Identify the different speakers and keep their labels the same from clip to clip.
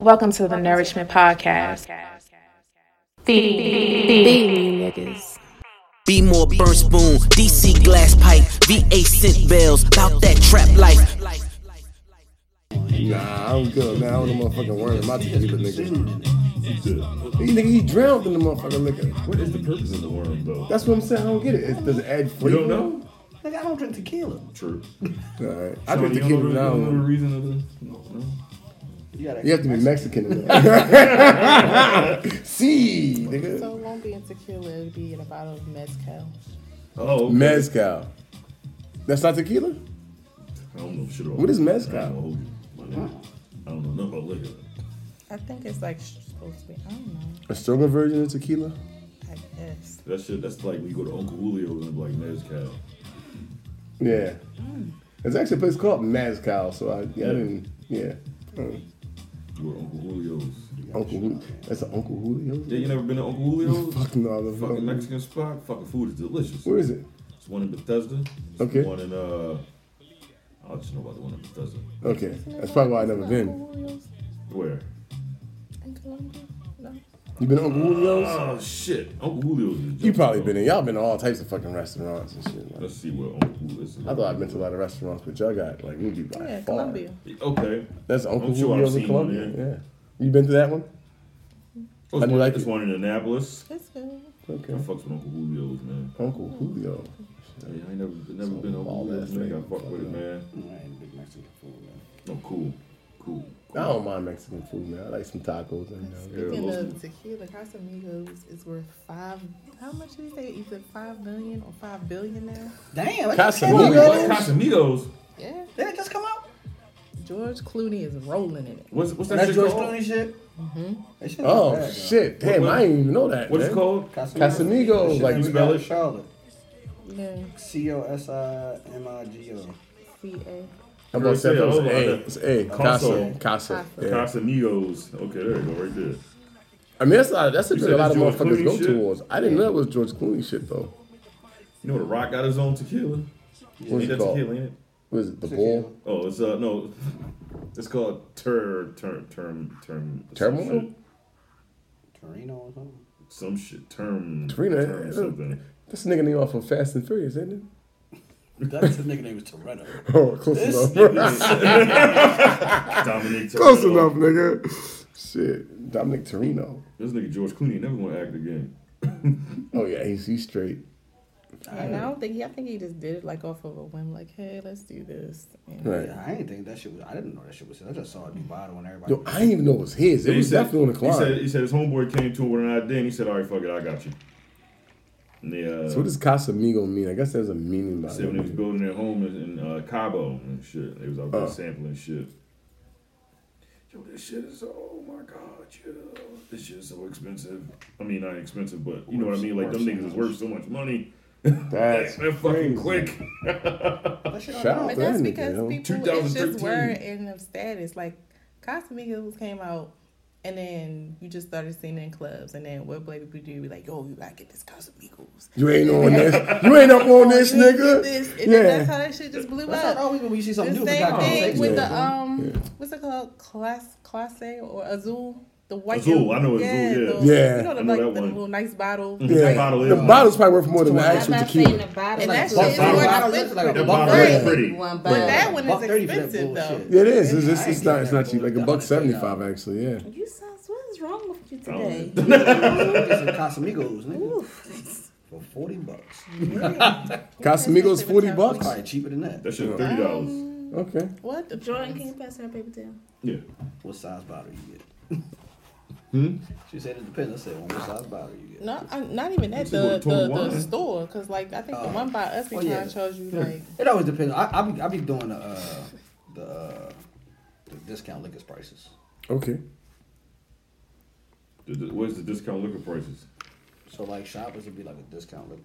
Speaker 1: Welcome to the Nourishment Podcast. Feed niggas.
Speaker 2: Be more burn spoon, DC glass pipe, VA scent bells, bout that trap life.
Speaker 3: Nah, I'm good, man. I don't know motherfucking word in my tequila, nigga. He, nigga, he drowned in the motherfucking liquor.
Speaker 4: What is the purpose of the worm, though?
Speaker 3: That's what I'm saying. I don't get it. It does it add
Speaker 4: you
Speaker 3: flavor.
Speaker 4: don't know.
Speaker 5: Nigga, I don't drink tequila.
Speaker 4: True.
Speaker 3: All right. I
Speaker 4: So
Speaker 3: drink
Speaker 4: Oh, you don't
Speaker 3: tequila
Speaker 4: know the- you don't know the
Speaker 3: now.
Speaker 4: reason of the. No, no.
Speaker 5: You gotta
Speaker 3: You have to be Mexican. in that. See, nigga.
Speaker 6: So it won't be in tequila, it'll be in a bottle of mezcal.
Speaker 4: Oh, okay.
Speaker 3: Mezcal. That's not tequila.
Speaker 4: I don't know shit about
Speaker 3: What is
Speaker 4: liquor.
Speaker 3: mezcal?
Speaker 4: I ain't gonna hold you, my nigga. I don't know nothing about liquor.
Speaker 6: I think it's like sh- supposed to be, I don't know,
Speaker 3: A stronger version of tequila.
Speaker 6: I guess.
Speaker 4: That shit, that's like when you go to Uncle Julio's and be like mezcal.
Speaker 3: Yeah. There's actually a place called Mezcal, so I, yeah, I didn't. Yeah. Mm.
Speaker 4: You go to Uncle Julio's.
Speaker 3: Uncle. Ju- That's an Uncle Julio.
Speaker 4: Yeah, you never been to Uncle Julio's?
Speaker 3: Fuck no, I
Speaker 4: Fucking
Speaker 3: love
Speaker 4: Mexican spot. Fucking food is delicious.
Speaker 3: Where is it?
Speaker 4: It's one in Bethesda. It's
Speaker 3: Okay.
Speaker 4: One in uh. I just know about the one in Bethesda.
Speaker 3: Okay, that's probably why I never been.
Speaker 4: Where?
Speaker 3: You been to Uncle Julio's?
Speaker 4: Oh shit, Uncle Julio's. is
Speaker 3: You
Speaker 4: dope,
Speaker 3: probably
Speaker 4: though.
Speaker 3: been in. Y'all been to all types of fucking restaurants and shit. like-
Speaker 4: Let's see where Uncle Julio's. is.
Speaker 3: I thought I'd been to a lot of restaurants, but y'all got like Ruby by
Speaker 6: Yeah,
Speaker 3: far.
Speaker 6: Colombia.
Speaker 4: Okay.
Speaker 3: That's Uncle
Speaker 4: I'm sure I've
Speaker 3: Julio's in
Speaker 4: seen one,
Speaker 3: Columbia. Yeah. You been to that one?
Speaker 4: There's
Speaker 3: How do you
Speaker 4: one-
Speaker 3: like
Speaker 4: there's
Speaker 3: it?
Speaker 4: one in Annapolis.
Speaker 6: It's good.
Speaker 3: Okay.
Speaker 4: I fucks with Uncle Julio's, man.
Speaker 3: Uncle Julio.
Speaker 4: Hey, I ain't never, never been to Uncle
Speaker 3: all
Speaker 4: Julio's,
Speaker 3: that Uh,
Speaker 4: nigga. I
Speaker 3: flavor.
Speaker 4: fuck with it, man.
Speaker 5: I ain't big Mexican food, man.
Speaker 4: No, cool. Cool.
Speaker 3: I don't mind Mexican food, man. I like some tacos and you know,
Speaker 6: Speaking
Speaker 4: most
Speaker 6: of tequila, Casamigos is worth five, how much did he say, either five million or five billion now?
Speaker 5: Damn, like,
Speaker 4: Whoa,
Speaker 3: Casamigos.
Speaker 4: what? Casamigos?
Speaker 6: Yeah,
Speaker 5: did it just come out?
Speaker 6: George Clooney is rolling in it.
Speaker 4: What's, what's that
Speaker 5: That's
Speaker 4: shit
Speaker 5: George
Speaker 4: called?
Speaker 5: Clooney shit. That shit
Speaker 3: Oh
Speaker 5: not bad, though.
Speaker 3: shit! Damn,
Speaker 4: what-
Speaker 3: I didn't even know that.
Speaker 4: What's
Speaker 3: man.
Speaker 4: it called?
Speaker 3: Casamigos,
Speaker 5: That shit
Speaker 3: like,
Speaker 5: we
Speaker 3: you
Speaker 4: spell
Speaker 5: got in
Speaker 4: it?
Speaker 5: Charlotte.
Speaker 6: Yeah,
Speaker 5: C O S I M I G O.
Speaker 6: C-A.
Speaker 3: I'm about to say it was
Speaker 4: Hold on,
Speaker 3: A.
Speaker 4: that-
Speaker 3: It's A.
Speaker 4: Caso.
Speaker 3: Casa. Casa. Yeah.
Speaker 4: Casamigos. Okay, there you go, right there.
Speaker 3: I mean, that's a lot. That's a
Speaker 4: You
Speaker 3: drink
Speaker 4: said
Speaker 3: a lot of
Speaker 4: it's George
Speaker 3: motherfuckers
Speaker 4: Clooney
Speaker 3: go
Speaker 4: shit?
Speaker 3: towards. I didn't know it was George Clooney shit though.
Speaker 4: You know, The Rock got his own tequila.
Speaker 3: What's
Speaker 4: ain't
Speaker 3: it
Speaker 4: that
Speaker 3: called?
Speaker 4: tequila, ain't it?
Speaker 3: What is it? The bull.
Speaker 4: Oh, it's, uh, no. It's called Ter, Ter, Term, Term. some
Speaker 3: Turmoil?
Speaker 4: shit.
Speaker 5: Torino or something.
Speaker 4: Some shit. Term.
Speaker 3: Torino, eh,
Speaker 4: Term something.
Speaker 3: That's a nigga name off of Fast and Furious, ain't it?
Speaker 5: That's his nigga name is Torino.
Speaker 3: Oh, close
Speaker 5: This
Speaker 3: enough.
Speaker 5: nigga is
Speaker 4: Dominic
Speaker 3: Close
Speaker 4: Torino.
Speaker 3: enough, nigga. Shit, Dominic Torino.
Speaker 4: This nigga George Clooney never gonna act again.
Speaker 3: Oh yeah, he's, he's straight.
Speaker 6: And I don't think he, I think he just did it like off of a whim, like, hey, let's do this. And
Speaker 3: Right.
Speaker 5: I ain't think that shit was. I didn't know that shit was. I just saw it in the bottle when everybody.
Speaker 3: Yo, I didn't even know it was his. It
Speaker 4: He
Speaker 3: was
Speaker 4: said-
Speaker 3: definitely on the
Speaker 4: He said,
Speaker 3: climb.
Speaker 4: he said his homeboy came to him with an idea and he said, all right, fuck it, I got you. And they, uh,
Speaker 3: So what does Casamigo mean? I guess there's a meaning
Speaker 4: said when
Speaker 3: behind
Speaker 4: they was
Speaker 3: it.
Speaker 4: building their home in, in uh, Cabo and shit, they was out there
Speaker 3: Oh.
Speaker 4: sampling shit. Yo, this shit is, oh my God, yeah. This shit is so expensive. I mean, not expensive, but you know what I mean? Like, them
Speaker 5: Worth so
Speaker 4: niggas is
Speaker 5: much.
Speaker 4: worth so much money.
Speaker 3: That's
Speaker 4: They're
Speaker 3: crazy.
Speaker 4: fucking quick.
Speaker 5: that shit
Speaker 3: Shout out
Speaker 6: But
Speaker 3: to that
Speaker 6: that's
Speaker 3: nigga.
Speaker 6: because
Speaker 3: yo.
Speaker 6: people it's just
Speaker 4: 2013.
Speaker 6: were in of status. Like Casamigos came out and then you just started seeing it in clubs and then what Blaby would do be like, Yo, you gotta get this Casamigos.
Speaker 3: You ain't on this. You ain't up on this,
Speaker 6: You
Speaker 3: nigga.
Speaker 6: get this. And then that's
Speaker 3: Yeah.
Speaker 6: how that shit just blew
Speaker 5: That's not
Speaker 6: up.
Speaker 5: always when we see
Speaker 6: The
Speaker 5: something new.
Speaker 6: same
Speaker 5: we got
Speaker 6: thing
Speaker 5: conversations
Speaker 6: with the
Speaker 5: Oh, about
Speaker 6: um what's it called? Class classe or Azul? The white
Speaker 4: Azul, I know Azul, yeah.
Speaker 3: Yeah,
Speaker 6: the- You know the
Speaker 4: I know
Speaker 6: like
Speaker 4: that
Speaker 6: the
Speaker 4: one.
Speaker 6: little nice bottle.
Speaker 5: Mm-hmm.
Speaker 4: That
Speaker 3: Yeah.
Speaker 4: bottle
Speaker 3: The
Speaker 4: is-
Speaker 3: bottle's probably worth more than the
Speaker 7: I'm
Speaker 3: actual
Speaker 7: not saying
Speaker 3: tequila.
Speaker 7: the bottle.
Speaker 6: And that
Speaker 7: like
Speaker 6: shit is
Speaker 4: bottle.
Speaker 6: worth
Speaker 5: Bottle is like a
Speaker 6: expensive.
Speaker 4: That bottle is
Speaker 6: Right.
Speaker 4: pretty.
Speaker 7: One bottle.
Speaker 6: That one
Speaker 5: Buck
Speaker 6: is
Speaker 5: 30 for that
Speaker 6: expensive though.
Speaker 5: bullshit.
Speaker 3: Yeah, it is. It's, it's,
Speaker 5: I
Speaker 3: it's not.
Speaker 5: ain't getting
Speaker 3: It's
Speaker 5: that
Speaker 3: not cheap. Like a
Speaker 5: bull-
Speaker 3: buck
Speaker 5: $150.
Speaker 3: seventy-five, actually. Yeah.
Speaker 7: You sound. What is wrong with you
Speaker 4: don't
Speaker 7: today?
Speaker 5: Get some Casamigos, nigga. For 40 bucks.
Speaker 3: Casamigo's forty bucks.
Speaker 5: Probably cheaper than that.
Speaker 4: That shit $30.
Speaker 3: Okay.
Speaker 6: What the
Speaker 7: Jordan, can you pass her a paper towel?
Speaker 4: yeah.
Speaker 5: What size bottle you get? She said it depends. I said, well, what size bottle you get?
Speaker 6: No, i not even
Speaker 4: This
Speaker 6: at
Speaker 4: is
Speaker 6: the,
Speaker 4: what,
Speaker 6: the, the
Speaker 4: 21?
Speaker 6: store, cause like I think the
Speaker 5: Oh.
Speaker 6: one by us, he
Speaker 5: Oh,
Speaker 6: kind
Speaker 5: yeah.
Speaker 6: of shows you like
Speaker 5: It always depends. I, I be I be doing the uh, the, uh, the discount liquor prices.
Speaker 3: Okay.
Speaker 4: The- the- Where's the discount liquor prices?
Speaker 5: So like shoppers would be like a discount liquor.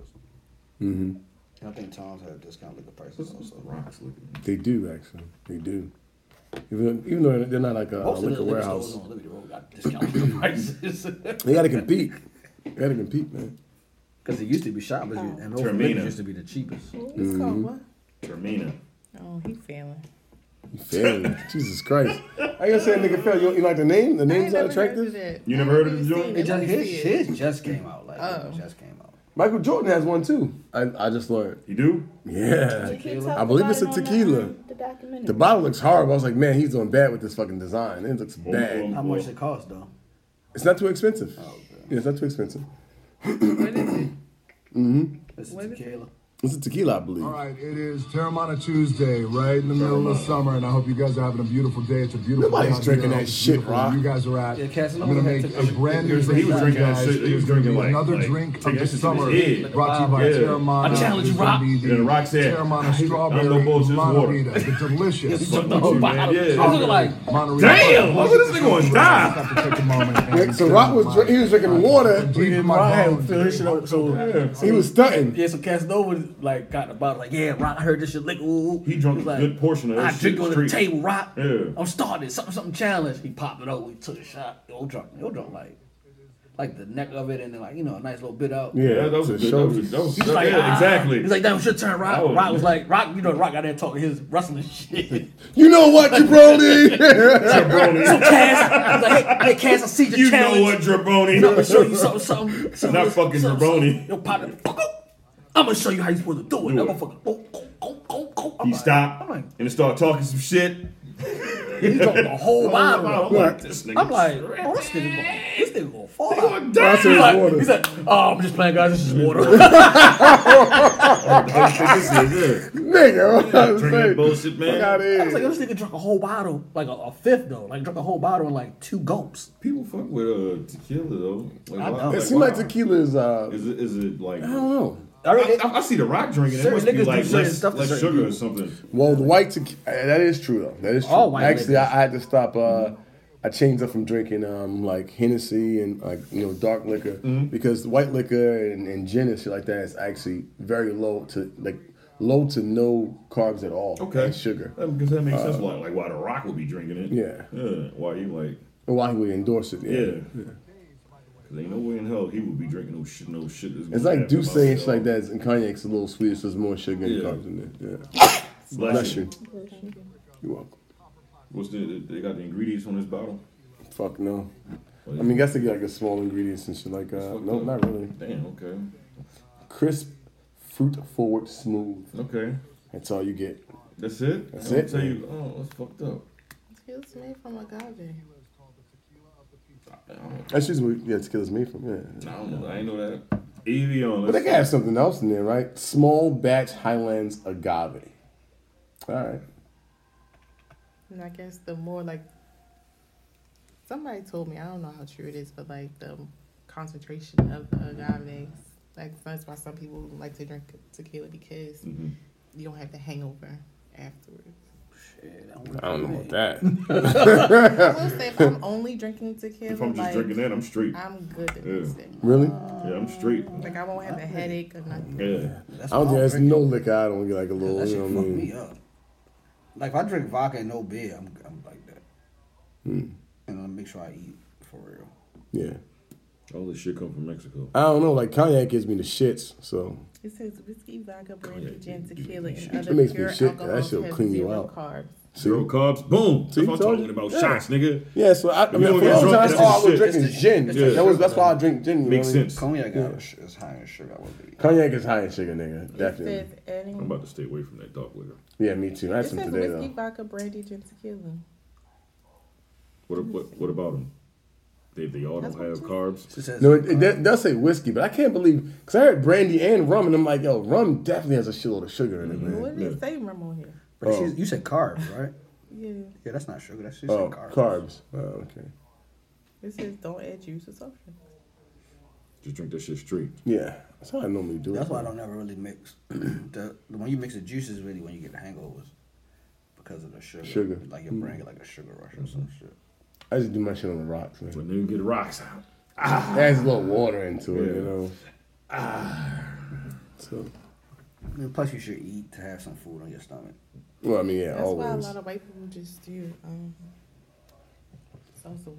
Speaker 3: Mm-hmm.
Speaker 5: And I think Tom's had discount liquor prices
Speaker 4: What's what's the
Speaker 5: also.
Speaker 4: rocks looking at?
Speaker 3: They do actually. They do. Even, even though they're not like a, a
Speaker 5: Most of
Speaker 3: liquor
Speaker 5: the liquor stores
Speaker 3: warehouse,
Speaker 5: on Liberty Road got discount liquor prices.
Speaker 3: they gotta compete. They gotta compete, man.
Speaker 5: Because it used to be
Speaker 6: Oh.
Speaker 5: shoppers and
Speaker 4: Termina.
Speaker 5: those
Speaker 8: Mm-hmm.
Speaker 5: liquors used to be the cheapest.
Speaker 6: it's called what?
Speaker 4: Termina.
Speaker 6: Oh, he failing.
Speaker 3: Failing. Jesus Christ. I gotta say, nigga, fail. You, don't- you like the name? The name's not attractive.
Speaker 4: You never heard of the joint?
Speaker 8: It just, his
Speaker 6: shit.
Speaker 8: shit just came out. Like,
Speaker 6: Oh.
Speaker 8: it just came out.
Speaker 3: Michael Jordan has one too. I, I just learned.
Speaker 4: You do?
Speaker 3: Yeah.
Speaker 9: You keep talking
Speaker 3: I believe
Speaker 9: about
Speaker 3: it's a
Speaker 9: it on
Speaker 3: tequila.
Speaker 9: The, um, the documentary.
Speaker 3: The bottle looks horrible. I was like, man, he's doing bad with this fucking design. It looks
Speaker 4: Boom,
Speaker 3: bad.
Speaker 8: How
Speaker 4: boom,
Speaker 8: much
Speaker 4: boom.
Speaker 8: it cost, though?
Speaker 3: It's not too expensive. Yeah, it's not too expensive.
Speaker 6: What is it?
Speaker 8: It's
Speaker 6: What is
Speaker 8: tequila.
Speaker 3: It's a tequila, I believe.
Speaker 10: All right, it is Terramana Tuesday, right in the middle of summer, and I hope you guys are having a beautiful day. It's a beautiful
Speaker 3: Nobody's
Speaker 10: day out
Speaker 3: drinking
Speaker 10: here.
Speaker 3: that
Speaker 10: It's
Speaker 3: shit,
Speaker 10: beautiful
Speaker 3: Rock.
Speaker 10: where You guys are at.
Speaker 8: Yeah,
Speaker 10: I'm
Speaker 8: Casanova
Speaker 10: gonna
Speaker 8: had
Speaker 10: make
Speaker 8: to-
Speaker 10: a brand
Speaker 4: He
Speaker 10: new
Speaker 4: was-
Speaker 10: drink.
Speaker 4: he was
Speaker 10: for
Speaker 4: drinking
Speaker 10: you
Speaker 4: that
Speaker 10: guys.
Speaker 4: shit. He was
Speaker 10: There's gonna be
Speaker 4: drinking, like-
Speaker 10: another
Speaker 4: like,
Speaker 10: drink
Speaker 4: take that
Speaker 10: of the
Speaker 4: shit to
Speaker 10: summer.
Speaker 4: his head.
Speaker 10: Brought to you by
Speaker 4: Yeah.
Speaker 10: Terramana.
Speaker 5: I challenge
Speaker 10: There's gonna
Speaker 5: Rock.
Speaker 10: be the
Speaker 4: Yeah, Rock said,
Speaker 10: Terramana strawberry
Speaker 4: no bullshit, it's water.
Speaker 10: margarita. The delicious.
Speaker 4: Fuck with you, man.
Speaker 5: I
Speaker 4: Yeah.
Speaker 5: was looking like,
Speaker 10: Monterey
Speaker 4: Damn! Look
Speaker 10: Rock.
Speaker 4: at this nigga on die.
Speaker 10: Have to take a moment and
Speaker 3: Yeah, so Rock was dr- he was drinking water.
Speaker 10: Deep in my
Speaker 3: Rock had
Speaker 10: bones.
Speaker 3: to fill his shit up. So
Speaker 4: Yeah.
Speaker 3: he was stunting.
Speaker 5: yeah, so Casanova like got the bottle, like, yeah, Rock, I heard this shit lick. Ooh, ooh.
Speaker 4: He drunk
Speaker 5: was
Speaker 4: a good portion of that
Speaker 5: I
Speaker 4: shit
Speaker 5: drink on the
Speaker 4: straight."
Speaker 5: table, Rock.
Speaker 4: Yeah.
Speaker 5: I'm starting something, something challenge. He popped it over, he took a shot. Yo, drunk, yo, drunk, like, like the neck of it, and then like you know, a nice little bit out.
Speaker 3: Yeah,
Speaker 4: Yeah, that was a
Speaker 3: to
Speaker 4: good. That
Speaker 3: show
Speaker 4: was, that was,
Speaker 5: He's
Speaker 4: that,
Speaker 5: like,
Speaker 4: yeah,
Speaker 5: ah.
Speaker 4: exactly.
Speaker 5: He's like, that was your turn, Rock.
Speaker 4: Oh,
Speaker 5: Rock was
Speaker 4: yeah.
Speaker 5: like, Rock, you know, Rock got there talking his wrestling shit.
Speaker 3: You know what, jabroni?
Speaker 5: so
Speaker 4: Jabroni.
Speaker 5: Cass, I was like, hey, hey, Cass, I see your
Speaker 4: you
Speaker 5: challenge.
Speaker 4: know what,
Speaker 5: I'm gonna
Speaker 4: Jabroni?
Speaker 5: show you something, something. something
Speaker 4: Not fucking
Speaker 5: something,
Speaker 4: jabroni.
Speaker 5: something. Yo, pop it. I'm gonna show you how you supposed to do it.
Speaker 4: Do
Speaker 5: That
Speaker 4: it.
Speaker 5: motherfucker. Go, go, go, go, go. I'm
Speaker 4: He
Speaker 5: like-
Speaker 4: stopped
Speaker 5: I'm like,
Speaker 4: and started talking some shit.
Speaker 5: he's talking the whole bottle.
Speaker 4: wow, I'm like, this nigga.
Speaker 5: I'm like, oh, this nigga gonna, this nigga gonna fall out.
Speaker 3: That's
Speaker 5: He's
Speaker 3: his
Speaker 5: like,
Speaker 3: water.
Speaker 5: he's like, oh, I'm just playing, guys. This is water.
Speaker 4: this nigga.
Speaker 3: Nigga, what I'm
Speaker 4: Drink that
Speaker 3: saying.
Speaker 4: bullshit,
Speaker 3: Fuck out
Speaker 4: man.
Speaker 5: I was like,
Speaker 3: here.
Speaker 5: yo, this nigga drank a whole bottle, like a, a fifth though, like drank a whole bottle in like two gulps.
Speaker 4: People fuck with uh, tequila though. Like,
Speaker 5: I
Speaker 4: why-
Speaker 5: know.
Speaker 3: It
Speaker 4: like,
Speaker 3: seems like
Speaker 4: why?
Speaker 3: tequila is uh
Speaker 4: Is it, is it like?
Speaker 3: I don't know.
Speaker 5: I
Speaker 4: I,
Speaker 5: read
Speaker 4: I, I see the rock drinking. It
Speaker 5: Certain
Speaker 4: must be
Speaker 5: niggas do
Speaker 4: like
Speaker 5: certain
Speaker 4: less,
Speaker 5: stuff to
Speaker 4: less
Speaker 5: certain
Speaker 4: sugar or something.
Speaker 3: Well, the white tequila, that is true though. That is true.
Speaker 5: All white
Speaker 3: Actually,
Speaker 5: liquors.
Speaker 3: I, I had to stop. Uh, I changed up from drinking um, like Hennessy and like you know dark liquor because white liquor and, and gin and shit like that is actually very low to like low to no carbs at all.
Speaker 4: Okay.
Speaker 3: and sugar.
Speaker 4: Because that makes sense. Uh, Like, like why the rock would be drinking it.
Speaker 3: Yeah.
Speaker 4: Yeah. Why you like?
Speaker 3: And why he would endorse it? Yeah.
Speaker 4: Yeah. Cause ain't no way in hell he would be drinking no shit. No shit. that's
Speaker 3: It's
Speaker 4: gonna
Speaker 3: like
Speaker 4: happen
Speaker 3: Deuce and
Speaker 4: by
Speaker 3: shit
Speaker 4: itself.
Speaker 3: like that, and cognac—it's a little sweeter, so there's more sugar and
Speaker 4: Yeah.
Speaker 3: carbs in there. Yeah.
Speaker 4: Bless,
Speaker 3: Bless
Speaker 4: you.
Speaker 3: you. You're welcome.
Speaker 4: What's the? They got the ingredients on this bottle.
Speaker 3: Fuck no.
Speaker 4: Well,
Speaker 3: I mean, I guess they get like a small ingredients and shit like uh,
Speaker 4: fucked
Speaker 3: no,
Speaker 4: up.
Speaker 3: not really.
Speaker 4: Damn. Okay.
Speaker 3: Crisp, fruit forward, smooth.
Speaker 4: Okay.
Speaker 3: That's all you get.
Speaker 4: That's it. That's
Speaker 3: it.
Speaker 4: Tell you. Oh, that's fucked up.
Speaker 6: It's made from agave.
Speaker 4: I don't,
Speaker 3: That's just what yeah, tequila's made from. Yeah.
Speaker 4: I don't know. I ain't know that. Evian.
Speaker 3: But they
Speaker 4: let's-
Speaker 3: gotta have something else in there, right? Small batch Highlands agave. All right.
Speaker 6: And I guess the more like somebody told me, I don't know how true it is, but like the concentration of the agave, like that's why some people like to drink tequila because
Speaker 4: Mhm.
Speaker 6: you don't have the hangover afterwards.
Speaker 3: I don't know about that.
Speaker 6: I will say if I'm only drinking tequila,
Speaker 4: If I'm just
Speaker 6: like,
Speaker 4: drinking that, I'm straight.
Speaker 6: I'm good at
Speaker 4: Yeah.
Speaker 6: this. thing.
Speaker 3: really?
Speaker 4: yeah, I'm straight.
Speaker 6: Like I won't have a headache or nothing.
Speaker 4: Yeah.
Speaker 3: I don't
Speaker 8: That's what
Speaker 3: think
Speaker 8: I'm
Speaker 3: there's
Speaker 8: drinking.
Speaker 3: no liquor. I don't get like a little.
Speaker 8: That
Speaker 3: You
Speaker 8: shit
Speaker 3: know
Speaker 8: fuck
Speaker 3: what I
Speaker 8: me
Speaker 3: mean?
Speaker 8: up. Like if I drink vodka and no beer, I'm I'm like that. And I make sure I eat for real.
Speaker 3: Hmm. Yeah.
Speaker 4: All this shit come from Mexico.
Speaker 3: I don't know. Like cognac gives me the shits. So
Speaker 6: It says whiskey, vodka, brandy,
Speaker 4: Cognac,
Speaker 6: gin,
Speaker 4: dude,
Speaker 6: tequila,
Speaker 4: dude,
Speaker 3: It
Speaker 6: and other
Speaker 3: makes me
Speaker 6: pure
Speaker 3: shit. That
Speaker 6: alcohols
Speaker 3: shit'll
Speaker 6: have
Speaker 3: clean you
Speaker 6: zero
Speaker 3: out.
Speaker 6: carbs.
Speaker 4: Zero carbs. Boom. That's
Speaker 3: See,
Speaker 4: what
Speaker 3: told
Speaker 4: I'm talking
Speaker 3: you.
Speaker 4: about.
Speaker 3: Yeah.
Speaker 4: Shots, nigga.
Speaker 3: yeah. So I, I
Speaker 4: you
Speaker 3: mean, for
Speaker 4: don't
Speaker 3: a
Speaker 4: get
Speaker 3: long
Speaker 4: drunk,
Speaker 3: time,
Speaker 4: that's
Speaker 3: that's all I was
Speaker 4: just shit.
Speaker 3: drinking is gin.
Speaker 8: It's
Speaker 4: the-
Speaker 3: That was
Speaker 8: it's
Speaker 3: that's why I drink gin. You know
Speaker 4: Makes
Speaker 3: what I mean?
Speaker 4: sense. I'm
Speaker 8: Cognac got is is high in sugar. I would be.
Speaker 3: Cognac is high in sugar, nigga.
Speaker 6: It
Speaker 3: Definitely.
Speaker 6: says adding.
Speaker 4: about to stay away from that dark liquor.
Speaker 3: Yeah, me too. I had
Speaker 6: it
Speaker 3: some
Speaker 6: says
Speaker 3: today
Speaker 6: whiskey,
Speaker 3: though.
Speaker 6: vodka, brandy, gin, tequila.
Speaker 4: What what what about them? They they all don't have carbs.
Speaker 8: She says,
Speaker 3: No, it, it does- does say whiskey, but I can't believe because I heard brandy and rum, and I'm like, yo, rum definitely has a shitload of sugar in it,
Speaker 8: Mm-hmm.
Speaker 3: man.
Speaker 6: What did it say rum on here?
Speaker 8: but she's- you said carbs, right?
Speaker 6: Yeah.
Speaker 8: Yeah, that's not sugar. That's just
Speaker 3: Oh,
Speaker 8: carbs.
Speaker 3: carbs. Oh, okay.
Speaker 6: It says don't add juice or soft drinks.
Speaker 4: Just drink that shit straight.
Speaker 3: Yeah, that's how I normally do it.
Speaker 8: That's why I don't ever really mix. the, the when you mix the juices, really when you get the hangovers, because of the sugar.
Speaker 3: Sugar.
Speaker 8: Like your brain get like a sugar rush or some shit.
Speaker 3: I just do my shit on the rocks, man.
Speaker 4: When they get rocks out.
Speaker 3: Adds a little water into it,
Speaker 4: Yeah.
Speaker 3: you know. So,
Speaker 8: And plus, you should eat to have some food on your stomach.
Speaker 3: well, I mean, yeah,
Speaker 6: That's why a
Speaker 3: always.
Speaker 6: lot of white people just do um, salsa water.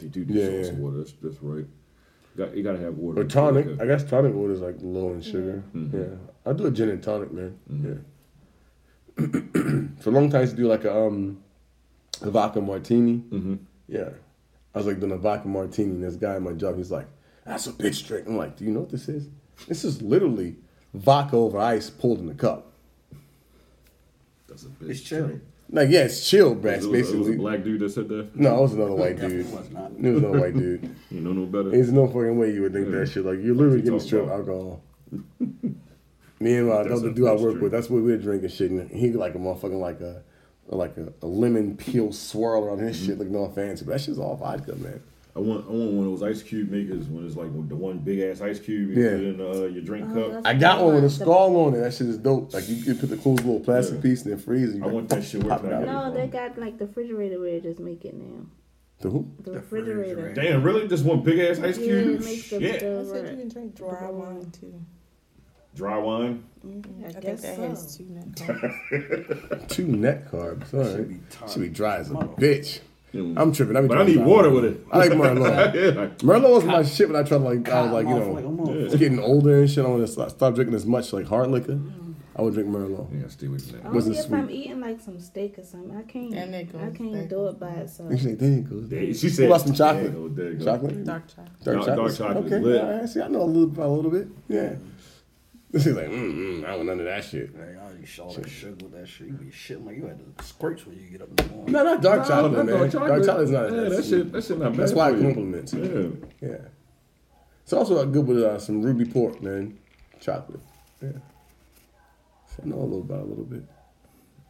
Speaker 4: They do do
Speaker 3: Yeah,
Speaker 4: salsa
Speaker 3: yeah.
Speaker 4: water. That's, that's right. Got, you gotta have water.
Speaker 3: Or tonic. I guess tonic water is like low in sugar. Yeah, I do a gin and tonic, man. Yeah. for a long time I used to do like a um a vodka martini. Yeah. I was like doing a vodka martini and this guy at my job, he's like, That's a bitch drink. I'm like, Do you know what this is? This is literally vodka over ice pulled in a cup.
Speaker 4: That's a
Speaker 8: It's
Speaker 4: bitch.
Speaker 8: chill.
Speaker 3: Like, yeah, it's chill,
Speaker 4: It was,
Speaker 3: brass,
Speaker 4: it was a
Speaker 3: basically.
Speaker 4: black dude that said that.
Speaker 3: No, it was another white dude.
Speaker 8: Definitely was not.
Speaker 3: It was another white dude.
Speaker 4: You know no better.
Speaker 3: There's no fucking way you would think that shit. Like you're literally
Speaker 4: you
Speaker 3: getting
Speaker 4: talking
Speaker 3: straight
Speaker 4: about?
Speaker 3: alcohol. Me and my
Speaker 4: That's
Speaker 3: another
Speaker 4: a
Speaker 3: dude I work
Speaker 4: bitch drink.
Speaker 3: with, that's what we were drinking shit. And he like a motherfucking like a like a, a lemon peel swirl around his
Speaker 4: Mm-hmm.
Speaker 3: shit, looking all fancy. But that shit's all vodka, man.
Speaker 4: I want I want one of those ice cube makers when it's like the one big ass ice cube you
Speaker 3: Yeah.
Speaker 4: put in uh, your drink cup.
Speaker 11: Oh, that's-
Speaker 3: I got one with a skull on it. That shit is dope. Like you, you put the cool little plastic
Speaker 4: Yeah.
Speaker 3: piece and then freeze. And you
Speaker 4: I want that shit. Where
Speaker 3: Pop
Speaker 4: can
Speaker 3: it
Speaker 4: I
Speaker 3: out.
Speaker 4: get it
Speaker 11: No,
Speaker 4: from?
Speaker 11: they got like the refrigerator where they just make it now.
Speaker 3: The who?
Speaker 11: The, refrigerator.
Speaker 8: refrigerator.
Speaker 4: Damn, really? Just one big ass ice
Speaker 11: Yeah,
Speaker 4: cube?
Speaker 11: it makes the,
Speaker 4: Shit.
Speaker 6: I said you
Speaker 11: the
Speaker 6: can drink dry wine too.
Speaker 4: Dry wine.
Speaker 6: I,
Speaker 11: I
Speaker 6: think
Speaker 11: guess
Speaker 6: that
Speaker 11: so.
Speaker 6: has two net carbs.
Speaker 3: Two net carbs. Sorry. Should
Speaker 8: be
Speaker 3: be,
Speaker 8: tired.
Speaker 3: dry as a
Speaker 8: Motherfucker.
Speaker 3: bitch.
Speaker 4: Mm.
Speaker 3: I'm tripping. I be
Speaker 4: But I
Speaker 3: trying
Speaker 4: need
Speaker 3: to-
Speaker 4: water with it.
Speaker 3: I like Merlot.
Speaker 4: yeah, like,
Speaker 3: Merlot was my shit, but I tried to like I was
Speaker 8: Cotton
Speaker 3: like you
Speaker 8: mouth, like, I'm
Speaker 3: know
Speaker 8: on.
Speaker 3: it's getting older and shit. I want to stop, stop drinking as much like hard liquor. I would drink Merlot.
Speaker 4: yeah, stay with that.
Speaker 3: Wasn't
Speaker 11: Only if I'm
Speaker 3: sweet.
Speaker 11: eating like some steak or something. I can't.
Speaker 6: And it
Speaker 11: I
Speaker 6: goes
Speaker 11: can't
Speaker 6: back
Speaker 11: do
Speaker 6: and
Speaker 11: it by itself.
Speaker 3: Actually, there you go.
Speaker 4: Hey, She
Speaker 3: What
Speaker 4: said,
Speaker 3: about some
Speaker 4: There
Speaker 3: chocolate?
Speaker 4: you go, there you go.
Speaker 3: Chocolate?
Speaker 6: Dark chocolate.
Speaker 4: Dark- dark chocolate is
Speaker 3: Okay,
Speaker 4: lit.
Speaker 3: all right. See, I know a little, about a little bit. Yeah. This is like, mm, mm, I want none of that shit.
Speaker 8: Like, I already saw that sugar with that shit. You be shitting like you had the squirts when you get up in the morning.
Speaker 3: No, not dark
Speaker 4: No,
Speaker 3: chocolate,
Speaker 4: not
Speaker 3: man. Dark, chocolate's not.
Speaker 4: Yeah, that
Speaker 3: sweet.
Speaker 4: shit, that shit not bad.
Speaker 3: That's why
Speaker 4: for
Speaker 3: it
Speaker 4: you.
Speaker 3: compliments. it.
Speaker 4: Yeah.
Speaker 3: Yeah. It's also good with uh, some ruby pork, man. Chocolate. Yeah. So I know a little about it a little bit.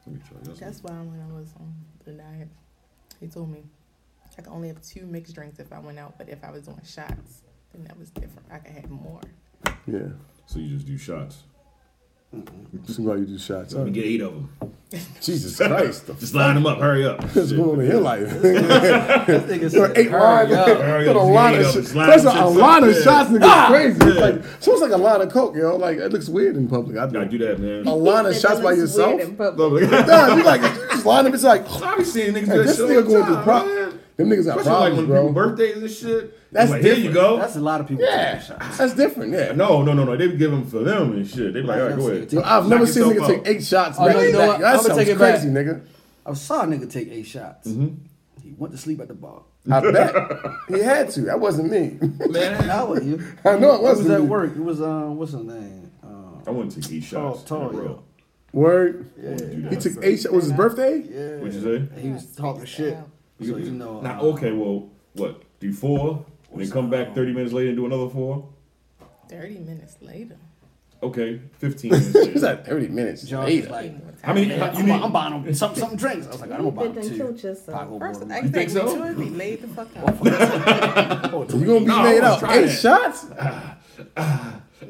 Speaker 4: Let me try this. one.
Speaker 6: That's why when I was on the diet, he told me I could only have two mixed drinks if I went out, but if I was doing shots, then that was different. I could have more.
Speaker 3: Yeah.
Speaker 4: So you just do shots.
Speaker 3: See why you do shots.
Speaker 4: Let
Speaker 3: Huh?
Speaker 4: me get eight of them.
Speaker 3: Jesus Christ. the
Speaker 4: Just line them up. Hurry up.
Speaker 3: What's
Speaker 4: Shit.
Speaker 3: going on in your life? There are eight lines.
Speaker 4: Hurry
Speaker 3: Got
Speaker 4: up,
Speaker 3: a lot
Speaker 4: hurry
Speaker 3: of
Speaker 4: up,
Speaker 3: shit.
Speaker 4: just line
Speaker 3: That's
Speaker 4: them
Speaker 3: a
Speaker 4: shits
Speaker 3: lot
Speaker 4: up,
Speaker 3: of
Speaker 4: yeah. Ah!
Speaker 3: shots, nigga. It's crazy. It's
Speaker 4: Yeah.
Speaker 3: like so it's like a lot of coke, yo. Like it looks weird in public. I
Speaker 4: Gotta
Speaker 3: do
Speaker 4: do that, man.
Speaker 3: a lot of
Speaker 6: That
Speaker 3: shots by
Speaker 6: looks
Speaker 3: yourself.
Speaker 6: weird in public.
Speaker 3: Nah, you like you just line up. It's like
Speaker 4: I be seeing niggas
Speaker 3: Hey,
Speaker 4: do that
Speaker 3: this
Speaker 4: shit
Speaker 3: nigga
Speaker 4: all the
Speaker 3: going through
Speaker 4: time,
Speaker 3: problems.
Speaker 4: man.
Speaker 3: Them niggas got
Speaker 4: Especially like
Speaker 3: problems,
Speaker 4: when people
Speaker 3: bro.
Speaker 4: birthdays and shit.
Speaker 3: That's
Speaker 4: like, here you
Speaker 3: different.
Speaker 4: go.
Speaker 8: That's a lot of people taking shots.
Speaker 3: That's different. Yeah.
Speaker 4: no, no, no, no. They be giving for them and shit. They be like, all
Speaker 8: That's
Speaker 4: right, go
Speaker 8: what I'm
Speaker 4: ahead.
Speaker 8: saying.
Speaker 3: Yo, I've
Speaker 4: Knock
Speaker 3: never seen a
Speaker 4: yourself
Speaker 3: nigga
Speaker 4: out.
Speaker 3: take eight shots.
Speaker 8: Oh,
Speaker 3: back
Speaker 8: no, you
Speaker 3: to
Speaker 8: know
Speaker 3: back.
Speaker 8: what?
Speaker 3: That
Speaker 8: I'ma
Speaker 3: sounds
Speaker 8: take it back.
Speaker 3: crazy, nigga.
Speaker 8: I saw a nigga take eight shots.
Speaker 3: Mm-hmm.
Speaker 8: He went to sleep at the bar.
Speaker 3: I bet he had to. That wasn't me.
Speaker 8: How are you?
Speaker 3: I know it
Speaker 8: He was
Speaker 3: wasn't
Speaker 8: at
Speaker 3: me.
Speaker 8: work. It was um, what's his name? Um,
Speaker 4: I wouldn't take eight
Speaker 8: Tall,
Speaker 4: shots.
Speaker 8: tall,
Speaker 4: in a
Speaker 8: yeah.
Speaker 4: row.
Speaker 3: Word.
Speaker 4: Wouldn't do
Speaker 3: He
Speaker 4: that.
Speaker 3: took eight shots. Was his birthday?
Speaker 8: yeah.
Speaker 4: What'd you say?
Speaker 8: He was talking shit. So you know,
Speaker 4: Nah,
Speaker 8: uh,
Speaker 4: okay, well, what? Do four, and then come back 30 minutes later and do another four?
Speaker 6: 30 minutes later.
Speaker 4: Okay, 15 minutes
Speaker 3: It was
Speaker 4: later.
Speaker 3: at 30 minutes.
Speaker 8: John
Speaker 3: later.
Speaker 8: was like,
Speaker 4: How many?
Speaker 8: yeah,
Speaker 4: How, you
Speaker 8: I'm, bu- I'm
Speaker 4: need,
Speaker 8: buying him some some drinks. I was like, I'm gonna
Speaker 11: But
Speaker 8: buy him
Speaker 11: then
Speaker 8: two.
Speaker 11: killed yourself.
Speaker 8: Paco
Speaker 6: First,
Speaker 8: bought
Speaker 6: I
Speaker 8: him
Speaker 4: think
Speaker 6: think
Speaker 4: so?
Speaker 6: so? be laid the fuck out.
Speaker 8: one.
Speaker 3: You gonna be
Speaker 4: No, I
Speaker 3: laid
Speaker 4: wanna
Speaker 3: out
Speaker 4: try
Speaker 3: eight
Speaker 4: that.
Speaker 3: shots?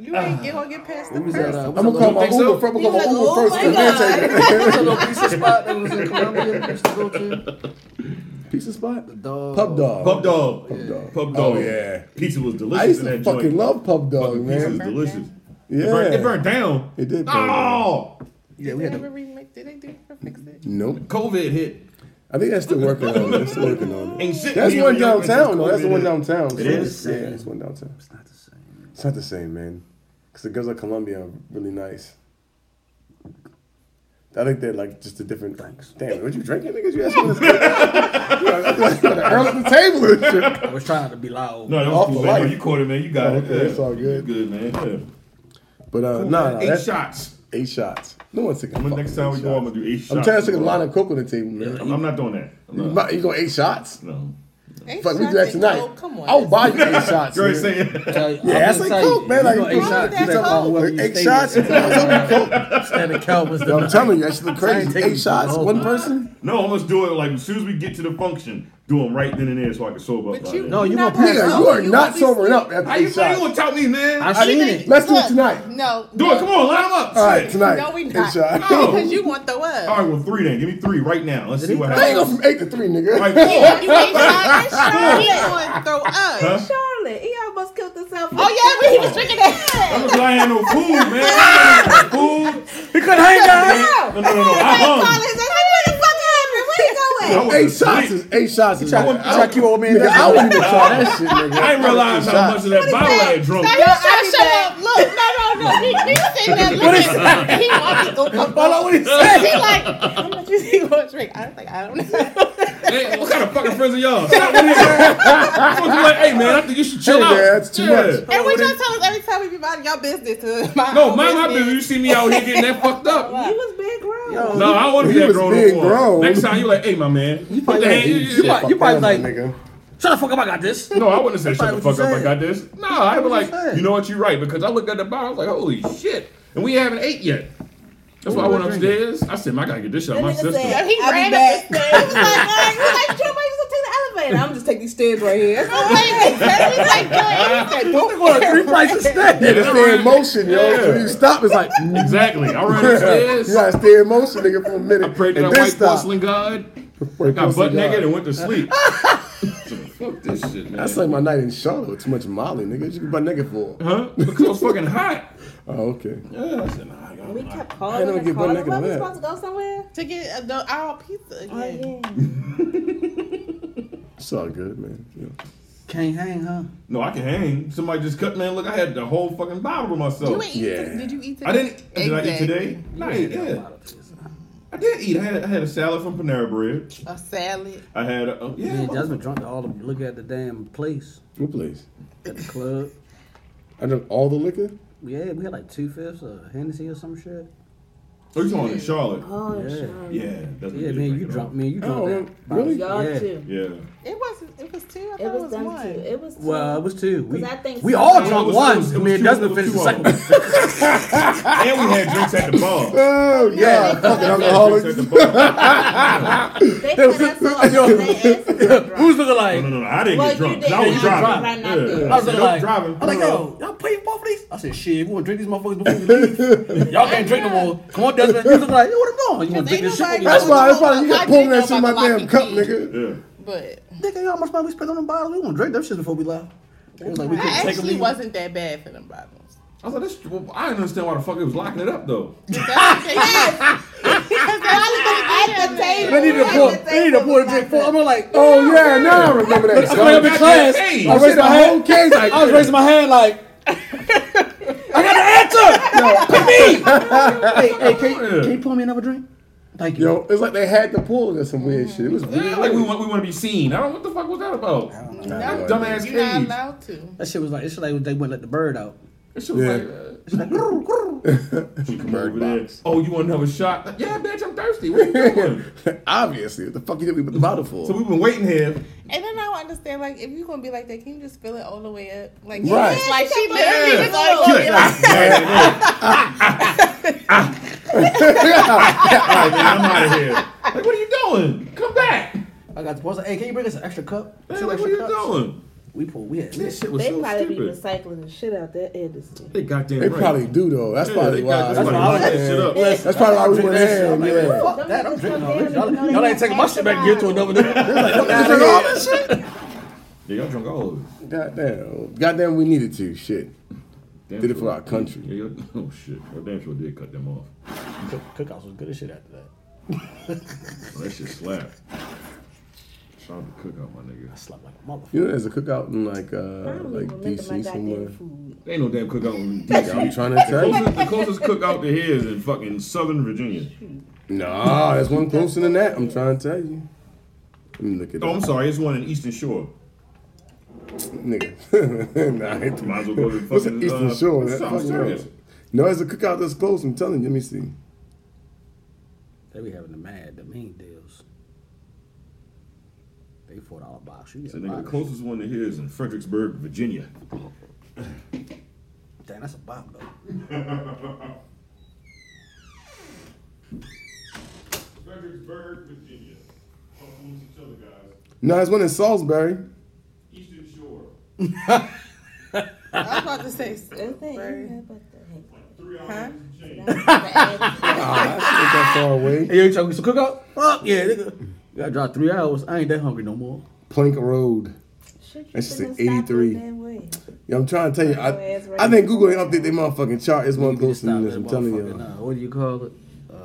Speaker 6: You ain't get, gonna get past the
Speaker 8: Who was
Speaker 6: first.
Speaker 8: that? Uh,
Speaker 3: I'm gonna call my Uber.
Speaker 4: think so?
Speaker 3: first. I'm gonna call my
Speaker 6: He was
Speaker 3: Uber
Speaker 6: like,
Speaker 3: first.
Speaker 6: "Oh my
Speaker 3: and then take it."
Speaker 8: What's that little pizza spot that was in Columbia that used to go to?
Speaker 3: Pizza spot.
Speaker 8: The dog.
Speaker 3: Pub dog.
Speaker 4: Pub dog.
Speaker 3: Pub dog.
Speaker 4: Pub dog.
Speaker 3: Oh yeah.
Speaker 4: Pizza was delicious
Speaker 3: I used
Speaker 4: in
Speaker 3: to
Speaker 4: that
Speaker 3: fucking
Speaker 4: joint.
Speaker 3: love pub dog,
Speaker 4: Fucking pizza was
Speaker 3: man.
Speaker 4: delicious. It, burned, it
Speaker 3: Yeah.
Speaker 4: burned down.
Speaker 3: It did burn down.
Speaker 4: Oh,
Speaker 8: Yeah, we
Speaker 6: Did
Speaker 8: had
Speaker 6: they
Speaker 8: the
Speaker 6: ever remake? Did they do or fix it?
Speaker 3: Nope.
Speaker 4: COVID hit.
Speaker 3: I think that's still working on it. That's still working on it.
Speaker 4: Ain't shit.
Speaker 3: That's
Speaker 4: being
Speaker 3: one
Speaker 4: reopened since
Speaker 3: downtown. though. That's the
Speaker 4: COVID
Speaker 3: one
Speaker 4: hit.
Speaker 3: downtown.
Speaker 4: It is?
Speaker 3: Yeah, it's one downtown.
Speaker 8: It's not the same.
Speaker 3: It's not the same, man. Because the girls at Columbia are really nice. I think they're like just a different. Damn, what you drinking, niggas? You asking this? The girl at the table and shit.
Speaker 8: I was trying to be loud.
Speaker 4: No, that was
Speaker 3: Awful
Speaker 4: cool, man.
Speaker 3: life.
Speaker 4: You caught it, man. You got
Speaker 3: Oh,
Speaker 4: it.
Speaker 3: okay,
Speaker 4: Yeah.
Speaker 3: it's all good.
Speaker 4: You Good, man.
Speaker 3: But uh,
Speaker 4: Yeah.
Speaker 3: nah, nah,
Speaker 4: eight
Speaker 3: that's
Speaker 4: shots.
Speaker 3: eight shots. No one's taking.
Speaker 4: I'm gonna- next
Speaker 3: fucking
Speaker 4: time
Speaker 3: eight
Speaker 4: we go, I'm
Speaker 3: shots.
Speaker 4: gonna do eight shots.
Speaker 3: I'm trying to take a
Speaker 4: bro.
Speaker 3: line of coke on the table, man.
Speaker 4: I'm, I'm not doing that. I'm
Speaker 3: You,
Speaker 4: not-
Speaker 3: buy- you go eight shots?
Speaker 4: no.
Speaker 6: Ain't
Speaker 3: Fuck, we
Speaker 6: shot
Speaker 3: do that
Speaker 6: they-
Speaker 3: tonight.
Speaker 6: Oh, come on.
Speaker 3: I'll buy you eight
Speaker 4: You
Speaker 3: shots.
Speaker 4: already
Speaker 3: man.
Speaker 4: saying
Speaker 3: Yeah, that's like coke, man. Like
Speaker 8: eight shots.
Speaker 6: that's
Speaker 8: you talking about
Speaker 6: coke.
Speaker 8: whether you
Speaker 3: Eight
Speaker 8: stay
Speaker 3: shots?
Speaker 8: with-
Speaker 10: Stand at Calvin's.
Speaker 3: Yo, I'm telling you, that shit look crazy.
Speaker 8: taking
Speaker 3: Eight shots,
Speaker 8: coke.
Speaker 3: one person.
Speaker 4: No, I'm gonna do it like as soon as we get to the function. Do them right then and there so I can sober up.
Speaker 6: But
Speaker 4: by
Speaker 6: you-
Speaker 4: then.
Speaker 8: No, you
Speaker 6: Not
Speaker 8: gonna pass
Speaker 6: that
Speaker 3: Nigga,
Speaker 8: out.
Speaker 3: you are
Speaker 6: you
Speaker 3: not
Speaker 6: obviously-
Speaker 3: sobering up after
Speaker 4: how you
Speaker 3: eight
Speaker 4: think you
Speaker 3: shots.
Speaker 4: gonna tell me, man?
Speaker 8: I seen it.
Speaker 3: Let's do it
Speaker 6: Look,
Speaker 3: tonight.
Speaker 6: No.
Speaker 4: do it. Come on, line them up.
Speaker 3: All right,
Speaker 4: Shit.
Speaker 3: tonight.
Speaker 6: No, we
Speaker 3: Eight
Speaker 6: not.
Speaker 3: shots.
Speaker 4: No.
Speaker 6: Because you want the
Speaker 4: All
Speaker 6: word.
Speaker 4: right, well, three then. Give me three right now. Let's see what
Speaker 3: I ain't go
Speaker 4: happens.
Speaker 3: from eight to three, nigga.
Speaker 4: All right, four.
Speaker 6: You ain't shot at Charlotte. He want to throw up.
Speaker 4: Huh?
Speaker 11: Charlotte, he almost killed himself.
Speaker 6: Oh, yeah, when he was drinking that.
Speaker 4: I'm glad I had no food, man. I ain't had no food.
Speaker 8: He could hang out.
Speaker 4: No, no, no, no. I hung.
Speaker 6: Charlotte said, "Hey, where the fuck happened? Where you
Speaker 4: I was
Speaker 3: Eight
Speaker 4: asleep.
Speaker 3: shots is eight shots is.
Speaker 8: Try,
Speaker 3: I-
Speaker 8: try to keep old man
Speaker 3: Nigga, I
Speaker 8: down.
Speaker 3: wouldn't even try that shit, nigga.
Speaker 4: I didn't realize how much of that bottle I had drunk.
Speaker 6: Stop, stop, shut up. Look, no, no, no. He, he sitting there looking. He wants to go come
Speaker 8: Follow what he said.
Speaker 6: He like, how much is he going to drink? I was like, I don't know.
Speaker 4: Hey, what kind of fucking friends are y'all? Stop with it, man. I'm supposed to be like, hey, man, I think you should chill
Speaker 3: Hey,
Speaker 4: out.
Speaker 3: man, that's too much.
Speaker 6: And what y'all tell us every time we be minding y'all business to my
Speaker 4: No,
Speaker 6: own
Speaker 4: mind my business. You see me out here getting that fucked up.
Speaker 1: He was big grown.
Speaker 4: No, I don't want to
Speaker 3: He
Speaker 4: be that
Speaker 3: was
Speaker 4: grown
Speaker 3: big
Speaker 4: no
Speaker 3: grown.
Speaker 4: more. Next time you like, hey, my man, you put the hand.
Speaker 3: You,
Speaker 4: you- you-
Speaker 5: might- you probably like-
Speaker 3: nigga.
Speaker 5: Shut the fuck up! I got this.
Speaker 4: No, I wouldn't say shut the
Speaker 5: That's what
Speaker 4: fuck up.
Speaker 5: you
Speaker 4: I got this. No, I would like,
Speaker 5: said.
Speaker 4: you know what? You're right because I looked at the bottle. I was like, holy shit, and we haven't ate yet. That's why I went upstairs. I said, man, I gotta get this shit out of my
Speaker 1: That nigga
Speaker 4: system.
Speaker 1: said,
Speaker 6: Yeah, he
Speaker 1: I'll
Speaker 6: ran
Speaker 1: be
Speaker 6: up
Speaker 1: back.
Speaker 6: the
Speaker 1: He was like, "Alright," he was like, Joe, why you just take the elevator? I'm just take these stairs right here.
Speaker 6: Wait, wait, wait, like, Joy, he said, don't
Speaker 5: Well, three prices
Speaker 3: Yeah,
Speaker 5: instead.
Speaker 3: it's stay in motion, yo.
Speaker 4: Yeah.
Speaker 3: So you stop, it's like
Speaker 4: Exactly. I ran
Speaker 3: you
Speaker 4: upstairs.
Speaker 3: gotta stay in motion, nigga, for a minute.
Speaker 4: I prayed to
Speaker 3: and
Speaker 4: that
Speaker 3: then
Speaker 4: white
Speaker 3: stop.
Speaker 4: porcelain god.
Speaker 3: White
Speaker 4: Got butt
Speaker 3: porcelain guy.
Speaker 4: naked and went to sleep. So, Fuck this shit, man.
Speaker 3: That's like my night in Charlotte. Too much Molly, nigga. What you butt naked for?
Speaker 4: huh? Because it was fucking hot.
Speaker 3: Oh, okay.
Speaker 4: Yeah, I said, nah, I got
Speaker 1: We kept
Speaker 3: I
Speaker 1: calling
Speaker 3: don't
Speaker 1: and
Speaker 3: get
Speaker 1: calling.
Speaker 3: butt
Speaker 1: Were
Speaker 3: naked
Speaker 1: we supposed
Speaker 3: on
Speaker 1: to go somewhere?
Speaker 6: to get the our pizza
Speaker 1: Oh,
Speaker 6: again.
Speaker 1: yeah.
Speaker 3: It's all good, man. Yeah.
Speaker 8: Can't hang, huh?
Speaker 4: No, I can hang. Somebody just cut, man. Look, I had the whole fucking bottle to myself.
Speaker 1: Oh,
Speaker 6: You ain't eat
Speaker 3: Yeah.
Speaker 6: to- did you eat today?
Speaker 4: I didn't. Did I eat
Speaker 6: Exactly.
Speaker 4: today? No, I ate, yeah. I did eat. I had, I had a salad from Panera Bread.
Speaker 6: A salad.
Speaker 4: I had a, oh, yeah.
Speaker 8: Yeah, Jasmine drunk to all the look at the damn place
Speaker 3: What place?
Speaker 8: at the club.
Speaker 3: I drank all the liquor.
Speaker 8: Yeah, we had like two fifths of Hennessy or some shit.
Speaker 4: Oh, you talking in Charlotte?
Speaker 1: Oh,
Speaker 8: Yeah.
Speaker 1: sure.
Speaker 4: Yeah. That's what
Speaker 8: Yeah,
Speaker 4: we
Speaker 8: man,
Speaker 4: drink
Speaker 8: you
Speaker 4: it
Speaker 8: drunk,
Speaker 4: on.
Speaker 8: man, you drunk
Speaker 3: Oh,
Speaker 8: that.
Speaker 3: really?
Speaker 1: Y'all
Speaker 8: Yeah.
Speaker 1: too.
Speaker 4: Yeah.
Speaker 6: It wasn't. It was two. I thought
Speaker 1: It was them
Speaker 6: one.
Speaker 1: two. It was two.
Speaker 8: Well, it was two. We,
Speaker 1: 'Cause I think
Speaker 8: we
Speaker 1: some-
Speaker 8: all
Speaker 1: Yeah,
Speaker 8: drunk
Speaker 4: it was-
Speaker 8: one.
Speaker 4: it was- it
Speaker 8: me
Speaker 4: was
Speaker 8: and
Speaker 4: two-
Speaker 8: Desmond
Speaker 4: it was
Speaker 8: finished the
Speaker 4: two
Speaker 8: second
Speaker 4: of
Speaker 8: one.
Speaker 4: And we had drinks at the bar.
Speaker 3: Oh yeah, fucking
Speaker 4: Drinks
Speaker 3: alcoholics.
Speaker 4: at the bar.
Speaker 1: They cut us off. They asked us
Speaker 5: Who's looking like?
Speaker 4: No, no, no. I didn't
Speaker 1: Well,
Speaker 4: get drunk.
Speaker 1: you
Speaker 4: 'cause I
Speaker 1: did.
Speaker 4: was
Speaker 1: You did,
Speaker 4: driving.
Speaker 1: but I'm not
Speaker 4: Yeah.
Speaker 1: there.
Speaker 5: I was looking
Speaker 4: No
Speaker 5: like,
Speaker 4: driving.
Speaker 5: I'm like,
Speaker 8: oh.
Speaker 5: yo, y'all pay both of these? I said, shit, we want to drink these motherfuckers before we leave. y'all can't drink no more. Come on, Desmond. He was like, yo, what I'm doing? You want to drink this shit?
Speaker 3: That's
Speaker 6: nobody
Speaker 5: That's why.
Speaker 3: why. That's why you
Speaker 6: I
Speaker 3: got pulling
Speaker 6: didn't
Speaker 3: that shit in
Speaker 6: know
Speaker 3: my
Speaker 6: about the
Speaker 3: damn cup,
Speaker 6: locking key.
Speaker 3: nigga.
Speaker 4: Yeah.
Speaker 6: But
Speaker 8: Nigga, you know how much money we spent on the bottle? We want to drink them shit before we left. It was like, we
Speaker 6: it
Speaker 8: couldn't take them.
Speaker 6: actually
Speaker 8: either.
Speaker 6: wasn't that bad for them bottles.
Speaker 4: I was like, this, well, I didn't understand why the fuck it was locking it up though.
Speaker 1: at the
Speaker 8: They
Speaker 1: table.
Speaker 8: need to pour. They need to pour the drink for. I'm like, oh,
Speaker 3: Oh yeah, now I remember that.
Speaker 8: I'm like,
Speaker 3: son.
Speaker 8: I'm in class.
Speaker 4: Hey,
Speaker 8: I raised
Speaker 3: The
Speaker 8: my
Speaker 3: whole
Speaker 8: hand.
Speaker 3: case, like,
Speaker 8: I was raising my hand like. I got the answer. Pick me. hey, hey, can, you- can you pour me another drink? Thank you.
Speaker 3: yo, it's like they had to pull it or some weird shit. It was
Speaker 4: Yeah,
Speaker 3: weird.
Speaker 4: like we want, we want to be seen. I don't. What the fuck was that about? That dumbass
Speaker 6: You're not
Speaker 4: cage.
Speaker 6: allowed to.
Speaker 8: That shit was like, it's like they wouldn't let the bird out.
Speaker 4: That shit was
Speaker 3: Yeah.
Speaker 4: like, uh, it's like, grrr, grrr. You come
Speaker 3: Bird
Speaker 4: over there.
Speaker 3: box.
Speaker 4: Oh, you want another shot? Yeah, bitch, I'm thirsty. What you doing?
Speaker 3: Obviously, what the fuck you did we put the bottle for?
Speaker 4: so we've been waiting here.
Speaker 6: And then I don't understand, like, if you're gonna be like that, can you just fill it all the way up? Like,
Speaker 3: Right.
Speaker 6: yes, like she
Speaker 4: Yeah.
Speaker 6: literally was all going
Speaker 4: All right, man, I'm out of here. Like, what are you doing? Come back.
Speaker 8: I got the boss. Like, hey, can you bring us an extra cup?
Speaker 4: Man,
Speaker 8: Two
Speaker 4: like,
Speaker 8: extra
Speaker 4: what are you
Speaker 8: cups?
Speaker 4: doing?
Speaker 8: We pulled. We had.
Speaker 4: This shit was
Speaker 1: They
Speaker 4: so
Speaker 1: probably be
Speaker 4: stupid.
Speaker 1: recycling the shit out that industry.
Speaker 4: They goddamn
Speaker 3: they
Speaker 4: right.
Speaker 3: probably do though. That's
Speaker 4: Yeah,
Speaker 3: probably
Speaker 4: they
Speaker 3: why.
Speaker 4: got- that's
Speaker 3: That's
Speaker 4: why
Speaker 3: why
Speaker 4: I locked that shit up.
Speaker 3: That's probably why we went
Speaker 8: I'm
Speaker 3: ham.
Speaker 8: like,
Speaker 3: Yeah.
Speaker 8: fuck that. I'm drinking all this.
Speaker 1: Them
Speaker 8: Y'all,
Speaker 1: niggas
Speaker 8: y'all ain't taking my shit back and give it to another nigga.
Speaker 3: Drink all this shit?
Speaker 4: Yeah, y'all drunk all of it.
Speaker 3: Goddamn, goddamn, we needed to shit.
Speaker 4: Damn
Speaker 3: Did it
Speaker 4: sure.
Speaker 3: for our country.
Speaker 4: Yeah, y'all- oh shit. I damn sure did cut them off.
Speaker 8: Cookouts was good as shit after that.
Speaker 4: Oh, that shit slapped. Shout out to Cookout, my nigga.
Speaker 8: Slept like a motherfucker.
Speaker 3: You know, there's a cookout in like
Speaker 1: I
Speaker 3: uh,
Speaker 1: don't
Speaker 3: like
Speaker 1: even remember my
Speaker 3: DC somewhere.
Speaker 1: goddamn food.
Speaker 4: There ain't no damn cookout in
Speaker 3: Yeah, I'm
Speaker 4: DC.
Speaker 3: trying to
Speaker 4: The
Speaker 3: tell you.
Speaker 4: closest, the closest cookout to here is in fucking Southern Virginia.
Speaker 3: Nah, there's one closer than that. I'm trying to tell you. Let me look at
Speaker 4: Oh, I'm
Speaker 3: up,
Speaker 4: sorry, it's one in Eastern Shore.
Speaker 3: nigga. nah, I ain't
Speaker 4: Might as well go to the
Speaker 3: What's
Speaker 4: fucking,
Speaker 3: the Eastern
Speaker 4: uh,
Speaker 3: Shore? That
Speaker 4: South
Speaker 3: fucking
Speaker 4: Service.
Speaker 3: road. No, it's a cookout that's close. I'm telling you. Let me see.
Speaker 8: They be having the mad, the mean deals. They four dollar box. You get
Speaker 4: So,
Speaker 8: a
Speaker 4: nigga, the
Speaker 8: box.
Speaker 4: closest one to here is in Fredericksburg, Virginia.
Speaker 8: Damn, that's a bomb though.
Speaker 4: Fredericksburg, Virginia. each other, guys.
Speaker 3: No, there's one in Salisbury.
Speaker 4: Eastern Shore.
Speaker 6: I was about to say,
Speaker 1: That's the
Speaker 6: Sorry.
Speaker 1: end of it.
Speaker 6: huh?
Speaker 3: Ah, that's not that far away.
Speaker 8: Hey, you talking some cookout? Fuck yeah, nigga. You gotta drive three hours. I ain't that hungry no more.
Speaker 3: Plank Road.
Speaker 1: Shit, you
Speaker 3: That's just
Speaker 1: shouldn't
Speaker 3: an
Speaker 1: have stopped
Speaker 3: 83.
Speaker 1: on that way.
Speaker 3: Yeah, I'm trying to tell you.
Speaker 1: Your ass
Speaker 3: I, I
Speaker 1: right
Speaker 3: think
Speaker 1: there.
Speaker 3: Google ain't update their motherfucking chart. It's one closer
Speaker 8: Stop
Speaker 3: than this.
Speaker 8: that uh,
Speaker 3: I'm telling
Speaker 8: motherfucker,
Speaker 3: you.
Speaker 8: nah, what do you call it? Uh,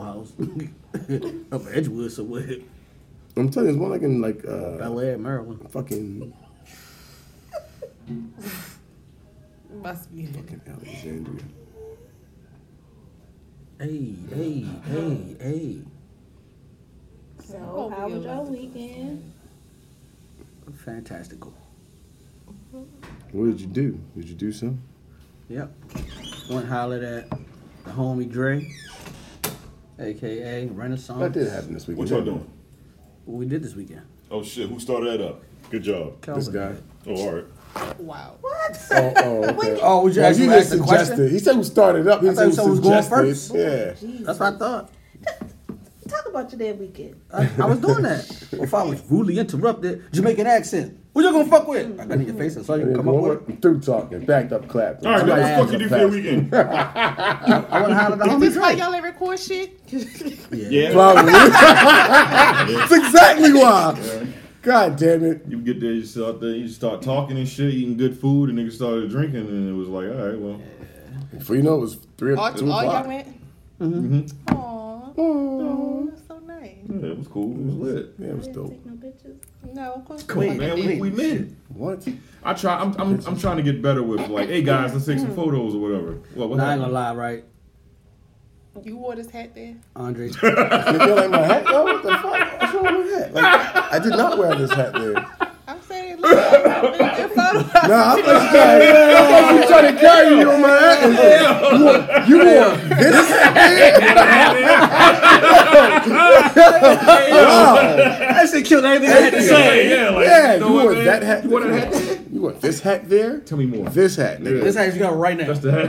Speaker 8: House up in Edgewood somewhere.
Speaker 3: I'm telling you, it's more like in like uh,
Speaker 8: Bel Air, Maryland.
Speaker 3: fucking
Speaker 1: Must be.
Speaker 3: fucking Alexandria.
Speaker 8: Hey, hey, hey, hey.
Speaker 1: Oh,
Speaker 6: So, how was your weekend?
Speaker 8: Fantastical.
Speaker 3: What did you do? Did you do something?
Speaker 8: Yep. Went hollered at the homie Dre, aka Renaissance.
Speaker 3: That did happen this weekend.
Speaker 4: What y'all doing?
Speaker 8: What we did this weekend.
Speaker 4: Oh shit, who started that up? Good job.
Speaker 8: Calvin
Speaker 3: This guy.
Speaker 8: did.
Speaker 4: Oh, all right.
Speaker 1: Wow.
Speaker 3: Oh, oh, okay.
Speaker 8: Oh, would you
Speaker 3: Well,
Speaker 8: ask
Speaker 3: you
Speaker 8: me
Speaker 3: just
Speaker 8: ask the question?
Speaker 3: suggested. He said who started up. He
Speaker 8: I
Speaker 3: said
Speaker 8: thought
Speaker 3: who
Speaker 8: someone was going
Speaker 3: suggested. Yeah.
Speaker 8: That's what I thought.
Speaker 6: Talk about your damn weekend.
Speaker 8: I, I was doing that. Well, if I was rudely interrupted, Jamaican accent. What you gonna fuck with? I got in your face. I saw you
Speaker 3: Yeah,
Speaker 8: come
Speaker 3: go
Speaker 8: up with.
Speaker 3: on. Through talking, backed up, clapped.
Speaker 4: All right,
Speaker 8: gonna
Speaker 4: guys,
Speaker 8: ask
Speaker 4: what the fuck you do for your weekend?
Speaker 8: I went hollered at the
Speaker 1: Is this why
Speaker 8: homie Dre.
Speaker 1: y'all ain't record shit?
Speaker 4: Yeah.
Speaker 3: Probably. That's exactly why. God damn it.
Speaker 4: You get there, you sit out there, you start talking and shit, eating good food, and niggas started drinking, and it was like, all right, well,
Speaker 3: Before you know, it was three or two
Speaker 1: All, all y'all
Speaker 3: o'clock.
Speaker 1: Oh, went? Mm-hmm. Aw. Oh, That's so nice.
Speaker 4: yeah, it was cool, it was lit.
Speaker 3: Yeah, it was dope.
Speaker 6: No bitches.
Speaker 1: No, of course
Speaker 4: Come on,
Speaker 1: not.
Speaker 4: man, we, we men.
Speaker 3: What?
Speaker 4: I try. I'm, I'm, I'm trying to get better with like, hey guys, let's
Speaker 6: Hmm.
Speaker 4: take some photos or whatever. Well, what
Speaker 8: Nah, I ain't
Speaker 4: happened?
Speaker 8: gonna lie, right?
Speaker 1: You wore this hat there?
Speaker 8: Andre.
Speaker 3: You feel like my hat? Yo, what the fuck? What's wrong with that? Like, I did not wear this hat there.
Speaker 1: I'm saying, look, it's so
Speaker 3: No, I thought you tried, I thought you tried to carry me on my hat. You wore, you wore this
Speaker 8: that shit killed everything I had to
Speaker 4: yeah,
Speaker 8: say.
Speaker 4: yeah, like,
Speaker 3: Yeah,
Speaker 4: you, know
Speaker 3: you
Speaker 4: what,
Speaker 3: wore
Speaker 4: man?
Speaker 3: that hat.
Speaker 4: You wore that hat.
Speaker 3: You wore this hat there?
Speaker 4: Tell me more.
Speaker 3: This hat, nigga.
Speaker 8: This is you got right now.
Speaker 4: That's the hat.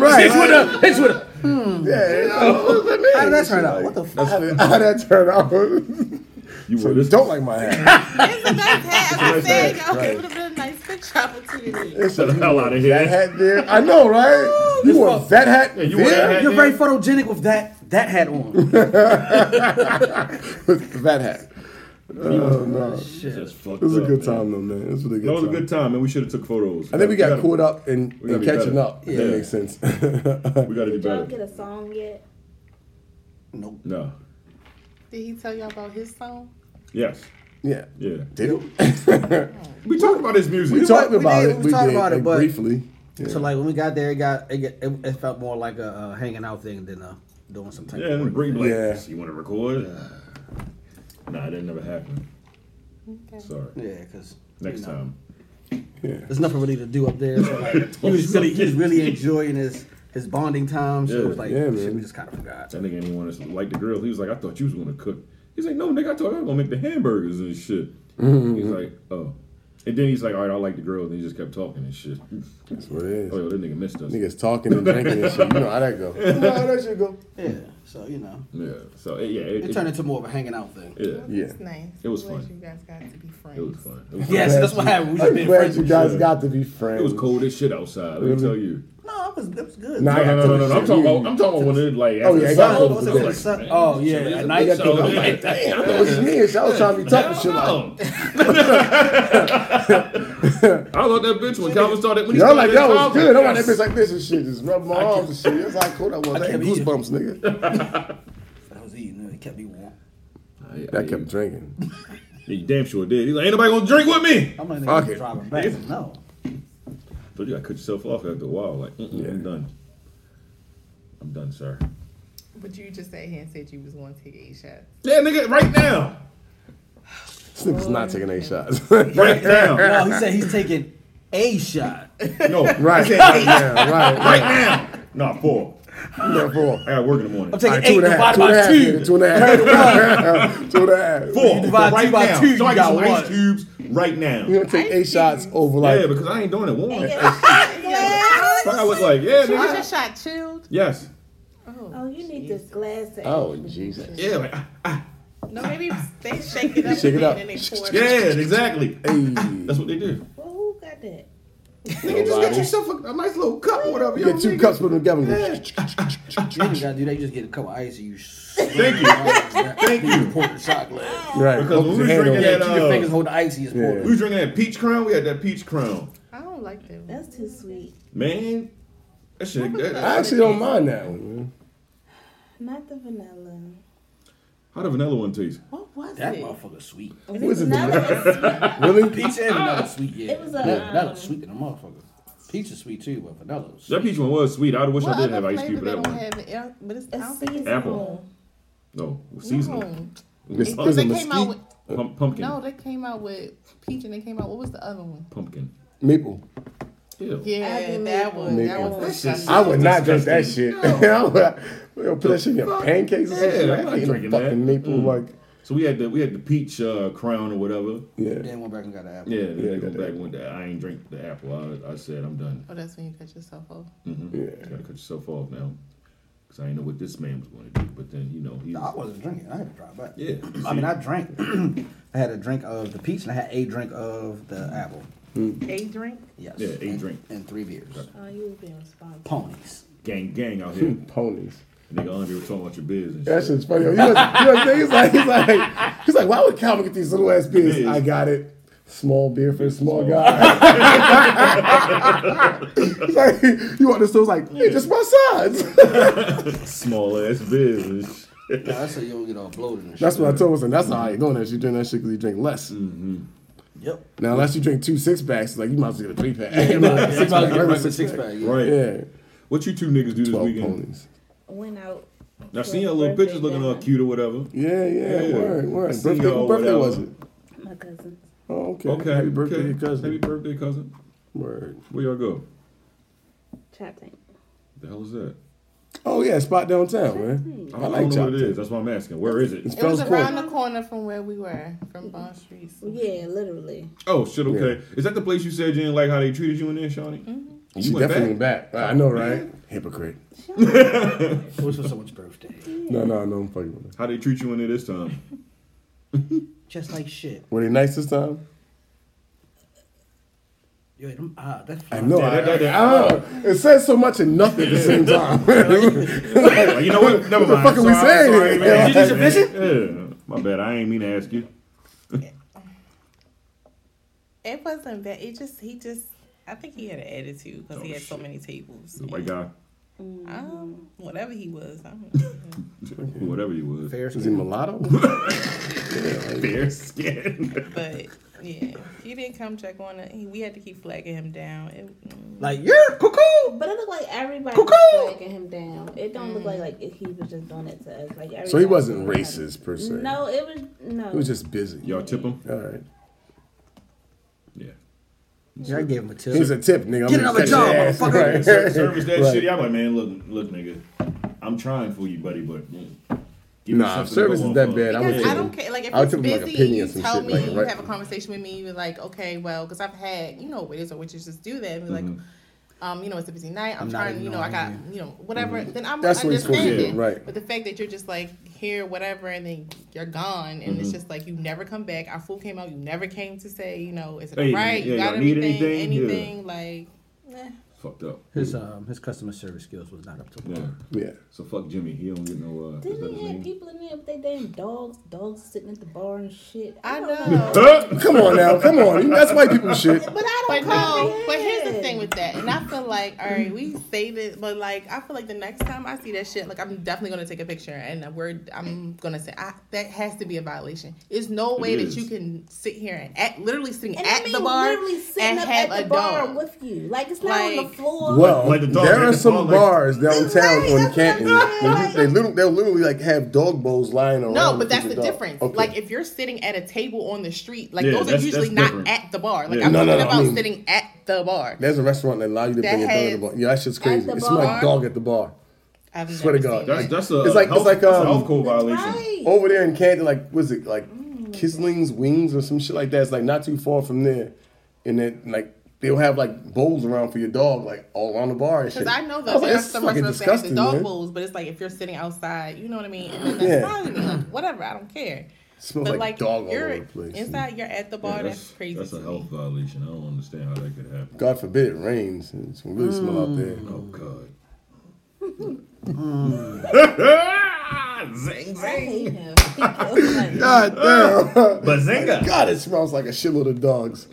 Speaker 3: Right.
Speaker 8: Hits with a, hits with a.
Speaker 3: Yeah, what does that mean?
Speaker 8: How did that turn out? What the fuck?
Speaker 3: How did how did that turn out?
Speaker 4: You
Speaker 3: so
Speaker 4: wore
Speaker 3: you
Speaker 4: this.
Speaker 3: don't like my hat.
Speaker 1: It's a nice hat. I'm saying, y'all
Speaker 3: Right.
Speaker 1: it would have been a nice picture opportunity.
Speaker 3: It's
Speaker 4: Get the hell outta here.
Speaker 3: That hat there. I know, right? You wore
Speaker 8: fuck-
Speaker 3: that hat
Speaker 4: Yeah, you wore
Speaker 3: there?
Speaker 4: that
Speaker 8: You're very photogenic with that that hat on.
Speaker 3: that hat. Oh, no.
Speaker 4: Just fucked
Speaker 3: It was a
Speaker 4: up,
Speaker 3: good
Speaker 4: man.
Speaker 3: time, though, man. It was a really good
Speaker 4: That was a
Speaker 3: time.
Speaker 4: good time, man. We should have took photos.
Speaker 3: I think we got
Speaker 4: gotta-
Speaker 3: caught up in,
Speaker 4: we
Speaker 3: in
Speaker 4: gotta be
Speaker 3: catching
Speaker 4: better.
Speaker 3: up.
Speaker 4: Yeah.
Speaker 3: That makes sense.
Speaker 4: We got to do
Speaker 6: Did y'all get
Speaker 4: better.
Speaker 6: a song yet?
Speaker 4: No.
Speaker 1: Did he tell y'all about his song?
Speaker 4: Yes.
Speaker 3: yeah.
Speaker 4: Yeah.
Speaker 3: Did
Speaker 4: We talked about his music.
Speaker 3: we talked about
Speaker 8: did-
Speaker 3: it.
Speaker 8: we
Speaker 3: We
Speaker 8: talked
Speaker 3: did,
Speaker 8: about it,
Speaker 3: like,
Speaker 8: but-
Speaker 3: briefly. Yeah.
Speaker 8: So like when we got there, it got it, get, it, it felt more like a uh, hanging out thing than uh, doing some type
Speaker 4: Yeah,
Speaker 8: of
Speaker 4: and
Speaker 8: work.
Speaker 4: Brady like,
Speaker 3: Yeah.
Speaker 4: you want to record? Nah, that never happened. Sorry.
Speaker 8: Yeah, because
Speaker 4: Next time.
Speaker 8: there's nothing really to do up there. So like, he was really he was really enjoying his his bonding time. So it was
Speaker 4: Yeah,
Speaker 8: like
Speaker 3: yeah,
Speaker 8: shit,
Speaker 3: man.
Speaker 8: we just kind of forgot.
Speaker 4: That nigga didn't want us to light the grill. He was like, I thought you was going to cook. He's like, no, nigga, I thought I was going to make the hamburgers and shit.
Speaker 3: Mm-hmm.
Speaker 4: He's like, oh. And then he's like, all right, I like the grill. And he just kept talking and shit.
Speaker 3: That's what it is.
Speaker 4: Oh, yo, that nigga missed us.
Speaker 3: Niggas talking and drinking and shit. You know how that go. You know how that should go.
Speaker 8: Yeah, so you know,
Speaker 4: Yeah. So, it, yeah. It,
Speaker 8: it
Speaker 4: it,
Speaker 8: turned into more of a hanging out thing.
Speaker 4: yeah.
Speaker 3: Yeah.
Speaker 1: Nice.
Speaker 4: It was
Speaker 1: I'm glad
Speaker 4: fun.
Speaker 1: You guys got to be friends.
Speaker 4: It was fun. It was,
Speaker 8: Yes, that's what happened. We just
Speaker 3: I'm
Speaker 8: been
Speaker 3: glad
Speaker 8: friends.
Speaker 3: you guys got to be friends.
Speaker 4: it was cold as shit outside. Let me tell you.
Speaker 8: No, it was it was good.
Speaker 3: Nah,
Speaker 4: No, no, no, no, no. I'm
Speaker 3: Shit,
Speaker 4: talking
Speaker 3: you-
Speaker 4: about, I'm talking about when it, like,
Speaker 3: Oh, yeah, I got
Speaker 8: Oh,
Speaker 3: to
Speaker 8: was
Speaker 3: the
Speaker 8: it
Speaker 3: good.
Speaker 8: the sun- oh, yeah, at night.
Speaker 3: I got to-
Speaker 4: like, damn, I
Speaker 3: It was me. I was trying to be tough and shit. Like,
Speaker 4: Hell no. I was like that bitch when Calvin started. When he
Speaker 3: Yo, I'm like,
Speaker 4: started
Speaker 3: yo,
Speaker 4: his
Speaker 3: was
Speaker 4: album.
Speaker 3: good. I'm like, that bitch like this and shit. Just rub my arms and shit. That's how cold I was. I had
Speaker 8: can't eat it.
Speaker 3: goosebumps, nigga.
Speaker 8: That was eating. It kept me warm.
Speaker 4: I, I,
Speaker 3: I kept drinking.
Speaker 4: he damn sure did. He's like, ain't nobody gonna drink with me.
Speaker 8: I'm not
Speaker 3: Fuck
Speaker 8: even
Speaker 3: it.
Speaker 8: driving back. No,
Speaker 4: So you gotta cut yourself off after a while. Like, mm-mm,
Speaker 3: Yeah.
Speaker 4: I'm done. I'm done, sir.
Speaker 1: But you just sat here and said you was going to take eight shots.
Speaker 4: Yeah, nigga, right now,
Speaker 3: This nigga's not taking any shots.
Speaker 4: right now,
Speaker 8: no. He said he's taking a shot.
Speaker 4: no, right
Speaker 3: Right. yeah, right.
Speaker 4: now. Nah, four.
Speaker 3: Yeah, four.
Speaker 4: I got work in the morning.
Speaker 8: I'm taking
Speaker 3: All right,
Speaker 8: eight
Speaker 3: two and a half.
Speaker 8: divided
Speaker 3: Two and a half. nigga, Two and a half.
Speaker 8: by two.
Speaker 3: Two and a half.
Speaker 4: Four.
Speaker 8: divide two
Speaker 4: right
Speaker 8: by
Speaker 4: now.
Speaker 8: two, you
Speaker 4: so I
Speaker 8: got
Speaker 4: get some
Speaker 8: one.
Speaker 4: ice cubes right now.
Speaker 3: You're going to take eight shots over like.
Speaker 4: yeah, because I ain't doing it warm.
Speaker 1: Yeah.
Speaker 4: Fuck, I was like, yeah,
Speaker 1: Was
Speaker 4: nigga.
Speaker 1: your shot chilled?
Speaker 4: Yes.
Speaker 6: Oh, you need this glass. to-
Speaker 3: oh, Jesus.
Speaker 4: Yeah, like, ah, ah.
Speaker 1: No, maybe they shake it up,
Speaker 3: Shake it
Speaker 1: and
Speaker 3: up.
Speaker 1: then they pour it.
Speaker 4: yeah, exactly.
Speaker 3: Hey.
Speaker 4: That's what they do.
Speaker 6: Well, who got that?
Speaker 4: Nigga, just get
Speaker 3: Nobody.
Speaker 4: yourself a, a nice little cup or whatever.
Speaker 3: You
Speaker 4: yo,
Speaker 3: get two
Speaker 4: nigga.
Speaker 3: cups with them together.
Speaker 8: You ain't gotta do that. You just get a couple of ice and you.
Speaker 4: Thank you. Thank you.
Speaker 8: Pour the shot glass.
Speaker 3: Right.
Speaker 4: Because when we was
Speaker 3: Hand
Speaker 4: drinking
Speaker 3: over.
Speaker 4: that,
Speaker 8: Keep your
Speaker 4: uh,
Speaker 8: fingers hold the ice. You just pour
Speaker 4: We
Speaker 8: it.
Speaker 4: was drinking that peach crown. We had that peach crown.
Speaker 1: I don't like that. One.
Speaker 6: That's too sweet.
Speaker 4: Man, that shit. That,
Speaker 3: I actually don't mind that one. man.
Speaker 2: Not the vanilla.
Speaker 4: How the vanilla one taste?
Speaker 2: What was
Speaker 8: That
Speaker 2: it?
Speaker 8: motherfucker sweet.
Speaker 2: It
Speaker 3: What is
Speaker 2: was
Speaker 3: it,
Speaker 2: not a-
Speaker 3: Really?
Speaker 8: Peach and vanilla sweet, yeah.
Speaker 2: It was a,
Speaker 8: vanilla,
Speaker 2: um,
Speaker 8: vanilla's sweet than a motherfucker. Peach is sweet too, but vanilla's sweet.
Speaker 4: That peach one was sweet. I wish
Speaker 6: What
Speaker 4: I did
Speaker 6: other
Speaker 4: have ice
Speaker 6: flavor
Speaker 4: cube for
Speaker 6: they
Speaker 4: that
Speaker 6: don't
Speaker 4: one.
Speaker 6: have it? I don't- But it's, I
Speaker 2: It's
Speaker 6: don't think it's
Speaker 4: Apple. No, seasonal.
Speaker 6: No.
Speaker 4: It was
Speaker 6: Because they
Speaker 4: pumpkin.
Speaker 6: came out with
Speaker 4: Pump- pumpkin.
Speaker 6: no, they came out with peach and they came out. What was the other one?
Speaker 4: Pumpkin.
Speaker 3: Maple.
Speaker 4: Ew.
Speaker 6: Yeah,
Speaker 2: Apple
Speaker 6: that one. That
Speaker 3: Maple.
Speaker 6: was
Speaker 4: That's
Speaker 6: disgusting.
Speaker 3: I would not drink that
Speaker 4: Disgusting.
Speaker 3: shit. I would- Yo, put that shit in your
Speaker 4: Fuck.
Speaker 3: pancakes and shit.
Speaker 4: Yeah,
Speaker 3: I
Speaker 4: I'm not
Speaker 3: can't eat no
Speaker 4: drinking that.
Speaker 3: fucking maple.
Speaker 4: Mm.
Speaker 3: Like,
Speaker 4: So we had the we had the peach uh, crown or whatever.
Speaker 3: yeah.
Speaker 8: Then went back and got an apple.
Speaker 4: Yeah, then
Speaker 3: Yeah,
Speaker 4: they go
Speaker 3: that-
Speaker 4: back one day. I ain't drink the apple. I, I said I'm done.
Speaker 6: Oh, that's when you cut yourself off.
Speaker 4: You
Speaker 3: Yeah.
Speaker 4: gotta cut yourself off now, cause I ain't know what this man was gonna do. But then you know he.
Speaker 8: No, I wasn't drinking. I had to drive back.
Speaker 4: Yeah.
Speaker 8: I mean, I drank. I had a drink of the peach and I had a drink of the apple.
Speaker 6: A drink.
Speaker 8: Yes.
Speaker 4: Yeah, a
Speaker 8: and,
Speaker 4: drink.
Speaker 8: And three beers.
Speaker 2: Oh, you were being responsible.
Speaker 8: Ponies.
Speaker 4: gang gang out here.
Speaker 3: Hmm, Ponies.
Speaker 4: Nigga on here talking about your biz and shit.
Speaker 3: That shit's funny. Yo, You know, you know what I'm saying? He's like, he's like, he's like, why would Calvin get these little ass beers?
Speaker 4: Yeah.
Speaker 3: I got it. Small beer for a small guy. He's like, you want this? So it's like, hey, just my size.
Speaker 4: Small ass biz and shit.
Speaker 8: Now, that's how you don't get all bloated and shit.
Speaker 3: That's what I told him. I said, That's how I ain't doing that. You drink that shit because you drink less.
Speaker 4: Mm-hmm.
Speaker 8: Yep.
Speaker 3: Now, unless you drink two six packs, like you might as well get a three pack.
Speaker 8: Six pack.
Speaker 3: regular
Speaker 8: Six,
Speaker 3: six
Speaker 8: six
Speaker 3: pack.
Speaker 8: pack. Yeah.
Speaker 4: Right.
Speaker 3: Yeah,
Speaker 4: What you two niggas do this
Speaker 3: twelve
Speaker 4: weekend?
Speaker 3: ponies.
Speaker 2: Went out.
Speaker 4: I
Speaker 2: for
Speaker 4: seen
Speaker 2: a
Speaker 4: y'all little
Speaker 2: birthday
Speaker 4: pictures looking all
Speaker 2: dinner.
Speaker 4: cute or whatever.
Speaker 3: Yeah, yeah,
Speaker 4: Yeah.
Speaker 3: word, word.
Speaker 4: I
Speaker 3: Birthday,
Speaker 4: see y'all,
Speaker 3: what birthday
Speaker 4: whatever.
Speaker 3: was it?
Speaker 2: My cousin.
Speaker 3: Oh, okay.
Speaker 4: Okay.
Speaker 3: Happy birthday,
Speaker 4: okay.
Speaker 3: your cousin.
Speaker 4: Happy birthday, cousin.
Speaker 3: Word.
Speaker 4: Where y'all go?
Speaker 2: Chop tank.
Speaker 4: The hell is that?
Speaker 3: Oh yeah, spot downtown, man.
Speaker 4: I
Speaker 3: I,
Speaker 4: don't, I
Speaker 3: like
Speaker 4: don't know what
Speaker 3: chopped.
Speaker 4: it is. That's why I'm asking. Where is it?
Speaker 3: It's
Speaker 6: It was
Speaker 3: Fell's
Speaker 6: around
Speaker 3: Court.
Speaker 6: the corner from where we were, from Bond Street. So
Speaker 2: Yeah, literally.
Speaker 4: Oh shit. Okay. Is that the place you said you didn't like how they treated you in there, Shawnee?
Speaker 2: Mm-hmm.
Speaker 3: She
Speaker 4: went
Speaker 3: definitely went back. I know, right? Hypocrite.
Speaker 8: It was for someone's birthday.
Speaker 3: No, no, no, I'm fucking with her.
Speaker 4: How they treat you in there this time?
Speaker 8: Just like shit.
Speaker 3: Were they nice this time?
Speaker 8: Yo, them, ah, that's
Speaker 3: I know.
Speaker 4: Yeah,
Speaker 3: I,
Speaker 4: that- that- that-
Speaker 3: I don't know. It says so much and nothing at the same time.
Speaker 4: Like, you know what? Never
Speaker 3: What the
Speaker 4: mind.
Speaker 3: fuck are we
Speaker 4: Sorry,
Speaker 3: saying
Speaker 4: sorry,
Speaker 3: here?
Speaker 4: man.
Speaker 8: Did you use a vision?
Speaker 4: Yeah. My bad. I ain't mean to ask you.
Speaker 6: It wasn't bad. It just he just I think he had an attitude because he had so many tables.
Speaker 4: Oh, The white guy,
Speaker 6: Um, whatever he was, I don't know.
Speaker 4: whatever you was.
Speaker 8: fair.
Speaker 3: Is he mulatto?
Speaker 4: Fair skin.
Speaker 6: but yeah, he didn't come check on it. He, we had to keep flagging him down. It, mm.
Speaker 8: Like, you're cuckoo.
Speaker 2: But it looked like everybody
Speaker 8: Cuckoo!
Speaker 2: was flagging him down. It don't look like like if he was just doing it to us. Like
Speaker 3: so he
Speaker 2: everybody
Speaker 3: wasn't
Speaker 2: was
Speaker 3: racist per se.
Speaker 2: doing it. No, it was no.
Speaker 3: he was just busy.
Speaker 4: Y'all tip him?
Speaker 3: All right.
Speaker 4: Yeah.
Speaker 8: Yeah, I gave him a tip.
Speaker 3: Here's a tip, nigga. I'm
Speaker 8: Get
Speaker 3: gonna
Speaker 8: another
Speaker 3: cut
Speaker 8: job,
Speaker 3: your ass.
Speaker 8: motherfucker.
Speaker 3: Right.
Speaker 4: Service that
Speaker 3: Right.
Speaker 4: shitty. I'm like, man, look, look, nigga. I'm trying for you, buddy, but. mm, give me
Speaker 3: Nah,
Speaker 4: something
Speaker 3: if service
Speaker 4: to go
Speaker 3: is that
Speaker 4: off
Speaker 3: bad,
Speaker 4: of.
Speaker 3: I'm
Speaker 6: Because
Speaker 3: with
Speaker 6: I
Speaker 3: you.
Speaker 6: don't care. Like if
Speaker 3: I would
Speaker 6: it's
Speaker 3: tell them, like,
Speaker 6: busy, and you
Speaker 3: opinions and
Speaker 6: tell
Speaker 3: shit,
Speaker 6: me
Speaker 3: like,
Speaker 6: you
Speaker 3: right.
Speaker 6: have a conversation with me. You're like, okay, well, because I've had you know waiters or waitresses do that. And be
Speaker 3: Mm-hmm.
Speaker 6: like, um, you know, it's a busy night. I'm,
Speaker 8: I'm not
Speaker 6: trying. You know, I got
Speaker 8: ignoring
Speaker 6: you know whatever. Then I'm
Speaker 3: Mm-hmm. That's what you're supposed to do,
Speaker 6: understanding.
Speaker 3: right.
Speaker 6: But the fact that you're just like here, whatever, and then you're gone, and
Speaker 3: Mm-hmm.
Speaker 6: it's just like you never come back. Our food came out. You never came to say, you know, is it
Speaker 4: Hey,
Speaker 6: all right?
Speaker 4: yeah,
Speaker 6: you got
Speaker 4: y'all need
Speaker 6: everything?
Speaker 4: anything? Yeah.
Speaker 6: Anything? Like, eh.
Speaker 4: Fucked up.
Speaker 8: His um his customer service skills was not up to
Speaker 4: Yeah.
Speaker 8: par.
Speaker 3: Yeah.
Speaker 4: So fuck Jimmy. He don't get no. Uh, is that
Speaker 2: Didn't
Speaker 4: his
Speaker 2: he have
Speaker 4: name?
Speaker 2: people in there with their damn dogs? Dogs sitting at the bar and shit.
Speaker 6: I
Speaker 2: don't
Speaker 6: know.
Speaker 3: Huh? Come on now, come on. That's white people shit.
Speaker 2: But I
Speaker 6: But
Speaker 2: don't
Speaker 6: no, but here's the
Speaker 2: comprehend.
Speaker 6: thing with that, and I feel like, all right, we say this, but like, I feel like the next time I see that shit, like, I'm definitely gonna take a picture, and we're, I'm gonna say, I, that has to be a violation. There's no way
Speaker 4: is.
Speaker 6: that you can sit here and act, literally sitting
Speaker 2: And
Speaker 6: at
Speaker 2: I mean
Speaker 6: the bar
Speaker 2: literally
Speaker 6: and
Speaker 2: sitting up
Speaker 6: have
Speaker 2: at the
Speaker 6: a
Speaker 2: bar
Speaker 6: dog.
Speaker 2: with you. Like it's not on the
Speaker 6: Like-
Speaker 2: floor.
Speaker 3: Well,
Speaker 4: Like the dog
Speaker 3: there
Speaker 4: at
Speaker 3: are
Speaker 4: the
Speaker 3: some
Speaker 4: mall, like-
Speaker 3: bars downtown
Speaker 2: Right,
Speaker 3: on
Speaker 2: that's what I'm
Speaker 3: Canton.
Speaker 2: saying.
Speaker 3: They, they little, they'll literally like have dog bowls lying around.
Speaker 6: no,
Speaker 3: with
Speaker 6: but that's
Speaker 3: the
Speaker 6: the
Speaker 3: dog.
Speaker 6: difference.
Speaker 3: Okay.
Speaker 6: Like if you're sitting at a table on the street, like
Speaker 4: Yeah,
Speaker 6: those are
Speaker 4: that's-
Speaker 6: usually
Speaker 4: that's
Speaker 6: not
Speaker 4: different.
Speaker 6: at the bar. Like
Speaker 4: Yeah.
Speaker 6: I'm
Speaker 3: No, no,
Speaker 6: talking
Speaker 3: no, I
Speaker 6: about
Speaker 3: mean-
Speaker 6: sitting at the bar.
Speaker 3: there's a restaurant that allows you to
Speaker 6: That
Speaker 3: bring your dog at the
Speaker 6: has-
Speaker 3: bar. Yeah, that shit's crazy.
Speaker 2: the
Speaker 3: It's my
Speaker 2: bar.
Speaker 3: dog at the bar.
Speaker 6: I've
Speaker 3: Swear to
Speaker 6: never
Speaker 3: God.
Speaker 6: seen
Speaker 4: That's
Speaker 6: that.
Speaker 4: that's a
Speaker 3: It's like- it's
Speaker 4: health,
Speaker 3: like,
Speaker 4: that's a
Speaker 3: um,
Speaker 4: health code violation.
Speaker 2: Right.
Speaker 3: Over there in Canton, like was it like
Speaker 6: Mm.
Speaker 3: Kisling's Wings or some shit like that? It's like not too far from there, and then like they'll have like bowls around for your dog, like all around the bar and shit.
Speaker 6: Because I know
Speaker 3: was
Speaker 6: those
Speaker 3: like,
Speaker 6: are
Speaker 3: that's
Speaker 6: some
Speaker 3: Oh, fucking
Speaker 6: restaurants that have the
Speaker 3: disgusting,
Speaker 6: dog
Speaker 3: man.
Speaker 6: bowls, but it's like if you're sitting outside, you know what I mean? And then that's
Speaker 3: Yeah.
Speaker 6: bothering me. Like, whatever, I don't care.
Speaker 3: smells
Speaker 6: but
Speaker 3: like,
Speaker 6: like,
Speaker 3: dog all
Speaker 6: you're
Speaker 3: over the place.
Speaker 6: inside, you're at the bar.
Speaker 4: Yeah,
Speaker 6: that's,
Speaker 4: that's,
Speaker 6: crazy.
Speaker 4: that's
Speaker 6: to
Speaker 4: a
Speaker 6: me.
Speaker 4: health violation. I don't understand how that could happen.
Speaker 3: God forbid it rains. It's gonna
Speaker 4: Mm.
Speaker 3: really smell out there.
Speaker 4: Oh God. Zing,
Speaker 12: I hate
Speaker 4: zing.
Speaker 12: him. He kills me.
Speaker 3: God
Speaker 4: Ah!
Speaker 3: damn.
Speaker 4: Bazinga.
Speaker 3: God, it smells like a shitload of dogs.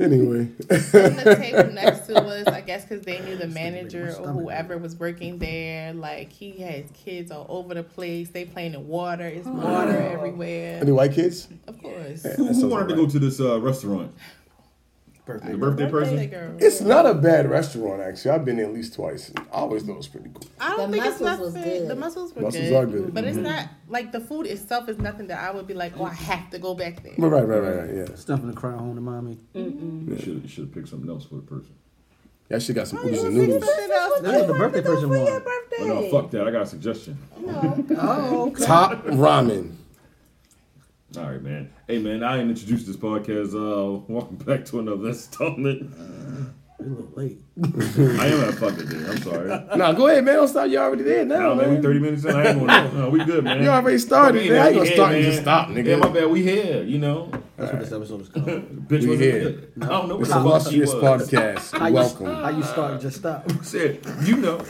Speaker 3: Anyway,
Speaker 6: on the table next to us, I guess because they knew the manager or whoever was working there. Like he had kids all over the place. They playing in water.
Speaker 4: Oh.
Speaker 6: It's water everywhere.
Speaker 3: any white kids?
Speaker 6: Of course.
Speaker 4: Who,
Speaker 3: sounds
Speaker 4: who wanted to
Speaker 3: alright.
Speaker 4: go to this uh, restaurant?
Speaker 8: Birthday.
Speaker 4: The birthday
Speaker 6: Birthday
Speaker 4: person?
Speaker 6: girl.
Speaker 3: It's not a bad restaurant actually. I've been there at least twice. and I always thought it was pretty cool.
Speaker 6: I don't
Speaker 12: The
Speaker 6: think it's
Speaker 12: mussels was
Speaker 6: nothing.
Speaker 12: good.
Speaker 6: The mussels were
Speaker 3: Mussels
Speaker 6: good,
Speaker 3: are good. Mm-hmm.
Speaker 6: but it's not like the food itself is nothing that I would be like, oh, I have to go back there.
Speaker 3: But right, right, right, right. Yeah,
Speaker 13: Stuffing the crowd home to mommy.
Speaker 4: You should you should have picked something else for the person.
Speaker 3: that shit got some
Speaker 6: You
Speaker 3: oodles and
Speaker 6: think
Speaker 3: noodles.
Speaker 6: something else?
Speaker 13: That's what the birthday person wanted.
Speaker 4: Oh, no, fuck that. I got a suggestion.
Speaker 13: Oh, okay.
Speaker 3: Top ramen.
Speaker 4: All right, man. Hey, man. I ain't introduced this podcast. Uh, welcome back to another installment.
Speaker 13: We a little late.
Speaker 4: I am at fucking day. I'm sorry.
Speaker 3: Nah, go ahead, man. Don't stop. You already there now,
Speaker 4: No, man, we
Speaker 3: man.
Speaker 4: 30 minutes in. I ain't gonna. No, we good, man.
Speaker 3: You already started,
Speaker 4: We
Speaker 3: man. How you
Speaker 4: we
Speaker 3: gonna
Speaker 4: here,
Speaker 3: start and just stop, nigga?
Speaker 4: Yeah, my bad. We here, you know.
Speaker 13: That's what this episode is called.
Speaker 4: Bitch,
Speaker 3: We
Speaker 4: wasn't
Speaker 3: here.
Speaker 4: good. I don't know what
Speaker 3: It's
Speaker 4: the
Speaker 3: a
Speaker 4: fuck she
Speaker 3: illustrious
Speaker 4: was.
Speaker 3: podcast.
Speaker 13: How You,
Speaker 3: Welcome.
Speaker 13: how you start and just stop.
Speaker 4: Said, you know.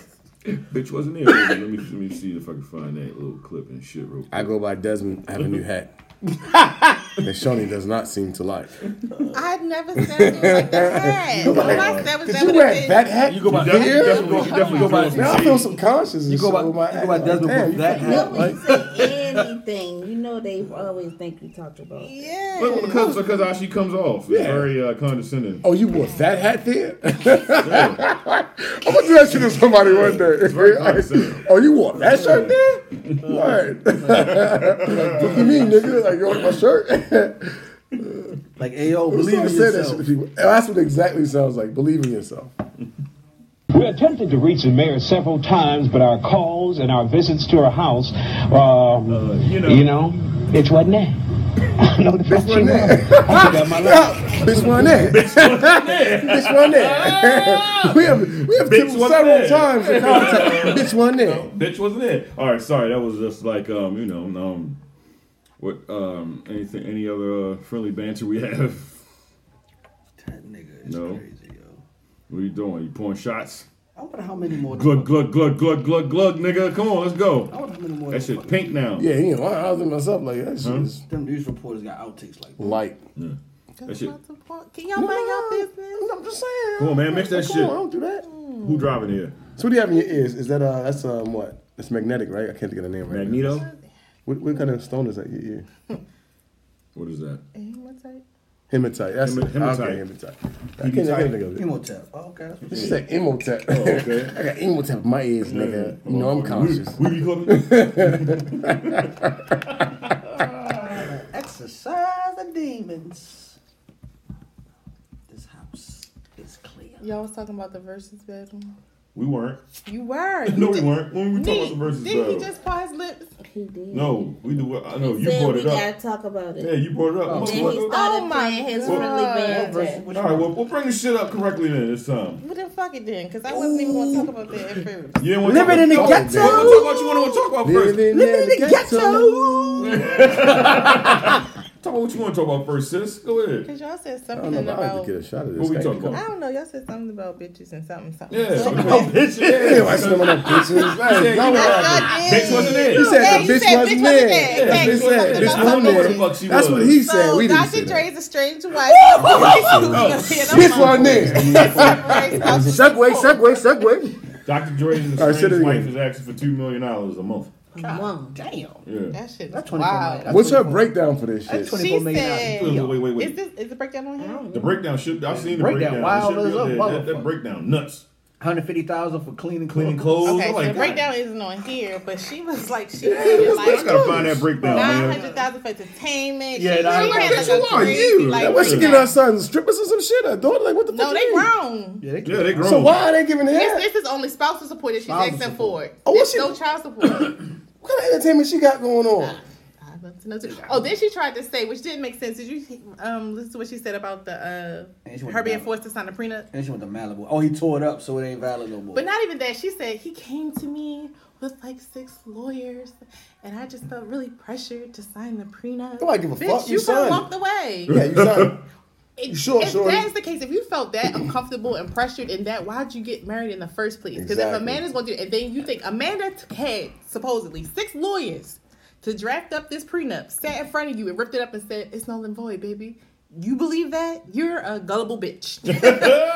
Speaker 4: Bitch wasn't here. Let me, let me see if I can find that little clip and shit real quick.
Speaker 3: I go by Desmond. I have a new hat. that Shawnee does not seem to like.
Speaker 6: I've never said it like that. All I said was
Speaker 3: Did
Speaker 6: that
Speaker 3: you
Speaker 6: would have
Speaker 3: wear
Speaker 6: been-
Speaker 3: that hat? You
Speaker 4: go by-
Speaker 3: here?
Speaker 4: You definitely go- you definitely go by-
Speaker 3: Man, I feel some conscious. and
Speaker 13: You go
Speaker 3: shit
Speaker 13: by,
Speaker 3: with my
Speaker 13: you
Speaker 3: hat.
Speaker 13: go by
Speaker 3: Like,
Speaker 13: Desmond
Speaker 3: damn,
Speaker 13: with
Speaker 3: you
Speaker 13: that
Speaker 3: fucking-
Speaker 13: hat.
Speaker 12: Nobody say anything. You know they always think you talked about. it.
Speaker 6: Yeah.
Speaker 4: Well, because because how she comes off is
Speaker 3: Yeah.
Speaker 4: very uh, condescending.
Speaker 3: Oh, you wore that hat there? I'm gonna do that shit to somebody one day.
Speaker 4: very condescending.
Speaker 3: oh, you wore that shirt there? What? what you mean, nigga? Like you want my shirt?
Speaker 13: Like, Ayo,
Speaker 3: Who's
Speaker 13: believe in
Speaker 3: gonna say that shit
Speaker 13: yourself.
Speaker 3: to people? That's what exactly sounds like. Believe in yourself.
Speaker 14: We attempted to reach the mayor several times, but our calls and our visits to her house, uh,
Speaker 4: you
Speaker 14: you,
Speaker 4: know.
Speaker 14: know. it wasn't there. I know the fact she
Speaker 3: wasn't
Speaker 14: was.
Speaker 3: there.
Speaker 14: I took out my life.
Speaker 3: Bitch one there. Bitch one
Speaker 13: Ah!
Speaker 3: there. we have we have
Speaker 4: Bitch
Speaker 3: tipped
Speaker 4: one
Speaker 3: several
Speaker 4: there.
Speaker 3: times in contact. Bitch one there.
Speaker 4: Bitch wasn't there. All right, sorry. That was just like um, you know, um, what um, anything, any other uh, friendly banter we have?
Speaker 8: That nigga is
Speaker 4: No.
Speaker 8: crazy, yo.
Speaker 4: What are you doing? You pouring shots?
Speaker 8: I wonder how many more.
Speaker 4: Glug glug glug glug glug glug, nigga. Come on, let's
Speaker 8: I
Speaker 4: go.
Speaker 8: wonder how many more.
Speaker 4: That shit pink now.
Speaker 3: Yeah, you know, I, I was in myself like that shit is
Speaker 8: Them news reporters got outtakes like that.
Speaker 3: light.
Speaker 4: That shit.
Speaker 6: Can y'all mind y'all business?
Speaker 3: I'm just saying.
Speaker 4: Come on, man, mix that
Speaker 3: Come
Speaker 4: shit.
Speaker 3: On, I don't do that.
Speaker 4: Who driving here?
Speaker 3: So what do you have in your ears? Is that uh that's um what? That's magnetic, right? I can't think of the name right. now.
Speaker 4: Magneto.
Speaker 3: What, what kind of stone is that in your ear?
Speaker 4: What is that?
Speaker 6: Hey, what's that?
Speaker 3: Hematite. That's
Speaker 4: Hema-
Speaker 3: hematite. Okay,
Speaker 4: hematite.
Speaker 3: hematite. I can't, I can't think of it.
Speaker 8: Chemotap. Oh, okay. That's what
Speaker 3: She said emotep.
Speaker 4: Oh, okay. Oh,
Speaker 3: I got emotep in my ears, nigga. You know I'm conscious.
Speaker 4: We be clubbing.
Speaker 8: Exercise the demons. This house is clear.
Speaker 6: Y'all was talking about the verses battle.
Speaker 4: We weren't.
Speaker 6: You were.
Speaker 4: No, we weren't. When we talking about the versus
Speaker 6: Did did he
Speaker 4: battle.
Speaker 6: just paw his lips?
Speaker 12: He did.
Speaker 4: No, we do. I know
Speaker 12: He
Speaker 4: you
Speaker 12: said
Speaker 4: brought
Speaker 12: we
Speaker 4: it up.
Speaker 12: gotta talk about it.
Speaker 4: Yeah, you brought it up.
Speaker 12: Then
Speaker 4: What-
Speaker 12: he
Speaker 4: what-
Speaker 12: started
Speaker 6: Oh my
Speaker 12: playing his
Speaker 6: God.
Speaker 12: friendly
Speaker 8: Versus-
Speaker 12: banter.
Speaker 8: which
Speaker 4: All
Speaker 8: one?
Speaker 4: right, well, we'll bring the shit up correctly then this time.
Speaker 6: Well, then fuck it then, because I wasn't even going to talk about that at first.
Speaker 4: You didn't want to
Speaker 13: Living in the
Speaker 4: talk about,
Speaker 13: ghetto.
Speaker 4: Talk about what you want to talk about first.
Speaker 3: Living in the ghetto.
Speaker 4: Talk about what you want to talk about first, sis. Go ahead.
Speaker 6: Because y'all said
Speaker 3: I don't know
Speaker 6: something
Speaker 3: if I
Speaker 6: about.
Speaker 3: could get a shot of this.
Speaker 4: What we
Speaker 3: Can't
Speaker 4: talking
Speaker 3: you-
Speaker 4: about?
Speaker 6: I don't know. Y'all said something about bitches and something something.
Speaker 4: Yeah.
Speaker 6: So-
Speaker 4: something
Speaker 3: Oh,
Speaker 4: about bitches. Yeah.
Speaker 3: Anyway, I said my bitches. That's
Speaker 4: Yeah,
Speaker 3: not
Speaker 4: you
Speaker 3: what
Speaker 4: know.
Speaker 3: happened.
Speaker 4: Bitch wasn't there.
Speaker 3: He said
Speaker 6: Yeah,
Speaker 3: the
Speaker 6: you
Speaker 3: bitch
Speaker 6: said
Speaker 3: wasn't
Speaker 6: bitch wasn't
Speaker 3: there.
Speaker 6: there.
Speaker 3: That's what he said. Bitch
Speaker 6: Exactly. Bitch wasn't
Speaker 3: wasn't
Speaker 6: there.
Speaker 3: there.
Speaker 4: Fuck she
Speaker 3: That's
Speaker 4: was.
Speaker 3: what he said.
Speaker 6: So
Speaker 3: We didn't say
Speaker 6: Dr.
Speaker 3: that.
Speaker 6: Dre's a strange wife. oh,
Speaker 3: Bitch wasn't there. Segway, segway, segway.
Speaker 4: Dr. Dre and
Speaker 3: All right,
Speaker 4: the
Speaker 3: say
Speaker 4: strange
Speaker 3: that
Speaker 4: wife
Speaker 3: again.
Speaker 4: is asking for two million dollars a month.
Speaker 12: Come on.
Speaker 8: Damn.
Speaker 4: Yeah.
Speaker 6: That shit
Speaker 8: That's
Speaker 6: is
Speaker 8: 24
Speaker 6: wild.
Speaker 8: million.
Speaker 3: What's her breakdown for this
Speaker 8: That's
Speaker 3: shit?
Speaker 8: 24
Speaker 6: She
Speaker 8: million dollars.
Speaker 6: said,
Speaker 4: Wait, wait, wait, wait.
Speaker 6: is this is the breakdown on him?
Speaker 4: the breakdown should. I've seen the
Speaker 8: Breakdown,
Speaker 4: breakdown.
Speaker 8: wild
Speaker 4: It should be
Speaker 8: as
Speaker 4: up
Speaker 8: a
Speaker 4: there. that, that
Speaker 8: motherfucker.
Speaker 4: breakdown nuts.
Speaker 8: 150000 for cleaning
Speaker 4: Cleaning
Speaker 8: clothes.
Speaker 4: clothes.
Speaker 6: Okay,
Speaker 4: I'm
Speaker 6: so
Speaker 4: like,
Speaker 6: the breakdown isn't on here, but she was like, she needed
Speaker 4: I
Speaker 6: like
Speaker 4: gotta find that breakdown,
Speaker 6: nine
Speaker 4: man.
Speaker 6: hundred thousand for entertainment.
Speaker 8: Yeah,
Speaker 6: she,
Speaker 8: nah,
Speaker 6: she
Speaker 8: I'm
Speaker 6: had
Speaker 8: like,
Speaker 6: like
Speaker 4: bitch,
Speaker 6: a
Speaker 4: who are
Speaker 6: crazy,
Speaker 4: you?
Speaker 6: like,
Speaker 4: That
Speaker 3: What she giving
Speaker 6: like-
Speaker 3: her son strippers or some shit? Her daughter? Like what the
Speaker 6: No,
Speaker 3: fuck?
Speaker 6: they
Speaker 3: you mean?
Speaker 6: grown.
Speaker 8: Yeah, they
Speaker 4: Yeah, they grown.
Speaker 3: So why are they giving her?
Speaker 6: This, this is only spousal support that she's
Speaker 8: Spousal
Speaker 6: asking
Speaker 8: support.
Speaker 6: for.
Speaker 3: Oh, what's
Speaker 6: There's
Speaker 3: she-
Speaker 6: no child support.
Speaker 3: What kind of entertainment she got going on?
Speaker 6: I'd love to know too. Oh, then she tried to say, which didn't make sense. Did you um listen to what she said about the
Speaker 8: And she
Speaker 6: uh
Speaker 8: went
Speaker 6: her being
Speaker 8: down.
Speaker 6: forced to sign a prenup?
Speaker 8: And she went to Malibu. Oh, he tore it up, so it ain't valid no more.
Speaker 6: But not even that. She said he came to me with like six lawyers, and I just felt really pressured to sign the prenup.
Speaker 3: Nobody give a
Speaker 6: Bitch,
Speaker 3: fuck. You
Speaker 6: You could have
Speaker 3: signed
Speaker 6: walked away.
Speaker 3: Yeah, you son.
Speaker 6: If-
Speaker 3: Sure,
Speaker 6: if
Speaker 3: sure.
Speaker 6: that is the case, if you felt that uncomfortable and pressured in that, why'd you get married in the first place? Because if a
Speaker 3: Exactly.
Speaker 6: man is going to do, and then you think Amanda t- had supposedly six lawyers to draft up this prenup, sat in front of you and ripped it up and said, It's null and void, baby. You believe that? You're a gullible bitch.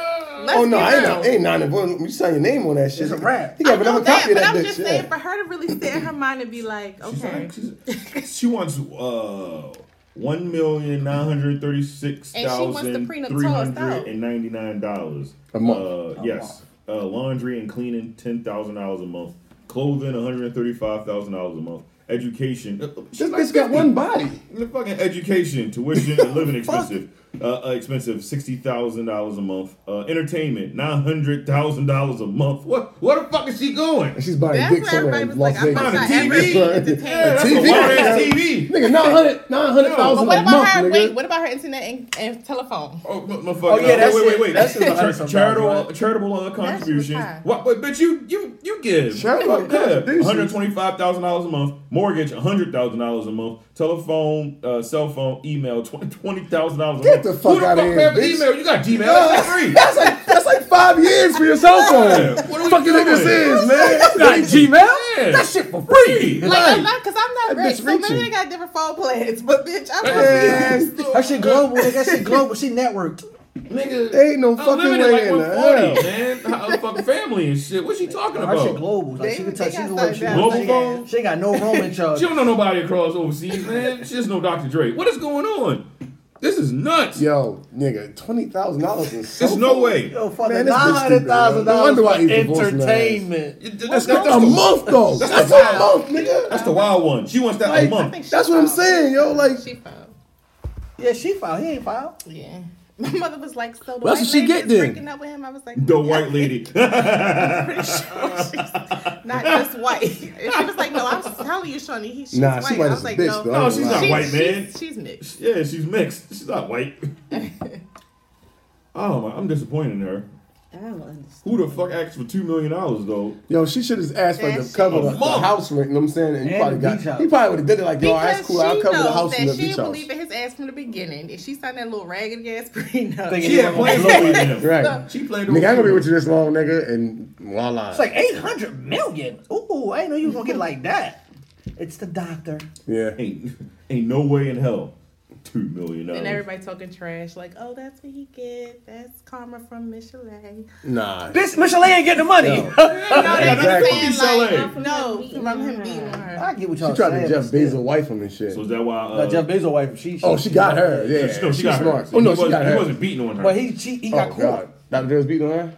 Speaker 4: Ah!
Speaker 3: oh no, I ain't, not, ain't nine and one. You sign your name on that shit. It's a rap. He got another
Speaker 6: that,
Speaker 3: copy of
Speaker 6: but
Speaker 3: that
Speaker 6: I'm
Speaker 3: bitch.
Speaker 6: just
Speaker 3: yeah.
Speaker 6: saying for her to really stay in her mind and be like, okay,
Speaker 4: She wants uh one million nine hundred thirty six thousand three hundred and ninety nine dollars
Speaker 3: A month.
Speaker 4: Uh, yes, uh, laundry and cleaning ten thousand dollars a month. Clothing one hundred thirty five thousand dollars a month. Education.
Speaker 3: This bitch got one body.
Speaker 4: The fucking education, tuition, and living expensive. Uh, uh, expensive sixty thousand dollars a month. Uh, entertainment nine hundred thousand dollars a month. What? Where the fuck is she going?
Speaker 3: She's buying
Speaker 6: That's
Speaker 3: dick
Speaker 6: where
Speaker 3: somewhere
Speaker 6: everybody
Speaker 3: in
Speaker 6: was
Speaker 3: Las
Speaker 6: like, I'm
Speaker 3: Vegas.
Speaker 6: not
Speaker 4: TV.
Speaker 3: That's right.
Speaker 4: Yeah, that's a wild ass TV.
Speaker 3: Nigga, 900
Speaker 6: But
Speaker 3: 900,000
Speaker 6: what
Speaker 3: a month,
Speaker 6: about her?
Speaker 3: nigga.
Speaker 6: Wait, what about her internet and, and telephone?
Speaker 4: Oh, m- motherfucker.
Speaker 8: yeah, that's
Speaker 4: wait, wait,
Speaker 8: it.
Speaker 4: wait.
Speaker 8: That's just
Speaker 4: Char-
Speaker 8: sometimes,
Speaker 4: charitable,
Speaker 8: right?
Speaker 4: charitable uh, contributions.
Speaker 6: high.
Speaker 4: What? Wait, but you, you, you give.
Speaker 3: Charitable contributions.
Speaker 4: One hundred twenty-five thousand dollars a month. Mortgage, hundred thousand dollars a month. Telephone, uh, cell phone, email, twenty thousand dollars a
Speaker 3: Get
Speaker 4: month.
Speaker 3: the fuck
Speaker 4: Who the
Speaker 3: outta
Speaker 4: fuck
Speaker 3: here,
Speaker 4: have an
Speaker 3: bitch.
Speaker 4: email? You got Gmail.
Speaker 3: Uh,
Speaker 4: That's free.
Speaker 3: That's like that's like five years for your cell phone.
Speaker 4: Yeah, what are we
Speaker 3: Fuck you think this
Speaker 4: doing?
Speaker 3: is, man?
Speaker 4: Gmail. That shit for free.
Speaker 6: Like, I'm not, cause I'm
Speaker 3: That
Speaker 6: not rich,
Speaker 3: bitch
Speaker 6: so maybe
Speaker 3: reaching.
Speaker 6: they got different phone plans. But bitch, I'm not
Speaker 3: Yes.
Speaker 8: That shit global. nigga. That shit global. She networked.
Speaker 4: Nigga,
Speaker 3: Ain't no fucking
Speaker 4: unlimited,
Speaker 3: way in
Speaker 4: like
Speaker 3: the hell.
Speaker 4: 140, man. How- fucking family and shit. What's she talking
Speaker 8: Her shit
Speaker 4: about?
Speaker 8: global. Like she
Speaker 6: They-
Speaker 8: can touch.
Speaker 6: they
Speaker 8: She can
Speaker 6: got
Speaker 8: work. She,
Speaker 6: something
Speaker 4: Global
Speaker 8: she,
Speaker 4: phone?
Speaker 8: ain't- she ain't got no roaming charge.
Speaker 4: She don't know nobody across overseas, man. She's no Dr. Dre. What is going on? This is nuts.
Speaker 3: Yo, nigga, twenty thousand dollars is
Speaker 4: There's no way.
Speaker 8: Yo, fucking
Speaker 3: Man, this bitch
Speaker 8: nine
Speaker 3: stupid,
Speaker 8: hundred thousand
Speaker 3: yo. No wonder why
Speaker 8: dollars
Speaker 3: he's divorced in the ass.
Speaker 8: entertainment.
Speaker 4: That's, that's, that's,
Speaker 3: a
Speaker 4: the,
Speaker 3: month though. That's a month,
Speaker 4: that's
Speaker 3: nigga.
Speaker 4: the wild one. She wants that a
Speaker 3: Like,
Speaker 4: month.
Speaker 3: That's what I'm saying, yo. Like,
Speaker 6: She found.
Speaker 8: Yeah, she filed. He ain't filed.
Speaker 6: Yeah. My mother was like, so the
Speaker 3: Well, that's
Speaker 6: white
Speaker 3: what she
Speaker 6: lady
Speaker 3: get
Speaker 6: is
Speaker 3: then.
Speaker 6: breaking up with him. I was like,
Speaker 4: The
Speaker 6: yeah,
Speaker 4: white lady.
Speaker 6: I'm pretty sure she's not just white. And she was like, no, I'm telling you, Shawnee, he, she's
Speaker 3: Nah,
Speaker 6: white.
Speaker 3: she white as
Speaker 6: I was
Speaker 3: a
Speaker 6: like,
Speaker 3: bitch,
Speaker 6: no,
Speaker 3: though. No,
Speaker 4: she's not
Speaker 6: she's,
Speaker 4: white, man.
Speaker 6: She's, she's mixed.
Speaker 4: yeah, she's mixed. She's not white. oh my, I'm disappointed in her.
Speaker 1: I don't understand.
Speaker 4: Who the fuck asked for two million dollars though?
Speaker 3: yo, she should have asked for
Speaker 6: That
Speaker 3: the
Speaker 6: shit
Speaker 3: cover
Speaker 4: a
Speaker 3: of the
Speaker 4: month.
Speaker 3: house rent. You know what I'm saying? And you
Speaker 8: And
Speaker 3: probably
Speaker 8: the beach
Speaker 3: got.
Speaker 8: house.
Speaker 3: He probably would have did it like, yo,
Speaker 6: Because
Speaker 3: that's cool. I'll
Speaker 6: she
Speaker 3: cover the
Speaker 6: knows
Speaker 3: house
Speaker 6: that
Speaker 3: and the
Speaker 6: she
Speaker 3: beach
Speaker 6: didn't
Speaker 3: house.
Speaker 6: believe in his ass from the beginning. If she signed that little raggedy ass prenup,
Speaker 8: Thinking
Speaker 4: She
Speaker 8: he
Speaker 4: had plans
Speaker 8: wasn't gonna blow
Speaker 4: over
Speaker 8: it.
Speaker 4: there.
Speaker 3: Right.
Speaker 4: She played
Speaker 3: Nigga, I'm gonna be with you this long, nigga, and voila.
Speaker 8: It's like eight hundred million. Ooh, I didn't know you was gonna get like that. It's the doctor.
Speaker 3: yeah.
Speaker 4: Ain't, ain't no way in hell. Two million
Speaker 6: and
Speaker 4: dollars.
Speaker 6: everybody talking trash, like, oh, that's what he get. That's karma from Michelet.
Speaker 3: Nah.
Speaker 8: Bitch, Michelle ain't getting the money.
Speaker 3: Yo.
Speaker 6: No, they
Speaker 3: Exactly.
Speaker 6: were
Speaker 4: Fucking
Speaker 6: saying,
Speaker 4: Chalet.
Speaker 6: like, no, from him beating her.
Speaker 8: I get what y'all
Speaker 3: She tried to
Speaker 8: saying,
Speaker 3: Jeff
Speaker 8: but
Speaker 3: Bezos
Speaker 8: still.
Speaker 3: wife him and shit.
Speaker 4: So is that why? Uh,
Speaker 8: Uh, Jeff Bezos' wife. She,
Speaker 3: Oh, she got her. Yeah,
Speaker 4: No, she
Speaker 3: she's
Speaker 4: got her.
Speaker 3: smart.
Speaker 4: So
Speaker 3: Oh no,
Speaker 4: he
Speaker 3: she
Speaker 4: wasn't-
Speaker 3: got
Speaker 4: He
Speaker 3: her.
Speaker 4: wasn't beating on her.
Speaker 8: But he, she, he
Speaker 3: Oh
Speaker 8: got caught.
Speaker 3: god, Dr. Dre's beating her.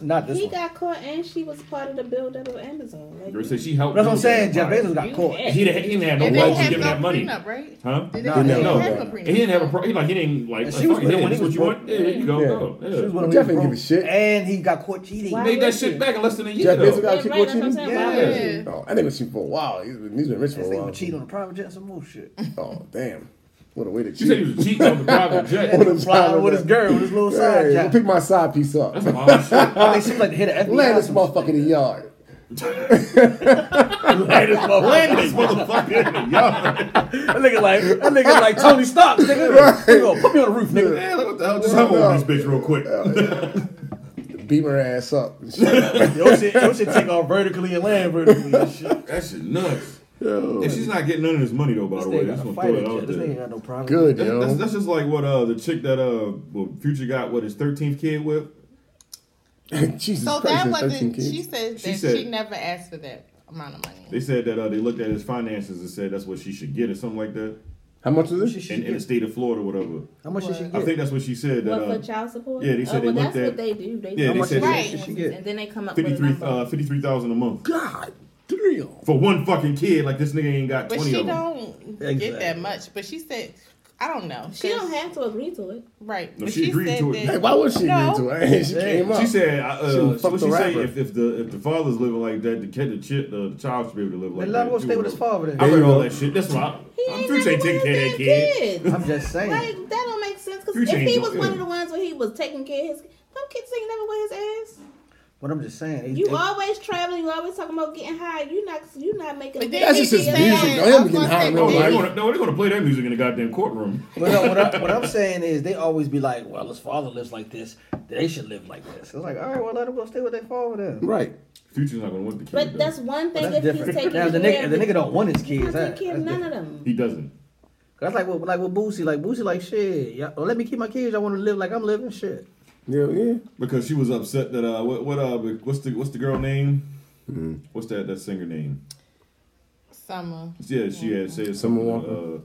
Speaker 8: Not this
Speaker 1: He
Speaker 8: one.
Speaker 1: got caught and she was part of the build up of Amazon. Like,
Speaker 4: Girl said she helped.
Speaker 8: That's what I'm
Speaker 4: him.
Speaker 8: saying. Jeff
Speaker 4: Right.
Speaker 8: Bezos got caught.
Speaker 4: He didn't, he didn't have no
Speaker 6: And
Speaker 4: right
Speaker 6: they
Speaker 4: to
Speaker 6: had
Speaker 4: give him
Speaker 6: no
Speaker 4: that money.
Speaker 6: prenup, right?
Speaker 4: Huh?
Speaker 6: Did
Speaker 8: Nah,
Speaker 6: they
Speaker 8: they
Speaker 4: No,
Speaker 6: no,
Speaker 3: don't
Speaker 6: have
Speaker 3: have
Speaker 6: no
Speaker 3: one.
Speaker 6: prenup.
Speaker 4: he didn't have a pro. He like he didn't like.
Speaker 8: And
Speaker 4: like
Speaker 8: she was
Speaker 4: fuck it,
Speaker 8: with him
Speaker 4: yeah,
Speaker 8: when
Speaker 4: this
Speaker 8: he
Speaker 4: is what
Speaker 8: was
Speaker 4: you want. Yeah,
Speaker 8: broke.
Speaker 4: here you go.
Speaker 3: Yeah.
Speaker 4: go. Yeah.
Speaker 8: She was one of
Speaker 3: Jeff
Speaker 8: them
Speaker 3: ain't give a
Speaker 8: broke.
Speaker 3: shit.
Speaker 8: And he got caught cheating.
Speaker 1: Why
Speaker 4: Made that
Speaker 1: would
Speaker 4: shit
Speaker 1: you?
Speaker 4: back in less than a year.
Speaker 3: Jeff
Speaker 4: though.
Speaker 3: Bezos got
Speaker 1: Yeah,
Speaker 3: kicked
Speaker 1: right,
Speaker 3: with
Speaker 1: that's what
Speaker 3: you.
Speaker 1: I'm saying.
Speaker 4: Yeah.
Speaker 1: Why would you?
Speaker 3: Oh, I think it's for a while. He's been, he's been rich for
Speaker 8: This
Speaker 3: a
Speaker 8: nigga would
Speaker 3: while.
Speaker 8: cheat on a private jet or some more shit.
Speaker 3: Oh damn, what a way to
Speaker 4: She said he
Speaker 3: cheat.
Speaker 4: was cheating on the private
Speaker 3: What
Speaker 4: jet.
Speaker 3: a
Speaker 8: Flying
Speaker 3: time
Speaker 8: with his
Speaker 3: that-
Speaker 8: girl, with his little side
Speaker 3: Hey, go
Speaker 8: job.
Speaker 3: pick my side piece up.
Speaker 4: That's some wild shit.
Speaker 8: I think she was like to hit an FBI.
Speaker 3: Land this
Speaker 8: some
Speaker 3: motherfucker in the yard.
Speaker 8: shit.
Speaker 4: Land this motherfucker in the yard.
Speaker 8: That nigga like that nigga like Tony Stark, nigga. You gonna Put me on the roof, nigga.
Speaker 4: Man, what the hell? Just hop over this bitch real quick.
Speaker 3: Beam her ass up. and shit.
Speaker 8: Yo shit, yo shit take off vertically and land vertically and shit.
Speaker 4: That shit nuts. And she's not getting none of this money though. By
Speaker 8: This
Speaker 4: the way,
Speaker 8: nigga
Speaker 4: that's
Speaker 8: got a
Speaker 4: gonna throw
Speaker 8: fighter
Speaker 4: it out
Speaker 8: jet. This nigga ain't
Speaker 4: there.
Speaker 8: got no problem.
Speaker 3: Good
Speaker 4: That- That's,
Speaker 3: yo.
Speaker 4: that's just like what uh the chick that uh well, Future got what his thirteenth kid with.
Speaker 3: Jesus
Speaker 6: So
Speaker 3: Christ,
Speaker 6: that
Speaker 3: there's 13
Speaker 6: wasn't.
Speaker 3: kids.
Speaker 6: She said that
Speaker 4: She
Speaker 6: she,
Speaker 4: said-
Speaker 6: never asked for that amount of money.
Speaker 4: They said that uh, they looked at his finances and said that's what she should get or something like that.
Speaker 3: How much
Speaker 8: How
Speaker 3: is
Speaker 8: much
Speaker 3: it?
Speaker 8: did she
Speaker 4: In, in the
Speaker 8: get?
Speaker 4: state of Florida, or whatever.
Speaker 8: How much did she
Speaker 4: I
Speaker 8: get?
Speaker 4: think that's what she said. That,
Speaker 1: What for
Speaker 4: uh,
Speaker 1: child support?
Speaker 4: yeah, they said
Speaker 1: oh,
Speaker 4: they
Speaker 1: well,
Speaker 4: looked
Speaker 1: that's
Speaker 4: at-
Speaker 1: what they do. They
Speaker 4: yeah, they
Speaker 1: do
Speaker 4: said
Speaker 6: Right.
Speaker 1: finances,
Speaker 8: she get?
Speaker 1: and then they come up with a
Speaker 4: 53
Speaker 1: number.
Speaker 4: uh, 53000 a month.
Speaker 8: God damn.
Speaker 4: For one fucking kid, like this nigga ain't got
Speaker 6: but
Speaker 4: 20
Speaker 6: she
Speaker 4: of them.
Speaker 6: don't get that much. But she said, I don't know.
Speaker 1: she don't have to agree to it.
Speaker 6: right.
Speaker 4: No,
Speaker 6: but
Speaker 4: she agreed
Speaker 6: said
Speaker 4: to it.
Speaker 3: Hey,
Speaker 6: that-
Speaker 3: why would she
Speaker 6: No.
Speaker 3: agree to it? She came up.
Speaker 4: She said, I, uh,
Speaker 3: She
Speaker 4: so
Speaker 3: would fuck
Speaker 4: what
Speaker 3: the
Speaker 4: she say,
Speaker 3: rapper.
Speaker 4: if, if the if the father's living like that, the kid, the, chip, the, the child should be able to live like
Speaker 8: Then
Speaker 4: that.
Speaker 8: let him go
Speaker 4: too,
Speaker 8: stay with
Speaker 4: bro.
Speaker 8: his father then.
Speaker 4: I
Speaker 3: There
Speaker 4: read
Speaker 3: you
Speaker 4: all
Speaker 3: go.
Speaker 4: that shit. That's why
Speaker 1: He
Speaker 4: I, I'm
Speaker 1: ain't
Speaker 4: Future
Speaker 1: never
Speaker 4: ain't taking
Speaker 1: was
Speaker 4: care of
Speaker 1: a
Speaker 4: that kid.
Speaker 1: kid.
Speaker 8: I'm just saying.
Speaker 1: Like that don't make sense. Cause
Speaker 4: Future
Speaker 1: if he
Speaker 4: ain't
Speaker 1: was
Speaker 4: no-
Speaker 1: one
Speaker 4: yeah.
Speaker 1: of the ones where he was taking care of his, them kids ain't never with his ass.
Speaker 8: What I'm just saying. it-
Speaker 1: You
Speaker 8: it-
Speaker 1: always traveling. You always talking about getting high. You not. You not making.
Speaker 6: But
Speaker 1: a
Speaker 6: then
Speaker 3: That's
Speaker 6: he
Speaker 3: just his
Speaker 6: said-
Speaker 3: music.
Speaker 6: I
Speaker 3: Don't ever
Speaker 6: was
Speaker 3: get
Speaker 6: gonna
Speaker 3: high
Speaker 6: say,
Speaker 3: in
Speaker 4: Oh, No,
Speaker 3: real
Speaker 6: then-
Speaker 4: they're
Speaker 3: life.
Speaker 4: gonna, no, they're gonna play that music in the goddamn courtroom.
Speaker 8: But no, what, I, what I'm saying is they always be like, well, his father lives like this. They should live like this. It's like, all right, well, let him go stay with their father then.
Speaker 3: Right.
Speaker 4: Future's not gonna want the kid.
Speaker 6: But that's one thing
Speaker 8: That's
Speaker 6: if he's
Speaker 8: different.
Speaker 6: taking
Speaker 8: Now the
Speaker 6: care
Speaker 8: nigga,
Speaker 6: of
Speaker 8: the nigga don't want his kids.
Speaker 6: Not
Speaker 8: That,
Speaker 6: taking care
Speaker 8: that's
Speaker 6: of none
Speaker 8: different.
Speaker 6: of them.
Speaker 4: he doesn't.
Speaker 8: That's like what, like with Boosie, like Boosie, like shit. Yeah, let me keep my kids. I want to live like I'm living. Shit.
Speaker 3: Yeah, yeah.
Speaker 4: Because she was upset that uh what what uh what's the what's the girl name?
Speaker 3: Hmm.
Speaker 4: What's that that singer name?
Speaker 1: Summer.
Speaker 4: Yeah, she had
Speaker 3: Summer
Speaker 4: said something.
Speaker 3: Walker.
Speaker 4: Uh,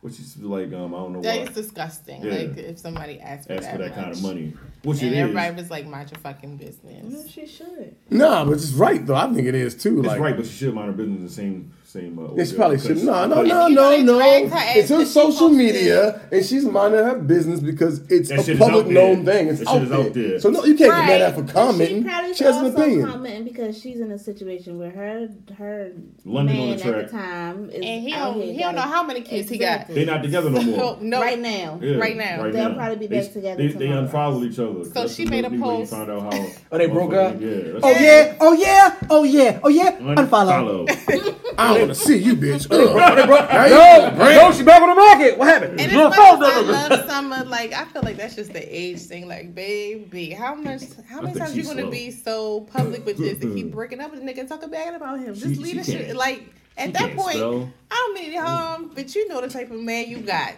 Speaker 4: what she's like um I don't know
Speaker 1: That is
Speaker 4: why.
Speaker 1: disgusting.
Speaker 4: Yeah.
Speaker 1: Like if somebody asked for,
Speaker 4: Ask
Speaker 1: that,
Speaker 4: for that kind of
Speaker 1: much.
Speaker 4: money, which
Speaker 1: and
Speaker 4: it is.
Speaker 1: everybody was like, "Mind your fucking business."
Speaker 6: She should.
Speaker 3: Nah, but it's right though. I think it is too.
Speaker 4: It's
Speaker 3: like,
Speaker 4: right, but she should mind her business. The same same. Uh,
Speaker 3: Yeah, she probably
Speaker 4: because-
Speaker 3: should. No, no,
Speaker 4: because-
Speaker 3: no,
Speaker 1: you
Speaker 3: no,
Speaker 1: already
Speaker 3: no.
Speaker 1: dragged her ass
Speaker 3: It's on
Speaker 1: because she
Speaker 3: social
Speaker 1: posted-
Speaker 3: media, and she's minding her business because it's
Speaker 4: That shit
Speaker 3: a
Speaker 4: is
Speaker 3: public
Speaker 4: out there.
Speaker 3: known thing. It's
Speaker 4: That
Speaker 3: out,
Speaker 4: shit is
Speaker 3: there.
Speaker 4: out there.
Speaker 3: So no, you can't get mad at her for
Speaker 6: She
Speaker 3: commenting.
Speaker 6: probably
Speaker 3: She,
Speaker 6: should
Speaker 3: has an
Speaker 6: also
Speaker 3: opinion.
Speaker 6: commenting because she's in a situation where her her
Speaker 4: London on
Speaker 6: man
Speaker 4: the
Speaker 6: at
Speaker 4: track.
Speaker 6: the time is
Speaker 1: And he
Speaker 6: out
Speaker 1: don't
Speaker 6: here
Speaker 1: he don't know
Speaker 6: gotta-
Speaker 1: how many kids
Speaker 6: Exactly.
Speaker 4: They not together no
Speaker 1: he got.
Speaker 4: more.
Speaker 1: no,
Speaker 6: right now.
Speaker 4: Yeah,
Speaker 1: Right now.
Speaker 6: They'll probably be
Speaker 4: They-
Speaker 6: back together
Speaker 4: They, they
Speaker 6: tomorrow.
Speaker 4: unfollowed each other. So
Speaker 1: she made a post.
Speaker 4: Found out how.
Speaker 8: Oh, they broke
Speaker 4: motherfucking-
Speaker 8: up?
Speaker 4: Yeah. that's-
Speaker 5: Oh yeah, oh yeah, oh yeah, oh yeah. Unfollow.
Speaker 4: Unfollow.
Speaker 3: I don't want to see you, bitch. Ugh.
Speaker 5: No, no, she back on the market. What happened?
Speaker 1: And as
Speaker 5: No,
Speaker 1: much as
Speaker 5: follow
Speaker 1: I
Speaker 5: them.
Speaker 1: love summer, like I feel like that's just the age thing. Like, baby, how much, how many
Speaker 4: think
Speaker 1: times you
Speaker 4: she's
Speaker 1: gonna
Speaker 4: slow.
Speaker 1: be so public with this and keep breaking up with a nigga and talking bad about him? Just
Speaker 4: She-
Speaker 1: leave
Speaker 4: she
Speaker 1: the shit.
Speaker 4: can't.
Speaker 1: Like at
Speaker 4: She
Speaker 1: that
Speaker 4: can't
Speaker 1: point,
Speaker 4: spell.
Speaker 1: I don't mean any harm, but you know the type of man you got.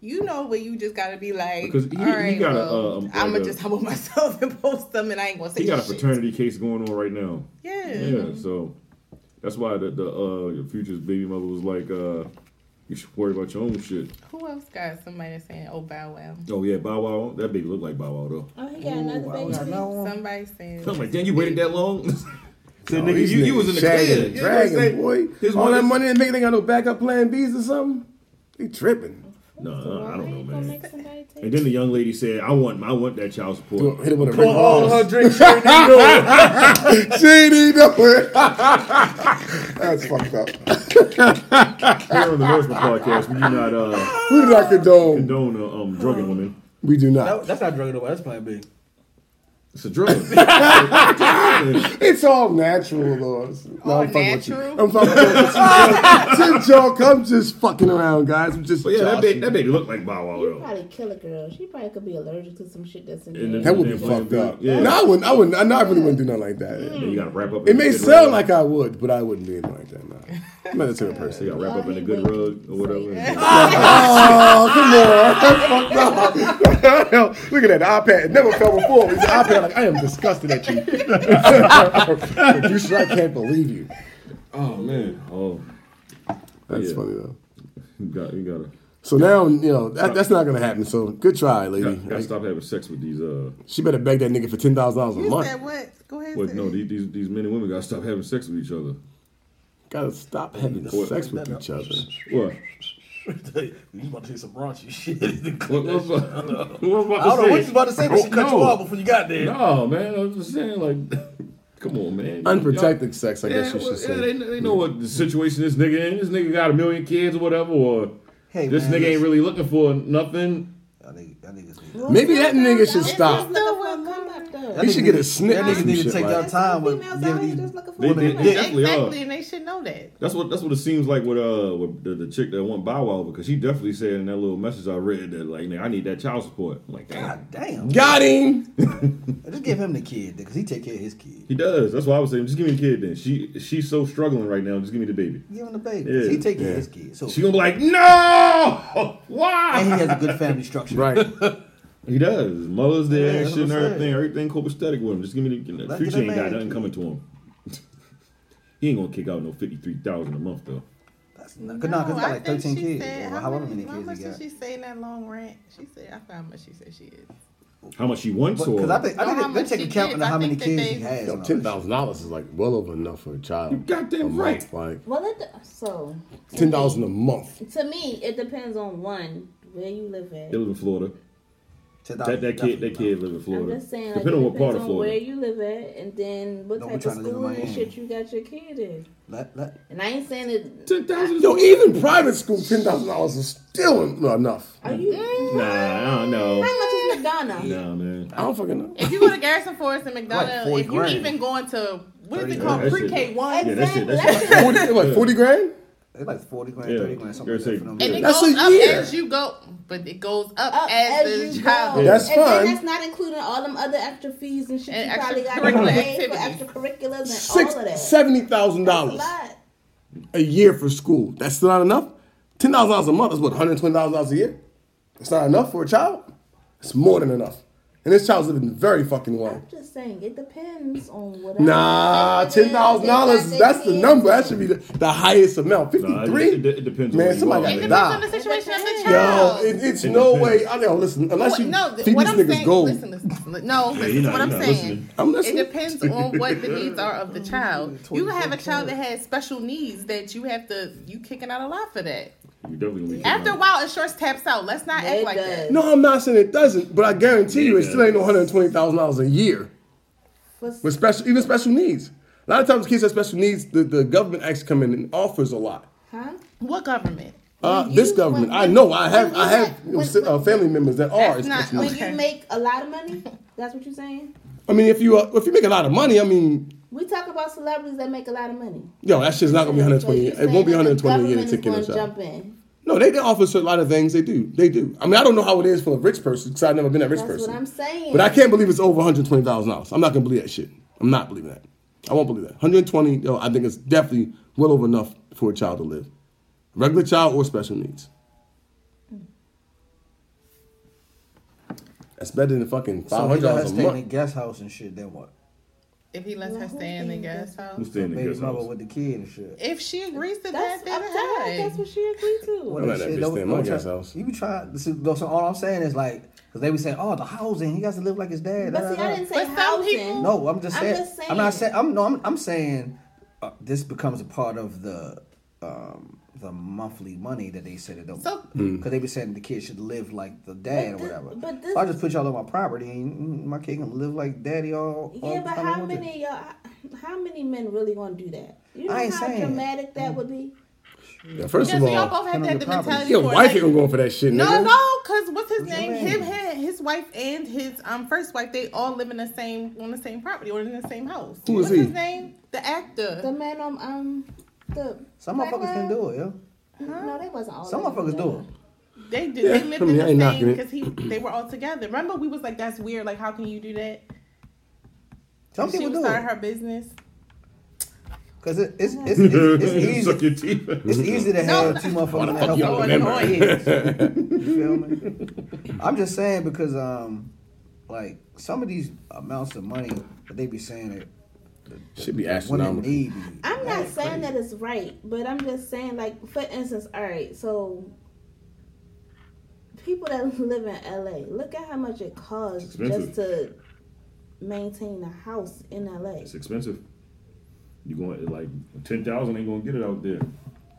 Speaker 1: You know where you just gotta be like,
Speaker 4: Because he-
Speaker 1: all
Speaker 4: he
Speaker 1: right,
Speaker 4: got a,
Speaker 1: well,
Speaker 4: uh, um,
Speaker 1: I'm
Speaker 4: like
Speaker 1: gonna
Speaker 4: a-
Speaker 1: just humble myself and post them, and I ain't gonna say
Speaker 4: He got a
Speaker 1: shit.
Speaker 4: fraternity case going on right now.
Speaker 1: Yeah.
Speaker 6: Mm-hmm.
Speaker 4: Yeah. So that's why the the uh, your future's baby mother was like, uh, you should worry about your own shit.
Speaker 1: Who else got somebody that's saying, "Oh, bow wow"?
Speaker 4: Oh yeah, Bow Wow. That baby looked like Bow Wow though.
Speaker 6: Oh, he got another baby.
Speaker 1: Somebody saying,
Speaker 4: I'm like, damn, you waited that long. Said,
Speaker 3: Oh,
Speaker 4: nigga,
Speaker 3: these
Speaker 4: you, you was
Speaker 3: niggas
Speaker 4: in the
Speaker 3: shagging
Speaker 4: clear.
Speaker 3: and
Speaker 4: You know what I'm
Speaker 3: Dragging,
Speaker 4: saying?
Speaker 3: boy.
Speaker 4: His
Speaker 3: All
Speaker 4: one
Speaker 3: that
Speaker 4: is-
Speaker 3: money they make, they got no backup plan B's or something. They tripping.
Speaker 4: No, no, I don't know, man.
Speaker 6: Somebody take
Speaker 4: And then the young lady said, "I want, I want that child support."
Speaker 3: Hit him with a
Speaker 5: Pour all her
Speaker 3: ring.
Speaker 5: drinks straight in the door.
Speaker 3: She didn't know it. That's fucked up.
Speaker 4: Here on the Norseman podcast, we do not uh,
Speaker 3: We do not condone.
Speaker 4: condone uh, um, drugging women.
Speaker 3: We do not.
Speaker 8: That- that's not drug at all. That's Plan B.
Speaker 4: It's a drug.
Speaker 3: It's all natural, though. It's- No,
Speaker 1: All
Speaker 3: I'm fucking with you.
Speaker 1: natural?
Speaker 3: I'm fucking with you. Tim Joke, I'm just fucking around, guys. I'm just.
Speaker 4: but yeah, that
Speaker 3: joshing.
Speaker 4: baby, that baby looked like Bow Wow
Speaker 6: You
Speaker 4: though.
Speaker 6: probably kill a girl. She probably could be allergic to some shit that's in
Speaker 4: And
Speaker 6: there.
Speaker 4: then-
Speaker 3: That would be
Speaker 4: Damn,
Speaker 3: fucked
Speaker 4: yeah.
Speaker 3: up.
Speaker 4: Yeah. Mm.
Speaker 3: No, I wouldn't. I wouldn't. I, no, I really wouldn't do nothing like that.
Speaker 4: Yeah, you gotta wrap up.
Speaker 3: It
Speaker 4: in a
Speaker 3: may
Speaker 4: good
Speaker 3: sound
Speaker 4: rug.
Speaker 3: like I would, but I wouldn't do anything like that. No. I'm not a terrible
Speaker 4: So
Speaker 3: person.
Speaker 4: you gotta wrap up in a good rug or whatever.
Speaker 3: Oh, come on. That's fucked up. Hell, Look at that. The iPad. It never fell before. It's the iPad. Like, I am disgusted at you. Producer, I can't believe you.
Speaker 4: Oh man. Oh,
Speaker 3: That's
Speaker 4: Yeah.
Speaker 3: funty funny, though.
Speaker 4: you got you gotta
Speaker 3: So now, you know, that, that's not going to happen. So good try, lady.
Speaker 4: gotta, gotta stop having sex with these uh.
Speaker 3: She better beg that nigga for ten thousand dollars a
Speaker 1: "You
Speaker 3: month.
Speaker 1: said what? Go ahead."
Speaker 4: What?
Speaker 1: say
Speaker 4: No,
Speaker 1: it."
Speaker 4: these, these these men and women gotta stop having sex with each other.
Speaker 3: Gotta stop having sex with each other.
Speaker 4: What?
Speaker 8: You about to say some raunchy shit. I
Speaker 4: What, what, what, what
Speaker 8: don't know what you about to say, but she cut
Speaker 4: No.
Speaker 8: you off before you got there.
Speaker 4: No, man. I'm just saying, like, come on, man.
Speaker 3: Unprotected sex, I
Speaker 4: Yeah,
Speaker 3: guess you
Speaker 4: well,
Speaker 3: should
Speaker 4: yeah,
Speaker 3: say.
Speaker 4: they, they know what the situation this nigga in. This nigga got a million kids or whatever, or this nigga ain't really looking for nothing.
Speaker 8: That nigga, that nigga's
Speaker 3: Maybe that nigga should
Speaker 6: It's
Speaker 3: stop.
Speaker 6: just looking for a come up though.
Speaker 3: He should get a snip.
Speaker 8: That
Speaker 3: or
Speaker 8: nigga
Speaker 3: some
Speaker 8: need to
Speaker 3: shit
Speaker 8: take
Speaker 3: like
Speaker 8: your
Speaker 3: that.
Speaker 8: time with
Speaker 6: Females
Speaker 8: give
Speaker 6: out here
Speaker 8: these-
Speaker 6: just looking for
Speaker 4: They,
Speaker 6: a
Speaker 4: they,
Speaker 6: come
Speaker 4: they
Speaker 6: up.
Speaker 4: definitely are.
Speaker 1: Exactly, and they should know that.
Speaker 4: That's what that's what it seems like with uh with the, the chick that went Bow Wow because she definitely said in that little message I read that like nigga, I need that child support. I'm like damn,
Speaker 8: God damn.
Speaker 3: Got him.
Speaker 8: Just give him the kid because he take care of his kid.
Speaker 4: he does. That's why I was saying just give me the kid then. She she's so struggling right now. Just give me the baby.
Speaker 8: Give him the baby. 'cause He
Speaker 4: Yeah.
Speaker 8: take care of his kid. So
Speaker 4: She gonna be like no
Speaker 8: and
Speaker 4: why?
Speaker 8: he has a good family structure.
Speaker 3: Right.
Speaker 4: He does. Mother's there
Speaker 8: Yeah,
Speaker 4: and
Speaker 8: that's
Speaker 4: shit and
Speaker 8: what I'm
Speaker 4: everything. Everything copacetic with him. Just give me the
Speaker 8: Let's get
Speaker 4: future
Speaker 8: that
Speaker 4: ain't
Speaker 8: man
Speaker 4: got
Speaker 8: a
Speaker 4: nothing
Speaker 8: kid.
Speaker 4: coming to him. he ain't gonna kick out no fifty three thousand a month though.
Speaker 8: That's not good. No, because he got
Speaker 1: I
Speaker 8: like
Speaker 1: think
Speaker 8: thirteen
Speaker 1: she
Speaker 8: kids.
Speaker 1: said-
Speaker 8: Or however many
Speaker 1: How much
Speaker 8: kids he
Speaker 1: did
Speaker 8: got.
Speaker 1: she say in that long rant? She said, I forgot how much she said she is.
Speaker 4: How much she wants or
Speaker 8: Because I think I
Speaker 1: Know
Speaker 8: think
Speaker 1: how
Speaker 8: they- they
Speaker 1: much
Speaker 8: take
Speaker 1: she
Speaker 8: account
Speaker 1: gets.
Speaker 8: into
Speaker 1: I
Speaker 8: how many
Speaker 1: think that
Speaker 8: kids he
Speaker 1: they-
Speaker 8: has.
Speaker 3: Yo,
Speaker 8: and all
Speaker 3: ten
Speaker 8: that shit.
Speaker 3: thousand dollars is like well over enough for a child. You
Speaker 4: goddamn right.
Speaker 3: Like
Speaker 6: Well, it, so to
Speaker 3: ten
Speaker 6: me-
Speaker 3: thousand a month.
Speaker 6: To me, it depends on one where you live at.
Speaker 4: they live in Florida.
Speaker 8: Ten
Speaker 4: That,
Speaker 8: thousand,
Speaker 4: that kid, that
Speaker 8: definitely
Speaker 4: kid live in
Speaker 6: I'm
Speaker 4: Florida.
Speaker 6: just saying, like,
Speaker 4: Depending
Speaker 6: it
Speaker 4: on what part of
Speaker 6: depends on where
Speaker 4: Florida.
Speaker 6: you live at, and then what
Speaker 8: No, we're
Speaker 6: type of
Speaker 8: trying to live in
Speaker 6: school and
Speaker 8: Miami.
Speaker 6: shit you got your kid in.
Speaker 8: not. Let- let-
Speaker 6: And I ain't saying it.
Speaker 4: Ten thousand.
Speaker 3: Yo, even private school, ten thousand dollars is still not enough.
Speaker 6: Are you?
Speaker 4: Nah, I don't
Speaker 6: How
Speaker 4: know.
Speaker 6: much is McDonald's?
Speaker 4: Nah, man.
Speaker 3: I don't fucking know.
Speaker 1: If you go to Garrison Forest and
Speaker 8: Like
Speaker 1: McDonald,
Speaker 8: forty
Speaker 1: if you
Speaker 8: grand.
Speaker 1: even going to, what is it
Speaker 4: grand.
Speaker 1: called?
Speaker 4: That shit-
Speaker 1: Pre K 1?
Speaker 4: Yeah, that shit. That shit.
Speaker 3: Forty, what, forty grand?
Speaker 8: It's like 40 grand,
Speaker 4: Yeah.
Speaker 8: 30 grand, something
Speaker 4: Yeah,
Speaker 8: like that.
Speaker 4: say-
Speaker 8: For them.
Speaker 4: And
Speaker 1: It
Speaker 3: That's
Speaker 1: goes
Speaker 3: a
Speaker 1: up
Speaker 3: year.
Speaker 1: as you go, but it goes up,
Speaker 6: Up
Speaker 1: as,
Speaker 6: as
Speaker 1: the
Speaker 6: you
Speaker 1: job.
Speaker 6: go.
Speaker 3: Yeah, that's
Speaker 6: Oh. and then
Speaker 3: fine.
Speaker 6: that's not including all them other extra fees and shit.
Speaker 1: And
Speaker 6: you probably got
Speaker 1: extracurricular
Speaker 6: to pay for
Speaker 1: activities.
Speaker 6: extracurriculars and
Speaker 3: Six
Speaker 6: all of that.
Speaker 3: seventy thousand
Speaker 6: That's a
Speaker 3: dollars
Speaker 6: lot.
Speaker 3: a year for school. That's still not enough. Ten thousand dollars a month is what one hundred twenty thousand dollars a year. It's not enough for a child. It's more than enough, and this child's living very fucking well.
Speaker 6: I'm just saying, it depends on whatever.
Speaker 3: Nah, ten thousand dollars. That's the number. That should be the, the highest amount. Fifty three.
Speaker 4: it- it depends on
Speaker 3: Man,
Speaker 4: where you
Speaker 3: somebody
Speaker 4: are.
Speaker 3: got
Speaker 4: It
Speaker 3: to
Speaker 1: Depends on the
Speaker 3: die.
Speaker 1: situation of the
Speaker 3: Yo,
Speaker 1: child.
Speaker 3: it, it's
Speaker 4: It
Speaker 3: no
Speaker 4: depends.
Speaker 3: way. I know. Listen, unless you
Speaker 1: no,
Speaker 3: feed
Speaker 1: th- what
Speaker 3: these
Speaker 1: I'm
Speaker 3: niggas
Speaker 1: saying.
Speaker 3: gold.
Speaker 1: Listen, listen, listen, no, listen
Speaker 4: you're not-
Speaker 1: what I'm
Speaker 4: you're not
Speaker 1: saying.
Speaker 4: listening.
Speaker 3: I'm
Speaker 1: It
Speaker 3: listening.
Speaker 1: depends on what the needs are of the child. You have a child that has special needs that you have to you kicking out a lot for that.
Speaker 4: You definitely gonna be kicking
Speaker 1: After a
Speaker 4: out.
Speaker 1: while, insurance taps out. Let's not act
Speaker 6: It
Speaker 1: like
Speaker 6: does.
Speaker 1: that.
Speaker 3: no, I'm not saying it doesn't, but I guarantee you, it still ain't no hundred twenty thousand dollars a year.
Speaker 6: What's-
Speaker 3: with special even special needs. A lot of times kids have special needs, the, the government actually come in and offers a lot.
Speaker 6: Huh?
Speaker 1: What government?
Speaker 3: Uh,
Speaker 6: When
Speaker 3: this
Speaker 6: you-
Speaker 3: government,
Speaker 6: when-
Speaker 3: I know I have
Speaker 6: when
Speaker 3: I
Speaker 6: you
Speaker 3: have
Speaker 6: have-
Speaker 3: you know,
Speaker 6: when-
Speaker 3: si- uh, family members that are
Speaker 1: That's not-
Speaker 3: special
Speaker 6: When
Speaker 3: needs.
Speaker 6: you
Speaker 1: Okay.
Speaker 6: make a lot of money, that's what you're saying.
Speaker 3: I mean, if you uh, if you make a lot of money, I mean,
Speaker 6: We talk about celebrities that make a lot of money.
Speaker 3: yo, that shit's not gonna be
Speaker 6: So you're
Speaker 3: 120. It
Speaker 6: saying
Speaker 3: won't be
Speaker 6: that the
Speaker 3: 120 a year to
Speaker 6: government
Speaker 3: take in a
Speaker 6: is gonna
Speaker 3: child.
Speaker 6: Jump in.
Speaker 3: No, they, they offer a lot of things. They do, they do. I mean, I don't know how it is for a rich person because I've never been a rich
Speaker 6: That's
Speaker 3: person.
Speaker 6: what I'm saying.
Speaker 3: But I can't believe it's over 120 thousand dollars. I'm not gonna believe that shit. I'm not believing that. I won't believe that. 120. Yo, I think it's definitely well over enough for a child to live, regular child or special needs. That's better than fucking
Speaker 8: So
Speaker 3: five
Speaker 8: if
Speaker 3: hundred
Speaker 8: you let her
Speaker 3: dollars a
Speaker 8: stay in a
Speaker 3: month.
Speaker 8: guest house and shit, then what?
Speaker 1: If he lets her stay in the guest
Speaker 4: I'm
Speaker 1: house,
Speaker 4: staying in the
Speaker 8: Baby
Speaker 4: guest
Speaker 8: mother
Speaker 4: house.
Speaker 8: with the kid and shit.
Speaker 1: if she agrees to
Speaker 6: That's
Speaker 1: that, then
Speaker 6: up to her. That's
Speaker 1: hey.
Speaker 6: what she agreed to.
Speaker 3: I'm not that
Speaker 8: Shit,
Speaker 3: bitch
Speaker 8: don't-
Speaker 3: stay in
Speaker 8: don't
Speaker 3: my
Speaker 8: try-
Speaker 3: guest house.
Speaker 8: You be trying. this is- So all I'm saying is like, because they be saying, oh, the housing, he got to live like his dad. da,
Speaker 6: But see,
Speaker 8: da, da.
Speaker 6: I didn't say
Speaker 1: But some
Speaker 6: housing.
Speaker 1: people-
Speaker 8: No, I'm just
Speaker 6: I'm
Speaker 8: saying. I'm,
Speaker 6: just
Speaker 8: not
Speaker 6: saying.
Speaker 8: saying. I'm no. I'm, I'm saying uh, this becomes a part of the um, the monthly money that they said it don't.
Speaker 1: So-
Speaker 8: Because
Speaker 3: Mm.
Speaker 8: they be saying the kid should live like the dad or
Speaker 6: thi-
Speaker 8: whatever.
Speaker 6: but this-
Speaker 8: so I just put y'all on my property and mm, my kid can live like daddy all. all
Speaker 6: Yeah,
Speaker 8: the
Speaker 6: but
Speaker 8: time he
Speaker 6: how
Speaker 8: want to.
Speaker 6: many y'all? How many men really gonna do that? You know
Speaker 8: I ain't
Speaker 6: how
Speaker 8: saying.
Speaker 6: dramatic that would be.
Speaker 3: Yeah, first
Speaker 1: Yeah,
Speaker 3: of
Speaker 1: so y'all
Speaker 3: all,
Speaker 1: both have
Speaker 8: Depending
Speaker 1: to
Speaker 8: on
Speaker 1: have the
Speaker 8: your property.
Speaker 1: mentality.
Speaker 3: your
Speaker 1: for it.
Speaker 3: wife ain't
Speaker 1: Like,
Speaker 3: gonna go in for that shit,
Speaker 1: No,
Speaker 3: nigga.
Speaker 1: no, because what's his name?
Speaker 8: name?
Speaker 1: Him had his wife and his um first wife. They all live in the same on the same property or in the same house.
Speaker 3: Who is
Speaker 1: what's
Speaker 3: he?
Speaker 1: his name? The actor.
Speaker 6: The man on um the.
Speaker 8: Some motherfuckers can do it, yo.
Speaker 6: No, they wasn't all.
Speaker 8: Some
Speaker 6: of them
Speaker 8: motherfuckers do it.
Speaker 6: done.
Speaker 1: they did.
Speaker 3: Yeah,
Speaker 1: they
Speaker 3: I
Speaker 1: lived
Speaker 3: mean, I
Speaker 1: in
Speaker 3: ain't
Speaker 1: the
Speaker 3: knocking
Speaker 1: same
Speaker 3: it.
Speaker 1: because he they were all together. Remember, we was like, that's weird. Like, how can you do that?
Speaker 8: Some
Speaker 1: she
Speaker 8: people
Speaker 1: was
Speaker 8: do
Speaker 1: starting
Speaker 8: it.
Speaker 1: her business.
Speaker 8: Cause it, it's, it's, it's, it's
Speaker 4: Suck
Speaker 8: easy.
Speaker 4: your teeth.
Speaker 8: It's easy to have two motherfuckers that help
Speaker 1: you
Speaker 8: you.
Speaker 1: remember?
Speaker 8: You feel me? I'm just saying because um, like some of these amounts of money that they be saying that
Speaker 3: Should be
Speaker 8: women
Speaker 3: astronomical.
Speaker 8: need.
Speaker 6: I'm not saying that it's right, but I'm just saying, like, for instance, all right, so people that live in LA, look at how much it costs
Speaker 4: expensive.
Speaker 6: just to maintain a house in LA.
Speaker 4: It's expensive. You going like ten thousand ain't gonna get it out there.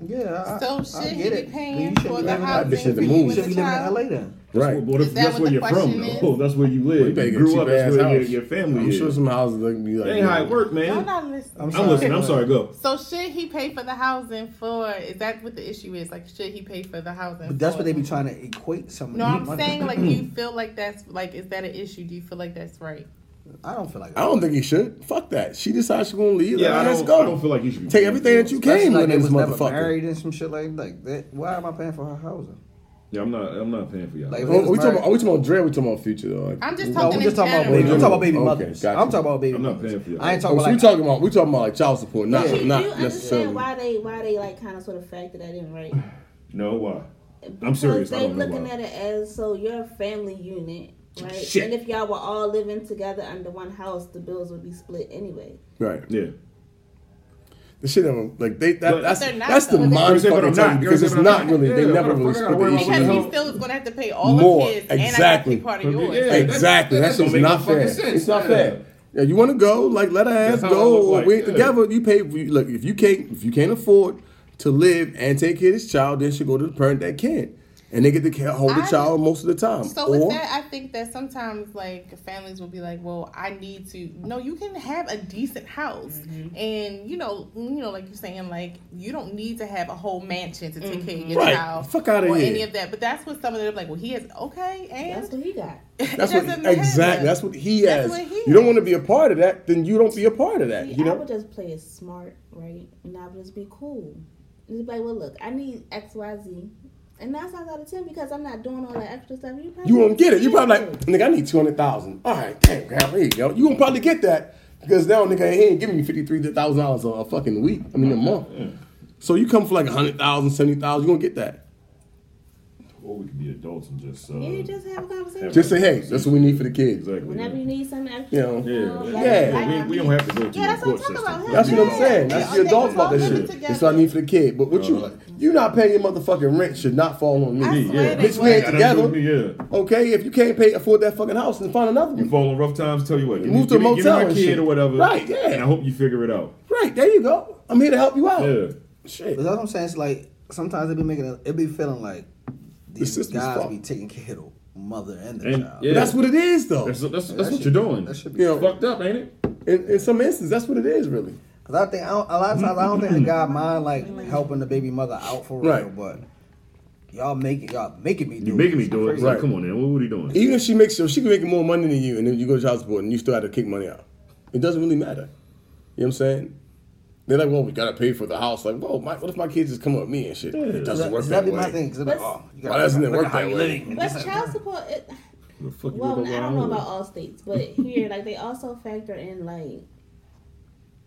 Speaker 8: Yeah, I,
Speaker 1: So
Speaker 8: I
Speaker 1: should he
Speaker 8: get
Speaker 1: be
Speaker 8: it.
Speaker 1: paying
Speaker 8: Then you should
Speaker 1: for
Speaker 8: be
Speaker 1: the
Speaker 8: living-
Speaker 1: housing
Speaker 3: That bitch should
Speaker 1: for
Speaker 3: have
Speaker 1: you
Speaker 8: You
Speaker 3: moved.
Speaker 1: and
Speaker 8: should
Speaker 1: the
Speaker 8: be living in
Speaker 1: child?
Speaker 8: LA then.
Speaker 3: Right.
Speaker 4: Well,
Speaker 1: Is
Speaker 4: if
Speaker 1: that
Speaker 4: that's
Speaker 1: what
Speaker 4: where
Speaker 1: the
Speaker 4: you're from,
Speaker 1: question is?
Speaker 4: though. Oh, That's where you live.
Speaker 3: better
Speaker 4: You
Speaker 3: get a
Speaker 4: grew up. That's
Speaker 3: cheap-ass
Speaker 4: where your,
Speaker 3: house.
Speaker 4: your family
Speaker 3: I'm
Speaker 4: is.
Speaker 3: sure some houses are gonna be like.
Speaker 4: That ain't how it work, man.
Speaker 1: Y'all
Speaker 4: I'm,
Speaker 1: not listening.
Speaker 8: I'm
Speaker 4: listening. I'm sorry. Go.
Speaker 1: So should he pay for the housing for? Is that what the issue is? Like, should he pay for the housing?
Speaker 8: But that's
Speaker 1: for-
Speaker 8: what they be Mm-hmm. trying to equate some. of
Speaker 1: No,
Speaker 8: these
Speaker 1: I'm
Speaker 8: money.
Speaker 1: saying like, do you feel like that's like, is that an issue? Do you feel like that's right?
Speaker 8: I don't feel like
Speaker 3: I don't think he should. Fuck that. She decides she's gonna leave.
Speaker 4: Yeah,
Speaker 3: Yeah,
Speaker 4: I
Speaker 3: let's
Speaker 4: don't-
Speaker 3: go.
Speaker 4: I don't feel like you should be
Speaker 3: take
Speaker 4: paying
Speaker 3: everything
Speaker 4: for
Speaker 3: that you
Speaker 4: it.
Speaker 8: Especially
Speaker 3: came
Speaker 8: like
Speaker 3: with
Speaker 8: they
Speaker 3: this
Speaker 8: was never
Speaker 3: motherfucker.
Speaker 8: married and some shit like like that. Why am I paying for her housing?
Speaker 4: Yeah, I'm not. I'm not paying for y'all.
Speaker 3: Oh,
Speaker 8: Like,
Speaker 3: are we
Speaker 8: Married.
Speaker 3: talking? About, are we talking about Dre? Or we talking about Future though? Like,
Speaker 1: I'm just
Speaker 8: No,
Speaker 1: talking.
Speaker 8: we
Speaker 1: in
Speaker 8: just talking about
Speaker 1: general.
Speaker 8: baby. I'm
Speaker 3: General.
Speaker 8: talking about baby
Speaker 3: Okay,
Speaker 8: mothers.
Speaker 3: gotcha.
Speaker 8: I'm talking about baby
Speaker 4: I'm not
Speaker 8: mothers.
Speaker 4: paying for your
Speaker 8: I ain't
Speaker 3: oh,
Speaker 8: talking
Speaker 3: so we
Speaker 8: about like
Speaker 3: talking about we talking about like child support, not
Speaker 6: But you, you
Speaker 3: not
Speaker 6: understand
Speaker 3: necessarily.
Speaker 6: why they why they like kind of sort of factor that in, right?
Speaker 4: no, why? I'm
Speaker 6: Because
Speaker 4: serious. I
Speaker 6: They
Speaker 4: don't know
Speaker 6: looking at
Speaker 4: why.
Speaker 6: it as so you're a family unit, right?
Speaker 4: Shit.
Speaker 6: And if y'all were all living together under one house, the bills would be split anyway.
Speaker 3: Right.
Speaker 4: Yeah.
Speaker 3: The shit ever like they that,
Speaker 4: But-
Speaker 3: that's
Speaker 1: But they're not,
Speaker 3: that's the
Speaker 1: though.
Speaker 3: mind
Speaker 4: But
Speaker 3: fucking
Speaker 4: I'm
Speaker 3: thing
Speaker 4: not.
Speaker 3: because it's
Speaker 4: But I'm
Speaker 3: not
Speaker 4: not.
Speaker 3: really they
Speaker 4: Yeah,
Speaker 3: never
Speaker 4: but
Speaker 3: really
Speaker 4: I gotta
Speaker 3: split
Speaker 4: worry
Speaker 3: the
Speaker 1: Because
Speaker 4: about what the
Speaker 3: issue.
Speaker 4: hell-
Speaker 1: he still is gonna have to pay all
Speaker 3: More,
Speaker 1: of his, and I got to
Speaker 3: exactly.
Speaker 1: be part of yours.
Speaker 4: Yeah. that-
Speaker 3: Exactly.
Speaker 4: that
Speaker 3: That's
Speaker 4: don't
Speaker 3: just
Speaker 4: make no
Speaker 3: not fair.
Speaker 4: fucking sense.
Speaker 3: It's not
Speaker 4: Yeah.
Speaker 3: fair. Yeah, you want to go? Like, let her ass
Speaker 4: That's how I
Speaker 3: go.
Speaker 4: look
Speaker 3: Or
Speaker 4: like,
Speaker 3: we ain't
Speaker 4: yeah.
Speaker 3: together. You pay. you- Look, if you can't, if you can't afford to live and take care of this child, then she go to the parent that can, and they get to care, hold the
Speaker 1: I-
Speaker 3: child most of the time.
Speaker 1: So
Speaker 3: or
Speaker 1: with that, I think that sometimes like families will be like, "Well, I need to." No, you can have a decent house,
Speaker 6: Mm-hmm.
Speaker 1: and you know, you know, like you're saying, like you don't need to have a whole mansion to take care of your
Speaker 3: Mm-hmm. Right.
Speaker 1: child,
Speaker 3: Fuck outta
Speaker 1: or
Speaker 3: here.
Speaker 1: any of that. But that's what some of them like. Well, he is okay,
Speaker 6: That's
Speaker 1: and
Speaker 6: what he got.
Speaker 1: it
Speaker 3: that's what
Speaker 1: doesn't matter.
Speaker 3: exactly. That's what he
Speaker 1: That's
Speaker 3: has.
Speaker 1: what he
Speaker 3: you don't
Speaker 1: has.
Speaker 3: want to be a part of that, then you don't be a part of that.
Speaker 6: See,
Speaker 3: You
Speaker 6: I would
Speaker 3: know.
Speaker 6: just play it smart, right? And I would just be cool. Just be like, well, look, I need X, Y, Z. And nine times out of ten, because I'm not doing all that extra stuff, you probably
Speaker 3: You won't get it. You probably like, nigga, I need 200,000. All right, damn, girl, there you go. You won't probably get that because now, nigga, he ain't giving you $53,000 a- a fucking week, I mean, a month. So you come for like 100,000, 70,000, you won't get that.
Speaker 4: Or we could be adults and just. Uh,
Speaker 6: Yeah, just have a conversation.
Speaker 3: Just say, hey, that's what we need for the kids.
Speaker 4: Exactly.
Speaker 6: Whenever you need something extra,
Speaker 3: You know?
Speaker 4: Yeah.
Speaker 3: Yeah.
Speaker 4: We, we don't have to go to
Speaker 6: Yeah,
Speaker 4: the
Speaker 6: that's what
Speaker 4: court
Speaker 6: I'm talking
Speaker 4: system.
Speaker 6: about.
Speaker 3: That's what I'm saying.
Speaker 6: Yeah.
Speaker 3: That's the adults about that
Speaker 6: Yeah.
Speaker 3: shit. That's what I need for the kid. But what you like, you not paying your motherfucking rent should not fall on me.
Speaker 6: I
Speaker 4: Yeah,
Speaker 6: swear
Speaker 4: yeah.
Speaker 6: they
Speaker 3: Bitch, we ain't
Speaker 4: Got nothing to do
Speaker 3: together.
Speaker 4: with me, Yeah.
Speaker 3: Okay, if you can't pay afford that fucking house, then find another
Speaker 4: You
Speaker 3: one.
Speaker 4: fall in rough times, tell you what. Give
Speaker 3: Move to
Speaker 4: me, give
Speaker 3: a
Speaker 4: me- give me
Speaker 3: motel
Speaker 4: my
Speaker 3: and
Speaker 4: kid
Speaker 3: shit.
Speaker 4: or whatever.
Speaker 3: Right, yeah.
Speaker 4: And I hope you figure it out.
Speaker 3: Right, there you go. I'm here to help you out.
Speaker 4: Yeah.
Speaker 3: Shit.
Speaker 8: But that's what I'm saying. It's like sometimes it be making it, it be feeling like these
Speaker 3: system's
Speaker 8: guys
Speaker 3: fucked.
Speaker 8: be taking care of the mother and the
Speaker 4: And
Speaker 8: child.
Speaker 4: yeah,
Speaker 3: But That's what it is, though.
Speaker 4: That's, that's,
Speaker 8: That
Speaker 4: that's what
Speaker 8: should-
Speaker 4: you're doing.
Speaker 8: that should be-
Speaker 3: You know,
Speaker 4: fucked up, ain't it?
Speaker 3: in, in some instances, that's what it is, really.
Speaker 8: Cause I think I don't, a lot of times I don't think the guy mind like helping the baby mother out for real,
Speaker 3: Right.
Speaker 8: but y'all making y'all making me do
Speaker 4: You're making me
Speaker 8: It's
Speaker 4: do it.
Speaker 8: crazy. E-
Speaker 4: It's like,
Speaker 3: Right.
Speaker 4: come on, man. What, what are you doing?
Speaker 3: Even if she makes, if she can make more money than you, and then you go to child support, and you still have to kick money out, it doesn't really matter. You know what I'm saying? They're like, well, we gotta pay for the house. Like, well, my, what if my kids just come up with me and shit? It doesn't work
Speaker 8: Cause
Speaker 3: that
Speaker 8: that be
Speaker 3: way.
Speaker 8: my thing. Cause I'm like, oh, you
Speaker 3: Why doesn't it
Speaker 8: look at
Speaker 3: work
Speaker 8: how
Speaker 3: that
Speaker 8: you
Speaker 3: way?
Speaker 8: living.
Speaker 6: But child support, it,
Speaker 4: The fuck you
Speaker 6: well,
Speaker 4: work
Speaker 6: I
Speaker 4: over
Speaker 6: don't know
Speaker 4: hours?
Speaker 6: about all states, but here, like, they also factor in, like,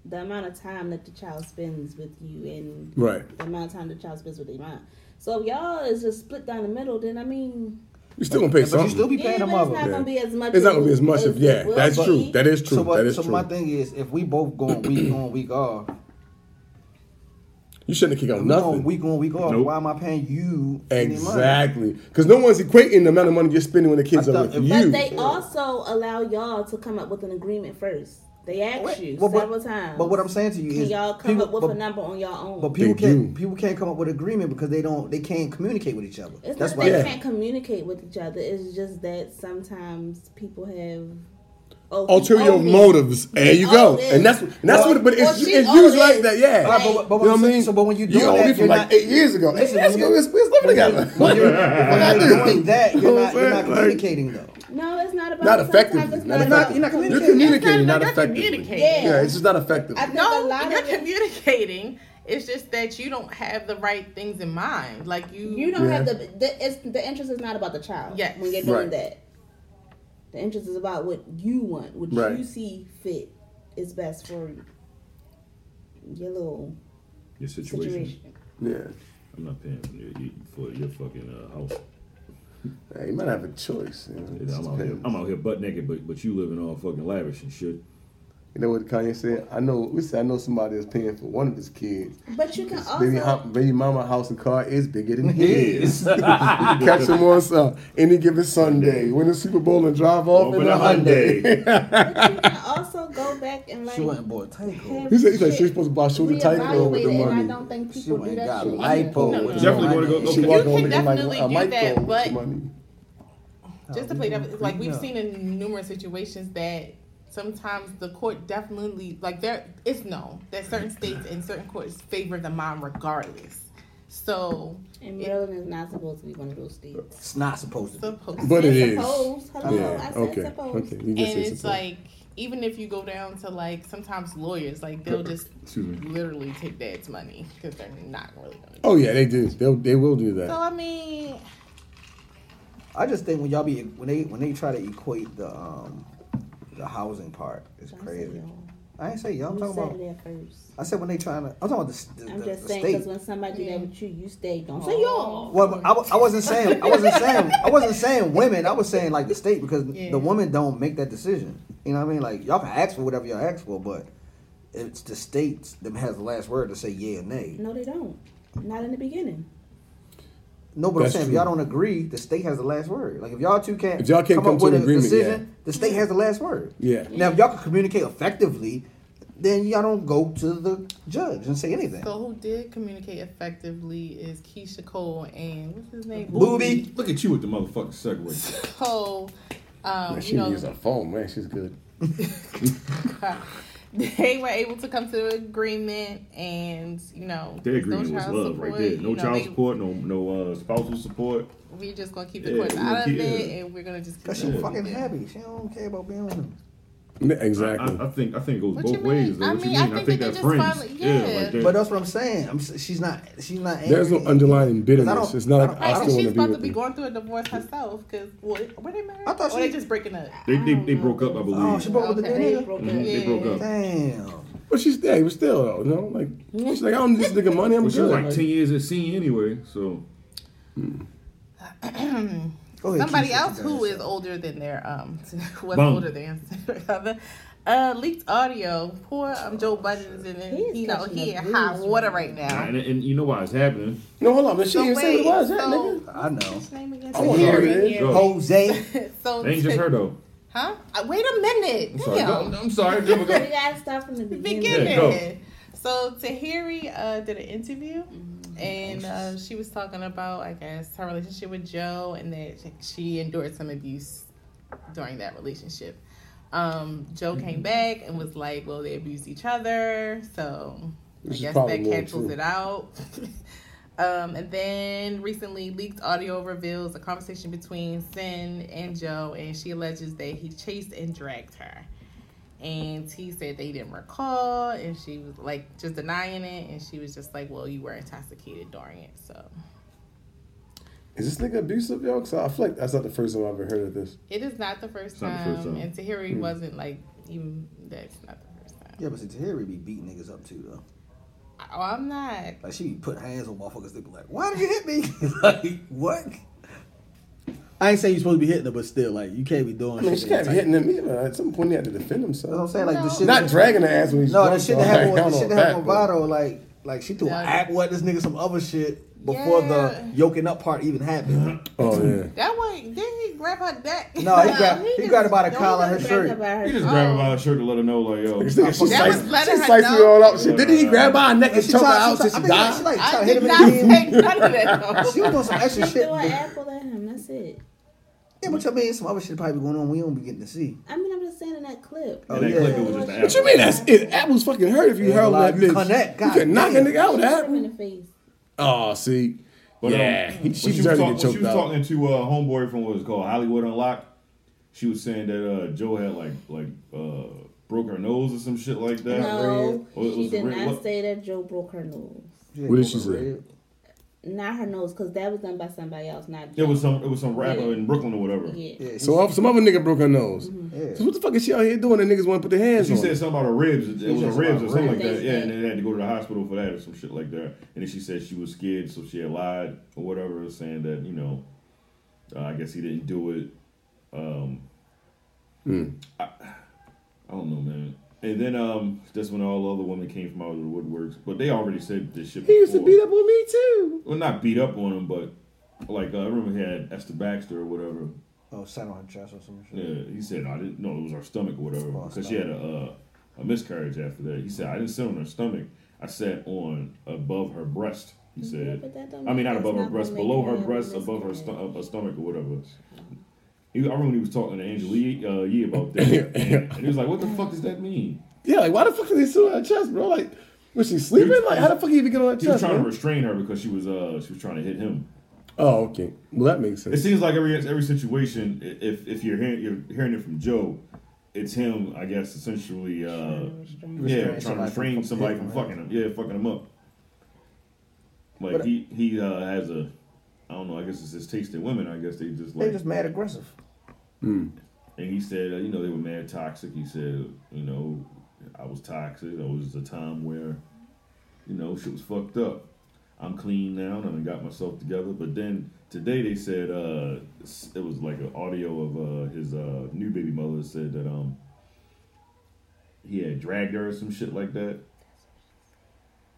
Speaker 6: the amount of time that the child spends with you and
Speaker 3: Right.
Speaker 6: the amount of time the child spends with their mom. So if y'all is just split down the middle, then I mean,
Speaker 3: You still gonna pay
Speaker 8: But you
Speaker 3: something.
Speaker 8: still be
Speaker 6: yeah,
Speaker 8: paying
Speaker 6: but
Speaker 8: the
Speaker 6: it's
Speaker 8: mother.
Speaker 6: not gonna be as much.
Speaker 3: it's not gonna be as much
Speaker 6: it
Speaker 3: of yeah.
Speaker 6: will
Speaker 3: That's
Speaker 6: be.
Speaker 3: true. That is true.
Speaker 8: So,
Speaker 3: that
Speaker 8: but,
Speaker 3: is
Speaker 8: so
Speaker 3: true.
Speaker 8: my thing is, if we both going week on week off,
Speaker 3: you shouldn't kick out
Speaker 8: we going
Speaker 3: nothing.
Speaker 8: week on week off.
Speaker 4: Nope.
Speaker 8: Why am I paying you any money?
Speaker 3: Exactly, because no one's equating the amount of money you're spending when the kids
Speaker 8: I
Speaker 3: are
Speaker 8: thought-
Speaker 3: with
Speaker 8: but
Speaker 3: you.
Speaker 6: But they also allow y'all to come up with an agreement first. They ask you
Speaker 8: Well, but-
Speaker 6: several times.
Speaker 8: But what I'm saying to you
Speaker 6: can
Speaker 8: is,
Speaker 6: y'all come
Speaker 8: people-
Speaker 6: up with
Speaker 8: but-
Speaker 6: a number on y'all own?
Speaker 8: But people
Speaker 3: They
Speaker 8: can't
Speaker 3: do.
Speaker 8: people can't come up with agreement because they don't they can't communicate with each other.
Speaker 6: it's
Speaker 8: That's
Speaker 6: not that
Speaker 8: why
Speaker 6: they
Speaker 3: Yeah.
Speaker 6: can't communicate with each other. It's just that sometimes people have oh, he
Speaker 3: Ulterior
Speaker 6: owe me.
Speaker 3: motives. There you go.
Speaker 6: owe this.
Speaker 3: And that's and that's
Speaker 6: Or-
Speaker 3: what. But
Speaker 6: or
Speaker 3: it's,
Speaker 6: she
Speaker 3: it's
Speaker 6: owe
Speaker 3: used
Speaker 6: this.
Speaker 3: like that. Yeah.
Speaker 8: Right, but-
Speaker 3: you
Speaker 8: but what
Speaker 3: know
Speaker 8: I'm
Speaker 3: what I
Speaker 8: saying-
Speaker 3: mean?
Speaker 8: so, but when you do
Speaker 3: owe
Speaker 8: that,
Speaker 3: me from
Speaker 8: you're
Speaker 3: like
Speaker 8: not-
Speaker 3: eight years ago. Hey,
Speaker 8: Listen,
Speaker 3: let's
Speaker 8: when
Speaker 3: go.
Speaker 8: you-
Speaker 3: Let's let's live together.
Speaker 8: when you're, when
Speaker 3: I
Speaker 8: you're
Speaker 3: do.
Speaker 8: doing that,
Speaker 3: You know
Speaker 8: you're
Speaker 3: what
Speaker 8: not,
Speaker 3: I'm
Speaker 8: you're not
Speaker 3: saying? Like,
Speaker 8: communicating though.
Speaker 6: No, it's not about
Speaker 3: Not
Speaker 6: sometimes
Speaker 3: effectively.
Speaker 6: it's
Speaker 3: Not
Speaker 6: about-
Speaker 3: effectively. You're
Speaker 8: you're not communicating.
Speaker 3: communicating,
Speaker 1: It's not
Speaker 3: not
Speaker 1: like you're
Speaker 3: effectively.
Speaker 1: communicating.
Speaker 3: Yeah.
Speaker 6: Yeah.
Speaker 3: it's just not effective.
Speaker 6: I think a
Speaker 1: No,
Speaker 6: lot
Speaker 1: you're
Speaker 6: of it-
Speaker 1: communicating. It's just that you don't have the right things in mind. Like you,
Speaker 6: You don't
Speaker 3: Yeah.
Speaker 6: have the the, it's, the interest is not about the child.
Speaker 1: Yes.
Speaker 6: when you're doing
Speaker 3: Right.
Speaker 6: that, the interest is about what you want, what
Speaker 3: Right.
Speaker 6: you see fit is best for your little
Speaker 4: Your situation.
Speaker 6: situation.
Speaker 3: Yeah.
Speaker 4: I'm not paying for your, you- for your fucking uh, house.
Speaker 3: Hey, you might have a choice. You know,
Speaker 4: I'm
Speaker 3: It's just
Speaker 4: out, here,
Speaker 3: pain.
Speaker 4: I'm out here butt naked, but but you living all fucking lavish and shit.
Speaker 3: You know what Kanye said? I know. We said I know somebody is paying for one of his kids.
Speaker 6: But you can also
Speaker 3: Baby, ho- baby mama house and car is bigger than his. you can catch him on some, any given Sunday. Win the Super Bowl and drive off
Speaker 4: Open
Speaker 3: in a
Speaker 4: a Hyundai.
Speaker 3: Hyundai.
Speaker 6: but you can also go back and like
Speaker 8: She went and bought a Tyco.
Speaker 6: have
Speaker 3: he said, he said she's
Speaker 6: shit
Speaker 3: supposed to buy shoes and tight clothes with the
Speaker 6: reevaluated, and
Speaker 3: money.
Speaker 6: I don't think
Speaker 8: She
Speaker 6: people
Speaker 8: went
Speaker 6: do
Speaker 8: and
Speaker 6: that
Speaker 8: got
Speaker 6: shit.
Speaker 8: lipo.
Speaker 1: No, no,
Speaker 8: with
Speaker 1: no.
Speaker 8: the
Speaker 4: Definitely
Speaker 8: money.
Speaker 4: gonna go-
Speaker 3: She
Speaker 1: You
Speaker 3: walked
Speaker 4: okay.
Speaker 3: on
Speaker 1: can
Speaker 3: looking like
Speaker 1: definitely
Speaker 3: a
Speaker 1: do
Speaker 3: Michael
Speaker 1: that,
Speaker 3: with
Speaker 1: but-
Speaker 3: the money.
Speaker 1: just to play that like we've
Speaker 8: Yeah.
Speaker 1: seen in numerous situations that sometimes the court definitely like there it's known that certain states and certain courts favor the mom regardless. So
Speaker 6: And Maryland is not supposed to be one of those states.
Speaker 8: It's not supposed to. be.
Speaker 1: supposed
Speaker 3: But it is.
Speaker 6: Suppose. Hello, I
Speaker 3: Yeah.
Speaker 6: said
Speaker 3: Okay.
Speaker 6: suppose.
Speaker 3: Okay. You
Speaker 1: and
Speaker 3: just said
Speaker 1: it's
Speaker 3: suppose.
Speaker 1: like even if you go down to like sometimes lawyers like
Speaker 3: Uh,
Speaker 1: they'll just
Speaker 4: Excuse me.
Speaker 1: literally take dad's money because they're not really gonna.
Speaker 3: Oh yeah, they do. They'll, they will do
Speaker 1: So
Speaker 3: that.
Speaker 1: I mean,
Speaker 8: I just think when y'all be when they when they try to equate the um the housing part, it's
Speaker 6: I said
Speaker 8: crazy.
Speaker 6: y'all.
Speaker 8: I ain't say y'all. I'm
Speaker 6: You
Speaker 8: talking
Speaker 6: said
Speaker 8: about.
Speaker 6: it at first.
Speaker 8: I said when they trying to. I'm talking about the, the,
Speaker 6: I'm
Speaker 8: the,
Speaker 6: just
Speaker 8: the
Speaker 6: saying
Speaker 8: state. Oh.
Speaker 6: because when somebody do that with you, you stay. Don't say y'all.
Speaker 8: Well, I, wa- I wasn't saying I wasn't saying I wasn't saying women. I was saying like the state because
Speaker 1: Yeah.
Speaker 8: the women don't make that decision. You know what I mean? Like y'all can ask for whatever y'all ask for, but it's the state that has the last word to say yeah or nay.
Speaker 6: No, they don't. Not in the beginning.
Speaker 8: No, but I'm
Speaker 3: That's
Speaker 8: saying
Speaker 3: true.
Speaker 8: if y'all don't agree, the state has the last word. Like if y'all two can't
Speaker 3: If y'all can't come to an agreement,
Speaker 8: the state has the last word.
Speaker 3: Yeah.
Speaker 8: Now if y'all can communicate effectively, then y'all don't go to the judge and say anything.
Speaker 1: so who did communicate effectively is Keisha Cole and what's his name?
Speaker 8: Booby.
Speaker 4: Look at you with the motherfucking segue.
Speaker 1: Cole. Um,
Speaker 3: Man,
Speaker 1: you
Speaker 3: she
Speaker 1: know,
Speaker 3: uses her phone, man. She's good.
Speaker 1: they were able to come to an agreement and you know
Speaker 4: Their
Speaker 1: there's no
Speaker 4: agreement was
Speaker 1: child
Speaker 4: love
Speaker 1: support,
Speaker 4: right there. No
Speaker 1: you know,
Speaker 4: child
Speaker 1: they-
Speaker 4: support, no no uh, spousal support.
Speaker 1: we're just gonna keep the
Speaker 4: Yeah,
Speaker 1: courts
Speaker 4: we
Speaker 1: out of
Speaker 4: keep-
Speaker 1: it
Speaker 4: yeah.
Speaker 1: and we're gonna just keep
Speaker 8: Cause she
Speaker 1: it.
Speaker 8: fucking happy. She don't care about being on him.
Speaker 3: Exactly.
Speaker 4: I, I think I think it goes
Speaker 1: What you
Speaker 4: both
Speaker 1: mean?
Speaker 4: ways. Though.
Speaker 1: I
Speaker 4: What you
Speaker 1: mean,
Speaker 4: mean?
Speaker 1: I
Speaker 4: I
Speaker 1: think
Speaker 4: think
Speaker 1: that
Speaker 4: that's
Speaker 1: they
Speaker 4: friends.
Speaker 1: just finally-
Speaker 4: yeah,
Speaker 1: yeah.
Speaker 4: like that.
Speaker 8: But that's what I'm saying. I'm, s- she's not. She's not. Angry.
Speaker 3: There's no underlying bitterness. It's not like
Speaker 8: I
Speaker 3: I,
Speaker 1: Right, and
Speaker 3: still
Speaker 1: she's
Speaker 3: want to
Speaker 1: about
Speaker 3: be
Speaker 1: to
Speaker 3: with
Speaker 1: be
Speaker 3: you.
Speaker 1: going through a divorce herself because well, were they married?
Speaker 8: I thought
Speaker 1: or
Speaker 8: she-
Speaker 1: they just breaking up.
Speaker 4: they, they they broke up, I believe.
Speaker 8: Oh, she broke with the
Speaker 1: Okay.
Speaker 8: nigga.
Speaker 3: Mm-hmm.
Speaker 4: Mhm, They broke up.
Speaker 8: Damn.
Speaker 3: But she's yeah, but still though, you know, like she's like I don't need this nigga money. I'm
Speaker 4: Well, she was
Speaker 3: good.
Speaker 4: like,
Speaker 3: Like,
Speaker 4: ten years at senior anyway, so
Speaker 8: Go ahead,
Speaker 1: Somebody
Speaker 8: Keisha, you
Speaker 1: else
Speaker 8: got
Speaker 1: who
Speaker 8: this.
Speaker 1: is older than their um was
Speaker 4: Boom.
Speaker 1: older than rather uh leaked audio. Poor um Joe Budden is in
Speaker 6: He
Speaker 1: it.
Speaker 6: is
Speaker 1: You know
Speaker 6: catching
Speaker 1: he
Speaker 6: a
Speaker 1: in
Speaker 6: breeze
Speaker 1: hot
Speaker 6: right
Speaker 1: water right now.
Speaker 4: and, and you know why it's happening.
Speaker 3: no, hold on, but she
Speaker 1: So
Speaker 3: didn't say
Speaker 1: wait,
Speaker 3: it was that
Speaker 1: so-
Speaker 3: nigga.
Speaker 8: I know.
Speaker 1: His name again?
Speaker 3: I want to know who it is.
Speaker 4: Go.
Speaker 8: Jose.
Speaker 1: So
Speaker 4: They ain't just her though.
Speaker 1: Huh? Uh, Wait a minute.
Speaker 4: I'm sorry.
Speaker 1: Damn.
Speaker 4: Go- I'm sorry. There we
Speaker 6: You
Speaker 4: go.
Speaker 6: gotta start from the beginning.
Speaker 4: Yeah,
Speaker 1: beginning.
Speaker 4: go.
Speaker 1: so Tahiri uh, did an interview,
Speaker 4: Mm-hmm.
Speaker 1: and uh, she was talking about, I guess, her relationship with Joe, and that she endured some abuse during that relationship. Um, Joe
Speaker 4: Mm-hmm.
Speaker 1: came back and was like, "Well, they abused each other, so
Speaker 3: Which is
Speaker 1: I guess
Speaker 3: probably
Speaker 1: that
Speaker 3: more
Speaker 1: cancels
Speaker 3: true.
Speaker 1: it out." um, and then recently leaked audio reveals a conversation between Sin and Joe, and she alleges that he chased and dragged her and he said they didn't recall and she was like just denying it and she was just like well you were intoxicated during it so
Speaker 3: Is this nigga abusive, yo? Cause I feel like that's not the first time I've ever heard of this.
Speaker 1: it is not the first,
Speaker 4: It's not
Speaker 1: time,
Speaker 4: the first time.
Speaker 1: and tahiri wasn't like even that's not the first time
Speaker 8: Yeah, but see, Tahiri be beating niggas up too, though.
Speaker 1: oh i'm not
Speaker 8: Like she be putting hands on motherfuckers. They be like, "Why did you hit me?" like what?
Speaker 5: I ain't saying you're supposed to be hitting her, but still, like you can't be doing.
Speaker 3: I mean,
Speaker 5: shit
Speaker 3: she can't
Speaker 5: that
Speaker 3: be
Speaker 5: type.
Speaker 3: hitting him either. At some point, he had to defend
Speaker 8: That's what I'm
Speaker 3: himself.
Speaker 8: saying. Like the
Speaker 1: No.
Speaker 8: Oh, shit.
Speaker 3: Not dragging her ass when he's
Speaker 8: No,
Speaker 3: drunk,
Speaker 8: the shit
Speaker 3: though.
Speaker 8: that happened.
Speaker 3: Like, I
Speaker 8: with-
Speaker 3: don't
Speaker 8: The shit
Speaker 3: know
Speaker 8: that happened with
Speaker 3: about
Speaker 8: Votto, like, like she threw
Speaker 1: Yeah.
Speaker 8: an aqua at this nigga, some other shit before
Speaker 1: Yeah.
Speaker 8: the yoking up part even happened.
Speaker 3: that, though. Oh yeah.
Speaker 1: that one did he grab her neck
Speaker 8: No, he grabbed, he
Speaker 6: just-
Speaker 8: grabbed her by the
Speaker 6: don't
Speaker 8: collar of her
Speaker 6: even brag
Speaker 8: shirt.
Speaker 6: about her.
Speaker 4: You just grab her by the shirt to let her know, like, yo,
Speaker 3: This nigga, she
Speaker 1: That was
Speaker 3: sliced,
Speaker 1: letting
Speaker 3: she
Speaker 1: her
Speaker 3: sliced it
Speaker 1: know.
Speaker 3: all up. She, didn't he grab her neck and
Speaker 8: She
Speaker 3: choke her
Speaker 8: tried-
Speaker 3: out
Speaker 8: she
Speaker 3: till
Speaker 8: tried-
Speaker 3: she
Speaker 8: I think
Speaker 3: died?
Speaker 8: She like tried
Speaker 1: i
Speaker 8: to hit
Speaker 1: did
Speaker 8: him
Speaker 1: not
Speaker 8: in the head.
Speaker 1: say none of that though.
Speaker 8: She was doing some extra
Speaker 6: She
Speaker 8: shit.
Speaker 6: threw an
Speaker 8: but-
Speaker 6: apple at him. That's it.
Speaker 8: Yeah, but I mean, some other shit probably going on. We don't be getting to see.
Speaker 6: I mean, I'm just saying in that clip.
Speaker 8: Oh,
Speaker 4: And that
Speaker 8: yeah.
Speaker 4: clip, it was just an
Speaker 3: What you mean? That's it. Apples fucking hurt if you
Speaker 8: Yeah,
Speaker 3: hurl
Speaker 8: like,
Speaker 3: that
Speaker 8: you
Speaker 3: bitch.
Speaker 8: connect,
Speaker 3: you can
Speaker 8: goddamn.
Speaker 3: knock a nigga out with
Speaker 6: Hit him
Speaker 3: that.
Speaker 6: in the face.
Speaker 3: Oh, see.
Speaker 4: But, um,
Speaker 3: yeah, he,
Speaker 4: when
Speaker 3: she
Speaker 4: she was,
Speaker 3: deserved to get
Speaker 4: talk- when she
Speaker 3: choked
Speaker 4: was
Speaker 3: out.
Speaker 4: talking to uh, homeboy from what was called Hollywood Unlocked. She was saying that uh, Joe had like like uh, broke her nose or some shit like that.
Speaker 6: No,
Speaker 4: Or it
Speaker 6: she
Speaker 4: was
Speaker 6: did
Speaker 4: red-
Speaker 6: not
Speaker 4: what-
Speaker 6: say that Joe broke her nose.
Speaker 3: What did she say?
Speaker 6: Not her nose, because that was done by somebody else, not Joe.
Speaker 4: It was some it was some rapper
Speaker 6: Yeah.
Speaker 4: in Brooklyn or whatever.
Speaker 6: Yeah.
Speaker 8: Yeah, she-
Speaker 3: So uh, some other nigga broke her nose.
Speaker 8: yeah.
Speaker 3: So what the fuck is she out here doing? And niggas want to put their hands
Speaker 4: She
Speaker 3: on.
Speaker 4: said
Speaker 3: her?
Speaker 4: something about her ribs. It was her
Speaker 8: just
Speaker 4: ribs or
Speaker 8: about
Speaker 4: something like
Speaker 8: ribs.
Speaker 4: that.
Speaker 6: They
Speaker 4: Yeah, and
Speaker 6: said-
Speaker 4: they had to go to the hospital for that or some shit like that. And then she said she was scared, so she had lied or whatever, saying that you know, uh, I guess he didn't do it. Um, I, I don't know, man. And then um, that's when all the other women came from out of the woodworks. But they already said this shit.
Speaker 3: He used to
Speaker 4: before.
Speaker 3: beat up on me too.
Speaker 4: Well, not beat up on him, but like uh, I remember he had Esther Baxter or whatever.
Speaker 8: Oh, sat on her chest or some shit.
Speaker 4: Yeah, he said I didn't. No, it was her stomach or whatever.
Speaker 8: Oh,
Speaker 4: Because she had a uh, a miscarriage after that. He said I didn't sit on her stomach. I sat on above her breast. He
Speaker 6: but
Speaker 4: said.
Speaker 6: that don't
Speaker 4: I mean,
Speaker 6: make-
Speaker 4: not
Speaker 6: that's
Speaker 4: above
Speaker 6: not
Speaker 4: her
Speaker 6: gonna
Speaker 4: breast,
Speaker 6: make
Speaker 4: below
Speaker 6: her
Speaker 4: her
Speaker 6: have a
Speaker 4: breast, above her, sto-
Speaker 6: miscarriage.
Speaker 4: uh, stomach or whatever. He, I remember when he was talking to Angela Yee, uh, Yee about that, and he was like, "What the fuck does that mean?"
Speaker 3: Yeah, like why the fuck did they sit on her chest, bro? Like was she sleeping? Like how the fuck you even get on her
Speaker 4: He was
Speaker 3: chest?
Speaker 4: trying to
Speaker 3: bro?
Speaker 4: restrain her because she was uh she was trying to hit him.
Speaker 3: Oh, okay. Well, that makes
Speaker 4: It
Speaker 3: sense.
Speaker 4: seems like every every situation, i- if if you're hearing you're hearing it from Joe, it's him, I guess, essentially. Uh, yeah, trying to
Speaker 8: somebody
Speaker 4: restrain
Speaker 8: from-
Speaker 4: somebody
Speaker 8: from
Speaker 4: from fucking him. Yeah, fucking him up. Like
Speaker 8: But-
Speaker 4: he he uh, has a, I don't know. I guess it's his taste in women. I guess they just
Speaker 8: They
Speaker 4: like.
Speaker 8: just mad aggressive.
Speaker 4: and he said, uh, you know, they were mad toxic. He said, you know, I was toxic. It was a time where, you know, shit was fucked up. I'm clean now and I got myself together. But then today they said uh, s- it was like an audio of uh, his uh, new baby mother said that um he had dragged her or some shit like that.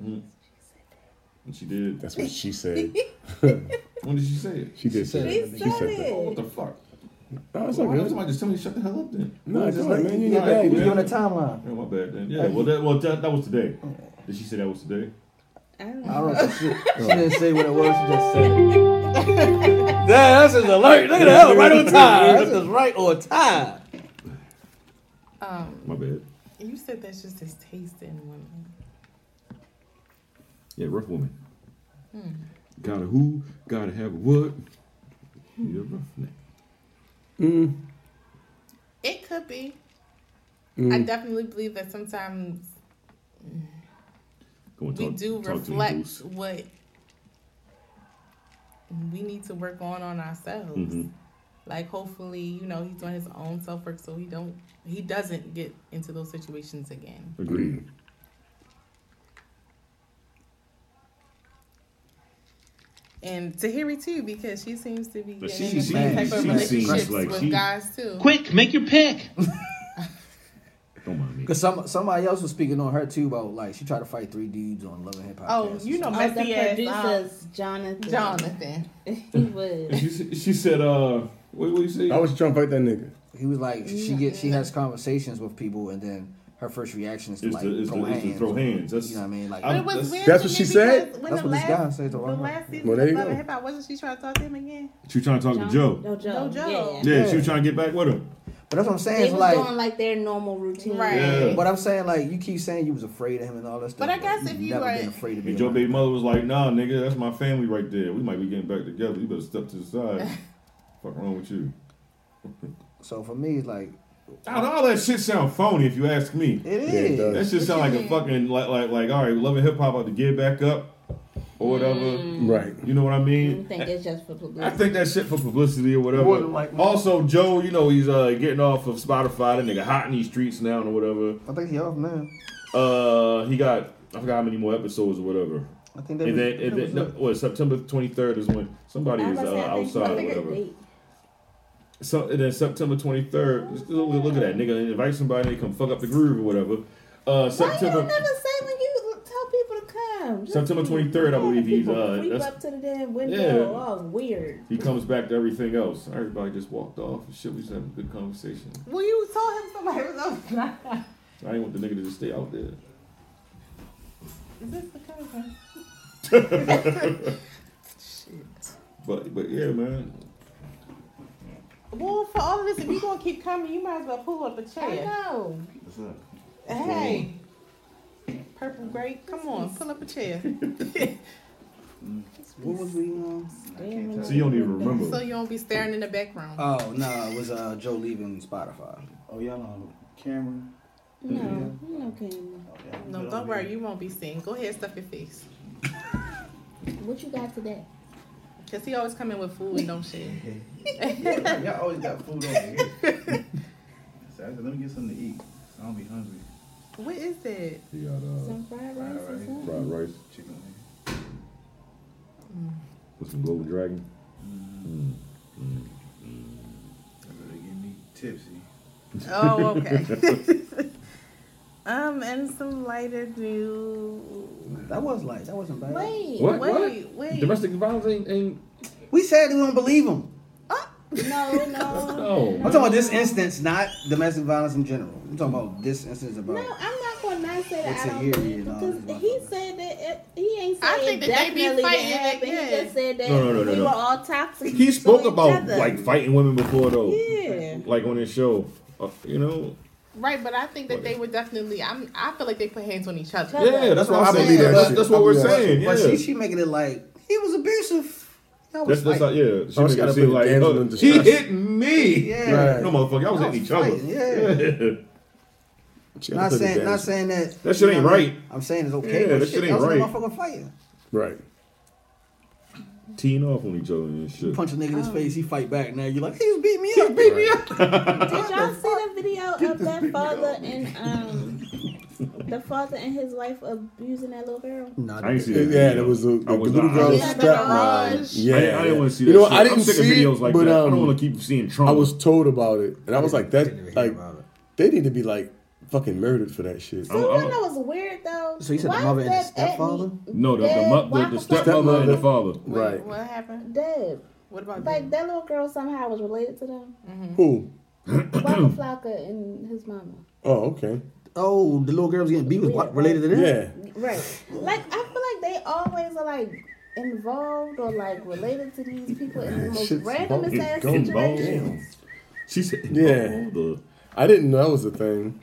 Speaker 4: Mhm. And she did.
Speaker 3: That's what she said.
Speaker 4: When did she say it?
Speaker 3: She did say
Speaker 6: She
Speaker 3: that. She said that.
Speaker 4: What
Speaker 6: said
Speaker 4: the
Speaker 6: it.
Speaker 4: fuck?
Speaker 3: No, it's
Speaker 4: Why
Speaker 3: not
Speaker 4: didn't
Speaker 3: good.
Speaker 4: somebody just tell me to shut the hell up then?
Speaker 3: No, it's
Speaker 8: Just
Speaker 3: all
Speaker 8: like,
Speaker 3: right, man. You in
Speaker 4: no,
Speaker 3: your
Speaker 4: I-
Speaker 3: bag,
Speaker 8: We
Speaker 4: Yeah.
Speaker 3: man.
Speaker 8: doing a timeline.
Speaker 4: Yeah, Oh, my bad then. Yeah, well, that, well that, that was today. Did she say that was today?
Speaker 6: I don't
Speaker 8: I
Speaker 6: know.
Speaker 8: don't know. She, she didn't say what it was. She just said. it.
Speaker 5: That's just alert. Look at that, that, was right on time. That's just right on time.
Speaker 1: um
Speaker 4: My bad.
Speaker 1: you said that's just his taste in women
Speaker 4: Yeah, rough woman.
Speaker 1: Hmm.
Speaker 4: Gotta who, gotta have what. You're rough
Speaker 1: it could be
Speaker 8: Mm.
Speaker 1: I definitely believe that sometimes
Speaker 4: Go and
Speaker 1: we
Speaker 4: talk-
Speaker 1: do
Speaker 4: talk to the
Speaker 1: reflect
Speaker 4: goose.
Speaker 1: what we need to work on on ourselves.
Speaker 4: Mhm.
Speaker 1: Like hopefully, you know, he's doing his own self work so he don't he doesn't get into those situations again.
Speaker 4: Agreed.
Speaker 1: And Tahiri too, because she seems to be
Speaker 4: But
Speaker 1: getting
Speaker 4: she-
Speaker 1: into
Speaker 4: she-
Speaker 1: some type of
Speaker 4: she
Speaker 1: relationships
Speaker 4: seems like
Speaker 1: with
Speaker 4: she-
Speaker 1: guys too.
Speaker 8: Quick, make your pick.
Speaker 4: Don't mind me.
Speaker 8: Cause some somebody else was speaking on her too about like she tried to fight three dudes on Love and Hip Hop.
Speaker 1: Oh, you know,
Speaker 6: Of the
Speaker 1: messy ass uh,
Speaker 6: producers, Jonathan.
Speaker 1: Jonathan.
Speaker 6: he was.
Speaker 4: She, she said, uh, what, what you say?
Speaker 3: I was trying to fight that nigga.
Speaker 8: He was like she get she has conversations with people and then her first reaction is to
Speaker 4: Is
Speaker 8: like
Speaker 4: to- is to-
Speaker 8: throw,
Speaker 4: is to
Speaker 8: hands.
Speaker 4: throw hands. That's-
Speaker 8: you know what I mean? Like
Speaker 1: But
Speaker 4: I'm-
Speaker 1: it was
Speaker 4: Um, That's-
Speaker 1: weird
Speaker 3: that's
Speaker 1: to
Speaker 3: what
Speaker 1: me
Speaker 3: she said?
Speaker 1: because When
Speaker 8: That's
Speaker 1: the
Speaker 8: what this
Speaker 1: last,
Speaker 8: guy said,
Speaker 1: The
Speaker 8: though, I don't know.
Speaker 1: last season
Speaker 3: Well, there
Speaker 1: of
Speaker 3: you
Speaker 1: Love
Speaker 3: go.
Speaker 1: and Hip Hop, wasn't she trying to talk to him again?
Speaker 4: She was trying to talk to Joe.
Speaker 6: No Joe.
Speaker 1: No Joe.
Speaker 6: Yeah.
Speaker 4: Yeah, she was trying to get back with him.
Speaker 8: but that's what I'm saying.
Speaker 6: They
Speaker 8: is
Speaker 6: was
Speaker 8: like,
Speaker 6: doing like their normal routine.
Speaker 1: Right.
Speaker 4: Yeah.
Speaker 8: but I'm saying like you keep saying you was afraid of him and all that stuff.
Speaker 1: I guess if
Speaker 8: you've
Speaker 1: you
Speaker 8: never
Speaker 1: were-
Speaker 8: been afraid of
Speaker 4: And
Speaker 8: being
Speaker 4: Joe
Speaker 8: around.
Speaker 4: baby mother was like, nah, nigga, that's my family right there. We might be getting back together. You better step to the side. Fuck wrong with you?
Speaker 8: So for me, it's like
Speaker 4: All- all that shit sound phony if you ask me.
Speaker 8: it is.
Speaker 3: Yeah, it does.
Speaker 4: That shit sound like a fucking like like like all right, loving hip hop about to get back up or whatever.
Speaker 3: Right.
Speaker 4: You know what I
Speaker 6: You
Speaker 4: mean?
Speaker 6: think it's just for publicity.
Speaker 4: I think that shit for publicity or whatever.
Speaker 8: More than likely.
Speaker 4: also, Joe, you know he's uh, getting off of Spotify. That nigga hot in these streets now or whatever.
Speaker 8: I think y'all man.
Speaker 4: Uh, he got I forgot how many more episodes or whatever.
Speaker 8: I think that
Speaker 4: And
Speaker 8: was,
Speaker 4: then, and
Speaker 8: that was
Speaker 4: then no,
Speaker 8: it.
Speaker 4: what, September 23rd is when somebody
Speaker 6: I
Speaker 4: is uh,
Speaker 6: was saying, I think
Speaker 4: outside or
Speaker 6: it's a
Speaker 4: whatever.
Speaker 6: date.
Speaker 4: So and then September 23rd, just look, look at that nigga. Invite somebody to come fuck up the groove or whatever. Uh,
Speaker 6: Why you
Speaker 4: September.
Speaker 6: never say when you tell people to come? Just
Speaker 4: September 23rd, I
Speaker 6: have
Speaker 4: believe he's,
Speaker 6: people
Speaker 4: uh,
Speaker 6: creep
Speaker 4: that's-
Speaker 6: up to the damn window.
Speaker 4: Yeah.
Speaker 6: Oh, weird.
Speaker 4: He comes back to everything else. Everybody just walked off and shit. We just having a good conversation.
Speaker 1: Well, you told him somebody was outside.
Speaker 4: I didn't want the nigga to just stay out there.
Speaker 1: Is this the cousin? Shit.
Speaker 4: But but yeah, man.
Speaker 1: Well, for all of this, if you gonna keep coming, you might as well pull up a
Speaker 6: I
Speaker 1: chair.
Speaker 6: know.
Speaker 1: Hey, purple grape, come on, pull up a chair.
Speaker 8: what was we um, on?
Speaker 4: So you don't even remember.
Speaker 1: so you don't be staring in the background.
Speaker 8: Oh no, it was uh, Joe leaving Spotify.
Speaker 5: Oh, y'all on camera.
Speaker 6: No, okay.
Speaker 5: Oh, yeah,
Speaker 1: No,
Speaker 5: good
Speaker 1: don't
Speaker 5: on
Speaker 1: worry,
Speaker 5: me.
Speaker 1: you won't be seen. Go ahead, stuff your face.
Speaker 6: What you got today?
Speaker 1: Cause he always come in with food and don't share.
Speaker 5: y'all always got food over here. so I said, let me get something to eat. I don't be hungry.
Speaker 1: What is that?
Speaker 4: He got uh,
Speaker 6: Some fried rice or
Speaker 5: All right.
Speaker 6: something?
Speaker 4: fried rice
Speaker 5: Chicken wings.
Speaker 4: with some golden dragon.
Speaker 5: That's what they get me tipsy.
Speaker 1: Oh, okay. um, and some lighter news.
Speaker 8: That was like that wasn't bad.
Speaker 6: Wait.
Speaker 4: What?
Speaker 1: Wait,
Speaker 4: what?
Speaker 1: wait.
Speaker 4: Domestic violence ain't ain't.
Speaker 8: We said we don't believe him.
Speaker 6: No, no.
Speaker 4: Oh,
Speaker 8: I'm talking about this instance, not domestic violence in general. I'm talking about this instance about.
Speaker 6: No, I'm not gonna not say that I
Speaker 8: It's a
Speaker 6: don't
Speaker 8: year,
Speaker 6: believe
Speaker 8: you know,
Speaker 6: because
Speaker 8: it's
Speaker 6: he
Speaker 8: about-
Speaker 6: said that it, he ain't
Speaker 1: I
Speaker 6: saying
Speaker 1: think
Speaker 6: it
Speaker 1: that they be
Speaker 6: definitely
Speaker 1: fighting
Speaker 6: didn't
Speaker 1: it,
Speaker 6: happen.
Speaker 1: yeah.
Speaker 6: He just said that
Speaker 4: No, no, no, no,
Speaker 6: we
Speaker 4: no.
Speaker 6: were all toxic.
Speaker 4: he
Speaker 6: to
Speaker 4: spoke
Speaker 6: each
Speaker 4: about
Speaker 6: other.
Speaker 4: like fighting women before though.
Speaker 6: Yeah.
Speaker 4: Like on his show, uh, you know.
Speaker 1: Right, but I think that they were definitely. I'm. I feel like they put hands on each other.
Speaker 4: Yeah, that's what I'm
Speaker 3: I
Speaker 4: saying.
Speaker 3: believe that
Speaker 4: That's,
Speaker 3: shit.
Speaker 4: that's what
Speaker 3: I
Speaker 4: we're
Speaker 3: believe that
Speaker 4: saying. Yeah.
Speaker 8: But she she making it like he was abusive. That
Speaker 4: That's
Speaker 8: was
Speaker 4: that's
Speaker 8: like,
Speaker 4: like, yeah.
Speaker 3: Oh,
Speaker 4: She make
Speaker 3: she
Speaker 4: it
Speaker 3: gotta
Speaker 4: seem
Speaker 3: put
Speaker 4: like
Speaker 3: the damsel
Speaker 4: oh,
Speaker 3: in
Speaker 4: he
Speaker 3: distress.
Speaker 4: hit me.
Speaker 8: Yeah.
Speaker 3: Right.
Speaker 4: No motherfucker, y'all was
Speaker 8: That
Speaker 4: hitting
Speaker 8: was
Speaker 4: each other.
Speaker 8: fighting, yeah.
Speaker 3: She gotta
Speaker 8: not
Speaker 3: put the
Speaker 8: saying
Speaker 3: damn-
Speaker 8: not saying that
Speaker 4: That shit
Speaker 8: you know
Speaker 4: ain't
Speaker 8: what I mean?
Speaker 4: right.
Speaker 8: I'm saying it's okay.
Speaker 4: Yeah,
Speaker 8: but
Speaker 4: that shit ain't
Speaker 8: that was a
Speaker 4: right.
Speaker 8: Motherfucking fighting.
Speaker 3: Right.
Speaker 4: Teeing off on each other and shit.
Speaker 8: Punch a nigga in his face, he fight back. Now you're like, Oh. he was beating me up, beat me
Speaker 6: Did
Speaker 8: up.
Speaker 6: y'all see the video of that father and um the father and his wife abusing that little girl?
Speaker 8: Nah,
Speaker 4: I ain't see that.
Speaker 3: Yeah,
Speaker 4: video.
Speaker 3: there was a, the,
Speaker 4: I was
Speaker 3: little
Speaker 4: not-
Speaker 3: girl
Speaker 1: Yeah, the
Speaker 3: strap
Speaker 1: garage.
Speaker 3: line. Yeah,
Speaker 4: I didn't, I didn't want to see that.
Speaker 3: You know,
Speaker 4: shit.
Speaker 3: I didn't
Speaker 4: I'm sick of
Speaker 3: see
Speaker 4: videos
Speaker 3: it,
Speaker 4: like
Speaker 3: but
Speaker 4: that. I
Speaker 3: um,
Speaker 4: don't want to keep seeing trauma.
Speaker 3: I was told about it, and I was like,
Speaker 8: didn't hear
Speaker 3: that like
Speaker 8: about it.
Speaker 3: they need to be like fucking murdered for that shit.
Speaker 6: So
Speaker 4: I'm-
Speaker 6: you
Speaker 4: I'm-
Speaker 6: wanna know what's weird though?
Speaker 8: So you said the
Speaker 6: Why
Speaker 8: mother and the
Speaker 6: is that
Speaker 8: stepfather?
Speaker 6: Etni
Speaker 4: no, the, the,
Speaker 6: dead?
Speaker 4: mo-
Speaker 6: Why
Speaker 4: the, the
Speaker 6: was that
Speaker 4: stepmother and the
Speaker 3: Stepmother.
Speaker 4: father.
Speaker 3: Right.
Speaker 1: What happened?
Speaker 6: Dead.
Speaker 1: What about
Speaker 6: Like
Speaker 1: that?
Speaker 6: that little girl somehow was related to them.
Speaker 3: Who?
Speaker 6: Waka Flocka and his mama.
Speaker 3: Oh, okay.
Speaker 8: Oh, the little girl was getting beat was what, related to this?
Speaker 3: Yeah.
Speaker 6: Right. Like I feel like they always are like involved or like related to these people in the most
Speaker 3: shit's
Speaker 6: randomest
Speaker 3: bogus.
Speaker 6: ass
Speaker 3: Go
Speaker 6: situations.
Speaker 4: She said,
Speaker 3: Yeah.
Speaker 4: oh, the,
Speaker 3: I didn't know that was a thing.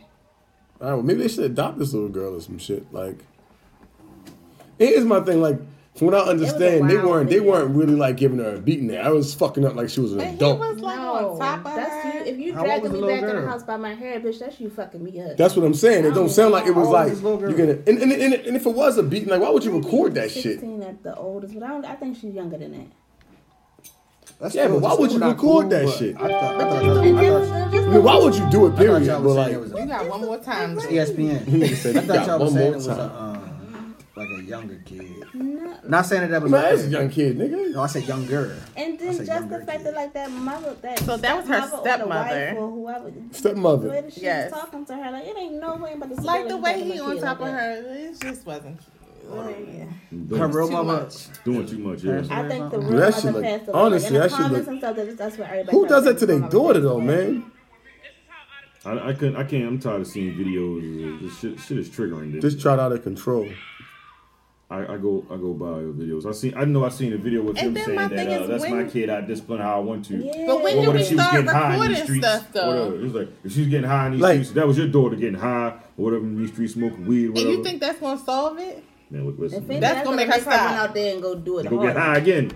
Speaker 3: All right, well, maybe they should adopt this little girl or some shit. Like, here's my thing. Like, From what I
Speaker 1: was a
Speaker 3: understand, they
Speaker 1: wild
Speaker 3: weren't they
Speaker 1: video.
Speaker 3: weren't really like giving her a beating. There, I was fucking up like she was an
Speaker 1: But he
Speaker 3: adult.
Speaker 1: was like on top of
Speaker 6: that's
Speaker 1: her.
Speaker 6: you. If you
Speaker 3: How old was the
Speaker 6: dragging me
Speaker 3: little
Speaker 6: back in
Speaker 3: girl?
Speaker 6: the house by my hair, bitch, that's you fucking me up.
Speaker 3: That's what I'm saying. It don't sound like it was
Speaker 6: How old
Speaker 3: like
Speaker 6: is
Speaker 3: you're gonna. And, and, and, and if it was a beating, like why would you record that shit?
Speaker 6: 16 at the oldest, but I, don't, I think she's younger than that.
Speaker 3: yeah, but why would you record that shit? I, mean, why would you do it? Period. But like,
Speaker 1: You got one more time.
Speaker 8: E ESPN.
Speaker 3: He said,
Speaker 8: I
Speaker 3: "You
Speaker 8: thought
Speaker 3: got
Speaker 8: y'all was
Speaker 3: one
Speaker 8: saying it
Speaker 3: more
Speaker 8: was a,
Speaker 3: time."
Speaker 8: um, like a younger kid. Not saying that that was
Speaker 3: Man, that's a young kid, nigga.
Speaker 8: No, I said younger.
Speaker 6: And
Speaker 8: I
Speaker 6: then just the
Speaker 8: said younger
Speaker 6: fact that like that mother that
Speaker 1: So that was her
Speaker 6: stepmother or the wife
Speaker 1: stepmother.
Speaker 6: or whoever
Speaker 3: Stepmother.
Speaker 6: The way that she
Speaker 1: Yes.
Speaker 6: was talking to her like it ain't no way about to sit
Speaker 1: Like
Speaker 6: down
Speaker 1: the
Speaker 6: and
Speaker 1: way
Speaker 6: talk to
Speaker 1: he
Speaker 6: my
Speaker 1: on
Speaker 6: kid
Speaker 1: top
Speaker 6: like
Speaker 1: of
Speaker 6: that.
Speaker 1: her, it just wasn't cute.
Speaker 4: Doing-
Speaker 8: Her real
Speaker 1: Too
Speaker 8: mama.
Speaker 1: much.
Speaker 4: Doing too much, yeah.
Speaker 6: I think the
Speaker 3: Yeah,
Speaker 6: real
Speaker 3: that
Speaker 6: mother
Speaker 3: shit look-
Speaker 6: passed away.
Speaker 3: honestly,
Speaker 6: like,
Speaker 3: that shit
Speaker 6: in the comments
Speaker 3: look-
Speaker 6: and stuff, that's- that's where everybody
Speaker 3: who does that
Speaker 6: comes
Speaker 3: to
Speaker 6: from.
Speaker 3: their daughter though, man?
Speaker 4: I, I couldn't. I can't. I'm tired of seeing videos. This shit, shit is triggering. This.
Speaker 3: Just tried out of control.
Speaker 4: I, I go. I go buy videos. I seen. I know. I seen a video with
Speaker 1: And
Speaker 4: him
Speaker 1: then
Speaker 4: saying
Speaker 1: my
Speaker 4: that
Speaker 1: thing
Speaker 4: uh,
Speaker 1: is
Speaker 4: that's my
Speaker 1: when-
Speaker 4: kid. I discipline how I want to.
Speaker 6: Yeah.
Speaker 1: But when
Speaker 4: Or
Speaker 1: do
Speaker 4: what
Speaker 1: we
Speaker 4: if she was
Speaker 1: start
Speaker 4: getting high in these
Speaker 1: recording
Speaker 4: streets?
Speaker 1: stuff
Speaker 4: Whatever.
Speaker 1: though?
Speaker 4: It was like if she's getting high in these
Speaker 3: Like-
Speaker 4: streets, that was your daughter getting high or whatever in these streets smoking weed.
Speaker 1: And
Speaker 4: Whatever.
Speaker 1: you think that's gonna solve it?
Speaker 4: Man, look,
Speaker 6: If
Speaker 4: listen.
Speaker 6: anything,
Speaker 4: man.
Speaker 1: That's gonna make her
Speaker 6: run
Speaker 1: stop.
Speaker 6: out there and go do it.
Speaker 4: Go get
Speaker 6: harder.
Speaker 4: high again.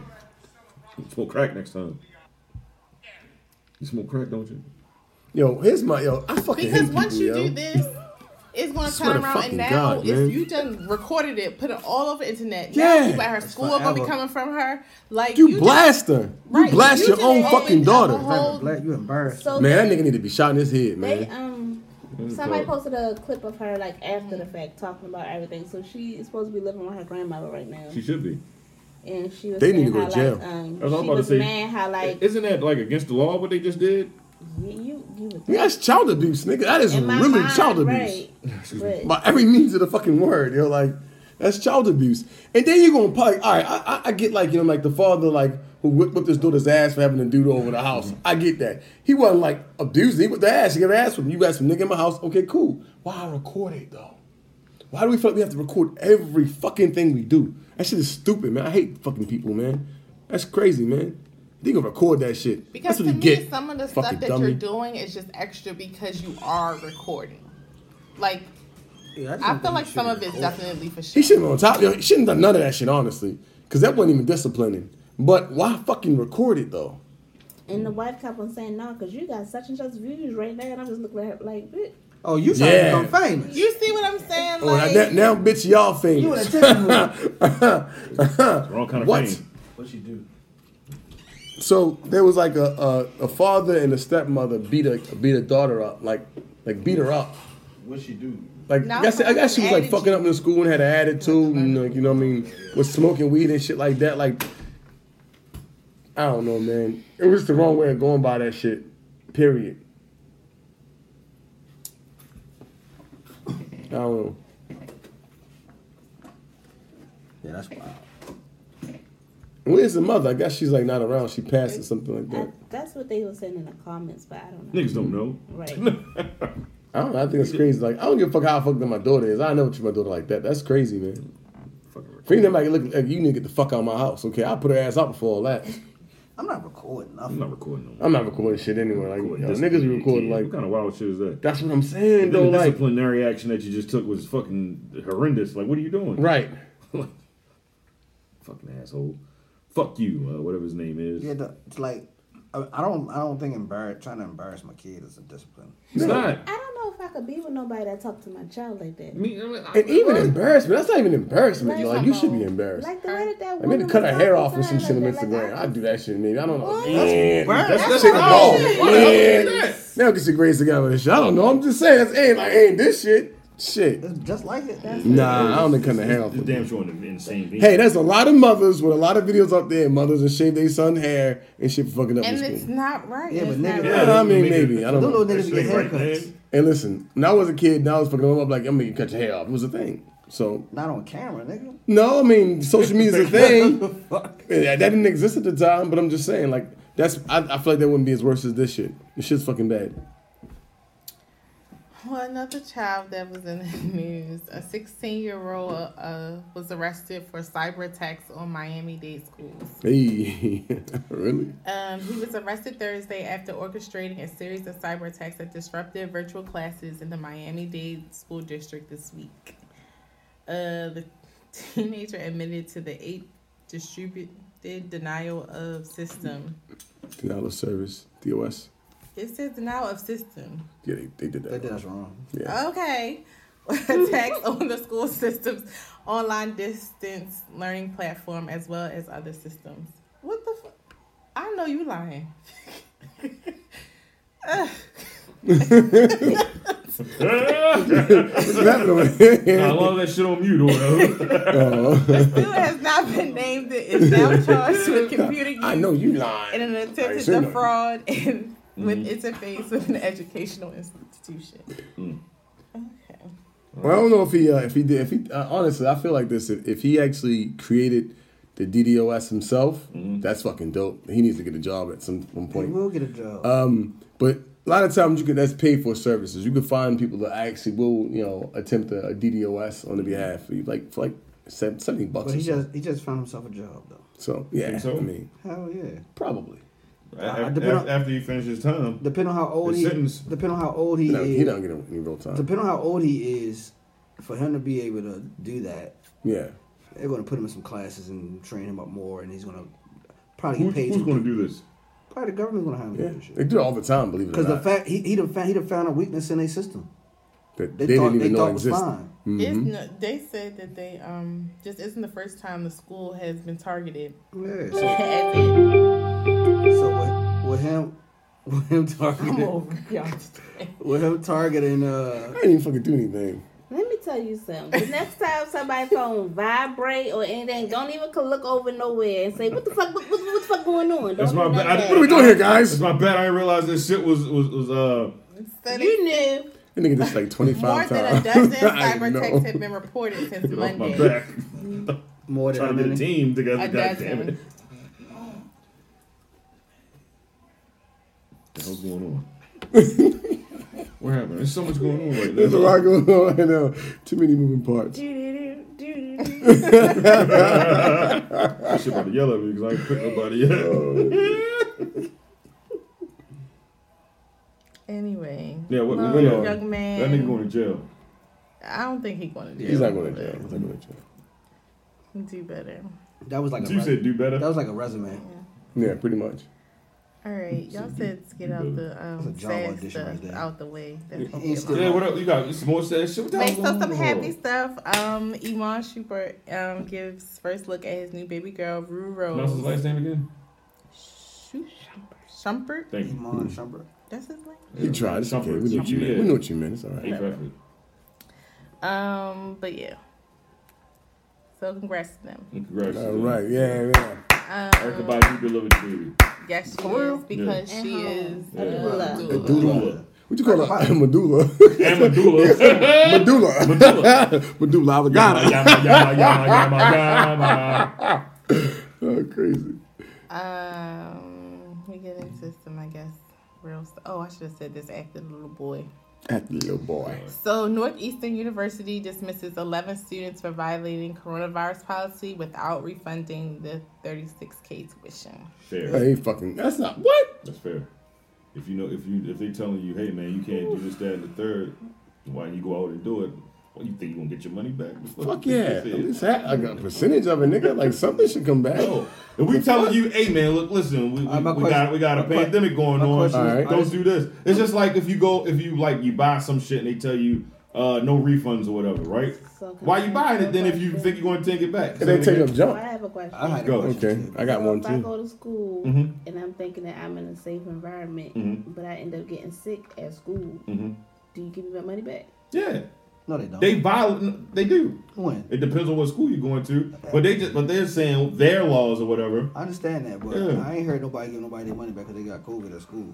Speaker 4: Smoke crack next time. You smoke crack, don't you?
Speaker 3: Yo, here's my yo. I fucking
Speaker 1: Because
Speaker 3: hate
Speaker 1: once
Speaker 3: people,
Speaker 1: you
Speaker 3: yo.
Speaker 1: do this, it's gonna
Speaker 3: Swear
Speaker 1: turn
Speaker 3: to
Speaker 1: around
Speaker 3: fucking
Speaker 1: and now
Speaker 3: God, man.
Speaker 1: if you done recorded it, put it all over internet.
Speaker 3: Yeah.
Speaker 1: Now people at her school are gonna be
Speaker 8: forever.
Speaker 1: coming from her. Like
Speaker 3: You,
Speaker 1: just-
Speaker 3: blast her.
Speaker 1: Right,
Speaker 3: You blast
Speaker 1: you
Speaker 3: your
Speaker 1: just
Speaker 3: own
Speaker 1: opened
Speaker 3: fucking
Speaker 1: up
Speaker 3: daughter.
Speaker 1: a whole-
Speaker 8: Black, black, you embarrassed.
Speaker 6: So
Speaker 3: Man,
Speaker 6: they-
Speaker 3: that nigga need to be shot in his head,
Speaker 6: They
Speaker 3: man.
Speaker 6: um
Speaker 1: Mm,
Speaker 4: That's
Speaker 6: somebody
Speaker 4: dope.
Speaker 6: posted a clip of her like after the fact talking about everything. So she is supposed to be living with her grandmother right now,
Speaker 4: She should be.
Speaker 6: and she was
Speaker 3: They
Speaker 6: saying
Speaker 3: need to go
Speaker 6: how,
Speaker 3: to jail.
Speaker 6: Like, um,
Speaker 4: That's what I'm
Speaker 6: she
Speaker 4: about
Speaker 6: was
Speaker 4: to say.
Speaker 6: mad how like
Speaker 4: Isn't that like against the law what they just did?
Speaker 6: you you, you was
Speaker 3: Yeah, that's child abuse, nigga. That is
Speaker 6: in my
Speaker 3: really
Speaker 6: mind,
Speaker 3: child abuse.
Speaker 6: right? But
Speaker 3: by every means of the fucking word. You're like, that's child abuse. And then you're gonna probably, all right, I, I, I get like, you know, like the father, like, who whipped, whipped his daughter's ass for having a dude over the house. I get that. He wasn't like abusing, he whipped the ass. He got ass from you got some nigga in my house. Okay, cool. Why record it though? Why do we feel like we have to record every fucking thing we do? That shit is stupid, man. I hate fucking people, man. That's crazy, man. They gonna record that shit.
Speaker 1: Because
Speaker 3: That's what
Speaker 1: to
Speaker 3: you
Speaker 1: me,
Speaker 3: get.
Speaker 1: some of the
Speaker 3: fucking
Speaker 1: stuff that
Speaker 3: dummy.
Speaker 1: you're doing is just extra because you are recording. Like
Speaker 8: Yeah, just
Speaker 1: I feel
Speaker 8: don't think
Speaker 1: like
Speaker 8: you
Speaker 1: some
Speaker 8: should
Speaker 1: of it's
Speaker 8: record.
Speaker 1: definitely for
Speaker 3: He
Speaker 1: shit.
Speaker 3: shouldn't have on top. Yo, he shouldn't have done none of that shit, honestly, because that wasn't even disciplining. But why fucking record it though?
Speaker 6: and the wife kept on saying no because you got such and such views right now, and I'm just looking at her like bitch.
Speaker 8: Oh, you trying
Speaker 3: Yeah.
Speaker 8: to become famous?
Speaker 1: You see what I'm saying?
Speaker 3: Oh, now,
Speaker 1: Like,
Speaker 3: that- now, bitch, y'all
Speaker 8: You in a
Speaker 3: famous.
Speaker 8: different movie.
Speaker 4: Wrong kind of
Speaker 3: What?
Speaker 4: fame.
Speaker 8: What you do?
Speaker 3: So there was like a, a a father and a stepmother beat a beat a daughter up, like like beat her up.
Speaker 8: What she do?
Speaker 3: Like
Speaker 1: Now
Speaker 3: I, guess, I guess she was like
Speaker 1: attitude.
Speaker 3: fucking up in school and had an attitude and like you know what I mean was smoking weed and shit like that. Like I don't know, man. It was the wrong way of going by that shit. Period. I don't know.
Speaker 8: Yeah, that's wild.
Speaker 3: Where's the mother? I guess she's like not around. She passed or something like
Speaker 6: I,
Speaker 3: that.
Speaker 6: that's what they were saying in the comments, but I don't know.
Speaker 4: Niggas don't know.
Speaker 6: Right.
Speaker 3: I don't know. I think it's crazy. Like I don't give a fuck how fucked up my daughter is. I never treat my daughter like that. That's crazy, man. For you, like, look, like, you need to get the fuck out of my house. Okay, I'll put her ass out before all that.
Speaker 8: I'm not recording
Speaker 4: I'm
Speaker 8: nothing.
Speaker 4: not recording no more.
Speaker 3: I'm not recording shit anyway. Like yo,
Speaker 4: Recording this
Speaker 3: niggas be
Speaker 4: kid.
Speaker 3: recording like
Speaker 4: what kind of wild shit is that?
Speaker 3: that's what I'm saying
Speaker 4: And
Speaker 3: though.
Speaker 4: then the
Speaker 3: Like
Speaker 4: disciplinary action that you just took was fucking horrendous. Like, what are you doing?
Speaker 3: right.
Speaker 4: Fucking asshole. Fuck you, uh, whatever his name is.
Speaker 8: Yeah, the, it's like I I don't. I don't think embarrass trying to embarrass my kid is a discipline.
Speaker 4: it's not.
Speaker 6: I don't know if I could be with nobody that talked to my child like that.
Speaker 4: Me, I mean, I-
Speaker 3: And even embarrassment. That's not even embarrassment. yo. Like you should be embarrassed.
Speaker 6: Like the way that that
Speaker 3: I mean,
Speaker 6: woman
Speaker 3: to cut
Speaker 6: was
Speaker 3: her hair
Speaker 6: talking
Speaker 3: off
Speaker 6: to
Speaker 3: with some
Speaker 6: her
Speaker 3: shit on
Speaker 6: like that, like,
Speaker 3: Instagram.
Speaker 6: I-
Speaker 3: I do that shit, maybe. I don't know.
Speaker 1: What?
Speaker 3: Man,
Speaker 4: That's-
Speaker 3: that's
Speaker 4: that's
Speaker 3: shit ball.
Speaker 4: bullshit. Why the hell is
Speaker 3: Man,
Speaker 4: that?
Speaker 3: now get your grades together and shit. I don't know. I'm just saying, that's ain't like ain't this shit. Shit.
Speaker 8: It's just like it.
Speaker 3: Nah, I don't think cutting the hair off.
Speaker 4: It's damn sure in the insane vein.
Speaker 3: Hey, there's a lot of mothers with a lot of videos up there. Mothers and shave their son hair and shit for fucking up in
Speaker 1: and
Speaker 3: school.
Speaker 1: it's not right.
Speaker 8: Yeah, but
Speaker 1: It's
Speaker 8: nigga-
Speaker 1: not
Speaker 4: Yeah,
Speaker 1: right.
Speaker 3: Yeah, I mean,
Speaker 4: nigga,
Speaker 3: maybe. I don't
Speaker 8: Them
Speaker 3: know.
Speaker 8: little
Speaker 4: that
Speaker 8: niggas
Speaker 4: shit
Speaker 8: get
Speaker 4: ain't right,
Speaker 8: haircuts.
Speaker 4: man.
Speaker 3: Hey, listen, when I was a kid, now I was fucking them up like, I mean, you cut your hair off. It was a thing. So,
Speaker 8: Not on camera, nigga.
Speaker 3: no, I mean, social media's a thing. Yeah, that didn't exist at the time, but I'm just saying, like, that's, I, I feel like that wouldn't be as worse as this shit. This shit's fucking bad.
Speaker 1: Well, another child that was in the news, a 16 year old uh, was arrested for cyber attacks on Miami Dade schools.
Speaker 3: Hey, really?
Speaker 1: Um, he was arrested Thursday after orchestrating a series of cyber attacks that disrupted virtual classes in the Miami Dade School District this week. Uh, the Teenager admitted to the eighth distributed denial of system.
Speaker 3: Denial of service, DOS.
Speaker 1: It says denial of system.
Speaker 3: Yeah, they, they did that.
Speaker 8: They did us wrong.
Speaker 3: Yeah.
Speaker 1: Okay. Attacks on the school system's online distance learning platform as well as other systems. What the fuck? I know you lying. Ugh.
Speaker 3: What's happening over here?
Speaker 4: Nah, I love that shit on mute or whatever.
Speaker 3: Oh.
Speaker 1: Who has not been named it is now charged with computer use
Speaker 3: I know you
Speaker 1: in
Speaker 3: lying.
Speaker 1: an
Speaker 3: I
Speaker 1: attempt
Speaker 3: ain't
Speaker 1: to
Speaker 3: said
Speaker 1: defraud and
Speaker 3: Mm-hmm.
Speaker 1: with interface with an educational institution. Okay.
Speaker 3: Well, I don't know if he uh, if he did if he uh, honestly I feel like this if, if he actually created the DDoS himself
Speaker 8: Mm-hmm.
Speaker 3: that's fucking dope. He needs to get a job at some, some
Speaker 8: We
Speaker 3: point.
Speaker 8: will get a job.
Speaker 3: Um, but a lot of times you can that's paid for services. You can find people that actually will you know attempt a, a DDoS on the behalf of you, like for like se- seventy bucks.
Speaker 8: but
Speaker 3: Or
Speaker 8: he
Speaker 3: so.
Speaker 8: just he just found himself a job though.
Speaker 3: so yeah,
Speaker 4: Think so?
Speaker 3: I mean
Speaker 8: Hell yeah.
Speaker 3: probably.
Speaker 4: A- a-
Speaker 8: depend on-
Speaker 4: after, he finishes time,
Speaker 8: Depend on how old
Speaker 4: The
Speaker 8: he
Speaker 4: sentence-
Speaker 8: depend on how old he
Speaker 3: He don't,
Speaker 8: is.
Speaker 3: he don't get any real time.
Speaker 8: Depend on how old he is, for him to be able to do that,
Speaker 3: Yeah,
Speaker 8: they're going to put him in some classes and train him up more, and he's going to probably
Speaker 4: who,
Speaker 8: get paid.
Speaker 4: who's going to do this?
Speaker 8: Probably the government's going to hire him to
Speaker 3: yeah.
Speaker 8: do this shit.
Speaker 3: They do it all the time. Believe it or
Speaker 8: Because the
Speaker 3: not,
Speaker 8: fact he he done found he done found a weakness in their system.
Speaker 3: that
Speaker 8: They,
Speaker 3: they,
Speaker 8: thought
Speaker 3: didn't
Speaker 8: they
Speaker 3: even know
Speaker 8: thought was
Speaker 3: existed.
Speaker 8: fine.
Speaker 1: It's
Speaker 3: Mm-hmm.
Speaker 1: no, they said that they um just isn't the first time the school has been targeted.
Speaker 8: Yeah.
Speaker 1: as
Speaker 8: So,
Speaker 1: a-
Speaker 8: so with, with him, with him
Speaker 1: I'm
Speaker 8: targeting,
Speaker 1: over y'all.
Speaker 8: with him targeting, uh,
Speaker 3: I didn't even fucking do anything.
Speaker 6: Let me tell you something. The next time somebody phone vibrate or anything, don't even look over nowhere and say, "What the fuck? What, what, what the fuck going on?" Don't
Speaker 4: That's
Speaker 6: do
Speaker 4: my
Speaker 6: none
Speaker 4: bad.
Speaker 6: of
Speaker 4: I-
Speaker 6: that.
Speaker 3: What are we doing here, guys?
Speaker 4: It's my bad. I didn't realize this shit was was, was uh.
Speaker 6: You knew.
Speaker 3: That nigga just like 25
Speaker 1: More
Speaker 3: times.
Speaker 1: than a dozen
Speaker 3: I
Speaker 1: cyber
Speaker 3: know.
Speaker 1: attacks have been reported since
Speaker 4: Get off my
Speaker 1: Monday.
Speaker 4: back.
Speaker 8: more than
Speaker 4: Trying to
Speaker 8: a
Speaker 4: get a
Speaker 8: minute.
Speaker 4: team together.
Speaker 1: A
Speaker 4: God damn it.
Speaker 1: dozen.
Speaker 4: What the hell's going on? what happened? There's so much going on right
Speaker 3: There's a
Speaker 4: now.
Speaker 3: lot going on right now. Too many moving parts.
Speaker 4: I should about to yell at me because I ain't picked nobody
Speaker 3: Oh,
Speaker 4: yet.
Speaker 1: Anyway,
Speaker 4: yeah, what?
Speaker 1: love,
Speaker 4: what yeah.
Speaker 1: young
Speaker 4: That nigga
Speaker 1: man.
Speaker 4: going to jail.
Speaker 1: I don't think he's going to
Speaker 3: He's
Speaker 1: do
Speaker 3: not going to jail. He's not going to jail.
Speaker 1: do better.
Speaker 8: That was like a
Speaker 4: You said
Speaker 8: res-
Speaker 4: do better.
Speaker 8: that was like a resume.
Speaker 3: Yeah, pretty much.
Speaker 1: All right, y'all said let's get out the
Speaker 8: That's
Speaker 1: um,
Speaker 8: a job
Speaker 1: sad
Speaker 8: audition
Speaker 1: stuff
Speaker 8: right there.
Speaker 1: out the way. That's what
Speaker 8: He ain't still-
Speaker 4: yeah, what up? You got some more sad shit? What the
Speaker 1: Okay, so
Speaker 4: hell's going
Speaker 1: some
Speaker 4: on?
Speaker 1: happy stuff. Um, Iman Schubert um gives first look at his new baby girl Rue
Speaker 4: Pronounce his
Speaker 1: Rose.
Speaker 4: last name again?
Speaker 1: Shu- Shumpert.
Speaker 4: Thank you.
Speaker 8: Iman Shumpert.
Speaker 1: That's his name.
Speaker 3: He tried. It's okay. We know what you meant. We know what you meant. It's all
Speaker 4: Hey,
Speaker 3: right.
Speaker 4: Bradford.
Speaker 1: Um, but yeah. So congrats to them.
Speaker 4: Congrats.
Speaker 3: All right. Yeah, yeah.
Speaker 4: Erica
Speaker 1: Um,
Speaker 4: Badu delivered the baby.
Speaker 1: yes, she is because
Speaker 6: Yeah.
Speaker 1: she is
Speaker 6: And
Speaker 1: a
Speaker 6: home.
Speaker 1: doula.
Speaker 3: A doula. What you call a medulla?
Speaker 4: And Medulla.
Speaker 3: medulla. Medulla. medulla
Speaker 4: Yama,
Speaker 3: avocado.
Speaker 4: yama, yama, yama, yama, yama.
Speaker 3: Oh, crazy.
Speaker 1: Um, we get into some, I guess, real stuff. Oh, I should have said this after the little boy.
Speaker 3: That little boy.
Speaker 1: So, Northeastern University dismisses 11 students for violating coronavirus policy without refunding the 36K tuition.
Speaker 4: Fair.
Speaker 3: That ain't fucking. That's not what.
Speaker 4: That's fair. If you know, if you, if they telling you, hey man, you can't do this, that, and the third, why you go out and do it? Well, you think you gonna get your money back? The
Speaker 3: Fuck
Speaker 4: you
Speaker 3: yeah.
Speaker 4: think this is?
Speaker 3: It's had like a percentage of a nigga. Like something should come back.
Speaker 4: No. If Oh. we telling you, hey man, look, listen, we, we,
Speaker 8: Uh, my
Speaker 4: we
Speaker 8: question-
Speaker 4: got we got a
Speaker 8: my que-
Speaker 4: pandemic going
Speaker 8: my
Speaker 4: on.
Speaker 8: question
Speaker 3: is-
Speaker 4: Alright. Don't do this. It's just like if you go, if you like, you buy some shit and they tell you uh, no refunds or whatever, right?
Speaker 6: So can
Speaker 4: Why
Speaker 6: I
Speaker 4: you buying it then if you
Speaker 6: question?
Speaker 4: think you're going to take it back?
Speaker 3: If they take up
Speaker 6: I
Speaker 3: junk.
Speaker 6: have a question.
Speaker 8: I had a
Speaker 4: Go.
Speaker 8: question
Speaker 3: Okay,
Speaker 8: too.
Speaker 3: I got
Speaker 6: So
Speaker 3: one
Speaker 6: if I
Speaker 3: too.
Speaker 6: go to school
Speaker 4: Mhm.
Speaker 6: and I'm thinking that I'm in a safe environment,
Speaker 4: Mhm.
Speaker 6: but I end up getting sick at school,
Speaker 4: Mhm.
Speaker 6: do you give me my money back?
Speaker 4: Yeah,
Speaker 8: No, they don't.
Speaker 4: they buy. They do.
Speaker 8: when
Speaker 4: It depends on what school you're going to, but they just but they're saying their laws or whatever.
Speaker 8: I understand that, but
Speaker 4: Yeah.
Speaker 8: I ain't heard nobody give nobody their money back because they got COVID at school.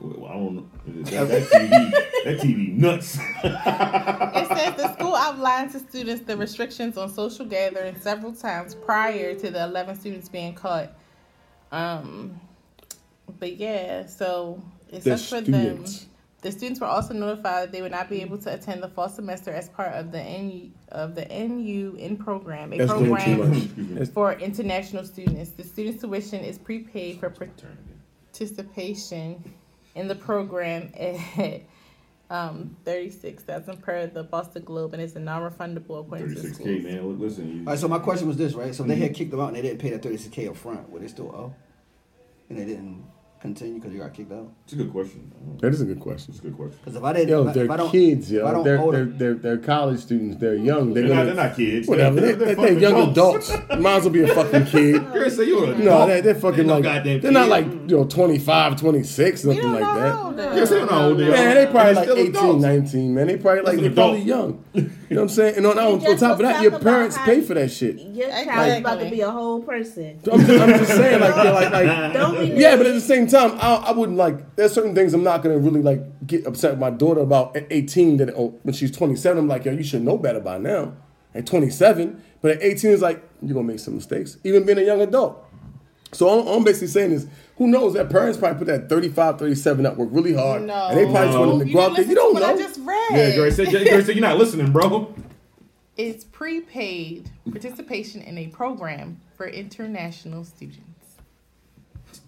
Speaker 4: Well, I don't. know. That, that TV, that TV nuts.
Speaker 1: It says the school outlined to students the restrictions on social gatherings several times prior to the 11 students being caught. Um, but yeah, so it's
Speaker 3: The
Speaker 1: up for them.
Speaker 3: students.
Speaker 1: The students were also notified they would not be able to attend the fall semester as part of the NU of the NU in program, a
Speaker 3: That's doing too
Speaker 1: program
Speaker 3: much. That's
Speaker 1: for international students. The student's tuition is prepaid for participation in the program at Um, 36 thousand per the Boston Globe, and it's a non-refundable according to the
Speaker 4: 36k,
Speaker 1: schools.
Speaker 4: man. Look, Listen, you,
Speaker 8: All right, so my question was this, right? So
Speaker 3: Mm-hmm.
Speaker 8: they had kicked them out and they didn't pay that 36K up front. Were they still owe? And they didn't continue because they got kicked out?
Speaker 4: it's a good question. I don't know.
Speaker 3: That is a good question.
Speaker 4: It's a good question.
Speaker 8: Because if I didn't,
Speaker 3: Yo,
Speaker 8: if I-
Speaker 3: they're
Speaker 8: if I don't,
Speaker 3: kids,
Speaker 8: if I
Speaker 3: yo.
Speaker 8: don't
Speaker 3: They're,
Speaker 8: owe
Speaker 3: they're,
Speaker 8: them,
Speaker 3: they're, they're college students. They're young. They're,
Speaker 4: They're not,
Speaker 3: gonna-
Speaker 4: they're not kids.
Speaker 3: Whatever. They're,
Speaker 4: They're,
Speaker 3: they're,
Speaker 4: fucking
Speaker 3: young
Speaker 4: adults.
Speaker 3: adults. Might as well be a fucking kid.
Speaker 4: Girl, say you an
Speaker 3: No,
Speaker 4: adult.
Speaker 3: they're, they're fucking
Speaker 4: Ain't no
Speaker 3: like
Speaker 4: goddamn
Speaker 3: they're not
Speaker 4: kid.
Speaker 3: like you know 25, 26,
Speaker 1: We
Speaker 3: nothing
Speaker 1: don't
Speaker 3: like
Speaker 1: know how
Speaker 3: that.
Speaker 1: old they
Speaker 4: Yes, they
Speaker 1: are.
Speaker 4: don't know how old they are.
Speaker 3: Yeah, they probably
Speaker 4: And
Speaker 3: like
Speaker 4: still
Speaker 3: 18,
Speaker 4: adults.
Speaker 3: 19, man. They probably like
Speaker 4: That's
Speaker 3: they're
Speaker 4: an
Speaker 3: probably
Speaker 4: adult.
Speaker 3: young. You know what I'm saying? And on,
Speaker 6: We
Speaker 3: on, on
Speaker 6: just
Speaker 3: top of
Speaker 6: was
Speaker 3: that, your
Speaker 6: talking about
Speaker 3: parents
Speaker 6: how
Speaker 3: pay for that shit.
Speaker 6: Your child is
Speaker 1: Like-
Speaker 6: about to be a whole person.
Speaker 3: I'm just, I'm just saying, like, they're like, like,
Speaker 6: Don't be
Speaker 3: yeah, but at the same time, I, I wouldn't like. There's certain things I'm not gonna really like get upset with my daughter about at 18. That oh, when she's 27, I'm like, yo, you should know better by now. At 27, but at 18, it's like you're gonna make some mistakes, even being a young adult. So all, all I'm basically saying is, who knows? That parents probably put that 35, 37 up, work really hard,
Speaker 1: No.
Speaker 3: and they probably just
Speaker 4: No.
Speaker 3: wanted to
Speaker 1: You
Speaker 3: go out there.
Speaker 1: didn't
Speaker 3: You don't
Speaker 1: listen to what
Speaker 3: know.
Speaker 1: I just read.
Speaker 4: Yeah, Grace said, Grace said, you're not listening, bro.
Speaker 1: It's prepaid participation in a program for international students.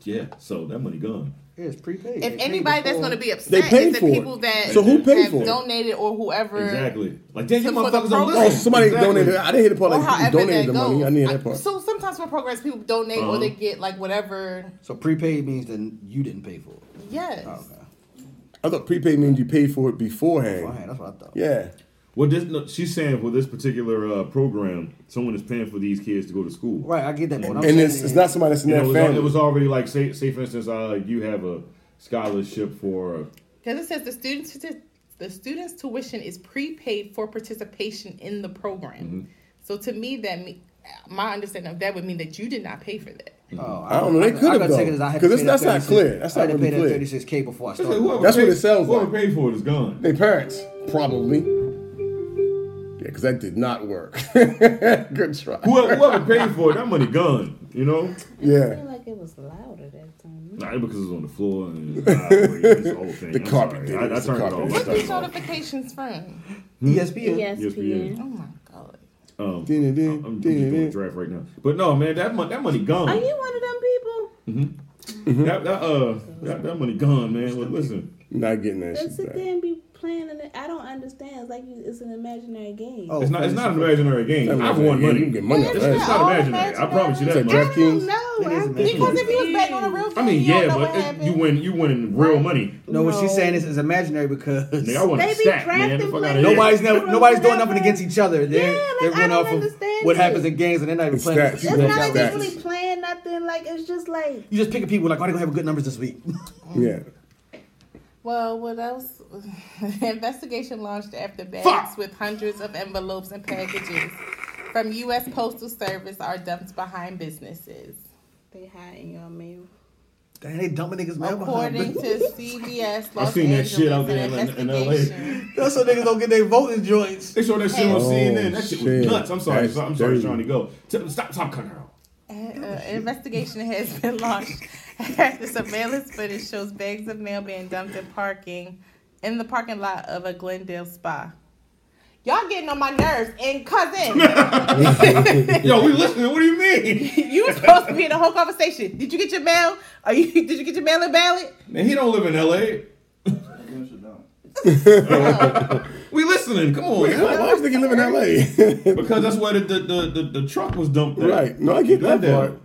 Speaker 4: Yeah, so that money gone.
Speaker 8: yeah, it's prepaid.
Speaker 1: If anybody that's going to be upset
Speaker 3: They paid
Speaker 1: is the
Speaker 3: for it.
Speaker 1: people that
Speaker 3: So who paid
Speaker 1: have
Speaker 3: for it?
Speaker 1: donated or whoever.
Speaker 4: Exactly. Like, damn, you
Speaker 1: So for the
Speaker 4: motherfuckers don't
Speaker 1: program-
Speaker 4: listen.
Speaker 3: Oh, somebody
Speaker 4: Exactly.
Speaker 3: donated. I didn't hear the part
Speaker 1: Or
Speaker 3: like
Speaker 1: however
Speaker 3: people
Speaker 1: that
Speaker 3: donated the
Speaker 1: goes.
Speaker 3: money. I didn't hear
Speaker 1: I-
Speaker 3: that part.
Speaker 1: So sometimes for programs, people donate or
Speaker 4: Uh-huh.
Speaker 1: they get like whatever.
Speaker 8: so prepaid means that you didn't pay for it.
Speaker 1: Yes.
Speaker 8: Oh, okay.
Speaker 3: I thought prepaid means you pay for it
Speaker 8: Well,
Speaker 3: beforehand.
Speaker 8: hey, that's what I thought.
Speaker 3: Yeah.
Speaker 4: Well, this no, she's saying for this particular uh, program, someone is paying for these kids to go to school.
Speaker 8: Right, I get that. But what I'm
Speaker 3: and
Speaker 8: saying
Speaker 3: it's, it's
Speaker 8: is-
Speaker 3: not somebody that's in
Speaker 4: You know,
Speaker 3: their
Speaker 4: it, was, al-
Speaker 3: family.
Speaker 4: it was already like say say for instance, uh, you have a scholarship for
Speaker 1: Because it says the students the students' tuition is prepaid for participation in the program. So to me, that me, my understanding of that would mean that you did not pay for that.
Speaker 8: Oh,
Speaker 3: I don't know, they
Speaker 8: I- I
Speaker 3: could've
Speaker 8: got
Speaker 3: though,
Speaker 8: tickets, I had to
Speaker 3: 'cause
Speaker 8: pay
Speaker 3: it's- that's
Speaker 8: that
Speaker 3: not
Speaker 8: 36
Speaker 3: clear. That's
Speaker 8: I had
Speaker 3: not
Speaker 8: to pay
Speaker 3: really
Speaker 8: that
Speaker 3: clear.
Speaker 8: 36k before I
Speaker 4: It's like,
Speaker 8: started.
Speaker 4: whoever
Speaker 3: That's what
Speaker 4: paid-
Speaker 3: it sounds
Speaker 4: Whoever
Speaker 3: like.
Speaker 4: paid for it is gone.
Speaker 3: Their parents, probably. Yeah, because that did not work. Good try.
Speaker 4: whoever, whoever paid for it, that money gone. You know,
Speaker 6: I feel
Speaker 3: Yeah.
Speaker 6: like it was louder that time.
Speaker 4: nah, because it's on the floor and it's vibrating, it's the whole thing.
Speaker 3: The
Speaker 4: I'm
Speaker 3: carpet
Speaker 4: sorry.
Speaker 3: did it.
Speaker 4: I, I
Speaker 3: It's the
Speaker 4: turned it
Speaker 3: carpet.
Speaker 4: off. I
Speaker 1: Where's
Speaker 4: turned
Speaker 1: these
Speaker 4: it off.
Speaker 1: notifications from?
Speaker 8: ESPN.
Speaker 6: ESPN.
Speaker 1: Oh my god.
Speaker 4: Um,
Speaker 3: Did it, did it,
Speaker 4: I'm, I'm
Speaker 3: did it,
Speaker 4: doing
Speaker 3: did
Speaker 4: a
Speaker 3: it.
Speaker 4: draft right now, but no, man, that money, that money gone.
Speaker 6: Are you one of them people?
Speaker 4: That, that uh, that, that money gone, man. Well, listen,
Speaker 3: Not getting that
Speaker 6: They
Speaker 3: shit
Speaker 6: sit
Speaker 3: back.
Speaker 6: there and be playing in it. I don't understand. It's like you, it's an imaginary game.
Speaker 8: Oh,
Speaker 4: it's not it's not an imaginary game. I've won
Speaker 3: Yeah,
Speaker 4: money.
Speaker 3: You can get money off
Speaker 4: It's,
Speaker 3: that.
Speaker 4: it's not imaginary. I promise you
Speaker 3: It's
Speaker 4: that
Speaker 3: a
Speaker 4: much.
Speaker 3: draft kings.
Speaker 1: No,
Speaker 8: It is
Speaker 1: I-
Speaker 8: amazing.
Speaker 1: because if you was betting on a real game,
Speaker 4: I mean,
Speaker 1: you don't
Speaker 4: yeah,
Speaker 1: know
Speaker 4: but
Speaker 1: what
Speaker 4: it,
Speaker 1: happened.
Speaker 4: you win. You winning real money.
Speaker 8: No, Oh, what she's saying is it's imaginary because
Speaker 4: Nigga, I want
Speaker 6: They
Speaker 4: a
Speaker 6: be
Speaker 4: stack, man. The
Speaker 6: drafting
Speaker 4: fuck out of here.
Speaker 8: nobody's never,
Speaker 6: From
Speaker 8: nobody's doing
Speaker 6: whatever-
Speaker 8: nothing against each other. They're,
Speaker 6: Yeah, like,
Speaker 8: they're
Speaker 6: I
Speaker 8: going
Speaker 6: don't
Speaker 8: off of
Speaker 6: understand
Speaker 8: what
Speaker 6: it.
Speaker 8: happens in games and they're not even
Speaker 3: It's
Speaker 8: playing.
Speaker 3: stats.
Speaker 6: it's
Speaker 3: You
Speaker 6: not
Speaker 3: know,
Speaker 6: like
Speaker 3: stats.
Speaker 6: they really playing nothing. Like it's just like
Speaker 8: You just picking people like, oh, they're gonna have good numbers this week.
Speaker 3: Yeah.
Speaker 1: Well, what else? the investigation launched after bags with hundreds of envelopes and packages from U.S. Postal Service are dumped behind businesses.
Speaker 6: they hiding your mail.
Speaker 8: Damn, they dumping niggas man
Speaker 1: According to CBS Los
Speaker 4: I've seen that
Speaker 1: Angeles,
Speaker 4: shit out there
Speaker 1: an
Speaker 4: in- in LA.
Speaker 1: investigation.
Speaker 8: That's so niggas don't get their voting joints.
Speaker 4: They showed that shit on
Speaker 1: Oh,
Speaker 4: CNN. That shit was
Speaker 3: shit.
Speaker 4: nuts. I'm sorry.
Speaker 3: That's
Speaker 4: I'm sorry,
Speaker 3: dirty.
Speaker 4: Shawnee. Go. T- Stop. Stop cutting her off.
Speaker 1: Uh, An investigation has been launched after surveillance footage shows bags of mail being dumped in parking in the parking lot of a Glendale spa. Y'all getting on my nerves, and cousin.
Speaker 4: Yo, we listening. What do you mean?
Speaker 1: You were supposed to be in the whole conversation. Did you get your mail? Are you? Did you get your mail in ballot?
Speaker 4: Man, he don't live in L.A. we listening. Come on.
Speaker 3: Why
Speaker 4: man.
Speaker 3: why was thinking live in LA?
Speaker 4: Because that's where the the, the, the, the truck was dumped. At.
Speaker 3: Right. No, I get that part.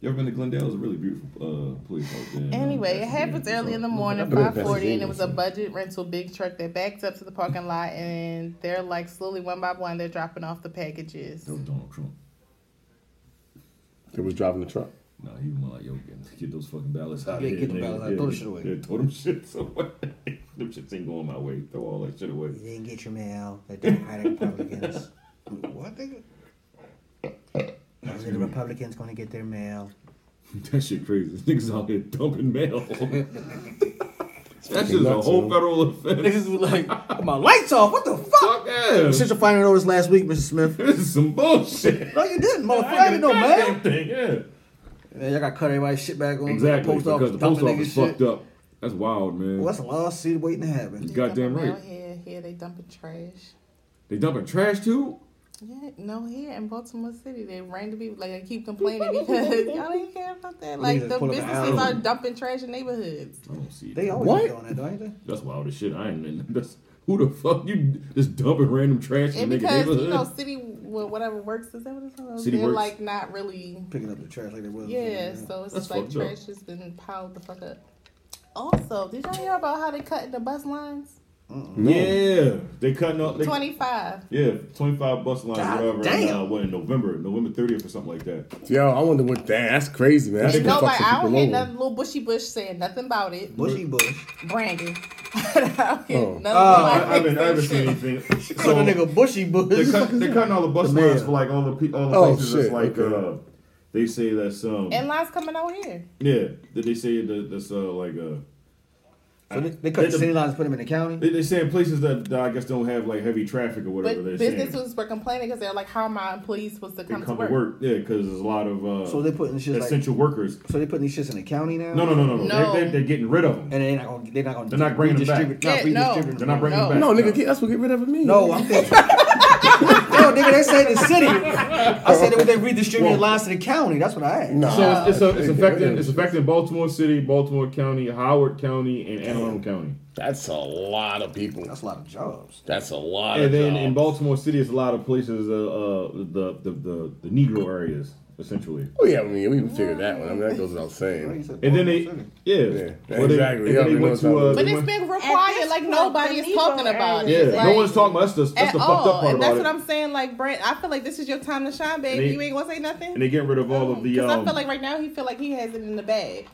Speaker 4: You ever been to Glendale? It's a really beautiful uh, place out there.
Speaker 1: Anyway, it happens early in the morning,
Speaker 3: I've been to
Speaker 1: 540, and it was a
Speaker 3: Pennsylvania.
Speaker 1: budget rental big truck that backs up to the parking lot, and they're like slowly one by one, they're dropping off the packages.
Speaker 4: That was Donald Trump.
Speaker 3: They was driving the truck.
Speaker 4: No, he was like, yo, get, get those fucking ballots out
Speaker 8: Yeah,
Speaker 4: here.
Speaker 8: get the
Speaker 4: nigga.
Speaker 8: ballots out. Throw the shit away.
Speaker 4: Yeah, throw them shits away. them shits ain't going my way. Throw all that shit away.
Speaker 8: You didn't get your mail. The Democratic Republicans. what nigga? The Republicans gonna get their mail.
Speaker 4: That shit crazy. Niggas out here dumping mail. that shit's
Speaker 3: fucking
Speaker 4: a
Speaker 3: nuts,
Speaker 4: whole
Speaker 3: yo.
Speaker 4: federal offense.
Speaker 8: Niggas was like, my lights off. What the fuck?
Speaker 4: Fuck yeah.
Speaker 8: Since your final notice last week, Mr. Smith.
Speaker 4: This is some bullshit.
Speaker 8: No, you didn't, motherfucker.
Speaker 4: I
Speaker 8: I
Speaker 4: ain't
Speaker 8: didn't know,
Speaker 4: got
Speaker 8: man.
Speaker 4: that Thing, yeah.
Speaker 8: Man, y'all got to cut everybody's shit back on.
Speaker 4: Exactly.
Speaker 8: Post
Speaker 4: because
Speaker 8: office,
Speaker 4: the post
Speaker 8: dumping
Speaker 4: office
Speaker 8: niggas'
Speaker 4: fucked
Speaker 8: shit.
Speaker 4: up. That's wild, man.
Speaker 8: Well, that's a lawsuit waiting to happen.
Speaker 4: You goddamn
Speaker 1: Dumping mail
Speaker 4: right.
Speaker 1: Here, here they dumping trash.
Speaker 4: They dumping trash too?
Speaker 1: Yeah, no, here in Baltimore City, they randomly like they keep complaining because y'all ain't care about that. Like
Speaker 8: Niggas
Speaker 1: the
Speaker 8: pull up an
Speaker 1: businesses
Speaker 8: alley.
Speaker 1: are dumping trash in neighborhoods.
Speaker 4: I don't see
Speaker 8: They
Speaker 4: that.
Speaker 8: always
Speaker 3: What?
Speaker 8: be doing that, don't they?
Speaker 4: That's wild as shit. I ain't in that's who the fuck you just dumping random trash in
Speaker 1: And
Speaker 4: the nigga
Speaker 1: because
Speaker 4: neighborhood.
Speaker 1: you know, city well, whatever works is that what it's called?
Speaker 4: City
Speaker 1: They're
Speaker 4: Works.
Speaker 1: like not really.
Speaker 8: Picking up the trash like they was.
Speaker 1: Yeah, so it's
Speaker 4: That's
Speaker 1: just like
Speaker 4: fucked up.
Speaker 1: trash has been piled the fuck up. Also, did y'all hear about how they cutting the bus lines?
Speaker 4: yeah, they cutting up. They,
Speaker 1: Twenty five.
Speaker 4: yeah, twenty five bus lines,
Speaker 8: God
Speaker 4: whatever.
Speaker 8: damn.
Speaker 4: And, uh, what in November, November thirtieth or something like that.
Speaker 3: Yo, I wonder what that. That's crazy, man. That shit
Speaker 1: No,
Speaker 3: fucks
Speaker 1: like
Speaker 3: some
Speaker 1: I don't
Speaker 3: people
Speaker 1: hear
Speaker 3: over.
Speaker 1: nothing. Little bushy bush saying nothing about it.
Speaker 8: Bushy Bush.
Speaker 1: Brandon. I don't hear
Speaker 3: Oh.
Speaker 1: nothing
Speaker 4: I,
Speaker 1: about
Speaker 4: I haven't, I haven't
Speaker 1: this
Speaker 4: seen
Speaker 1: shit.
Speaker 4: anything.
Speaker 8: So
Speaker 4: So
Speaker 8: that nigga Bushy
Speaker 4: they're,
Speaker 8: Bush.
Speaker 4: cut, they're cutting all the bus
Speaker 8: The
Speaker 4: lines
Speaker 8: mayor.
Speaker 4: for like all the pe- all the
Speaker 3: Oh,
Speaker 4: places. that's
Speaker 3: shit,
Speaker 4: like
Speaker 3: okay.
Speaker 4: uh, they say that's um
Speaker 1: And lines coming out here.
Speaker 4: yeah. Did they say that that's uh like uh
Speaker 8: So they, they cut the city lines, put them in the county.
Speaker 4: they, they saying places that, that I guess don't have like heavy traffic or whatever.
Speaker 1: But
Speaker 4: they're saying.
Speaker 1: businesses were complaining because they're like, how are my employees supposed to
Speaker 4: They
Speaker 1: come, to work?
Speaker 4: Yeah, because there's a lot of uh,
Speaker 8: So they putting shit like.
Speaker 4: essential workers.
Speaker 8: So they putting these shits in the county now.
Speaker 4: No, no, no, no, no.
Speaker 1: No.
Speaker 4: They're, they're, they're getting rid of them.
Speaker 8: And they're not gonna. They're not gonna.
Speaker 4: They're not bringing them back.
Speaker 8: redistribute-
Speaker 1: Yeah, no.
Speaker 8: redistributing
Speaker 4: They're not bringing
Speaker 1: No.
Speaker 4: them back.
Speaker 3: No, nigga, get, that's what get rid of me.
Speaker 8: No, I'm thinking. no, nigga, they say the city. I said that they redistributed lines to the county. That's what I asked.
Speaker 3: Nah,
Speaker 4: So it's, it's, a, it's
Speaker 3: get rid
Speaker 4: affecting
Speaker 3: of
Speaker 4: it's
Speaker 3: it.
Speaker 4: affecting Baltimore City, Baltimore County, Howard County, and Anne Arundel County.
Speaker 3: That's a lot of people.
Speaker 8: That's a lot of jobs.
Speaker 3: That's a lot
Speaker 4: And
Speaker 3: of
Speaker 4: then
Speaker 3: jobs.
Speaker 4: in Baltimore City, it's a lot of places uh, uh the, the the the Negro areas essentially.
Speaker 3: Oh yeah, I mean we can figure that one. I mean that goes without saying.
Speaker 4: And then they yeah,
Speaker 3: Yeah,
Speaker 4: Well, they-
Speaker 3: exactly.
Speaker 4: and then
Speaker 3: Yeah,
Speaker 4: they
Speaker 3: we know
Speaker 4: went
Speaker 3: it's
Speaker 4: to
Speaker 3: not-
Speaker 1: But
Speaker 4: uh, they
Speaker 1: it's
Speaker 4: went-
Speaker 1: been
Speaker 6: At
Speaker 1: required.
Speaker 6: this
Speaker 1: Like
Speaker 6: point,
Speaker 1: nobody
Speaker 6: the
Speaker 1: is
Speaker 6: Negro
Speaker 1: talking about
Speaker 4: yeah,
Speaker 6: area
Speaker 1: it.
Speaker 6: is
Speaker 4: no
Speaker 6: like-
Speaker 4: one's talking. about That's the that's
Speaker 1: At
Speaker 4: the fucked up
Speaker 1: all.
Speaker 4: part
Speaker 1: And that's
Speaker 4: about
Speaker 1: what
Speaker 4: it.
Speaker 1: I'm saying. Like, Brent, I feel like this is your time to shine,
Speaker 4: And
Speaker 1: baby.
Speaker 4: they-
Speaker 1: You ain't going to say nothing?
Speaker 4: And they're getting rid of all of the
Speaker 1: Because I
Speaker 4: um,
Speaker 1: feel like right now he feel like he has it in the bag.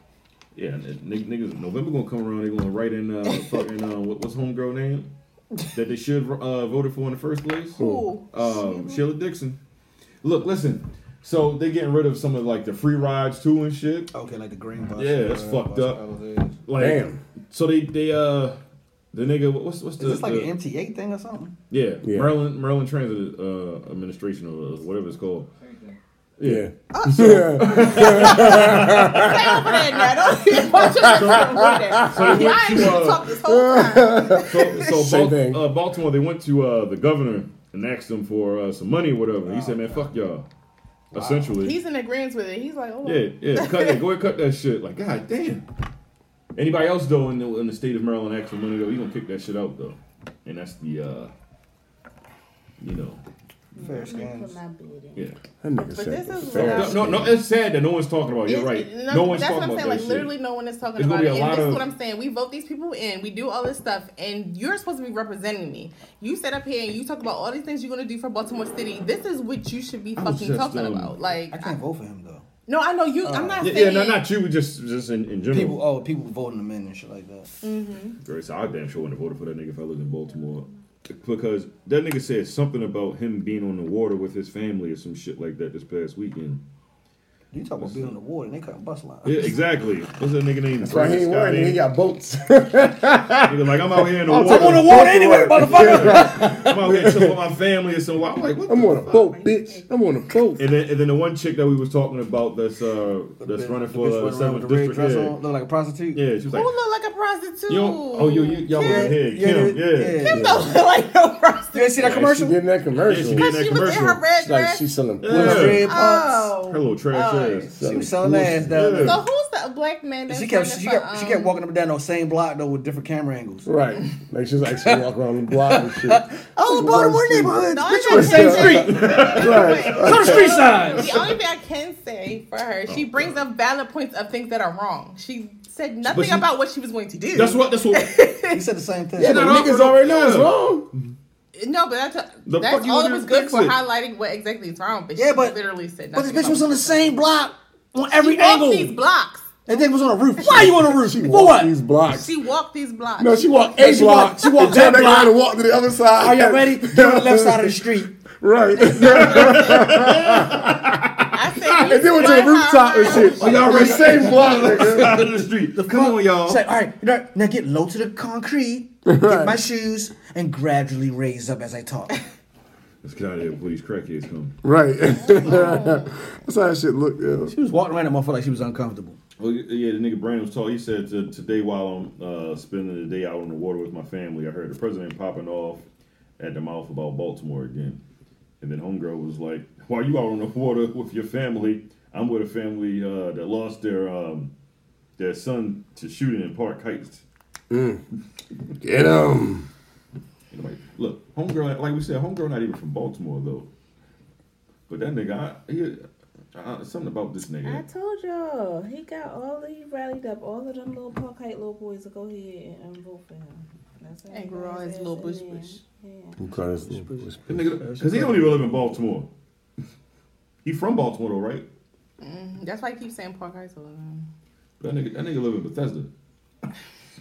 Speaker 4: Yeah, n- nigg- niggas, November gonna come around. They gonna write in uh, fucking uh, what, what's homegirl name that they should uh, voted for in the first place.
Speaker 1: Ooh.
Speaker 4: Um, Sheila Dixon. Look, listen. So they getting rid of some of like the free rides too and shit.
Speaker 8: Okay, like the green bus.
Speaker 4: Yeah, that's
Speaker 8: uh,
Speaker 4: fucked
Speaker 8: bus
Speaker 4: up.
Speaker 8: colours is.
Speaker 4: Like,
Speaker 3: Damn.
Speaker 4: So they they uh the nigga what- what's what's the,
Speaker 8: Is this like
Speaker 4: the-
Speaker 8: an MTA thing or something?
Speaker 4: yeah,
Speaker 3: Yeah.
Speaker 4: Maryland Maryland Transit uh, Administration or whatever it's called.
Speaker 3: Yeah.
Speaker 1: Stay over there now. Don't even put your ass over there.
Speaker 4: So they went
Speaker 1: I ain't
Speaker 4: to
Speaker 1: gonna
Speaker 4: uh,
Speaker 1: talk this whole time.
Speaker 4: so, so
Speaker 3: Same
Speaker 4: Bal-
Speaker 3: thing.
Speaker 4: uh, Baltimore, they went to uh, the governor and asked him for uh, some money or whatever. He said, man, fuck y'all. Essentially.
Speaker 1: He's in agreement with it. He's like, oh,
Speaker 4: yeah, yeah, cut that. Go ahead, cut that shit. Like, god damn. Anybody else, though, in the, in the state of Maryland asks for money, though, you going to kick that shit out, though. And that's the, uh, you know.
Speaker 8: Fair
Speaker 6: Put
Speaker 8: scans.
Speaker 6: my bid in.
Speaker 4: Yeah.
Speaker 3: That nigga
Speaker 1: But
Speaker 3: said
Speaker 1: this is
Speaker 3: fair.
Speaker 1: what
Speaker 4: No, no, no, it's sad that no one's talking about it. You're
Speaker 1: It's-
Speaker 4: right.
Speaker 1: No,
Speaker 4: No, one's
Speaker 1: that's
Speaker 4: talking
Speaker 1: what I'm
Speaker 4: about
Speaker 1: saying.
Speaker 4: that
Speaker 1: Like
Speaker 4: shit.
Speaker 1: literally, no one is talking
Speaker 4: There's gonna
Speaker 1: about
Speaker 4: be
Speaker 1: it.
Speaker 4: a
Speaker 1: And
Speaker 4: lot
Speaker 1: this is
Speaker 4: of-
Speaker 1: what I'm saying. We vote these people in. We do all this stuff, and you're supposed to be representing me. You sit up here and you talk about all these things you're gonna do for Baltimore City. This is what you should be
Speaker 4: I was
Speaker 1: fucking
Speaker 4: just,
Speaker 1: talking
Speaker 4: um, Uh,
Speaker 1: about.
Speaker 8: I
Speaker 1: Like,
Speaker 8: can't vote for him though.
Speaker 1: no, I know you. I'm not
Speaker 4: yeah,
Speaker 1: saying.
Speaker 4: yeah, no, not you, just just in, in general.
Speaker 8: People, oh, people voting him in and shit like that.
Speaker 4: Grace, I damn sure wouldn't have voted for that nigga if I lived in Baltimore. Because that nigga said something about him being on the water with his family or some shit like that this past weekend.
Speaker 8: You talk about being on the water and they cutting bus lines.
Speaker 4: Yeah, exactly. What's that nigga name?
Speaker 3: That's why he ain't
Speaker 4: Brandon
Speaker 3: worried. He
Speaker 4: Scott,
Speaker 3: got boats.
Speaker 4: ain't he? Nigga, like I'm out here in the water.
Speaker 8: I'm on the water anyway, motherfucker.
Speaker 4: I'm out here chilling with my family and so I'm like, what
Speaker 3: I'm
Speaker 4: the
Speaker 3: on a
Speaker 4: fuck?
Speaker 3: boat, bitch. I'm on a boat.
Speaker 4: And then, and then the one chick that we was talking about that's uh that's running for
Speaker 8: the
Speaker 4: uh,
Speaker 8: bitch running around with
Speaker 4: seventh
Speaker 8: the red
Speaker 4: district.
Speaker 8: dress
Speaker 4: Yeah.
Speaker 8: on, look like a prostitute.
Speaker 4: yeah, she was
Speaker 1: Who
Speaker 4: like,
Speaker 1: look like a prostitute?
Speaker 4: you don't- oh you, you y'all was in here, Kim, yeah.
Speaker 8: yeah.
Speaker 1: Don't look like no prostitute.
Speaker 8: You ain't see that
Speaker 3: She
Speaker 8: commercial?
Speaker 3: did that
Speaker 4: Yeah,
Speaker 3: commercial.
Speaker 4: she did that
Speaker 1: She was in her
Speaker 4: commercial.
Speaker 1: red
Speaker 3: She's like
Speaker 1: dress.
Speaker 3: she's selling
Speaker 4: Yeah.
Speaker 3: pussy.
Speaker 8: Red pumps.
Speaker 4: Her
Speaker 1: oh.
Speaker 4: little trash
Speaker 1: Oh.
Speaker 4: ass.
Speaker 8: She was selling ass down there.
Speaker 4: Yeah.
Speaker 1: So who's the black man? That's
Speaker 8: She kept
Speaker 1: running
Speaker 8: she
Speaker 1: for,
Speaker 8: kept she kept
Speaker 1: um,
Speaker 8: walking up and down those same block though with different camera angles.
Speaker 3: Right. Like she's like she walk around the block and shit.
Speaker 8: Oh,
Speaker 3: She
Speaker 8: Baltimore
Speaker 3: runs through-
Speaker 8: neighborhoods.
Speaker 1: No, I
Speaker 8: Bitch,
Speaker 1: got
Speaker 8: you on the same
Speaker 1: that.
Speaker 8: street.
Speaker 3: Right.
Speaker 8: Go to street signs.
Speaker 1: The only thing I can say for her, she brings up valid points of things that are wrong. She said nothing
Speaker 4: she-
Speaker 1: about what she was going to do.
Speaker 4: That's what that's what
Speaker 8: He said the same thing.
Speaker 3: Yeah, the
Speaker 4: not
Speaker 3: niggas
Speaker 4: awkward.
Speaker 3: already know it's
Speaker 4: Yeah.
Speaker 3: wrong.
Speaker 1: No, but that's,
Speaker 4: The fuck
Speaker 1: that's
Speaker 4: you
Speaker 1: all
Speaker 4: want
Speaker 1: it
Speaker 4: to
Speaker 1: was good
Speaker 4: fix
Speaker 1: for
Speaker 4: it?
Speaker 1: highlighting what exactly is wrong. But
Speaker 8: Yeah,
Speaker 1: she
Speaker 8: but-
Speaker 1: literally said
Speaker 8: But this
Speaker 1: nothing.
Speaker 8: bitch was on
Speaker 1: about-
Speaker 8: the same block on every
Speaker 1: she walked
Speaker 8: angle.
Speaker 1: these blocks.
Speaker 8: And then was on a roof. Why you on a roof?
Speaker 3: She
Speaker 8: For
Speaker 3: walked
Speaker 8: what?
Speaker 3: these blocks.
Speaker 1: She walked these blocks.
Speaker 3: No, she walked
Speaker 8: No,
Speaker 3: a
Speaker 8: she
Speaker 3: block.
Speaker 8: walked- she walked
Speaker 3: and turned back
Speaker 8: that
Speaker 3: around
Speaker 8: block.
Speaker 3: and walked to the other side.
Speaker 8: Are y'all ready? Get on the left side of the street.
Speaker 3: Right. and
Speaker 1: I said,
Speaker 3: then went to the
Speaker 1: "Run her
Speaker 3: rooftop and shit.
Speaker 4: Are y'all ready?
Speaker 3: The same block, nigga.
Speaker 4: out of the street. Come on, y'all.
Speaker 8: It's like, all right, now, now get low to the concrete, get my shoes, and gradually raise up as I talk.
Speaker 4: Let's get out of here before these crackheads come.
Speaker 3: Right. That's how that shit looked, yo.
Speaker 8: She was walking around that motherfucker like she was uncomfortable.
Speaker 4: Well, y- yeah, the nigga Brandon was talking. He said to, today while I'm uh, spending the day out on the water with my family, I heard the president popping off at the mouth about Baltimore again. And then Homegirl was like, "Why you out on the water with your family? I'm with a family uh, that lost their um, their son to shooting in Park Heights."
Speaker 3: Get him.
Speaker 4: Anyway, look, homegirl, like we said, homegirl not even from Baltimore though. But that nigga, I, he, uh, something about this
Speaker 6: I
Speaker 4: nigga.
Speaker 6: told y'all, he got all the, he rallied up all of them little Park Height little boys to go ahead and vote for him. That's how he
Speaker 1: And
Speaker 6: got
Speaker 1: grow his little
Speaker 6: ass
Speaker 1: bush
Speaker 6: in there.
Speaker 1: bush.
Speaker 6: Yeah.
Speaker 4: That nigga, because he don't even live in Baltimore. He from Baltimore though, right?
Speaker 1: Mm, that's why I keep saying Park Heights. all the time.
Speaker 4: That nigga, that nigga live in Bethesda.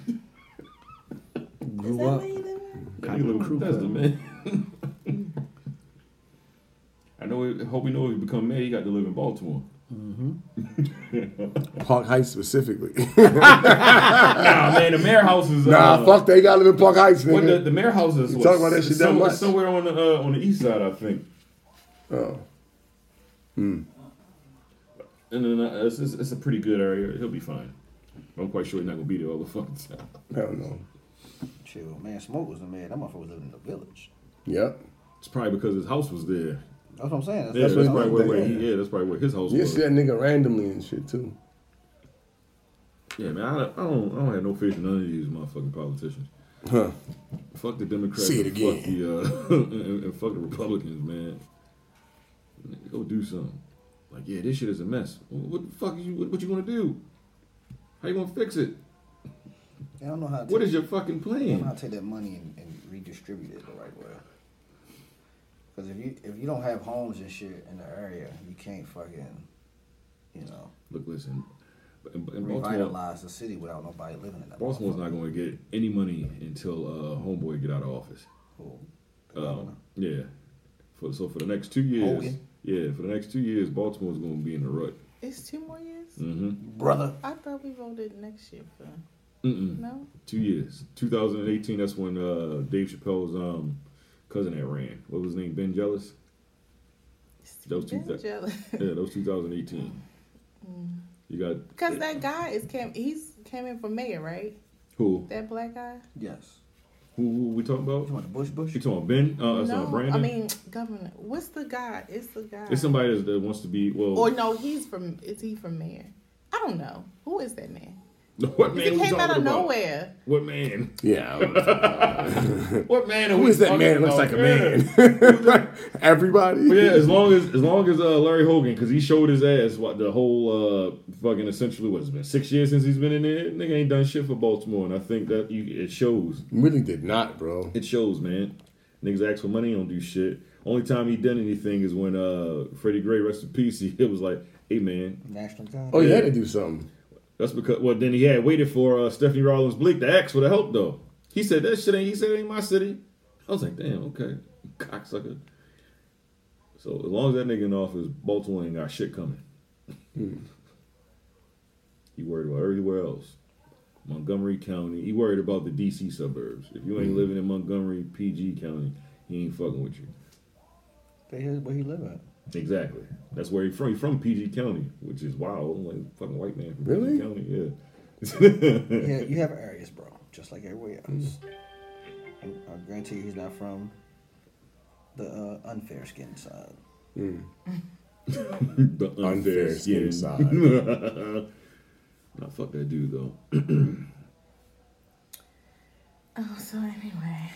Speaker 6: Is
Speaker 8: Grew
Speaker 6: that
Speaker 8: up.
Speaker 6: where he live at?
Speaker 4: That nigga live in Bethesda, man. I know. It, hope we know if he become mayor, he got to live in Baltimore.
Speaker 3: Park Heights specifically.
Speaker 4: Nah, man, the mayor house is.
Speaker 3: nah,
Speaker 4: uh,
Speaker 3: fuck that. You gotta live in Park Heights,
Speaker 4: What the,
Speaker 3: nigga.
Speaker 4: the mayor house is
Speaker 3: You
Speaker 4: what,
Speaker 3: talk about that shit that
Speaker 4: some-
Speaker 3: much?
Speaker 4: somewhere on the uh, on the east side, I think.
Speaker 3: oh.
Speaker 4: And then uh, it's, it's, it's a pretty good area. He'll be fine. I'm quite sure he's not gonna be there all the fucking time.
Speaker 3: Hell no.
Speaker 8: Chill, man. Smoke was the man. That motherfucker was living in the village.
Speaker 3: Yep.
Speaker 4: It's probably because his house was there.
Speaker 8: That's what I'm saying.
Speaker 4: Yeah, that's,
Speaker 3: what
Speaker 4: probably
Speaker 3: I'm
Speaker 4: where, where
Speaker 3: thinking.
Speaker 4: he, yeah, that's probably where his house
Speaker 3: You
Speaker 4: was.
Speaker 3: see that nigga randomly and shit too.
Speaker 4: Yeah, man, I, don't- I don't, I don't have no faith in none of these motherfucking politicians.
Speaker 3: Huh.
Speaker 4: Fuck the Democrats.
Speaker 3: Say it
Speaker 4: and Fuck
Speaker 3: again.
Speaker 4: the, uh, and, and fuck the Republicans, man. Go do something. Like, yeah, this shit is a mess. Wh- What the fuck? Is you, what, what you gonna do? How you gonna fix it?
Speaker 8: I don't know how. To
Speaker 4: What is your fucking
Speaker 8: I don't know how
Speaker 4: plan?
Speaker 8: to take that money and, and redistribute it the right way. Because if you if you don't have homes and shit in the area, you can't fucking, you know,
Speaker 4: Look, listen. In, in Baltimore,
Speaker 8: revitalize the city without nobody living in that.
Speaker 4: Baltimore's not going to get any money until uh, homeboy get out of office.
Speaker 8: Cool.
Speaker 4: Um, yeah. For, so for the next two years,
Speaker 8: Hogan.
Speaker 4: yeah, for the next two years, Baltimore's going to be in the rut.
Speaker 1: It's two more years.
Speaker 4: hmm
Speaker 8: Brother,
Speaker 1: I thought we voted next year for
Speaker 4: Mm-mm.
Speaker 1: no.
Speaker 4: Two years. 2018. That's when uh, Dave Chappelle's um, cousin that ran. What was his name? Ben Jealous. Those two
Speaker 1: Been
Speaker 4: thou-
Speaker 1: jealous.
Speaker 4: Yeah, that was 2018.
Speaker 1: Mm.
Speaker 4: You got
Speaker 1: Cause that guy is came. He's came in for mayor, right?
Speaker 4: who?
Speaker 1: That black guy.
Speaker 8: yes.
Speaker 4: Who, who we talking
Speaker 8: You
Speaker 4: about?
Speaker 8: want the Bush Bush?
Speaker 4: You talking about Ben? Uh, that's, uh,
Speaker 1: no,
Speaker 4: Brandon.
Speaker 1: I mean governor. What's the guy? It's the guy.
Speaker 4: it's somebody that's, that wants to be well.
Speaker 1: Or no, he's from. Is he from mayor? I don't know. Who is that man?
Speaker 4: what man?
Speaker 1: He
Speaker 4: we
Speaker 1: came out of
Speaker 4: talking about?
Speaker 1: nowhere.
Speaker 4: What man?
Speaker 3: Yeah.
Speaker 4: What man? Are
Speaker 3: Who
Speaker 4: we
Speaker 3: is that
Speaker 4: talking
Speaker 3: man? that looks
Speaker 4: about?
Speaker 3: like a man. Everybody.
Speaker 4: Yeah. yeah, as long as as long as uh, Larry Hogan, because he showed his ass what the whole uh, fucking essentially what it's been six years since he's been in there. Nigga ain't done shit for Baltimore, and I think that you, it shows.
Speaker 3: Really did not, bro.
Speaker 4: It shows, man. Niggas ask for money, don't do shit. Only time he done anything is when uh Freddie Gray, rest in peace. He it was like, hey man,
Speaker 8: National Guard.
Speaker 3: Oh, you had to do something.
Speaker 4: that's because well then he had waited for uh, Stephanie Rollins Bleak to ask for the help though. He said that shit ain't he said it ain't my city. I was like, damn, okay, cocksucker. So as long as that nigga in office, Baltimore ain't got shit coming. he worried about everywhere else. Montgomery County. He worried about the DC suburbs. If you ain't living in Montgomery, PG County, he ain't fucking with you.
Speaker 8: But here's where he live at.
Speaker 4: Exactly. That's where he from. He from PG County, which is wild. Like fucking white man from
Speaker 3: Really?
Speaker 4: PG County. Yeah.
Speaker 8: Yeah, Mm. you have areas, bro, just like everywhere else. I, I guarantee you, he's not from the uh, unfair skin side.
Speaker 4: the
Speaker 3: Unfair
Speaker 4: unfair skin
Speaker 3: skin side.
Speaker 4: nah, fuck that dude though.
Speaker 1: Oh, so anyway,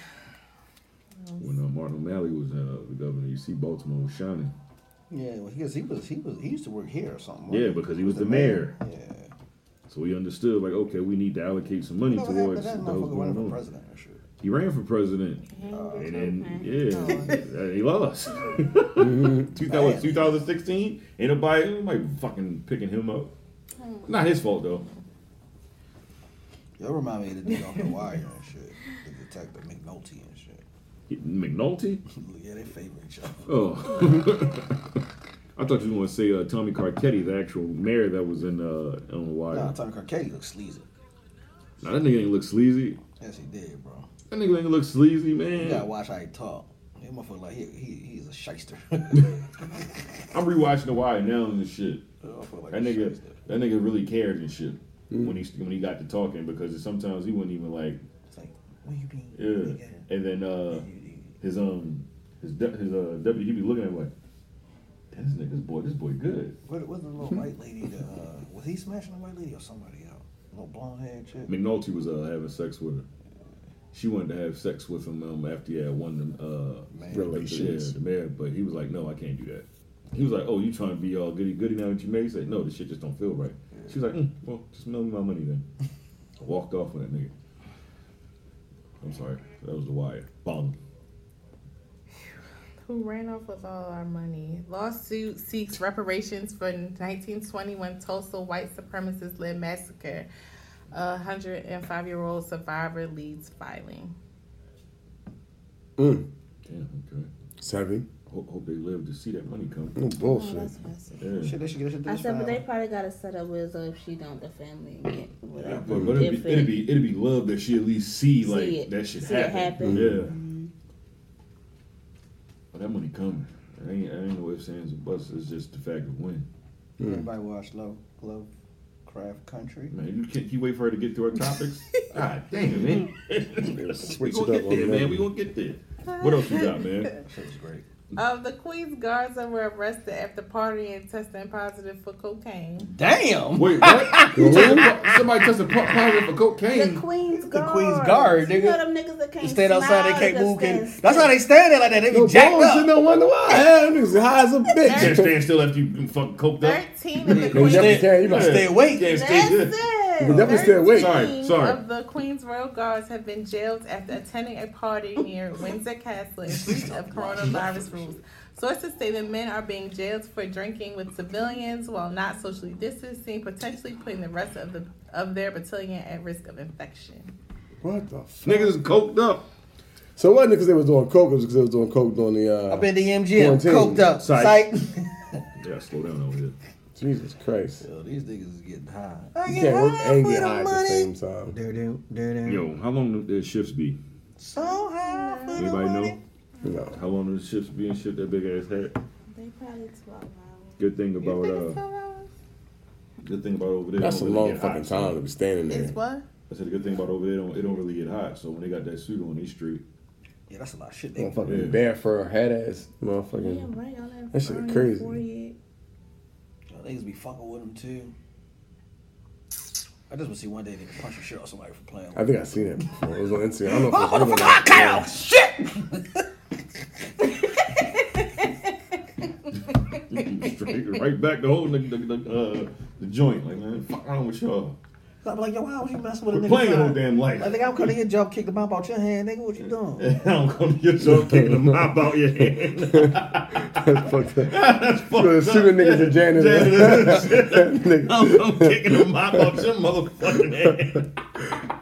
Speaker 4: When uh, Martin O'Malley was uh, the governor, you see Baltimore was shining.
Speaker 8: Yeah, well, because he was he was he used to work here or something.
Speaker 4: Yeah,
Speaker 8: wasn't
Speaker 4: because he was the mayor,
Speaker 8: Yeah.
Speaker 4: so he understood like, okay, we need to allocate some money
Speaker 8: No, but that,
Speaker 4: towards
Speaker 8: but that
Speaker 4: those
Speaker 8: motherfucker
Speaker 4: going
Speaker 8: running for
Speaker 4: on.
Speaker 8: president and shit.
Speaker 4: He ran for president, and then yeah, he lost. Two thousand
Speaker 8: Oh, Damn.
Speaker 4: two thousand sixteen. Ain't nobody, nobody fucking picking him up. Not his fault though.
Speaker 8: Y'all remind me of the dude off the wire and shit. The detective McNulty and shit.
Speaker 4: He- McNulty.
Speaker 8: Yeah, they favor each other.
Speaker 4: Oh. I thought you were going to say uh, Tommy Carcetti, the actual mayor that was in uh, on the wire.
Speaker 8: Nah, Tommy Carcetti looks sleazy.
Speaker 4: Nah, that nigga ain't look sleazy.
Speaker 8: Yes, he did, bro.
Speaker 4: That nigga ain't look sleazy, man.
Speaker 8: You gotta watch how he talk. That motherfucker like he he he's a shyster.
Speaker 4: I'm rewatching the wire now and shit. That
Speaker 8: that
Speaker 4: nigga, that nigga really cared and shit
Speaker 8: Mm-hmm.
Speaker 4: when he when he got to talking because sometimes he wasn't even like
Speaker 8: It's like, what you mean?
Speaker 4: yeah. And then uh, his um His de- his uh, deputy, he be looking at him like, "Damn, this nigga's boy, this boy good.
Speaker 8: What was the little white lady? that, uh, was he smashing a white lady or somebody else? Little blonde haired chick.
Speaker 4: McNulty was uh, having sex with her. She wanted to have sex with him um, after he had won them uh,
Speaker 8: Man.
Speaker 4: like the-
Speaker 3: Relations.
Speaker 4: yeah, the mayor, but he was like, "No, I can't do that." He was like, "Oh, you trying to be all goody goody now that you married?" He said, "No, this shit just don't feel right." She was like, mm, "Well, just mail me my money then." I walked off with that nigga. I'm sorry, that was the wire. Bong.
Speaker 1: Who ran off with all our money? Lawsuit seeks reparations for 1921 Tulsa white supremacist led massacre. A 105 year old survivor leads filing.
Speaker 3: Mm.
Speaker 4: Damn. Okay.
Speaker 3: It's heavy.
Speaker 4: Hope, hope they live to see that money come.
Speaker 3: No bullshit.
Speaker 4: Yeah.
Speaker 8: Shit, they should get shit to
Speaker 6: I
Speaker 8: this
Speaker 6: said, but they
Speaker 8: family.
Speaker 6: probably got to set up with so if she don't, the family get
Speaker 4: Yeah,
Speaker 6: whatever.
Speaker 4: but, but it'd, be, it'd be it'd be love that she at least see like
Speaker 6: it.
Speaker 4: that shit
Speaker 6: See it
Speaker 4: happen.
Speaker 6: happen.
Speaker 4: Yeah. But that money coming. I ain't I ain't no ifs ands or buts. It's just the fact of when.
Speaker 8: Everybody watch Love Love Craft Country.
Speaker 4: Man, you can't keep waiting for her to get to our topics. God damn man. we
Speaker 3: Switch
Speaker 4: gonna
Speaker 3: it up on
Speaker 4: get there, man. We
Speaker 3: that.
Speaker 4: gonna get there. What else you got, man?
Speaker 8: That shit was great.
Speaker 1: Um, the Queens guards that were arrested after partying testing positive for cocaine.
Speaker 8: Damn.
Speaker 4: Wait, what? You took a po- somebody tested po- positive for
Speaker 6: The
Speaker 4: cocaine.
Speaker 6: Queen's Guard.
Speaker 8: Mm. The Queen's Guard,
Speaker 6: You
Speaker 8: nigga.
Speaker 6: know them niggas that can't
Speaker 8: They stayed outside. They
Speaker 6: smile,
Speaker 8: can't
Speaker 6: just
Speaker 8: move. Can,
Speaker 6: stand
Speaker 8: that's how they stand there like that. They be
Speaker 3: No
Speaker 8: jacked
Speaker 3: bullshit.
Speaker 8: up.
Speaker 3: No wonder why. Hell, them niggas high as a
Speaker 4: Can't
Speaker 3: bitch.
Speaker 4: stand still after you fucking coked up.
Speaker 1: Thirteen of the
Speaker 3: They
Speaker 1: Queens.
Speaker 3: definitely carry. You about to
Speaker 8: Stay awake.
Speaker 4: Can't
Speaker 1: That's
Speaker 4: stand good.
Speaker 1: it.
Speaker 3: But that was their weight.
Speaker 4: Sorry, sorry.
Speaker 1: Of the Queen's Royal Guards have been jailed after attending a party near Windsor Castle in breach of coronavirus rules. Sources say that men are being jailed for drinking with civilians while not socially distancing, potentially putting the rest of the of their battalion at risk of infection.
Speaker 3: What the fuck?
Speaker 4: Niggas is coked up.
Speaker 3: So it wasn't because they was doing coke. It was because they was doing coke during the. Uh,
Speaker 8: Up in the MGM,
Speaker 3: Quarantine.
Speaker 8: coked up.
Speaker 4: Psych.
Speaker 8: Psych.
Speaker 4: Yeah, slow down over here.
Speaker 3: Jesus Christ.
Speaker 8: Yo, these niggas is getting high.
Speaker 3: You can't work and get high at the same time.
Speaker 8: Do-do, do-do.
Speaker 4: Yo, how long do their shifts be?
Speaker 8: So high for the
Speaker 4: Anybody
Speaker 8: money.
Speaker 4: know?
Speaker 3: No.
Speaker 4: How long do the shifts be and shit that big ass hat?
Speaker 6: They probably 12 hours.
Speaker 4: Good thing
Speaker 1: You
Speaker 4: about
Speaker 1: think it's
Speaker 4: uh,
Speaker 1: twelve hours?
Speaker 4: good thing about over there.
Speaker 3: That's a
Speaker 4: don't really
Speaker 3: long
Speaker 4: get
Speaker 3: fucking
Speaker 4: hot, so-
Speaker 3: time to be standing
Speaker 1: It's
Speaker 3: there.
Speaker 1: what?
Speaker 4: I said the good thing about over there, don't, it don't really get hot. So when they got that suit on, they straight.
Speaker 8: Yeah, that's a lot of shit. They
Speaker 3: Motherfucking
Speaker 4: Yeah.
Speaker 3: bare fur, head ass.
Speaker 6: Damn
Speaker 3: Motherfucking.
Speaker 6: right, all that.
Speaker 3: That shit
Speaker 6: fur on
Speaker 3: crazy.
Speaker 6: your forehead.
Speaker 8: Yo, Niggas be fucking with them too. I just want to see one day they can punch the shit out somebody for playing.
Speaker 3: I think I seen it before. It was on Instagram. I don't know
Speaker 8: Oh,
Speaker 3: if it was
Speaker 8: motherfucker,
Speaker 3: on
Speaker 8: I cut out shit!
Speaker 4: straight right back the whole nigga, the, the, uh, the joint. Like man, fuck wrong with y'all?
Speaker 8: I'm like, yo, why would you messing with a
Speaker 4: We're
Speaker 8: nigga?
Speaker 4: playing the
Speaker 8: son?
Speaker 4: whole damn life.
Speaker 8: I think I'm cutting your job, kick the mouth out your hand, nigga. What you doing?
Speaker 4: I don't come to your show kicking them mop out your hand.
Speaker 3: That's fucked up.
Speaker 4: That's
Speaker 3: Shooting
Speaker 4: fucked up.
Speaker 3: niggas and janitor.
Speaker 4: Janitor.
Speaker 3: Nigga.
Speaker 4: I'm, I'm kicking them mop out your motherfucking hand.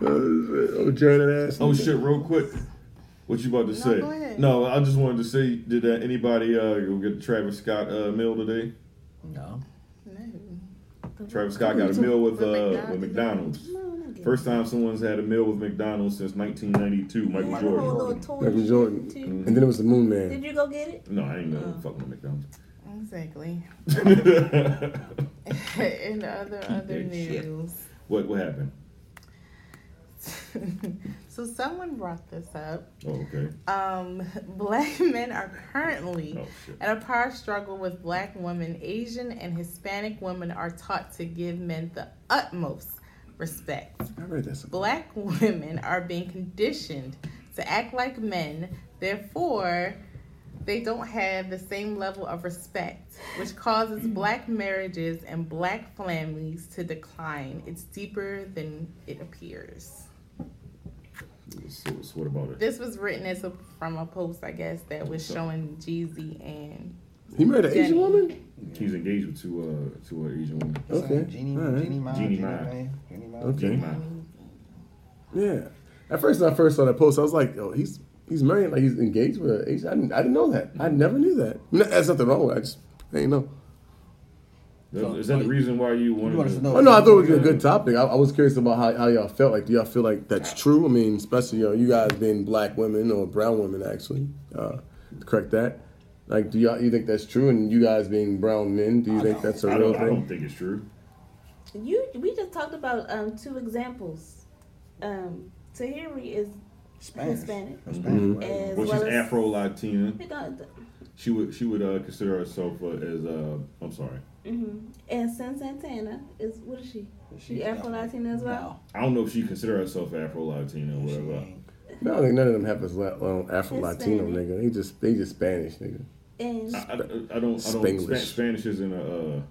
Speaker 3: Oh, janitor ass.
Speaker 4: Oh shit, real quick. What you about to say?
Speaker 1: go ahead.
Speaker 4: No, I just wanted to say, did uh, anybody uh, go get the Travis Scott uh, meal today?
Speaker 8: No.
Speaker 4: Travis Scott got a meal with uh,
Speaker 1: McDonald's.
Speaker 4: with McDonald's.
Speaker 6: No, I'm not getting
Speaker 4: First time someone's had a meal with McDonald's since 1992.
Speaker 6: it.
Speaker 4: Michael
Speaker 6: Had a whole
Speaker 4: Jordan.
Speaker 6: little tour
Speaker 3: Michael
Speaker 6: shit,
Speaker 3: Jordan.
Speaker 6: too.
Speaker 3: And then it was the Moon Man.
Speaker 6: Did you go get it?
Speaker 4: No, I ain't
Speaker 6: Uh.
Speaker 4: gonna fuck with McDonald's.
Speaker 1: Exactly. In other other
Speaker 4: Good shit.
Speaker 1: news.
Speaker 4: What what happened?
Speaker 1: so someone brought this up.
Speaker 4: Oh, okay.
Speaker 1: Um, black men are currently
Speaker 4: Oh shit.
Speaker 1: at a power struggle with black women. Asian and Hispanic women are taught to give men the utmost respect.
Speaker 3: I read that. somewhere.
Speaker 1: Black women are being conditioned to act like men, therefore, they don't have the same level of respect, which causes black marriages and black families to decline. It's deeper than it appears.
Speaker 4: So, so what about it?
Speaker 1: This was written as a, from a post, I guess, that was showing Jeezy and
Speaker 3: He married an Asian
Speaker 1: Jenny.
Speaker 3: woman?
Speaker 4: He's engaged with two uh two uh, Asian women.
Speaker 3: Okay.
Speaker 8: Genie,
Speaker 3: All right.
Speaker 8: Genie Mine.
Speaker 4: Genie
Speaker 8: Genie
Speaker 4: Mine.
Speaker 8: Mine. Genie Mine.
Speaker 3: Okay.
Speaker 4: Genie Mine.
Speaker 3: Yeah. At first, when I first saw that post, I was like, "Yo, he's he's married, like he's engaged with an Asian." I didn't, I didn't know that. I never knew that. No, that's nothing wrong with. It. I just I didn't know.
Speaker 4: That- Is that the reason why you wanted,
Speaker 8: You want us to know-
Speaker 3: Oh no, I thought it was a good topic. I, I was curious about how, how y'all felt. Like, do y'all feel like that's true? I mean, especially you, know, you guys being black women or brown women, actually, uh, to correct that. Like, do y'all you think that's true? And you guys being brown men, do you think that's a
Speaker 4: I
Speaker 3: real
Speaker 4: don't, I don't
Speaker 3: thing?
Speaker 4: think it's true.
Speaker 6: You we just talked about um two examples. Um Tahiri is
Speaker 8: Spanish.
Speaker 6: Hispanic.
Speaker 8: Or Spanish,
Speaker 3: Mm-hmm.
Speaker 4: Mhm.
Speaker 8: right.
Speaker 6: As
Speaker 4: Well,
Speaker 6: well
Speaker 4: she's
Speaker 6: as-
Speaker 4: Afro Latina.
Speaker 6: It does-
Speaker 4: She would she would uh, consider herself uh, as uh, I'm sorry.
Speaker 6: mhm. And Sin Santana is what is she? She Afro Latina as well.
Speaker 4: I don't know if she consider herself Afro Latina or whatever.
Speaker 3: I don't think none of them have as la- um, Afro Latino
Speaker 6: Hispanic.
Speaker 3: nigga. They just they just Spanish nigga.
Speaker 6: And
Speaker 4: I, I, I don't. I don't.
Speaker 3: Spanglish.
Speaker 4: Spa- Spanish isn't a. Uh,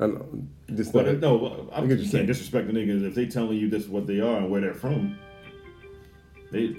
Speaker 3: I know. Just
Speaker 4: but uh,
Speaker 3: like,
Speaker 4: no, I,
Speaker 3: I
Speaker 4: I,
Speaker 3: get
Speaker 4: you
Speaker 3: you
Speaker 4: can't
Speaker 3: saying.
Speaker 4: disrespect the niggas if they telling you this is what they are and where they're from. They.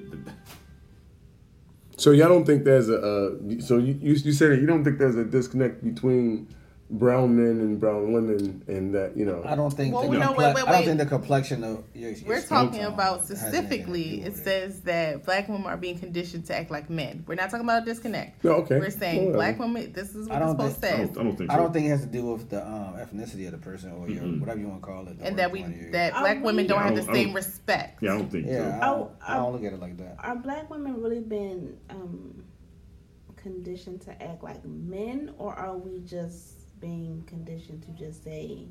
Speaker 3: So y'all don't think there's a uh, so you, you you said that you don't think there's a disconnect between brown men and brown women and that you know
Speaker 8: I don't think.
Speaker 1: Well,
Speaker 8: the
Speaker 1: we know-
Speaker 8: comple-
Speaker 1: wait, wait,
Speaker 8: I don't
Speaker 1: wait.
Speaker 8: think the complexion of your, your
Speaker 1: We're
Speaker 8: skin
Speaker 1: talking
Speaker 8: tone
Speaker 1: about
Speaker 8: has anything to do
Speaker 1: specifically,
Speaker 8: with
Speaker 1: it says that black women are being conditioned to act like men. We're not talking about a disconnect.
Speaker 3: No, okay.
Speaker 1: We're saying
Speaker 3: Well,
Speaker 1: black women, this is what
Speaker 8: I
Speaker 1: this
Speaker 8: don't
Speaker 1: post
Speaker 8: think-
Speaker 4: I
Speaker 1: says.
Speaker 4: don't, I don't think. So.
Speaker 8: I don't think it has to do with the um, ethnicity of the person or your whatever you want to call it. the
Speaker 1: And that
Speaker 8: word
Speaker 1: we,
Speaker 8: you wanna use.
Speaker 1: that
Speaker 6: Are
Speaker 1: black women
Speaker 6: we-
Speaker 1: don't
Speaker 4: Yeah,
Speaker 1: have
Speaker 4: I
Speaker 1: the
Speaker 4: don't- I
Speaker 1: same
Speaker 4: don't-
Speaker 1: respect.
Speaker 4: Yeah, I don't think
Speaker 8: yeah,
Speaker 4: so.
Speaker 8: I don't,
Speaker 1: Oh,
Speaker 6: I-
Speaker 8: I don't look at it like that.
Speaker 6: Are black women really been um, conditioned to act like men, or are we just being conditioned to just say,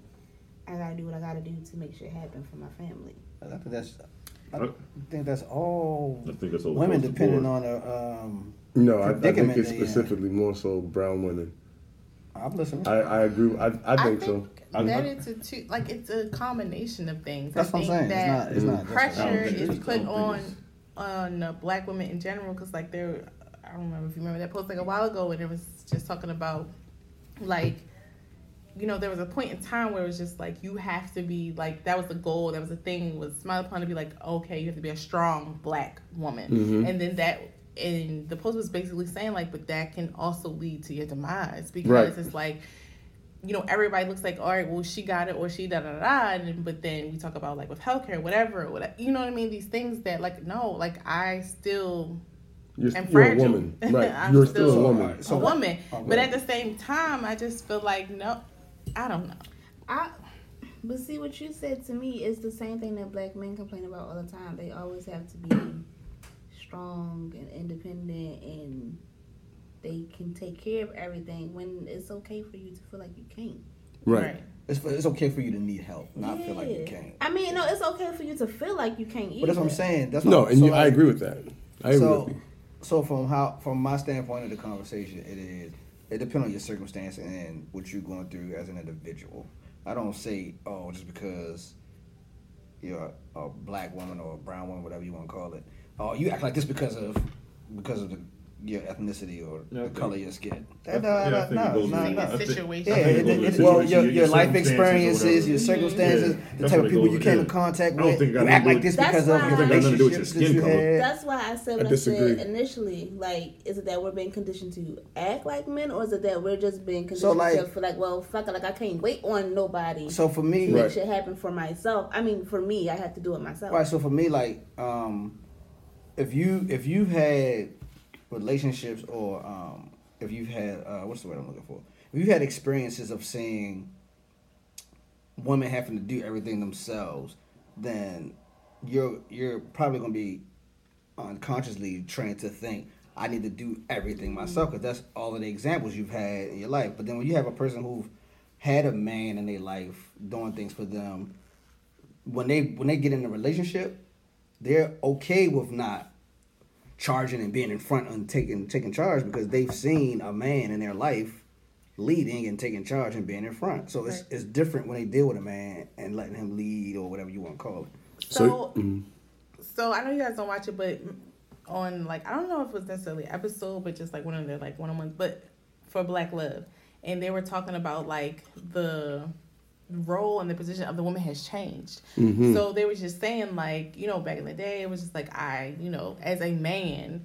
Speaker 6: "I gotta do what I gotta do to make shit happen for my family"?
Speaker 8: I think that's. I
Speaker 4: I-
Speaker 8: think that's all
Speaker 4: I think Uh, that's all
Speaker 8: women
Speaker 4: across the
Speaker 8: depending
Speaker 4: board.
Speaker 8: on the. Um,
Speaker 3: no I, I think
Speaker 8: Predicament
Speaker 3: it's
Speaker 8: they in.
Speaker 3: specifically more so brown women
Speaker 8: I'm listening.
Speaker 3: I, I agree I, I think so
Speaker 4: I-
Speaker 1: that
Speaker 4: I-
Speaker 1: it's a two, like it's a combination of things.
Speaker 8: That's
Speaker 1: I
Speaker 8: what I'm
Speaker 1: think
Speaker 8: saying. It's
Speaker 1: that
Speaker 8: not- it's not just
Speaker 4: I
Speaker 1: pressure
Speaker 4: don't think
Speaker 1: is
Speaker 4: it's- I
Speaker 1: put
Speaker 4: don't think
Speaker 1: on
Speaker 4: it's-
Speaker 1: on uh, black women in general because like there, I don't remember if you remember that post like a while ago and it was just talking about like. You know, there was a point in time where it was just like you have to be like that was the goal, that was the thing was smile upon to be like okay, you have to be a strong black woman, and then that and the post was basically saying like, but that can also lead to your demise because
Speaker 3: Right.
Speaker 1: it's like you know, everybody looks like, all right, well, she got it or she da da da, da. And, but then we talk about like with healthcare, whatever, whatever, you know what I mean? These things that like, no, like I still
Speaker 3: you're,
Speaker 1: And
Speaker 3: you're a
Speaker 1: fragile.
Speaker 3: woman right
Speaker 1: I'm
Speaker 3: you're still,
Speaker 1: still-
Speaker 3: a woman
Speaker 8: So
Speaker 1: a
Speaker 8: what-
Speaker 1: woman,
Speaker 8: oh,
Speaker 1: but at
Speaker 8: right.
Speaker 1: the same time, I just feel like no, I don't know.
Speaker 6: I, but see, what you said to me is the same thing that black men complain about all the time. They always have to be strong and independent, and they can take care of everything. When it's okay for you to feel like you can't.
Speaker 3: right
Speaker 8: It's, it's okay for you to need help, not feel like you
Speaker 6: Yeah.
Speaker 8: can't.
Speaker 6: I mean, no, it's okay for you to feel like you can't eat.
Speaker 8: But that's what I'm saying. That's
Speaker 3: no
Speaker 8: what,
Speaker 3: and
Speaker 8: so
Speaker 3: you, I
Speaker 8: like-
Speaker 3: agree with that I agree
Speaker 8: so,
Speaker 3: with you
Speaker 8: so from how from my standpoint of the conversation, it is it depends on your circumstance and what you're going through as an individual. I don't say oh just because you're a, a black woman or a brown woman, whatever you want to call it, oh you act like this because of because of the, your ethnicity or
Speaker 4: Yeah, I
Speaker 8: the
Speaker 4: think-
Speaker 8: color of your skin.
Speaker 4: I-
Speaker 8: That-
Speaker 4: yeah, I
Speaker 8: that-
Speaker 4: think it
Speaker 8: no,
Speaker 4: goes
Speaker 8: no,
Speaker 4: with-
Speaker 1: Think
Speaker 8: no.
Speaker 1: it's
Speaker 4: I think-
Speaker 1: situation.
Speaker 4: I
Speaker 8: Yeah,
Speaker 4: think it
Speaker 8: it,
Speaker 4: goes
Speaker 8: it,
Speaker 4: with
Speaker 8: it,
Speaker 4: the
Speaker 8: well,
Speaker 4: situation,
Speaker 8: your, your life
Speaker 4: circumstances or
Speaker 8: experiences, your
Speaker 4: whatever.
Speaker 8: circumstances,
Speaker 4: Yeah,
Speaker 8: the
Speaker 4: that's what
Speaker 8: type of
Speaker 4: it
Speaker 8: people
Speaker 4: goes
Speaker 8: you
Speaker 4: with,
Speaker 8: came
Speaker 4: yeah.
Speaker 8: in contact
Speaker 4: I don't
Speaker 8: with,
Speaker 4: think it got
Speaker 8: you act
Speaker 4: nothing to do
Speaker 8: like this
Speaker 6: with-
Speaker 8: because
Speaker 6: That's
Speaker 8: of
Speaker 6: why- I think
Speaker 8: the
Speaker 6: it got
Speaker 8: relationship
Speaker 4: nothing to do with your
Speaker 8: that
Speaker 4: skin
Speaker 8: you
Speaker 4: color.
Speaker 8: had.
Speaker 6: That's why I said
Speaker 3: I
Speaker 6: what I, said
Speaker 3: disagree.
Speaker 6: initially. Like, is it that we're being conditioned to act like men, or is it that we're just being conditioned
Speaker 8: So, like-
Speaker 6: to feel like, well, fuck it, like I can't wait on nobody.
Speaker 8: So for me,
Speaker 6: to make
Speaker 3: Right.
Speaker 6: shit happen for myself. I mean, for me, I have to do it myself.
Speaker 8: Right. So for me, like, um, if you if you've had relationships or um, if you've had uh, what's the word I'm looking for? If you've had experiences of seeing women having to do everything themselves, then you're you're probably gonna be unconsciously trained to think I need to do everything myself because that's all of the examples you've had in your life. But then when you have a person who've had a man in their life doing things for them, when they when they get in a relationship, they're okay with not charging and being in front and taking taking charge because they've seen a man in their life leading and taking charge and being in front. So it's it's different when they deal with a man and letting him lead or whatever you want to call it.
Speaker 1: So, so I know you guys don't watch it, but on like I don't know if it was necessarily episode, but just like one of their like one on ones, but for Black Love, and they were talking about like the role and the position of the woman has changed. So they were just saying like you know back in the day it was just like I you know as a man.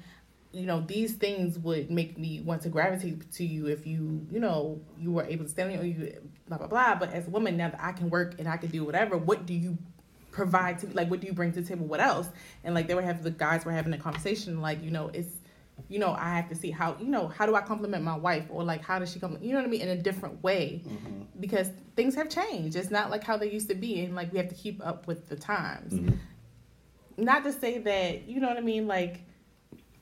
Speaker 1: You know these things would make me want to gravitate to you if you, you know, you were able to stand on your- you, blah blah blah. But as a woman, now that I can work and I can do whatever, what do you provide to like what do you bring to the table what else and like they were having the guys were having a conversation like you know it's you know i have to see how you know how do i compliment my wife or like how does she come you know what i mean in a different way because things have changed it's not like how they used to be and like we have to keep up with the times not to say that you know what i mean like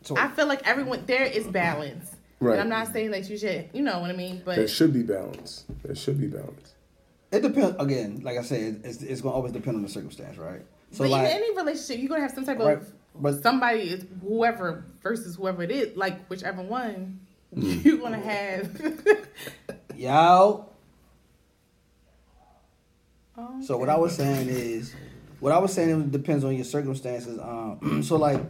Speaker 8: So
Speaker 1: i feel like everyone there is balance right
Speaker 3: Right.
Speaker 1: i'm not saying that you should you know what i mean
Speaker 3: there
Speaker 1: but
Speaker 3: should be balance there should be balance
Speaker 8: it depends again. Like I said, it's it's gonna always depend on the circumstance, right? So
Speaker 1: but
Speaker 8: like
Speaker 1: in any relationship you're gonna have some type
Speaker 8: Right.
Speaker 1: of
Speaker 8: But-
Speaker 1: somebody is whoever versus whoever it is, like whichever one
Speaker 8: Mm.
Speaker 1: you want to have.
Speaker 8: Yo.
Speaker 1: Oh,
Speaker 8: So what I was saying is, what I was saying it depends on your circumstances. Um, so like,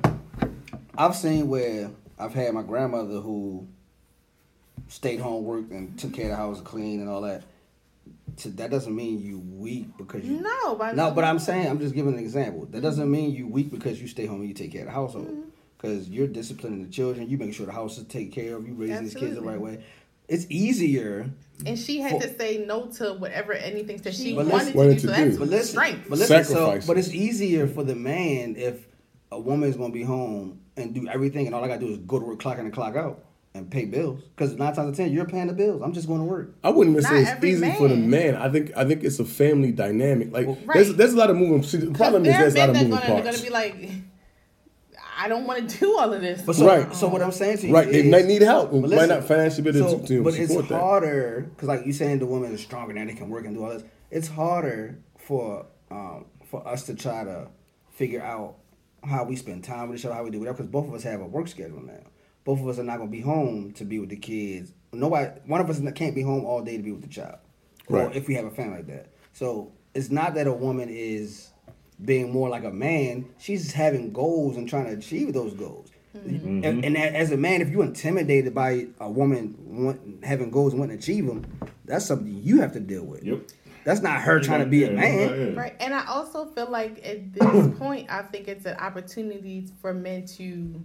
Speaker 8: I've seen where I've had my grandmother who stayed home, worked, and took care of the house, clean, and all that. So that doesn't mean you weak because you
Speaker 1: no, but
Speaker 8: no, but I'm saying I'm just giving an example. That doesn't mean you weak because you stay home and you take care of the household. Because you're disciplining the children, you make sure the house is taken care of, you raising these kids the
Speaker 1: Absolutely.
Speaker 8: right way. It's easier.
Speaker 1: and she had
Speaker 8: for-
Speaker 1: to say no to whatever anything that she
Speaker 8: But
Speaker 1: wanted to
Speaker 8: listen-
Speaker 1: do.
Speaker 3: wanted
Speaker 1: So
Speaker 3: to
Speaker 1: that's
Speaker 3: do.
Speaker 8: But listen,
Speaker 1: strength.
Speaker 8: but listen. So,
Speaker 3: Sacrifice.
Speaker 8: but it's easier for the man if a woman is gonna be home and do everything, and all I gotta do is go to work, clock in and clock out, and pay bills. Because nine times out of ten, you're paying the bills. I'm just going to work.
Speaker 3: I wouldn't even
Speaker 1: Not
Speaker 3: say it's
Speaker 1: every
Speaker 3: easy for the
Speaker 1: man.
Speaker 3: man. I think I think it's a family dynamic. Like
Speaker 1: right.
Speaker 3: there's there's a lot of moving. See, the
Speaker 1: 'Cause
Speaker 3: problem is
Speaker 1: there are
Speaker 3: there's a lot
Speaker 1: men
Speaker 3: of
Speaker 1: that
Speaker 3: moving
Speaker 1: gonna, gonna
Speaker 3: parts.
Speaker 1: be like, I don't want to do all of this.
Speaker 8: But so,
Speaker 3: Right.
Speaker 8: so what I'm saying to you
Speaker 3: Right, they
Speaker 8: is,
Speaker 3: might need help.
Speaker 8: But
Speaker 3: Might not financially be able to- to
Speaker 8: But it's
Speaker 3: support that.
Speaker 8: harder because, like you saying, the woman is stronger now; they can work and do all this. It's harder for um, for us to try to figure out how we spend time with each other, how we do whatever. Because both of us have a work schedule now. Both of us are not going to be home to be with the kids. Nobody, one of us can't be home all day to be with the child. Or
Speaker 3: Right.
Speaker 8: if we have a family like that. So it's not that a woman is being more like a man. She's having goals and trying to achieve those goals.
Speaker 4: Mm-hmm.
Speaker 8: And, and a- as a man, if you're intimidated by a woman want, having goals and wanting to achieve them, that's something you have to deal with.
Speaker 4: Yep.
Speaker 8: That's not her trying to be a
Speaker 4: Yeah,
Speaker 8: man.
Speaker 4: yeah.
Speaker 1: Right. And I also feel like at this point, I think it's an opportunity for men to.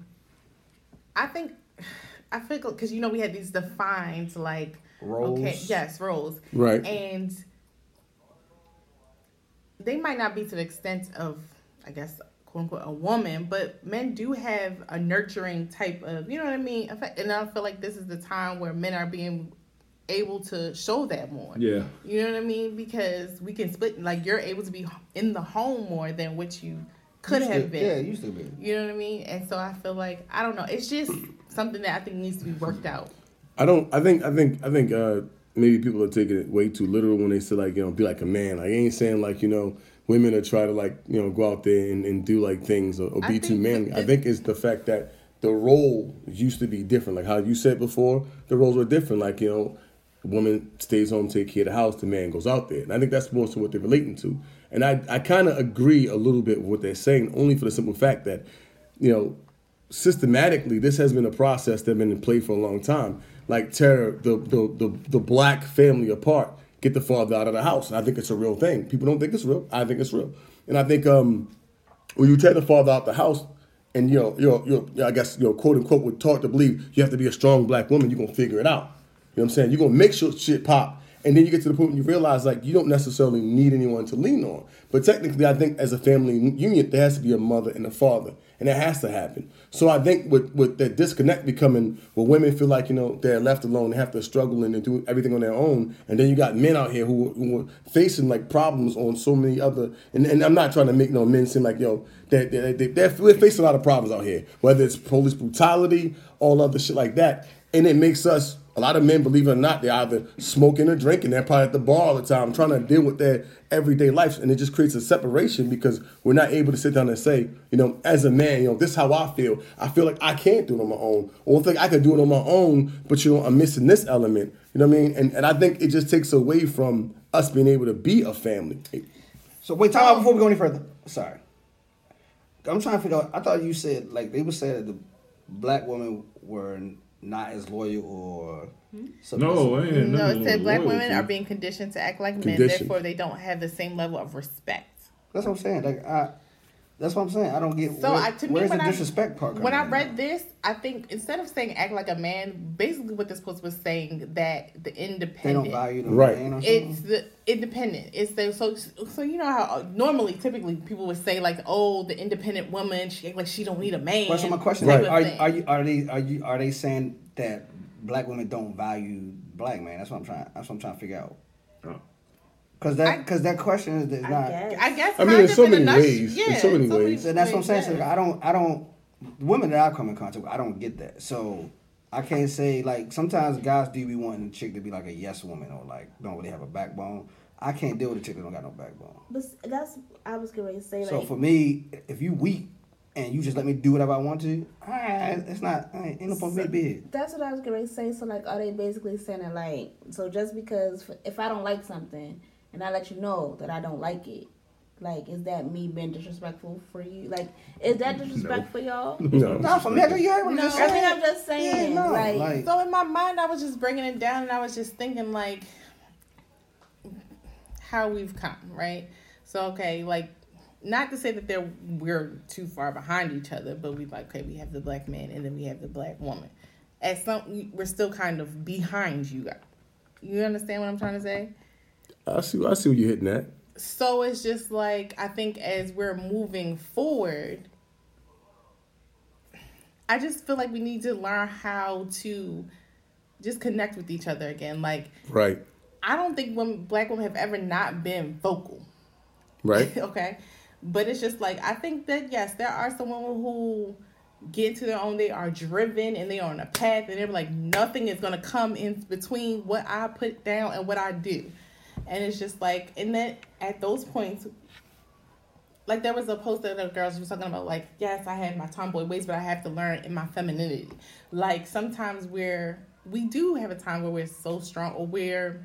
Speaker 1: I think, I feel because you know we had these defined like Okay,
Speaker 8: Roles.
Speaker 1: yes, roles.
Speaker 3: Right.
Speaker 1: And they might not be to the extent of, I guess, quote unquote, a woman, but men do have a nurturing type of, you know what I mean? In fact- And I feel like this is the time where men are being able to show that more.
Speaker 4: Yeah.
Speaker 1: You know what I mean? Because we can split, like, you're able to be in the home more than what you could
Speaker 8: You
Speaker 1: have
Speaker 8: still-
Speaker 1: been.
Speaker 8: Yeah, you still be.
Speaker 1: You know what I mean? And so I feel like, I don't know. It's just something that I think needs to be worked out.
Speaker 3: I don't. I think. I think. I think. Uh, maybe people are taking it way too literal when they say like, you know, be like a man. Like, I ain't saying like, you know, women are try to like, you know, go out there and, and do like things or, or
Speaker 1: I
Speaker 3: be too
Speaker 1: think
Speaker 3: manly.
Speaker 1: that-
Speaker 3: I think it's the fact that the role used to be different. Like how you said before, the roles were different. Like, you know, the woman stays home, take care of the house, the man goes out there. And I think that's more so what they're relating to. And I, I kind of agree a little bit with what they're saying, only for the simple fact that, you know, systematically this has been a process that's been in play for a long time like tear the the, the, the black family apart get the father out of the house i think it's a real thing people don't think it's real i think it's real and i think um when you tear the father out the house and you know, you're, you're, I guess, you know, quote unquote, we're taught to believe you have to be a strong black woman, you're going to figure it out. You know what I'm saying? You're going to make sure shit pop. And then you get to the point when you realize, like, you don't necessarily need anyone to lean on. But technically, I think as a family unit, there has to be a mother and a father. And that has to happen. So I think with, with the disconnect becoming where women feel like, you know, they're left alone, they have to struggle and do everything on their own. And then you got men out here who, who are facing, like, problems on so many other. And, and I'm not trying to make no men seem like, yo, they they they they're, we're facing a lot of problems out here, whether it's police brutality, all other shit like that. And it makes us, a lot of men, believe it or not, they're either smoking or drinking. They're probably at the bar all the time, trying to deal with their everyday lives. And it just creates a separation because we're not able to sit down and say, you know, as a man, you know, this is how I feel. I feel like I can't do it on my own. Or I think I could do it on my own, but, you know, I'm missing this element. You know what I mean? And, and I think it just takes away from us being able to be a family.
Speaker 8: So wait, time out before we go any further. Sorry. I'm trying to figure out. I thought you said like they were saying that the black women were not as loyal or something.
Speaker 4: No, I ain't
Speaker 1: No,
Speaker 4: nothing
Speaker 1: it said
Speaker 4: on
Speaker 1: black
Speaker 4: loyalty.
Speaker 1: women are being conditioned to act like men,
Speaker 3: Conditioned.
Speaker 1: therefore they don't have the same level of respect.
Speaker 8: That's what I'm saying. Like I, that's what I'm saying. I don't get.
Speaker 1: So
Speaker 8: where-
Speaker 1: I, to me,
Speaker 8: where's
Speaker 1: when
Speaker 8: the
Speaker 1: I
Speaker 8: disrespect part?
Speaker 1: when I
Speaker 8: coming in?
Speaker 1: read this, I think instead of saying act like a man, basically what this post was saying that the
Speaker 8: they
Speaker 1: independent
Speaker 8: don't value the
Speaker 3: Right.
Speaker 8: man or something.
Speaker 1: it's the independent. It's the so so you know how uh, normally typically people would say like oh the independent woman she act like she don't need a man.
Speaker 8: Well, so my question
Speaker 1: type
Speaker 8: is,
Speaker 1: of
Speaker 8: are,
Speaker 1: thing.
Speaker 8: are you are they are you are they saying that black women don't value black man? That's what I'm trying. That's what I'm trying to figure out.
Speaker 4: Oh.
Speaker 8: Because that because that question is, is not.
Speaker 1: I guess
Speaker 3: I mean,
Speaker 1: kind
Speaker 3: there's
Speaker 1: of
Speaker 3: so
Speaker 1: in a
Speaker 3: many
Speaker 1: nutsh-
Speaker 3: ways. There's so many ways.
Speaker 8: And that's what I'm saying. So
Speaker 1: yes.
Speaker 8: like, I don't I don't women that I come in contact with, I don't get that. So I can't say like sometimes guys do be wanting a chick to be like a yes woman or like don't really have a backbone. I can't deal with a chick that don't got no backbone.
Speaker 6: But s- that's I was going to say like
Speaker 8: So for me, if you weak, and you just let me do whatever I want to, alright, it's not alright, ain't no point in being big.
Speaker 6: That's what I was gonna say. So like, are they basically saying that like, so just because f- if I don't like something and I let you know that I don't like it, like, is that me being disrespectful for you? Like, is that disrespectful, y'all?
Speaker 3: No.
Speaker 8: Not for me. I just- You heard what I
Speaker 6: No,
Speaker 8: just
Speaker 6: I mean
Speaker 8: said.
Speaker 6: I'm just saying.
Speaker 8: Yeah, no,
Speaker 6: like,
Speaker 8: like-
Speaker 1: So in my mind, I was just bringing it down, and I was just thinking like how we've come, right? So okay, like not to say that they're we're too far behind each other, but we like okay, we have the black man, and then we have the black woman. At some, we- we're still kind of behind you guys. You understand what I'm trying to say?
Speaker 3: I see. I see what you're hitting at.
Speaker 1: So it's just like I think as we're moving forward, I just feel like we need to learn how to just connect with each other again. Like
Speaker 3: Right.
Speaker 1: I don't think women, black women have ever not been vocal.
Speaker 3: Right.
Speaker 1: okay, but it's just like I think that yes, there are some women who get into their own. They are driven and they are on a path, and they're like nothing is gonna come in between what I put down and what I do. And it's just like, and then at those points, like there was a post that the girls were talking about, like, yes, I have my tomboy ways, but I have to learn in my femininity. Like sometimes we're we do have a time where we're so strong or we're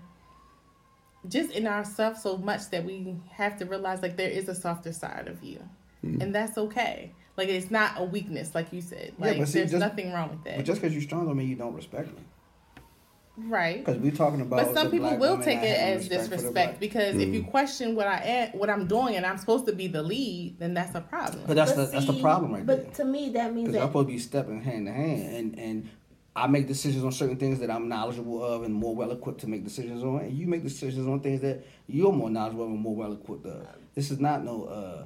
Speaker 1: just in ourselves so much that we have to realize like there is a softer side of you.
Speaker 8: Mm-hmm.
Speaker 1: And that's okay. Like it's not a weakness, like you said.
Speaker 8: Yeah,
Speaker 1: Like
Speaker 8: but see,
Speaker 1: there's
Speaker 8: just-
Speaker 1: nothing wrong with
Speaker 8: But
Speaker 1: that.
Speaker 8: just because you're strong don't mean you don't respect me.
Speaker 1: right.
Speaker 8: Because we're talking about.
Speaker 1: But some
Speaker 8: the
Speaker 1: people
Speaker 8: black
Speaker 1: will
Speaker 8: woman
Speaker 1: take
Speaker 8: not
Speaker 1: it
Speaker 8: having
Speaker 1: as
Speaker 8: for the
Speaker 1: disrespect
Speaker 8: black- Mm-hmm.
Speaker 1: because if you question what I am, what I'm doing, and I'm supposed to be the lead, then that's a problem.
Speaker 8: But that's
Speaker 6: but
Speaker 8: the that's the
Speaker 6: see,
Speaker 8: problem right
Speaker 6: But to
Speaker 8: there.
Speaker 6: me, that means
Speaker 8: Because
Speaker 6: that
Speaker 8: I'm supposed to be stepping hand to hand, and and I make decisions on certain things that I'm knowledgeable of and more well equipped to make decisions on, and you make decisions on things that you're more knowledgeable of and more well equipped of. This is not no. uh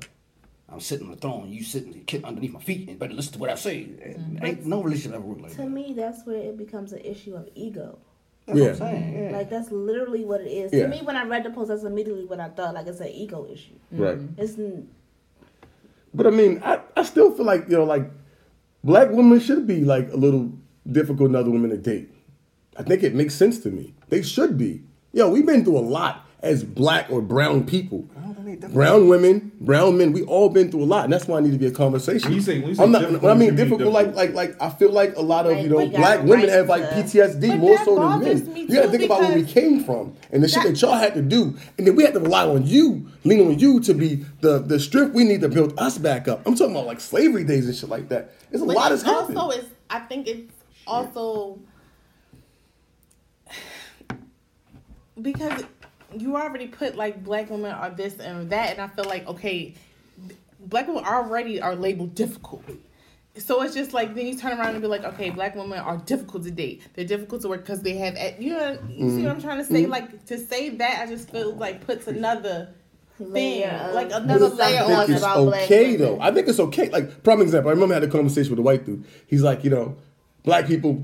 Speaker 8: I'm sitting on the throne, you sitting underneath my feet, and better listen to what I say. Ain't no relationship ever work like
Speaker 6: Mm-hmm. to
Speaker 8: that.
Speaker 6: me, that's where it becomes an issue of ego.
Speaker 8: That's what I'm
Speaker 3: Yeah.
Speaker 8: saying. Yeah.
Speaker 6: Like that's literally what it is.
Speaker 3: Yeah.
Speaker 6: To me, when I read the post, that's immediately what I thought. Like it's an ego issue.
Speaker 3: Right.
Speaker 6: It's n-
Speaker 3: But I mean, I, I still feel like you know, like black women should be like a little difficult than other women to date. I think it makes sense to me. They should be. Yo, we've been through a lot as black or brown people.
Speaker 8: think they difficult.
Speaker 3: Brown women, brown men, we all been through a lot, and that's why I need to be a conversation.
Speaker 4: When you say- when you say
Speaker 3: I'm not,
Speaker 4: difficult,
Speaker 3: when I
Speaker 4: you
Speaker 3: mean
Speaker 4: mean
Speaker 3: difficult, like
Speaker 4: difficult.
Speaker 3: like like I feel like a lot of
Speaker 6: Like,
Speaker 3: you
Speaker 6: we
Speaker 3: know
Speaker 6: got
Speaker 3: black
Speaker 6: a
Speaker 3: women
Speaker 6: right
Speaker 3: have like
Speaker 6: to-
Speaker 3: PTSD
Speaker 1: But
Speaker 3: more
Speaker 1: that
Speaker 3: so than
Speaker 1: bothers
Speaker 3: men.
Speaker 1: me
Speaker 3: You gotta
Speaker 1: too,
Speaker 3: think about where we
Speaker 1: because-
Speaker 3: came from and the shit
Speaker 1: That-
Speaker 3: that y'all had to do, and then we had to rely on you, lean on you to be the the strip we need to build us back up. I'm talking about like slavery days and shit like that. It's a
Speaker 1: But
Speaker 3: lot
Speaker 1: it
Speaker 3: has happened.
Speaker 1: Also, is I think it's also because you already put like black women are this and that, and I feel like okay, black women already are labeled difficult. So it's just like then you turn around and be like, okay, black women are difficult to date. They're difficult to work because they have, at- you know, you see what I'm trying to say. Like to say that, I just feel like puts another thing,
Speaker 6: Layer of-
Speaker 1: like
Speaker 6: But
Speaker 1: another
Speaker 6: it's
Speaker 1: layer
Speaker 6: not
Speaker 1: on
Speaker 3: I think
Speaker 6: Talking
Speaker 3: it's
Speaker 1: it.
Speaker 6: about black
Speaker 3: okay
Speaker 6: women.
Speaker 3: though. I think it's okay. Like prime example, I remember I had a conversation with a white dude. He's like, you know, black people,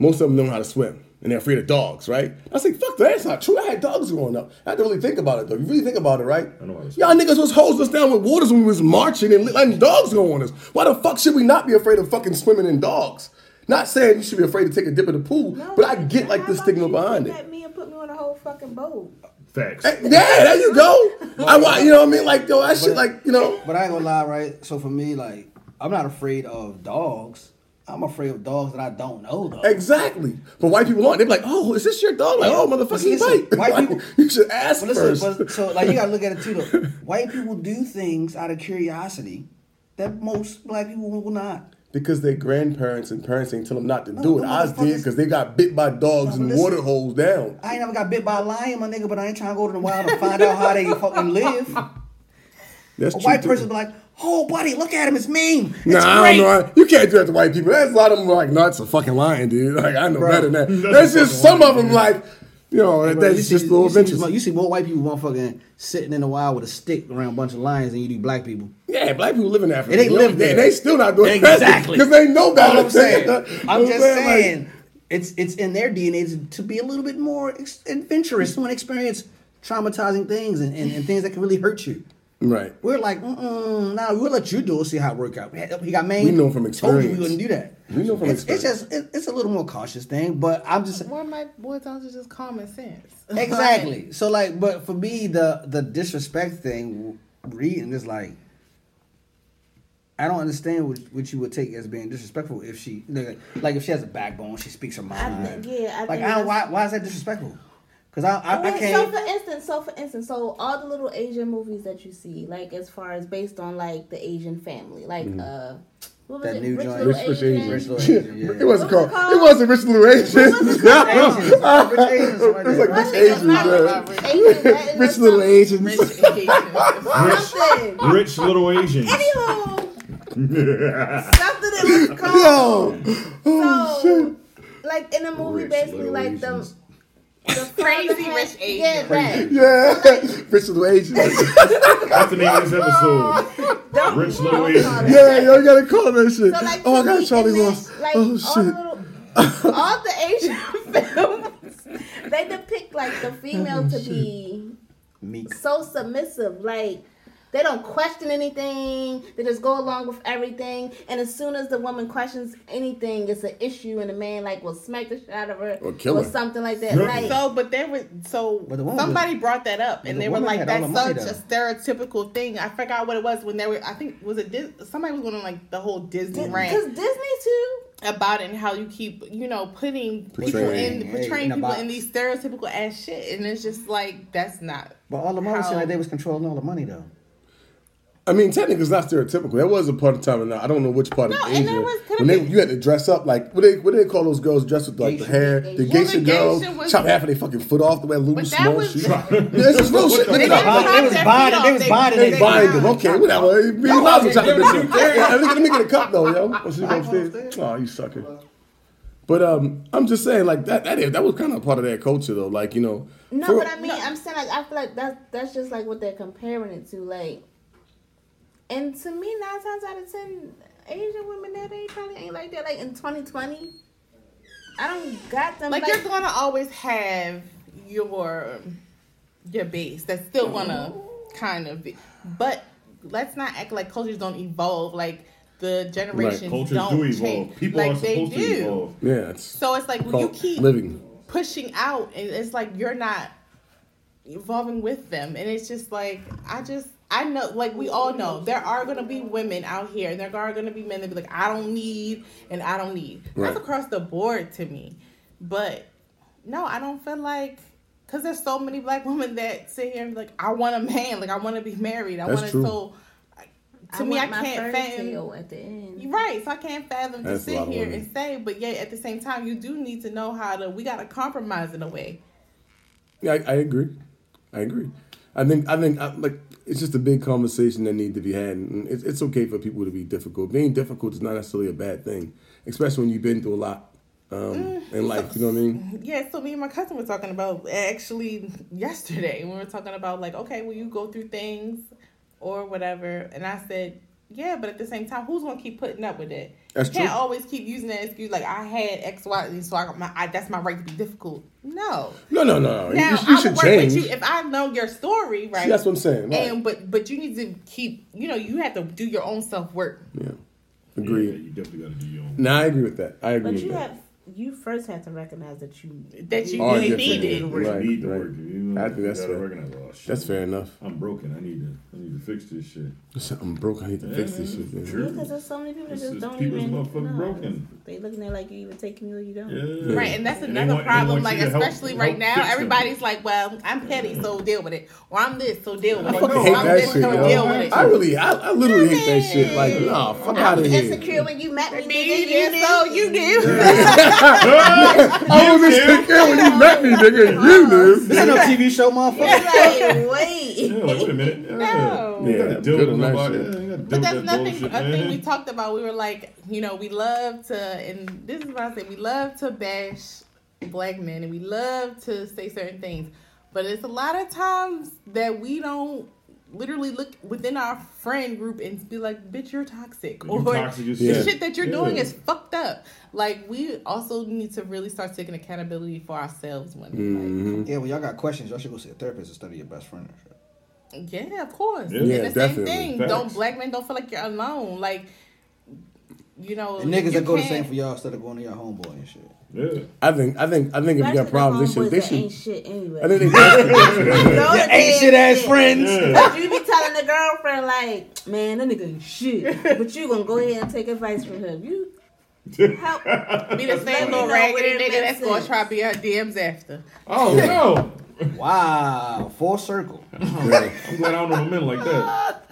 Speaker 3: most of them know how to swim and they're afraid of dogs, right? I was like, fuck that, that's not true. I had dogs growing up. I had to really think about it though. You really think about it, right?
Speaker 4: I know how to swim.
Speaker 3: Y'all niggas was hosing us down with waters when we was marching and letting dogs go on us. Why the fuck should we not be afraid of fucking swimming and dogs? Not saying you should be afraid to take a dip in the pool, but I get like the
Speaker 6: How
Speaker 3: stigma
Speaker 6: about you
Speaker 3: behind
Speaker 6: come
Speaker 3: it.
Speaker 6: At me and put me on a whole fucking boat.
Speaker 4: Facts.
Speaker 3: Hey, Yeah, there you go. I want, you know what I mean? Like, yo, that shit, like, you know.
Speaker 8: But I ain't gonna lie, right? So for me, like, I'm not afraid of dogs. I'm afraid of dogs that I don't know though.
Speaker 3: Exactly. But white people aren't. They're like, oh, is this your dog? Like, oh, motherfucker,
Speaker 8: But
Speaker 3: he's white.
Speaker 8: listen, white
Speaker 3: Like,
Speaker 8: people-
Speaker 3: you should ask
Speaker 8: But listen,
Speaker 3: first.
Speaker 8: but, so like you gotta look at it too. Though. White people do things out of curiosity that most black people will not.
Speaker 3: because their grandparents and parents ain't tell them not to do it.
Speaker 8: but
Speaker 3: I did
Speaker 8: motherfuckers-
Speaker 3: because they got bit by dogs and
Speaker 8: No, but listen.
Speaker 3: water holes down.
Speaker 8: I ain't never got bit by a lion, my nigga, but I ain't trying to go to the wild and find out how they fucking live. A
Speaker 3: That's true.
Speaker 8: white
Speaker 3: too.
Speaker 8: person be like, "Oh, buddy, look at him, it's mean, it's
Speaker 3: Nah, I
Speaker 8: great."
Speaker 3: don't know. You can't do that to white people. That's a lot of them are like, no, it's a fucking lion, dude. Like, I know
Speaker 8: Bro.
Speaker 3: better than that. That's just some of them, like, you know, that-
Speaker 8: Bro,
Speaker 3: that's
Speaker 8: you
Speaker 3: just
Speaker 8: see-
Speaker 3: little
Speaker 8: you see-
Speaker 3: adventures.
Speaker 8: You see more white people motherfucking sitting in the wild with a stick around a bunch of lions than you do black people.
Speaker 3: Yeah, black people live in Africa.
Speaker 8: They live
Speaker 3: They,
Speaker 8: there.
Speaker 3: they still not doing
Speaker 8: Exactly.
Speaker 3: Because they know better.
Speaker 8: All I'm saying,
Speaker 3: You
Speaker 8: I'm
Speaker 3: know
Speaker 8: just
Speaker 3: what I'm Like,
Speaker 8: saying, it's it's in their DNA to- to be a little bit more ex- adventurous when experience traumatizing things and, and, and things that can really hurt you.
Speaker 3: right.
Speaker 8: We're like, mm nah, we'll let you do it, see how it work out. He got made.
Speaker 3: We know from
Speaker 8: Told you
Speaker 3: experience.
Speaker 8: we wouldn't do that.
Speaker 3: We know from
Speaker 8: it's, it's
Speaker 3: experience.
Speaker 8: just it- it's a little more cautious thing, but I'm just
Speaker 1: One of my boys also just common sense.
Speaker 8: exactly. So like, but for me, the the disrespect thing, reading is like, I don't understand what, what you would take as being disrespectful if she like, like if she has a backbone, she speaks her mind.
Speaker 6: think- yeah, I
Speaker 8: like
Speaker 6: think
Speaker 8: I don't, why
Speaker 6: that's-
Speaker 8: why is that disrespectful? Because I I, I
Speaker 6: Wait,
Speaker 8: can't.
Speaker 6: So for instance, so for instance, so all the little Asian movies that you see, like as far as based on like the Asian family, like
Speaker 3: Mm-hmm.
Speaker 6: uh, what was
Speaker 8: That
Speaker 6: it?
Speaker 8: new
Speaker 6: Rich
Speaker 8: joint.
Speaker 6: Little
Speaker 8: Rich
Speaker 3: Rich
Speaker 6: Asian.
Speaker 3: Asian.
Speaker 8: Rich Little Asian, yeah.
Speaker 3: It wasn't
Speaker 6: What was
Speaker 3: called.
Speaker 6: it
Speaker 3: It
Speaker 6: called?
Speaker 3: wasn't Rich Little Asians.
Speaker 8: Asians. Rich
Speaker 3: It's like
Speaker 6: What
Speaker 8: Asians.
Speaker 3: Rich
Speaker 6: is
Speaker 3: Asians.
Speaker 6: it?
Speaker 3: yeah.
Speaker 6: Asian, Latin,
Speaker 3: Rich
Speaker 6: or
Speaker 3: Little
Speaker 6: something.
Speaker 3: Asians.
Speaker 1: Rich Asian.
Speaker 6: Something.
Speaker 4: Rich little Asians.
Speaker 6: Anywho, something that was called.
Speaker 3: Yo.
Speaker 6: so,
Speaker 3: Oh shit.
Speaker 6: like in the movie,
Speaker 3: Rich
Speaker 6: basically,
Speaker 3: Little
Speaker 6: like them.
Speaker 3: Asians.
Speaker 6: The crazy
Speaker 1: Rich Asians.
Speaker 6: Yeah, that.
Speaker 3: Yeah. Rich Little Asians.
Speaker 4: That's the name of this episode.
Speaker 6: Don't-
Speaker 4: Rich Little
Speaker 6: don't call
Speaker 4: Asians.
Speaker 6: it.
Speaker 3: Yeah, yo, you gotta call that shit.
Speaker 6: So, like,
Speaker 3: oh
Speaker 6: to
Speaker 3: my
Speaker 6: me,
Speaker 3: god, Charlie
Speaker 6: in that-
Speaker 3: Wilson.
Speaker 6: Like,
Speaker 3: oh
Speaker 6: All
Speaker 3: shit.
Speaker 6: the, little- all the Asian films, they depict like the
Speaker 3: Oh,
Speaker 6: female to be
Speaker 8: Meek.
Speaker 6: so submissive. Like they don't question anything. They just go along with everything. And as soon as the woman questions anything, it's an issue, and the man like will smack the shit out of her
Speaker 3: Or kill her.
Speaker 6: something like that.
Speaker 4: Yeah.
Speaker 6: Like,
Speaker 1: So, but there was so
Speaker 8: But the woman
Speaker 1: somebody brought that up,
Speaker 8: but
Speaker 1: and
Speaker 8: the
Speaker 1: they were like,
Speaker 8: woman had all
Speaker 1: "That's
Speaker 8: the money,
Speaker 1: such a stereotypical thing." I forgot what it was when they were. I think was it Dis- somebody was going on like the whole Disney
Speaker 6: because
Speaker 1: rant
Speaker 6: Disney too.
Speaker 1: about it and how you keep you know putting
Speaker 3: Portraying,
Speaker 1: people in
Speaker 8: hey,
Speaker 1: portraying
Speaker 8: in a
Speaker 1: people
Speaker 8: box.
Speaker 1: in these stereotypical ass shit, and it's just like that's not.
Speaker 8: But all the mothers said
Speaker 1: How-
Speaker 8: that they was controlling all the money though.
Speaker 3: I mean, technically, it's not stereotypical. That was a part of the time, and I don't know which part
Speaker 1: No,
Speaker 3: of
Speaker 1: and
Speaker 3: Asia.
Speaker 1: there was-
Speaker 3: when they, you had to dress up like what they what do they call those girls dressed with like the
Speaker 8: Geisha.
Speaker 3: hair, the
Speaker 1: Well,
Speaker 3: geisha
Speaker 6: Geisha.
Speaker 1: the
Speaker 3: girls,
Speaker 1: geisha was-
Speaker 3: chop half of their fucking foot off the way loose
Speaker 1: that
Speaker 3: small
Speaker 1: was-
Speaker 3: shoes. yeah, this is real shit. Look
Speaker 1: They
Speaker 3: it
Speaker 1: didn't chop
Speaker 3: up.
Speaker 8: They was
Speaker 1: their feet
Speaker 8: bonded.
Speaker 1: off.
Speaker 8: They was bonded.
Speaker 3: They bind them.
Speaker 1: ground.
Speaker 3: Okay, whatever. Be allowed to chop the bitch up. Yeah, Let me let me get a cup though, yo. Oh, she upstairs. Oh, you sucker. But um, I'm just saying, like that that is, that was kind of part of their culture though. Like you know,
Speaker 6: No,
Speaker 3: for-
Speaker 6: but I mean, I'm saying like I feel like that's that's just like what they're comparing it to, like. And to me, nine times out of ten, Asian women that ain't probably ain't like that. Like in 2020, I don't got them.
Speaker 1: Like, you're gonna always have your your base that's still gonna kind of be, but let's not act like cultures don't evolve. Like the generations
Speaker 4: Cultures
Speaker 1: don't
Speaker 4: do evolve.
Speaker 1: change.
Speaker 4: People
Speaker 1: like
Speaker 4: are supposed to evolve.
Speaker 3: yeah, it's
Speaker 1: So it's like when you
Speaker 3: called
Speaker 1: keep
Speaker 3: living.
Speaker 1: pushing out, and it's like you're not evolving with them, and it's just like I just I know, like we all know, there are gonna be women out here, and there are gonna be men that be like, I don't need, and I don't need.
Speaker 3: Right.
Speaker 1: That's across the board to me, but no, I don't feel like. Cause there's so many black women that sit here and be like, I want a man, like I want to be married, I
Speaker 3: That's
Speaker 1: want to.
Speaker 3: true.
Speaker 1: So, I- to me, I can't fathom
Speaker 6: fail at the end.
Speaker 1: you're Right, so I can't fathom
Speaker 3: That's a
Speaker 1: to
Speaker 3: lot
Speaker 1: sit
Speaker 3: of
Speaker 1: here
Speaker 3: women.
Speaker 1: and say, but yet at the same time, you do need to know how to. We gotta compromise in a way.
Speaker 3: Yeah, I, I agree. I agree. I think I think I, like it's just a big conversation that need to be had, and it's it's okay for people to be difficult. Being difficult is not necessarily a bad thing, especially when you've been through a lot um,
Speaker 1: Mm.
Speaker 3: in life. You know what I mean?
Speaker 1: Yeah, so me and my cousin were talking about actually yesterday. We were talking about like, okay, well, you go through things or whatever, and I said, yeah, but at the same time, who's gonna keep putting up with it?
Speaker 3: That's
Speaker 1: you can't
Speaker 3: true.
Speaker 1: always keep using that excuse like I had X, Y, and so I got my. I, that's my right to be difficult. No,
Speaker 3: No, no, no. no. You-
Speaker 1: now
Speaker 3: you,
Speaker 1: I
Speaker 3: you
Speaker 1: would
Speaker 3: should
Speaker 1: work
Speaker 3: change.
Speaker 1: with you if I know your story, right?
Speaker 3: See, that's what I'm saying. Right.
Speaker 1: And but but you need to keep you know you have to do your own self work.
Speaker 3: yeah,
Speaker 4: Yeah,
Speaker 3: agreed.
Speaker 4: you definitely gotta do your own.
Speaker 3: Now I agree with that. I agree
Speaker 6: But
Speaker 3: with
Speaker 6: you
Speaker 3: that.
Speaker 6: have you first have to recognize that you
Speaker 1: That you
Speaker 3: Are
Speaker 1: really
Speaker 3: different.
Speaker 1: need it.
Speaker 3: Right,
Speaker 4: You need to
Speaker 3: right.
Speaker 4: work. You
Speaker 3: I think that's
Speaker 4: gotta
Speaker 3: fair.
Speaker 4: recognize, oh, shit,
Speaker 3: That's fair enough.
Speaker 4: I'm broken. I need to. I need to fix this shit.
Speaker 3: Listen, I'm broke. I need to fix this shit. man.
Speaker 4: Sure.
Speaker 6: because there's so many people that
Speaker 4: It's
Speaker 6: just
Speaker 4: just
Speaker 6: don't
Speaker 4: people's
Speaker 6: even
Speaker 4: motherfucking
Speaker 6: know.
Speaker 4: broken.
Speaker 6: They looking at it like you either take me or you don't.
Speaker 4: Yeah.
Speaker 1: Right, and that's
Speaker 4: And they
Speaker 1: another
Speaker 4: want- they
Speaker 1: problem.
Speaker 4: want
Speaker 1: Like
Speaker 4: you to help-
Speaker 1: especially right
Speaker 4: help
Speaker 1: now,
Speaker 4: fix them.
Speaker 1: everybody's like, "Well, I'm petty, so deal with it," or "I'm this, so deal with it."
Speaker 3: I fucking hate
Speaker 1: am
Speaker 3: that shit,
Speaker 1: so deal
Speaker 3: yo.
Speaker 1: with
Speaker 3: I
Speaker 1: it.
Speaker 3: really, I, I literally hate that shit. Like, nah, fuck out of here.
Speaker 6: Insecure when you met me,
Speaker 1: Me,
Speaker 6: nigga, you
Speaker 1: yeah, so
Speaker 6: knew.
Speaker 1: you do.
Speaker 3: I was insecure when you met me, nigga. You knew.
Speaker 8: This ain't no TV show, motherfucker.
Speaker 6: Like, wait.
Speaker 4: Yeah, like, wait a minute. Yeah.
Speaker 1: No.
Speaker 4: You
Speaker 3: Yeah,
Speaker 4: gotta deal
Speaker 3: good
Speaker 4: with
Speaker 3: on that
Speaker 4: nobody.
Speaker 3: shit.
Speaker 4: Yeah, you gotta deal
Speaker 1: But
Speaker 4: with
Speaker 1: that's
Speaker 4: that
Speaker 1: nothing.
Speaker 4: bullshit,
Speaker 1: a thing
Speaker 4: man.
Speaker 1: we talked about. We were like, you know, we love to, and this is what I said. We love to bash black men, and we love to say certain things. But it's a lot of times that we don't literally look within our friend group and be like, "Bitch, you're toxic,"
Speaker 4: You toxic as
Speaker 1: the
Speaker 4: shit.
Speaker 1: shit that you're
Speaker 4: Yeah.
Speaker 1: doing is fucked up. Like we also need to really start taking accountability for ourselves when,
Speaker 8: Yeah, well, y'all got questions. Y'all should go see a therapist and study your best friend. and shit.
Speaker 1: like, yeah, of course,
Speaker 4: Yeah.
Speaker 1: And
Speaker 4: Yeah,
Speaker 1: the same
Speaker 3: definitely.
Speaker 1: thing.
Speaker 4: Facts.
Speaker 1: Don't black men don't feel like you're alone. Like. You
Speaker 6: Oh,
Speaker 1: know,
Speaker 8: And niggas
Speaker 1: you
Speaker 8: that go the
Speaker 1: can't-
Speaker 8: same for y'all instead of going to your homeboy and shit.
Speaker 4: Yeah.
Speaker 3: I think, I think, I think if you got problems, they should, they
Speaker 6: Ain't
Speaker 3: should.
Speaker 6: shit anyway.
Speaker 3: I think they.
Speaker 6: Those are dead
Speaker 8: Ain't shit ass friends.
Speaker 4: Yeah.
Speaker 6: You be telling the girlfriend like, man, that nigga ain't shit. But you gonna go ahead and take advice from him. You help
Speaker 1: Be the
Speaker 6: Let
Speaker 1: same
Speaker 6: me
Speaker 1: little
Speaker 6: know where it
Speaker 1: raggedy nigga
Speaker 6: makes
Speaker 1: that's gonna
Speaker 6: sense.
Speaker 1: try to be her DMs after.
Speaker 4: Oh no!
Speaker 8: Wow, full circle.
Speaker 4: I'm glad I don't know no men like that.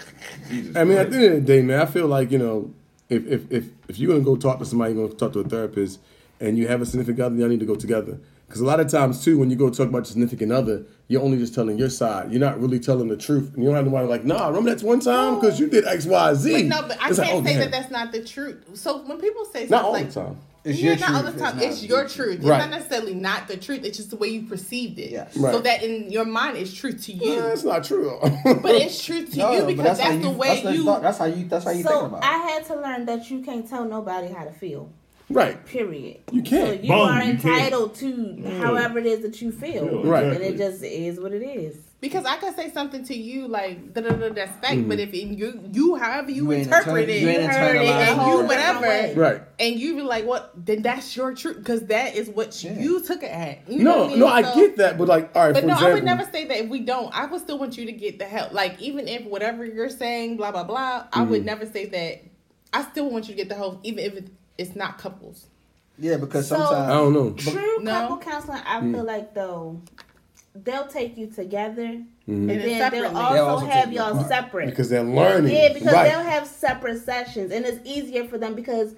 Speaker 4: Jesus
Speaker 3: I mean, at
Speaker 4: Christ.
Speaker 3: the end of the day, man, I feel like you know, if if if, if you're gonna go talk to somebody, you're gonna talk to a therapist, and you have a significant other, y'all need to go together. Because a lot of times too, when you go talk about your significant other, you're only just telling your side. You're not really telling the truth. And you don't have nobody like, nah, remember that one time because you did X, Y, Z.
Speaker 1: But no, but I
Speaker 3: It's like,
Speaker 1: can't
Speaker 3: oh,
Speaker 1: say
Speaker 3: damn.
Speaker 1: that that's not the truth. So when people say
Speaker 3: not
Speaker 1: stuff
Speaker 3: all
Speaker 1: like,
Speaker 3: the time.
Speaker 8: It's
Speaker 1: yeah,
Speaker 8: your
Speaker 1: not all the
Speaker 8: truth,
Speaker 1: time. It's
Speaker 8: not-
Speaker 1: your truth. It's
Speaker 3: Right.
Speaker 1: not necessarily not the truth. It's just the way you perceived it.
Speaker 8: Yes.
Speaker 1: So
Speaker 3: Right.
Speaker 1: that in your mind is truth to you,
Speaker 3: Yeah, that's not true.
Speaker 1: but it's truth to
Speaker 8: No,
Speaker 1: you
Speaker 8: but
Speaker 1: because that's,
Speaker 8: how
Speaker 1: the
Speaker 8: you-
Speaker 1: way
Speaker 8: that's
Speaker 1: you.
Speaker 8: thought- that's how you. That's how you thinking
Speaker 6: So
Speaker 8: about.
Speaker 6: I
Speaker 8: it.
Speaker 6: had to learn that you can't tell nobody how to feel.
Speaker 3: right.
Speaker 6: Period.
Speaker 3: You can't.
Speaker 6: So you
Speaker 4: Boom,
Speaker 6: are
Speaker 4: you can't.
Speaker 6: entitled to however it is that you feel,
Speaker 4: Yeah,
Speaker 3: Right.
Speaker 6: and
Speaker 4: exactly.
Speaker 6: it just is what it is.
Speaker 1: Because I could say something to you like da da da that's fact,
Speaker 3: Mm-hmm.
Speaker 1: but if in you you however you,
Speaker 8: You ain't
Speaker 1: interpret
Speaker 8: inter-
Speaker 1: it,
Speaker 8: you ain't
Speaker 1: you heard it,
Speaker 8: internalized
Speaker 1: and
Speaker 8: it.
Speaker 1: you whatever,
Speaker 3: Right.
Speaker 1: and you be like, what? Then that's your truth because that is what you,
Speaker 8: Yeah.
Speaker 1: you took it at. You know
Speaker 3: No,
Speaker 1: what mean?
Speaker 3: no, I
Speaker 1: So-
Speaker 3: get that, but like, all right,
Speaker 1: But
Speaker 3: for
Speaker 1: no,
Speaker 3: example,
Speaker 1: I would never say that if we don't. I would still want you to get the help. Like even if whatever you're saying, blah blah blah, I
Speaker 3: Mm-hmm.
Speaker 1: would never say that. I still want you to get the help, even if it- it's not couples.
Speaker 8: Yeah, because
Speaker 6: So-
Speaker 8: sometimes
Speaker 3: I don't know.
Speaker 6: True
Speaker 1: No.
Speaker 6: couple counseling, I feel like though, they'll take you together,
Speaker 3: Mm-hmm.
Speaker 1: And it's
Speaker 6: then they'll
Speaker 1: separately.
Speaker 6: also,
Speaker 8: They'll also
Speaker 6: have
Speaker 8: take you
Speaker 6: y'all
Speaker 8: apart.
Speaker 6: separate.
Speaker 3: Because they're learning.
Speaker 6: yeah, because
Speaker 3: right.
Speaker 6: they'll have separate sessions, and it's easier for them because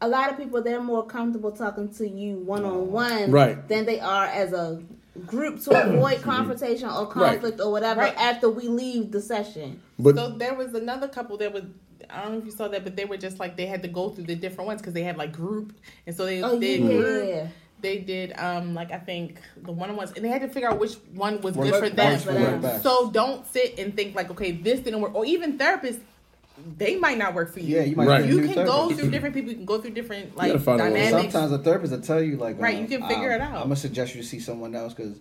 Speaker 6: a lot of people they're more comfortable talking to you one on one,
Speaker 3: Right.
Speaker 6: Than they are as a group to avoid confrontation or conflict or whatever
Speaker 1: Right.
Speaker 6: after we leave the session.
Speaker 3: but
Speaker 1: So there was another couple that was. I don't know if you saw that, but they were just like they had to go through the different ones because they had like group, and so they
Speaker 6: Oh
Speaker 1: did
Speaker 6: yeah,
Speaker 1: group. They did um like I think the one on ones, and they had to figure out which one was
Speaker 8: Works-
Speaker 1: good for them.
Speaker 8: works
Speaker 6: for them
Speaker 8: best.
Speaker 1: So don't sit and think like okay this didn't work, or even therapists, they might not work for you.
Speaker 8: yeah, you might.
Speaker 3: Right.
Speaker 8: get a
Speaker 1: you
Speaker 8: new
Speaker 1: can go
Speaker 8: therapist.
Speaker 1: through different people. You can go through different like
Speaker 3: gotta find a way.
Speaker 1: dynamics.
Speaker 8: Sometimes the therapist will tell you like,
Speaker 1: Right, you can figure it out.
Speaker 8: I'm gonna suggest you see someone else because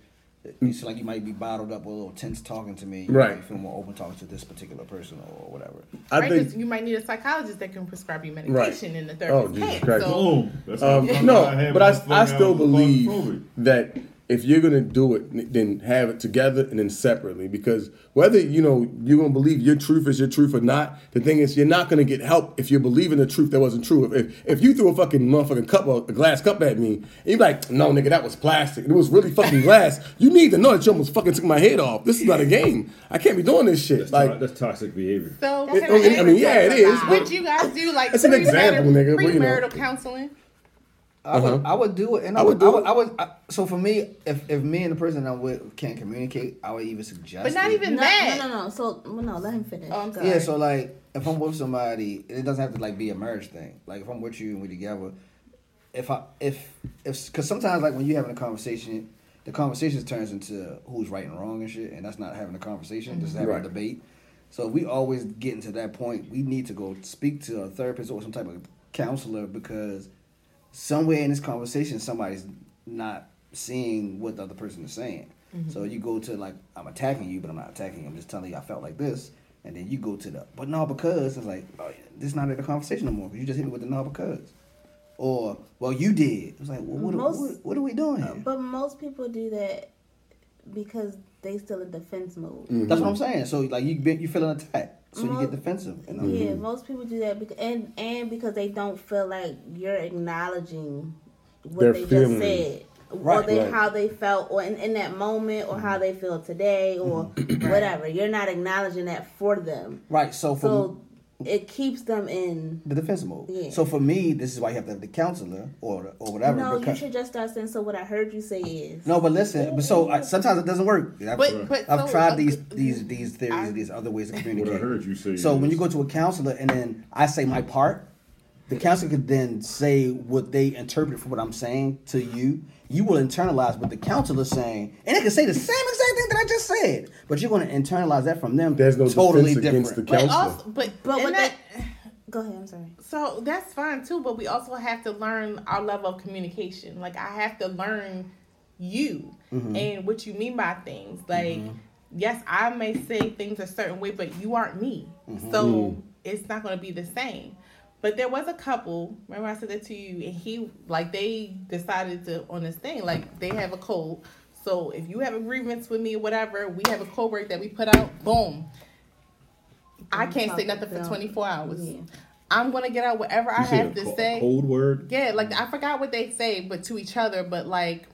Speaker 8: you seem like you might be bottled up or a little tense talking to me. You
Speaker 3: Right.
Speaker 8: might feel more open talking to this particular person or whatever.
Speaker 3: I
Speaker 1: right? 'Cause
Speaker 3: think
Speaker 1: you might need a psychologist that can prescribe you medication in the
Speaker 3: Oh,
Speaker 1: therapist.
Speaker 3: Jesus
Speaker 1: can.
Speaker 3: Christ.
Speaker 1: So
Speaker 4: Boom. That's how
Speaker 3: Um,
Speaker 4: I felt when
Speaker 3: no,
Speaker 4: had
Speaker 3: but
Speaker 4: my
Speaker 3: I,
Speaker 4: fucking
Speaker 3: I still
Speaker 4: album
Speaker 3: believe
Speaker 4: claustrophobic.
Speaker 3: that if you're gonna do it, then have it together and then separately. Because whether you know you're gonna believe your truth is your truth or not, the thing is you're not gonna get help if you're believing the truth that wasn't true. If if, if you threw a fucking motherfucking cup, a glass cup at me, and you're like, no, nigga, that was plastic. It was really fucking glass. You need to know that you almost fucking took my head off. This is not a game. I can't be doing this shit.
Speaker 4: That's,
Speaker 3: like,
Speaker 4: to- that's toxic behavior.
Speaker 1: So
Speaker 6: That's
Speaker 1: can
Speaker 6: what
Speaker 1: I,
Speaker 6: I mean,
Speaker 1: ask
Speaker 3: yeah, oh, it is,
Speaker 1: Would
Speaker 3: but-
Speaker 1: you guys do like
Speaker 3: It's an example, nigga, but, you know.
Speaker 1: premarital counseling?
Speaker 8: I would, I would do it, and I,
Speaker 3: I would
Speaker 8: would,
Speaker 3: do
Speaker 8: I would,
Speaker 3: it.
Speaker 8: I would, I- so for me, if if me and the person I'm with can't communicate, I would even suggest.
Speaker 1: But not
Speaker 8: it.
Speaker 1: even
Speaker 6: No,
Speaker 1: that.
Speaker 6: no, no, no. So well, no, let him finish.
Speaker 1: Oh, I'm
Speaker 6: Go.
Speaker 1: sorry.
Speaker 8: Yeah, so like if I'm with somebody, it doesn't have to like be a marriage thing. Like if I'm with you and we together, if I if if because sometimes like when you having a conversation, the conversation turns into who's right and wrong and shit, and that's not having a conversation. This is having
Speaker 3: Right.
Speaker 8: a debate. So if we always getting to that point. We need to go speak to a therapist or some type of counselor because somewhere in this conversation somebody's not seeing what the other person is saying.
Speaker 6: Mm-hmm.
Speaker 8: So you go to like I'm attacking you, but I'm not attacking you. I'm just telling you I felt like this, and then you go to the but no because it's like oh, yeah, this not in the conversation no more. 'cause you just hit me with the no because, or well you did. It's like well, what,
Speaker 6: Most- Uh,
Speaker 8: what what are we doing here?
Speaker 6: But most people do that because they still in defense mode.
Speaker 8: That's what I'm saying. So like you be- you feeling attacked, so you
Speaker 6: Most-
Speaker 8: get defensive. And
Speaker 3: Mm-hmm.
Speaker 8: I'm-
Speaker 6: Yeah, most people do that because and and because they don't feel like you're acknowledging what
Speaker 3: Their
Speaker 6: they
Speaker 3: feelings.
Speaker 6: just said, or
Speaker 8: Right,
Speaker 6: they,
Speaker 3: right.
Speaker 6: how they felt, or in, in that moment, or how they feel today,
Speaker 3: Mm-hmm.
Speaker 6: or whatever. You're not acknowledging that for them,
Speaker 8: right. So for
Speaker 6: so it keeps them in.
Speaker 8: the defense mode.
Speaker 6: Yeah.
Speaker 8: So for me, this is why you have to have the counselor or or whatever.
Speaker 6: No, you
Speaker 8: because-
Speaker 6: should just start saying. So what I heard you say is
Speaker 8: No, but listen. But so I, sometimes it doesn't work. I've,
Speaker 1: But- but
Speaker 8: I've
Speaker 1: so,
Speaker 8: tried
Speaker 1: uh,
Speaker 8: these
Speaker 1: g-
Speaker 8: these these theories,
Speaker 1: I-
Speaker 8: these other ways of
Speaker 4: What
Speaker 8: communicating.
Speaker 4: I heard you say.
Speaker 8: So when
Speaker 4: is-
Speaker 8: you go to a counselor and then I say my part, the counselor could then say what they interpret for what I'm saying to you. You will internalize what the counselor's saying, and they can say the same exact thing that I just said, but you're going to internalize that from them.
Speaker 3: there's no
Speaker 8: totally
Speaker 3: defense
Speaker 8: different.
Speaker 3: against the
Speaker 1: But
Speaker 3: counselor.
Speaker 1: also, but
Speaker 6: But
Speaker 1: in
Speaker 6: with
Speaker 1: that,
Speaker 6: go ahead. I'm sorry.
Speaker 1: so that's fine too. But we also have to learn our level of communication. Like I have to learn you and what you mean by things. Like yes, I may say things a certain way, but you aren't me, so it's not going to be the same. But there was a couple. Remember, I said that to you, and he like they decided to on this thing. Like they have a code. So if you have agreements with me, or whatever, we have a code word that we put out. Boom. I can't sit nothing for 24 hours. I'm gonna get out whatever I
Speaker 4: You said
Speaker 1: have
Speaker 4: a
Speaker 1: to
Speaker 4: co-
Speaker 1: say.
Speaker 4: Cold word.
Speaker 1: Yeah, like I forgot what they say, but to each other, but like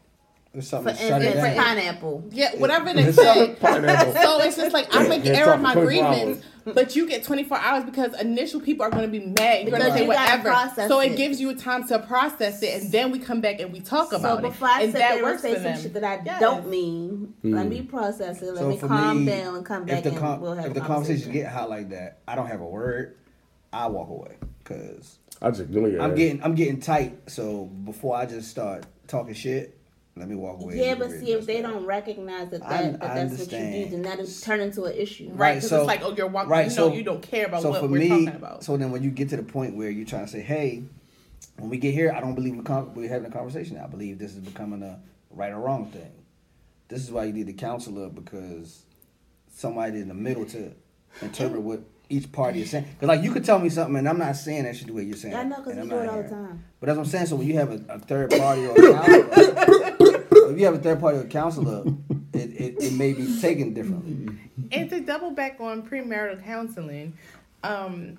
Speaker 8: There's something to shut it
Speaker 6: It's
Speaker 8: down.
Speaker 6: pineapple.
Speaker 1: yeah, whatever they say. so it's just like I'm making
Speaker 3: Yeah,
Speaker 1: error
Speaker 3: talk
Speaker 1: of my
Speaker 3: for 24
Speaker 1: grievance, but you get 24 hours because initial people are gonna be mad. You're gonna
Speaker 6: Because
Speaker 1: say
Speaker 6: you gotta
Speaker 1: whatever.
Speaker 6: process
Speaker 1: So it,
Speaker 6: it.
Speaker 1: gives you time to process it, and then we come back and we talk
Speaker 6: So
Speaker 1: about
Speaker 6: before
Speaker 1: it,
Speaker 6: I
Speaker 1: and
Speaker 6: sit
Speaker 1: that
Speaker 6: there and
Speaker 1: works
Speaker 6: say
Speaker 1: for
Speaker 6: some
Speaker 1: them.
Speaker 6: shit that I
Speaker 1: Yes.
Speaker 6: don't mean, let
Speaker 3: Hmm.
Speaker 6: me process it. Let
Speaker 8: So
Speaker 6: me
Speaker 8: for
Speaker 6: calm
Speaker 8: me,
Speaker 6: down and come
Speaker 8: if
Speaker 6: back
Speaker 8: the
Speaker 6: and
Speaker 8: con-
Speaker 6: we'll have
Speaker 8: if
Speaker 6: a
Speaker 8: the
Speaker 6: conversation.
Speaker 8: conversation get hot like that, I don't have a word. I walk away because
Speaker 3: I just ignore your
Speaker 8: I'm
Speaker 3: ass.
Speaker 8: getting I'm getting tight. So before I just start talking shit, let me walk away.
Speaker 6: yeah,
Speaker 8: and
Speaker 6: but
Speaker 8: get
Speaker 6: see, if
Speaker 8: rid
Speaker 6: they
Speaker 8: of
Speaker 6: don't recognize that, that,
Speaker 8: I-
Speaker 6: that
Speaker 8: I
Speaker 6: that's what you
Speaker 8: understand.
Speaker 6: do, then that'll turn into an issue.
Speaker 8: Right,
Speaker 1: Right, because
Speaker 8: so-
Speaker 1: it's like, oh, you're
Speaker 8: that.
Speaker 1: walking.
Speaker 8: right,
Speaker 1: you
Speaker 8: so
Speaker 1: know, you don't care about
Speaker 8: so
Speaker 1: what
Speaker 8: for
Speaker 1: we're
Speaker 8: me,
Speaker 1: talking about.
Speaker 8: So then when you get to the point where you're trying to say, hey, when we get here, I don't believe we're, con- we're having a conversation. I believe this is becoming a right or wrong thing. This is why you need a counselor because somebody in the middle to interpret what each party is saying. Because like you could tell me something and I'm not saying that shit the way you're saying.
Speaker 6: I know,
Speaker 8: it,
Speaker 6: 'cause
Speaker 8: and
Speaker 6: we
Speaker 8: I'm
Speaker 6: do it
Speaker 8: not
Speaker 6: all the
Speaker 8: hearing it.
Speaker 6: time.
Speaker 8: But that's what I'm saying. So when you have a, a third party or a counselor, if you have a third party or a counselor, it, it, it may be taken differently.
Speaker 1: and to double back on premarital counseling, um,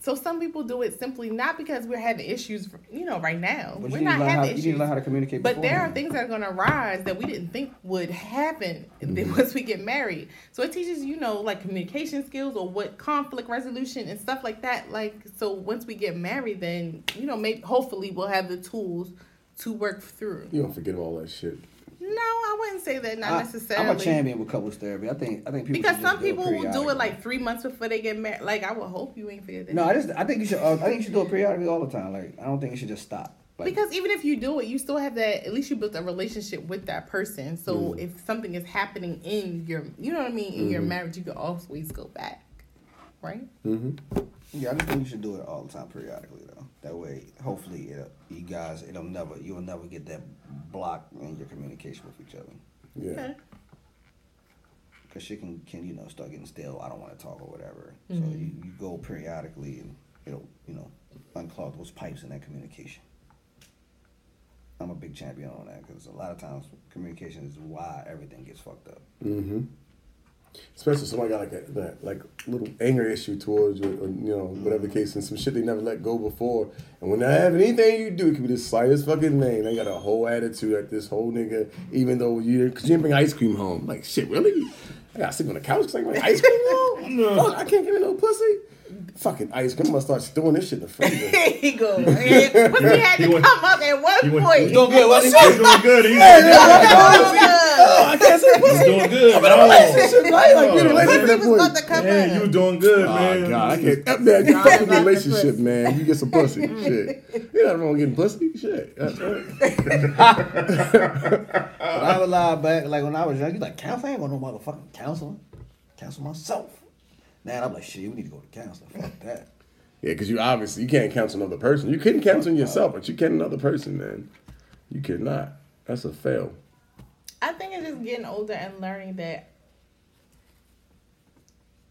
Speaker 1: so some people do it simply not because we're having issues, you know, right now.
Speaker 8: But
Speaker 1: we're
Speaker 8: you, need
Speaker 1: not
Speaker 8: to learn how,
Speaker 1: having
Speaker 8: you need
Speaker 1: issues.
Speaker 8: to learn how to communicate.
Speaker 1: But there are
Speaker 8: beforehand.
Speaker 1: things that are going to arise that we didn't think would happen
Speaker 8: Mm-hmm.
Speaker 1: then once we get married. So it teaches, you know, like communication skills or what conflict resolution and stuff like that. Like, so once we get married, then, you know, maybe hopefully we'll have the tools to work through.
Speaker 3: You don't forget all that shit.
Speaker 1: No, I wouldn't say that, not
Speaker 8: I,
Speaker 1: necessarily.
Speaker 8: am a champion with couples therapy. I think I think people
Speaker 1: because
Speaker 8: should just
Speaker 1: some people will do
Speaker 8: periodically.
Speaker 1: it like three months before they get married. Like, I would hope you ain't feel that.
Speaker 8: no. I just I think you should uh, I think you should do it periodically all the time. Like I don't think you should just stop. Like,
Speaker 1: Because even if you do it, you still have that. At least you built a relationship with that person. So if something is happening in your, you know what I mean, in your marriage, you can always go back, right?
Speaker 8: yeah, I just think you should do it all the time periodically though. That way, hopefully, it, you guys it'll never you'll never get that block in your communication with each other.
Speaker 3: Yeah.
Speaker 1: Okay.
Speaker 8: Cause she can can you know start getting stale. I don't want to talk or whatever. So you, you go periodically and it'll you know unclog those pipes in that communication. I'm a big champion on that because a lot of times communication is why everything gets fucked up.
Speaker 3: Especially if somebody got like a that, like little anger issue towards you, or, you know, whatever the case, and some shit they never let go before. And when they have anything you do, it could be the slightest fucking thing. They got a whole attitude at this whole nigga, even though you, cause you didn't bring ice cream home. Like, shit, really? I gotta sleep on the couch because I ain't bring ice cream home? Fuck, I can't give it no pussy. Fucking ice cream. I'm gonna start throwing this shit in the freezer.
Speaker 1: There you go. But we had to
Speaker 4: You went-
Speaker 1: come up at one
Speaker 4: you went-
Speaker 1: point.
Speaker 4: you
Speaker 8: Don't get what
Speaker 4: He's doing good. He's
Speaker 3: I can't say pussy.
Speaker 4: doing good. man.
Speaker 3: Shit, right? Like, you
Speaker 4: Oh,
Speaker 3: didn't like
Speaker 4: man.
Speaker 3: it at that point.
Speaker 4: Yeah, you were doing good,
Speaker 3: Oh,
Speaker 4: man.
Speaker 3: God, I can't. That, man, you fuck with
Speaker 6: about the
Speaker 3: relationship,
Speaker 6: pussy.
Speaker 3: man. You get some pussy. shit. You're not wrong with getting pussy. Shit. That's right.
Speaker 8: But I would lie back like when I was young. You like counseling? I ain't going to no motherfucking counseling. Counsel myself. Now I'm like shit. We need to go to counseling. Fuck that.
Speaker 3: Yeah, because you obviously you can't counsel another person. You couldn't counsel yourself, but you can another person, man. You cannot. That's a fail.
Speaker 1: I think it's just getting older and learning that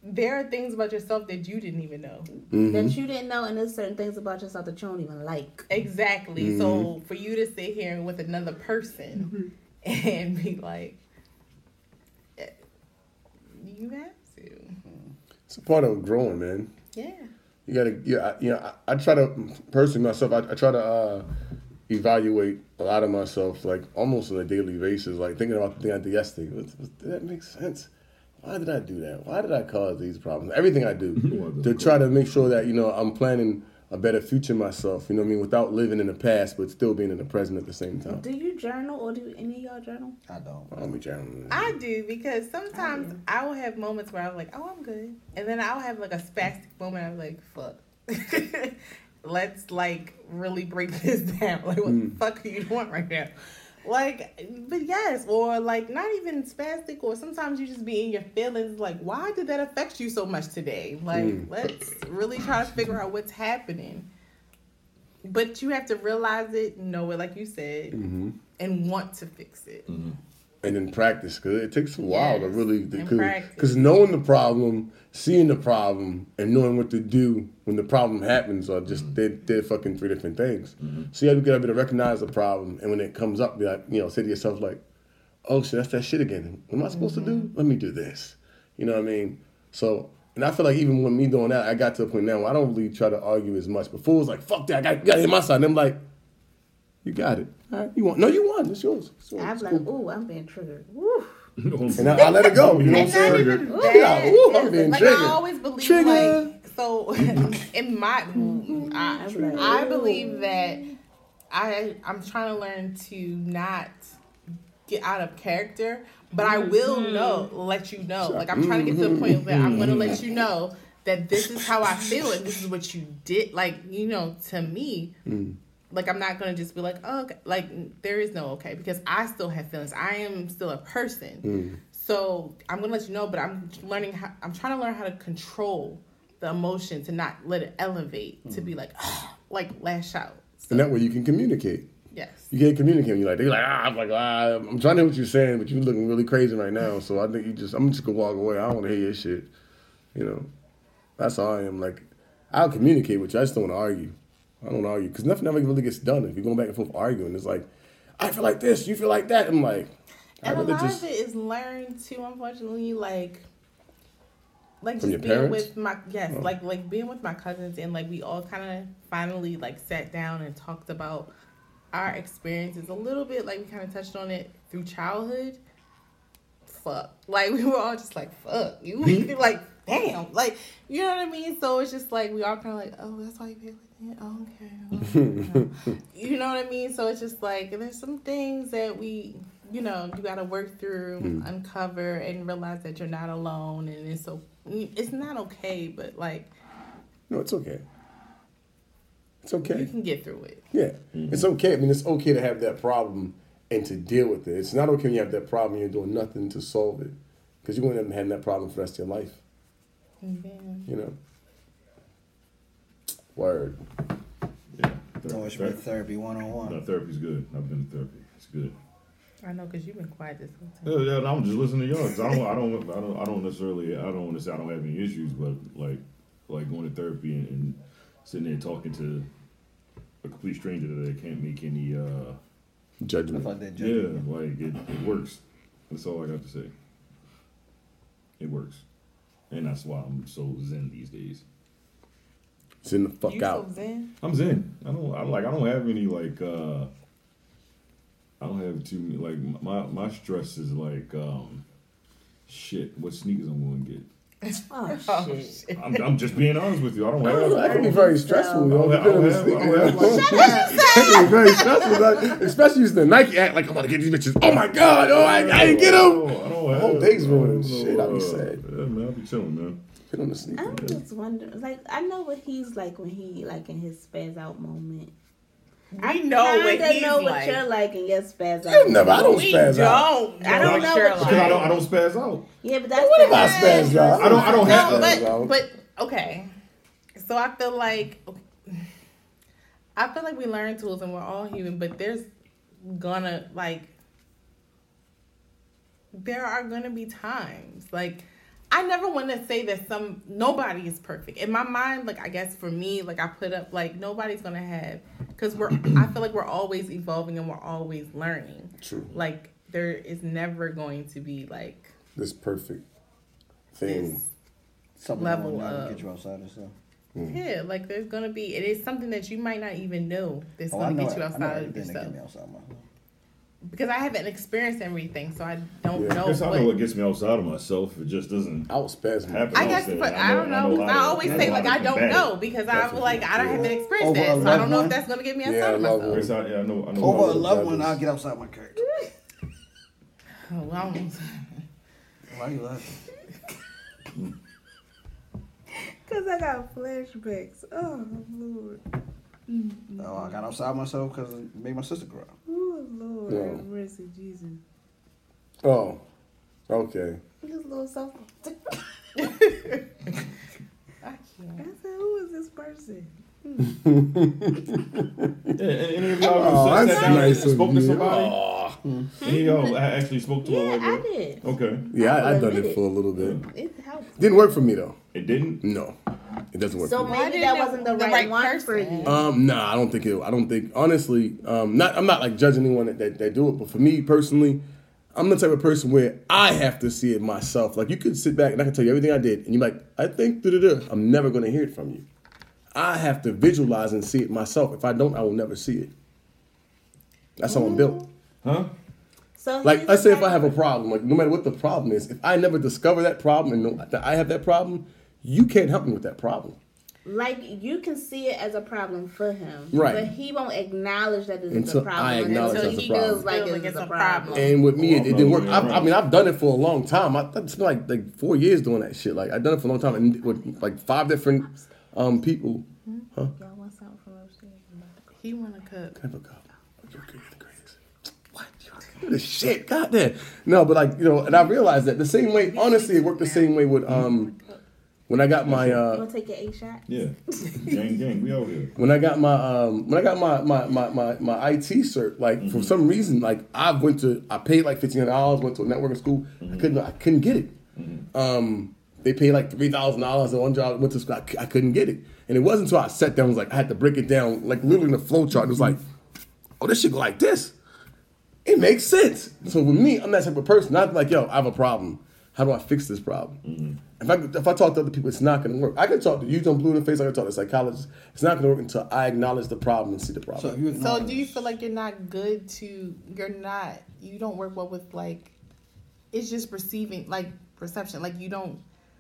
Speaker 1: there are things about yourself that you didn't even know.
Speaker 6: That
Speaker 3: Mm-hmm.
Speaker 6: you didn't know, and there's certain things about yourself that you don't even like.
Speaker 1: Exactly. So for you to sit here with another person and be like, eh, you have to.
Speaker 3: It's a part of growing, man.
Speaker 1: Yeah.
Speaker 3: You gotta, yeah, I, you know, I, I try to personally myself. I, I try to uh, evaluate a lot of myself, like almost on a daily basis. Like thinking about the thing I did yesterday. Was, was, did that make sense? Why did I do that? Why did I cause these problems? Everything I do to try to make sure that you know I'm planning a better future myself. You know what I mean? Without living in the past, but still being in the present at the same time.
Speaker 6: Do you journal or do any of y'all journal?
Speaker 8: I don't.
Speaker 3: I'll be journaling.
Speaker 1: I do because sometimes I will have moments where I'm like, oh, I'm good. And then I'll have like a spastic moment. I'm like, fuck. Let's like really break this down. Like, what the fuck are you doing right now? Like, but yes, or like not even spastic, or sometimes you just be in your feelings. Like, why did that affect you so much today? Like, let's really try to figure out what's happening. But you have to realize it, know it, like you said, and want to fix it.
Speaker 3: and then practice because it takes a while to
Speaker 1: Yes,
Speaker 3: really
Speaker 1: and practice.
Speaker 3: because knowing the problem seeing the problem and knowing what to do when the problem happens are
Speaker 1: Mm-hmm.
Speaker 3: just they're, they're fucking three different things so you have to get able to recognize the problem and when it comes up be like you know say to yourself like
Speaker 1: Mm-hmm.
Speaker 3: oh shit that's that shit again what am i supposed to do let me do this you know what i mean so And I feel like even with me doing that, I got to a point now where I don't really try to argue as much. Before it was like, fuck that, I got, got to hit my side. And I'm like, you got it. All right, you want? No, you won. It's yours. It's yours.
Speaker 6: I'm
Speaker 3: It's
Speaker 6: like,
Speaker 3: cool.
Speaker 6: ooh, I'm being triggered. Woo.
Speaker 3: And I, I let it go. You know what I'm
Speaker 6: It's not
Speaker 3: saying?
Speaker 6: even
Speaker 3: Yeah,
Speaker 6: bad.
Speaker 3: ooh, I'm being
Speaker 1: Like
Speaker 3: triggered.
Speaker 1: I always believe,
Speaker 3: Trigger.
Speaker 1: like so in my, I,
Speaker 6: Trigger.
Speaker 1: I believe that I I'm trying to learn to not get out of character, but I will
Speaker 3: Mm-hmm.
Speaker 1: know, let you know. Like I'm trying to get to the point where I'm gonna
Speaker 3: Mm-hmm.
Speaker 1: let you know that this is how I feel and this is what you did. Like you know, to me.
Speaker 3: Mm.
Speaker 1: Like I'm not gonna just be like, oh, okay. like there is no okay because I still have feelings. I am still a person.
Speaker 3: Mm.
Speaker 1: So I'm gonna let you know, but I'm learning how. I'm trying to learn how to control the emotion to not let it elevate to be like, "Ah," like lash out.
Speaker 3: Mm. And that way you can communicate.
Speaker 1: Yes.
Speaker 3: You can't communicate. You're like, they're like, ah, I'm like, ah, I'm trying to hear what you're saying, but you're looking really crazy right now. So I think you just, I'm just gonna walk away. I don't want to hear your shit. You know, that's how I am. Like, I'll communicate with you. I just don't want to argue. I don't argue because nothing ever really gets done if you're going back and forth arguing. It's like, I feel like this, you feel like that. I'm like, I
Speaker 1: and a
Speaker 3: rather
Speaker 1: lot
Speaker 3: just.
Speaker 1: of it is learned too, unfortunately. Like, like just
Speaker 3: From your
Speaker 1: being
Speaker 3: parents? Oh.
Speaker 1: with my yes, like like being with my cousins and like we all kind of finally like sat down and talked about our experiences a little bit. Like we kind of touched on it through childhood. Fuck, like we were all just like fuck you,
Speaker 3: Hmm?
Speaker 1: You're like damn, like you know what I mean. So it's just like we all kind of like oh that's why you feel like that. Oh, okay. Oh, okay. you know what I mean? So it's just like there's some things that we, you know, you got to work through, uncover, and realize that you're not alone, and it's so it's not okay, but like
Speaker 3: No, it's okay. It's
Speaker 1: you
Speaker 3: okay.
Speaker 1: can get through it.
Speaker 3: Yeah, it's okay. I mean, it's okay to have that problem and to deal with it. It's not okay when you have that problem and you're doing nothing to solve it because you're going to end up having that problem for the rest of your life. You know. Word.
Speaker 4: Yeah.
Speaker 8: It's
Speaker 4: Ther-
Speaker 8: always been
Speaker 4: ther-
Speaker 8: therapy one on
Speaker 4: no,
Speaker 8: one.
Speaker 4: therapy's good. I've been to therapy. It's good.
Speaker 1: I know because you've been quiet this whole time.
Speaker 4: Yeah, yeah, and I'm just listening to y'all. 'cause I don't, I don't, I don't, I don't necessarily, I don't want to say I don't have any issues, but like, like going to therapy and, and sitting there talking to a complete stranger that I can't make any, uh,
Speaker 8: I
Speaker 3: Judgment.
Speaker 8: thought that
Speaker 4: yeah,
Speaker 8: joke.
Speaker 4: like it, it works. That's all I got to say. It works, and that's why I'm so zen these days.
Speaker 3: Send the fuck
Speaker 1: you
Speaker 3: out.
Speaker 1: so zen.
Speaker 4: I'm zen. I don't. I like. I don't have any like. uh I don't have too many like my my stress is like um shit. What sneakers I'm going to get?
Speaker 6: Oh,
Speaker 1: Oh,
Speaker 6: shit.
Speaker 1: shit.
Speaker 4: I'm, I'm just being honest with you. I don't have.
Speaker 3: That can be very stressful. You know,
Speaker 4: I don't have- I don't have- I don't have-
Speaker 3: That
Speaker 4: oh,
Speaker 3: can be very stressful. like, especially using the Nike act like I'm gonna get these bitches. Oh my god! Oh, I, I didn't get them.
Speaker 4: I don't have.
Speaker 3: whole day's
Speaker 4: I don't
Speaker 3: ruined.
Speaker 4: have no,
Speaker 3: Shit, I'll be
Speaker 4: uh,
Speaker 3: sad.
Speaker 4: Yeah, man, I'll be chilling, man.
Speaker 3: Get on the sneaker.
Speaker 6: I'm just wondering, like, I know what he's like when he, like, in his spaz out moment.
Speaker 1: I know what
Speaker 6: kinda
Speaker 1: he's
Speaker 6: know what
Speaker 1: like.
Speaker 6: you're like in your spaz out.
Speaker 3: You never. I don't
Speaker 1: we
Speaker 3: spaz
Speaker 1: don't.
Speaker 3: out.
Speaker 1: I don't know.
Speaker 6: what
Speaker 4: Because I don't. I don't spaz out.
Speaker 6: Yeah, but that's
Speaker 3: What
Speaker 6: the-
Speaker 3: if I spaz out?
Speaker 4: I don't. I don't have.
Speaker 1: no, but
Speaker 3: that.
Speaker 1: but okay. So I feel like I feel like we learn tools and we're all human, but there's gonna like there are gonna be times like I never want to say that some nobody is perfect. In my mind, like I guess for me, like I put up like nobody's gonna have because we're I feel like we're always evolving and we're always learning.
Speaker 3: True.
Speaker 1: Like there is never going to be like
Speaker 3: This perfect thing.
Speaker 1: This-
Speaker 8: Something
Speaker 1: Level
Speaker 8: level
Speaker 1: up.
Speaker 8: up. Get you outside of stuff.
Speaker 1: Yeah, like there's gonna be it is something that you might not even know that's
Speaker 8: Oh, I
Speaker 1: gonna
Speaker 8: know.
Speaker 1: get you
Speaker 8: I know
Speaker 1: outside of
Speaker 8: everything that
Speaker 1: yourself.
Speaker 8: get me outside my.
Speaker 1: Because I haven't experienced everything, so I don't
Speaker 3: Yeah.
Speaker 1: know.
Speaker 4: I guess I
Speaker 1: what,
Speaker 4: know what gets me outside of myself. It just doesn't.
Speaker 3: I will spaz
Speaker 4: happen.
Speaker 3: out.
Speaker 1: I guess,
Speaker 4: said,
Speaker 1: but I don't know. 'cause I,
Speaker 4: how to-
Speaker 1: always
Speaker 4: know
Speaker 1: say
Speaker 4: how
Speaker 1: like
Speaker 4: to
Speaker 1: I don't
Speaker 4: combat it.
Speaker 1: know because I feel like I don't haven't experienced
Speaker 8: Over
Speaker 1: that,
Speaker 8: a
Speaker 1: so I
Speaker 8: loved
Speaker 1: don't know
Speaker 8: one?
Speaker 1: if that's gonna get me outside
Speaker 3: Yeah,
Speaker 1: of myself.
Speaker 3: loved one.
Speaker 4: Chris, I, yeah, I know. I know
Speaker 8: Over a
Speaker 3: love
Speaker 8: loved one,
Speaker 3: brothers.
Speaker 8: I'll get outside my character.
Speaker 1: Oh, well, I'm-
Speaker 8: Why you laughing?
Speaker 6: Cause I got flashbacks. Oh Lord,
Speaker 1: Mm-hmm.
Speaker 8: No, Oh, I got outside myself because it made my sister cry.
Speaker 6: oh Lord,
Speaker 3: Yeah.
Speaker 6: have mercy, Jesus.
Speaker 3: Oh, okay.
Speaker 6: This little self. I said, who is this person?
Speaker 4: Yeah, and- and any of y'all
Speaker 3: Oh,
Speaker 4: ever sat-
Speaker 3: that's
Speaker 4: sat down and
Speaker 3: nice of
Speaker 4: spoke to
Speaker 3: you.
Speaker 4: somebody?
Speaker 3: Aw.
Speaker 4: Any of y'all a- actually spoke to
Speaker 6: Yeah,
Speaker 4: a
Speaker 6: I
Speaker 4: woman?
Speaker 6: did.
Speaker 4: Okay.
Speaker 3: Yeah, I, I
Speaker 6: I'll
Speaker 3: done
Speaker 6: admit
Speaker 3: it
Speaker 6: it.
Speaker 3: for a little bit.
Speaker 6: It helped.
Speaker 3: Didn't work for me though.
Speaker 4: It didn't?
Speaker 3: No, it doesn't work.
Speaker 6: So
Speaker 3: for me.
Speaker 6: maybe
Speaker 1: didn't
Speaker 6: that
Speaker 1: it-
Speaker 6: wasn't the,
Speaker 1: the
Speaker 6: right,
Speaker 1: right
Speaker 6: one for
Speaker 1: person?
Speaker 6: you.
Speaker 3: Um, nah, I don't think it. I don't think honestly. Um, not. I'm not like judging anyone that, that, that do it, but for me personally, I'm the type of person where I have to see it myself. Like you could sit back and I can tell you everything I did, and you're like, I think da da da. I'm never gonna hear it from you. I have to visualize and see it myself. If I don't, I will never see it. That's how I'm
Speaker 6: Oh.
Speaker 3: built.
Speaker 4: Huh?
Speaker 6: So
Speaker 3: Like,
Speaker 6: he's
Speaker 3: let's say if
Speaker 6: like-
Speaker 3: I have a problem, like no matter what the problem is, if I never discover that problem and know that I have that problem, you can't help me with that problem.
Speaker 6: like you can see it as a problem for him,
Speaker 3: Right.
Speaker 6: But he won't acknowledge that it's
Speaker 3: Until
Speaker 6: a problem
Speaker 3: I acknowledge
Speaker 6: until
Speaker 3: it's a
Speaker 6: he
Speaker 3: problem.
Speaker 6: feels like
Speaker 1: Feels like
Speaker 6: it's,
Speaker 1: it's
Speaker 6: a
Speaker 1: a
Speaker 6: problem.
Speaker 1: problem.
Speaker 3: And with me, it, it didn't work.
Speaker 4: Oh,
Speaker 3: I, I
Speaker 4: right.
Speaker 3: mean, I've done it for a long time. I, it's been like like four years doing that shit. Like I've done it for a long time, and with like five different um people.
Speaker 6: Y'all want something from upstairs?
Speaker 1: He wanna cook.
Speaker 3: Never go. You're good, you're the greatest. What? You're the shit. God damn. No, but like you know, and I realized that the same way. Honestly, it worked the same way with um when I got my
Speaker 6: You
Speaker 3: uh
Speaker 6: want to take your eight shot?
Speaker 4: Yeah. gang, gang, we over here.
Speaker 3: when I got my um, when I got my my my my, my IT cert, like for some reason, like I went to I paid like fifteen hundred dollars, went to a networking school. I couldn't I couldn't get it. Um, they paid like three thousand dollars at one job. Went to school, I, c- I couldn't get it, and it wasn't until I sat down was like I had to break it down, like literally in the flow chart. It was like, oh, this should go like this. It makes sense. So with me, I'm that type of person. Not like yo, I have a problem. How do I fix this problem?
Speaker 8: Mm-hmm.
Speaker 3: If I if I talk to other people, it's not going to work. I can talk to you on blue in the face. I can talk to psychologists. It's not going to work until I acknowledge the problem and see the problem.
Speaker 8: So if you
Speaker 1: So
Speaker 8: acknowledge-
Speaker 1: do you feel like you're not good to you're not you don't work well with like it's just receiving like perception. Like you don't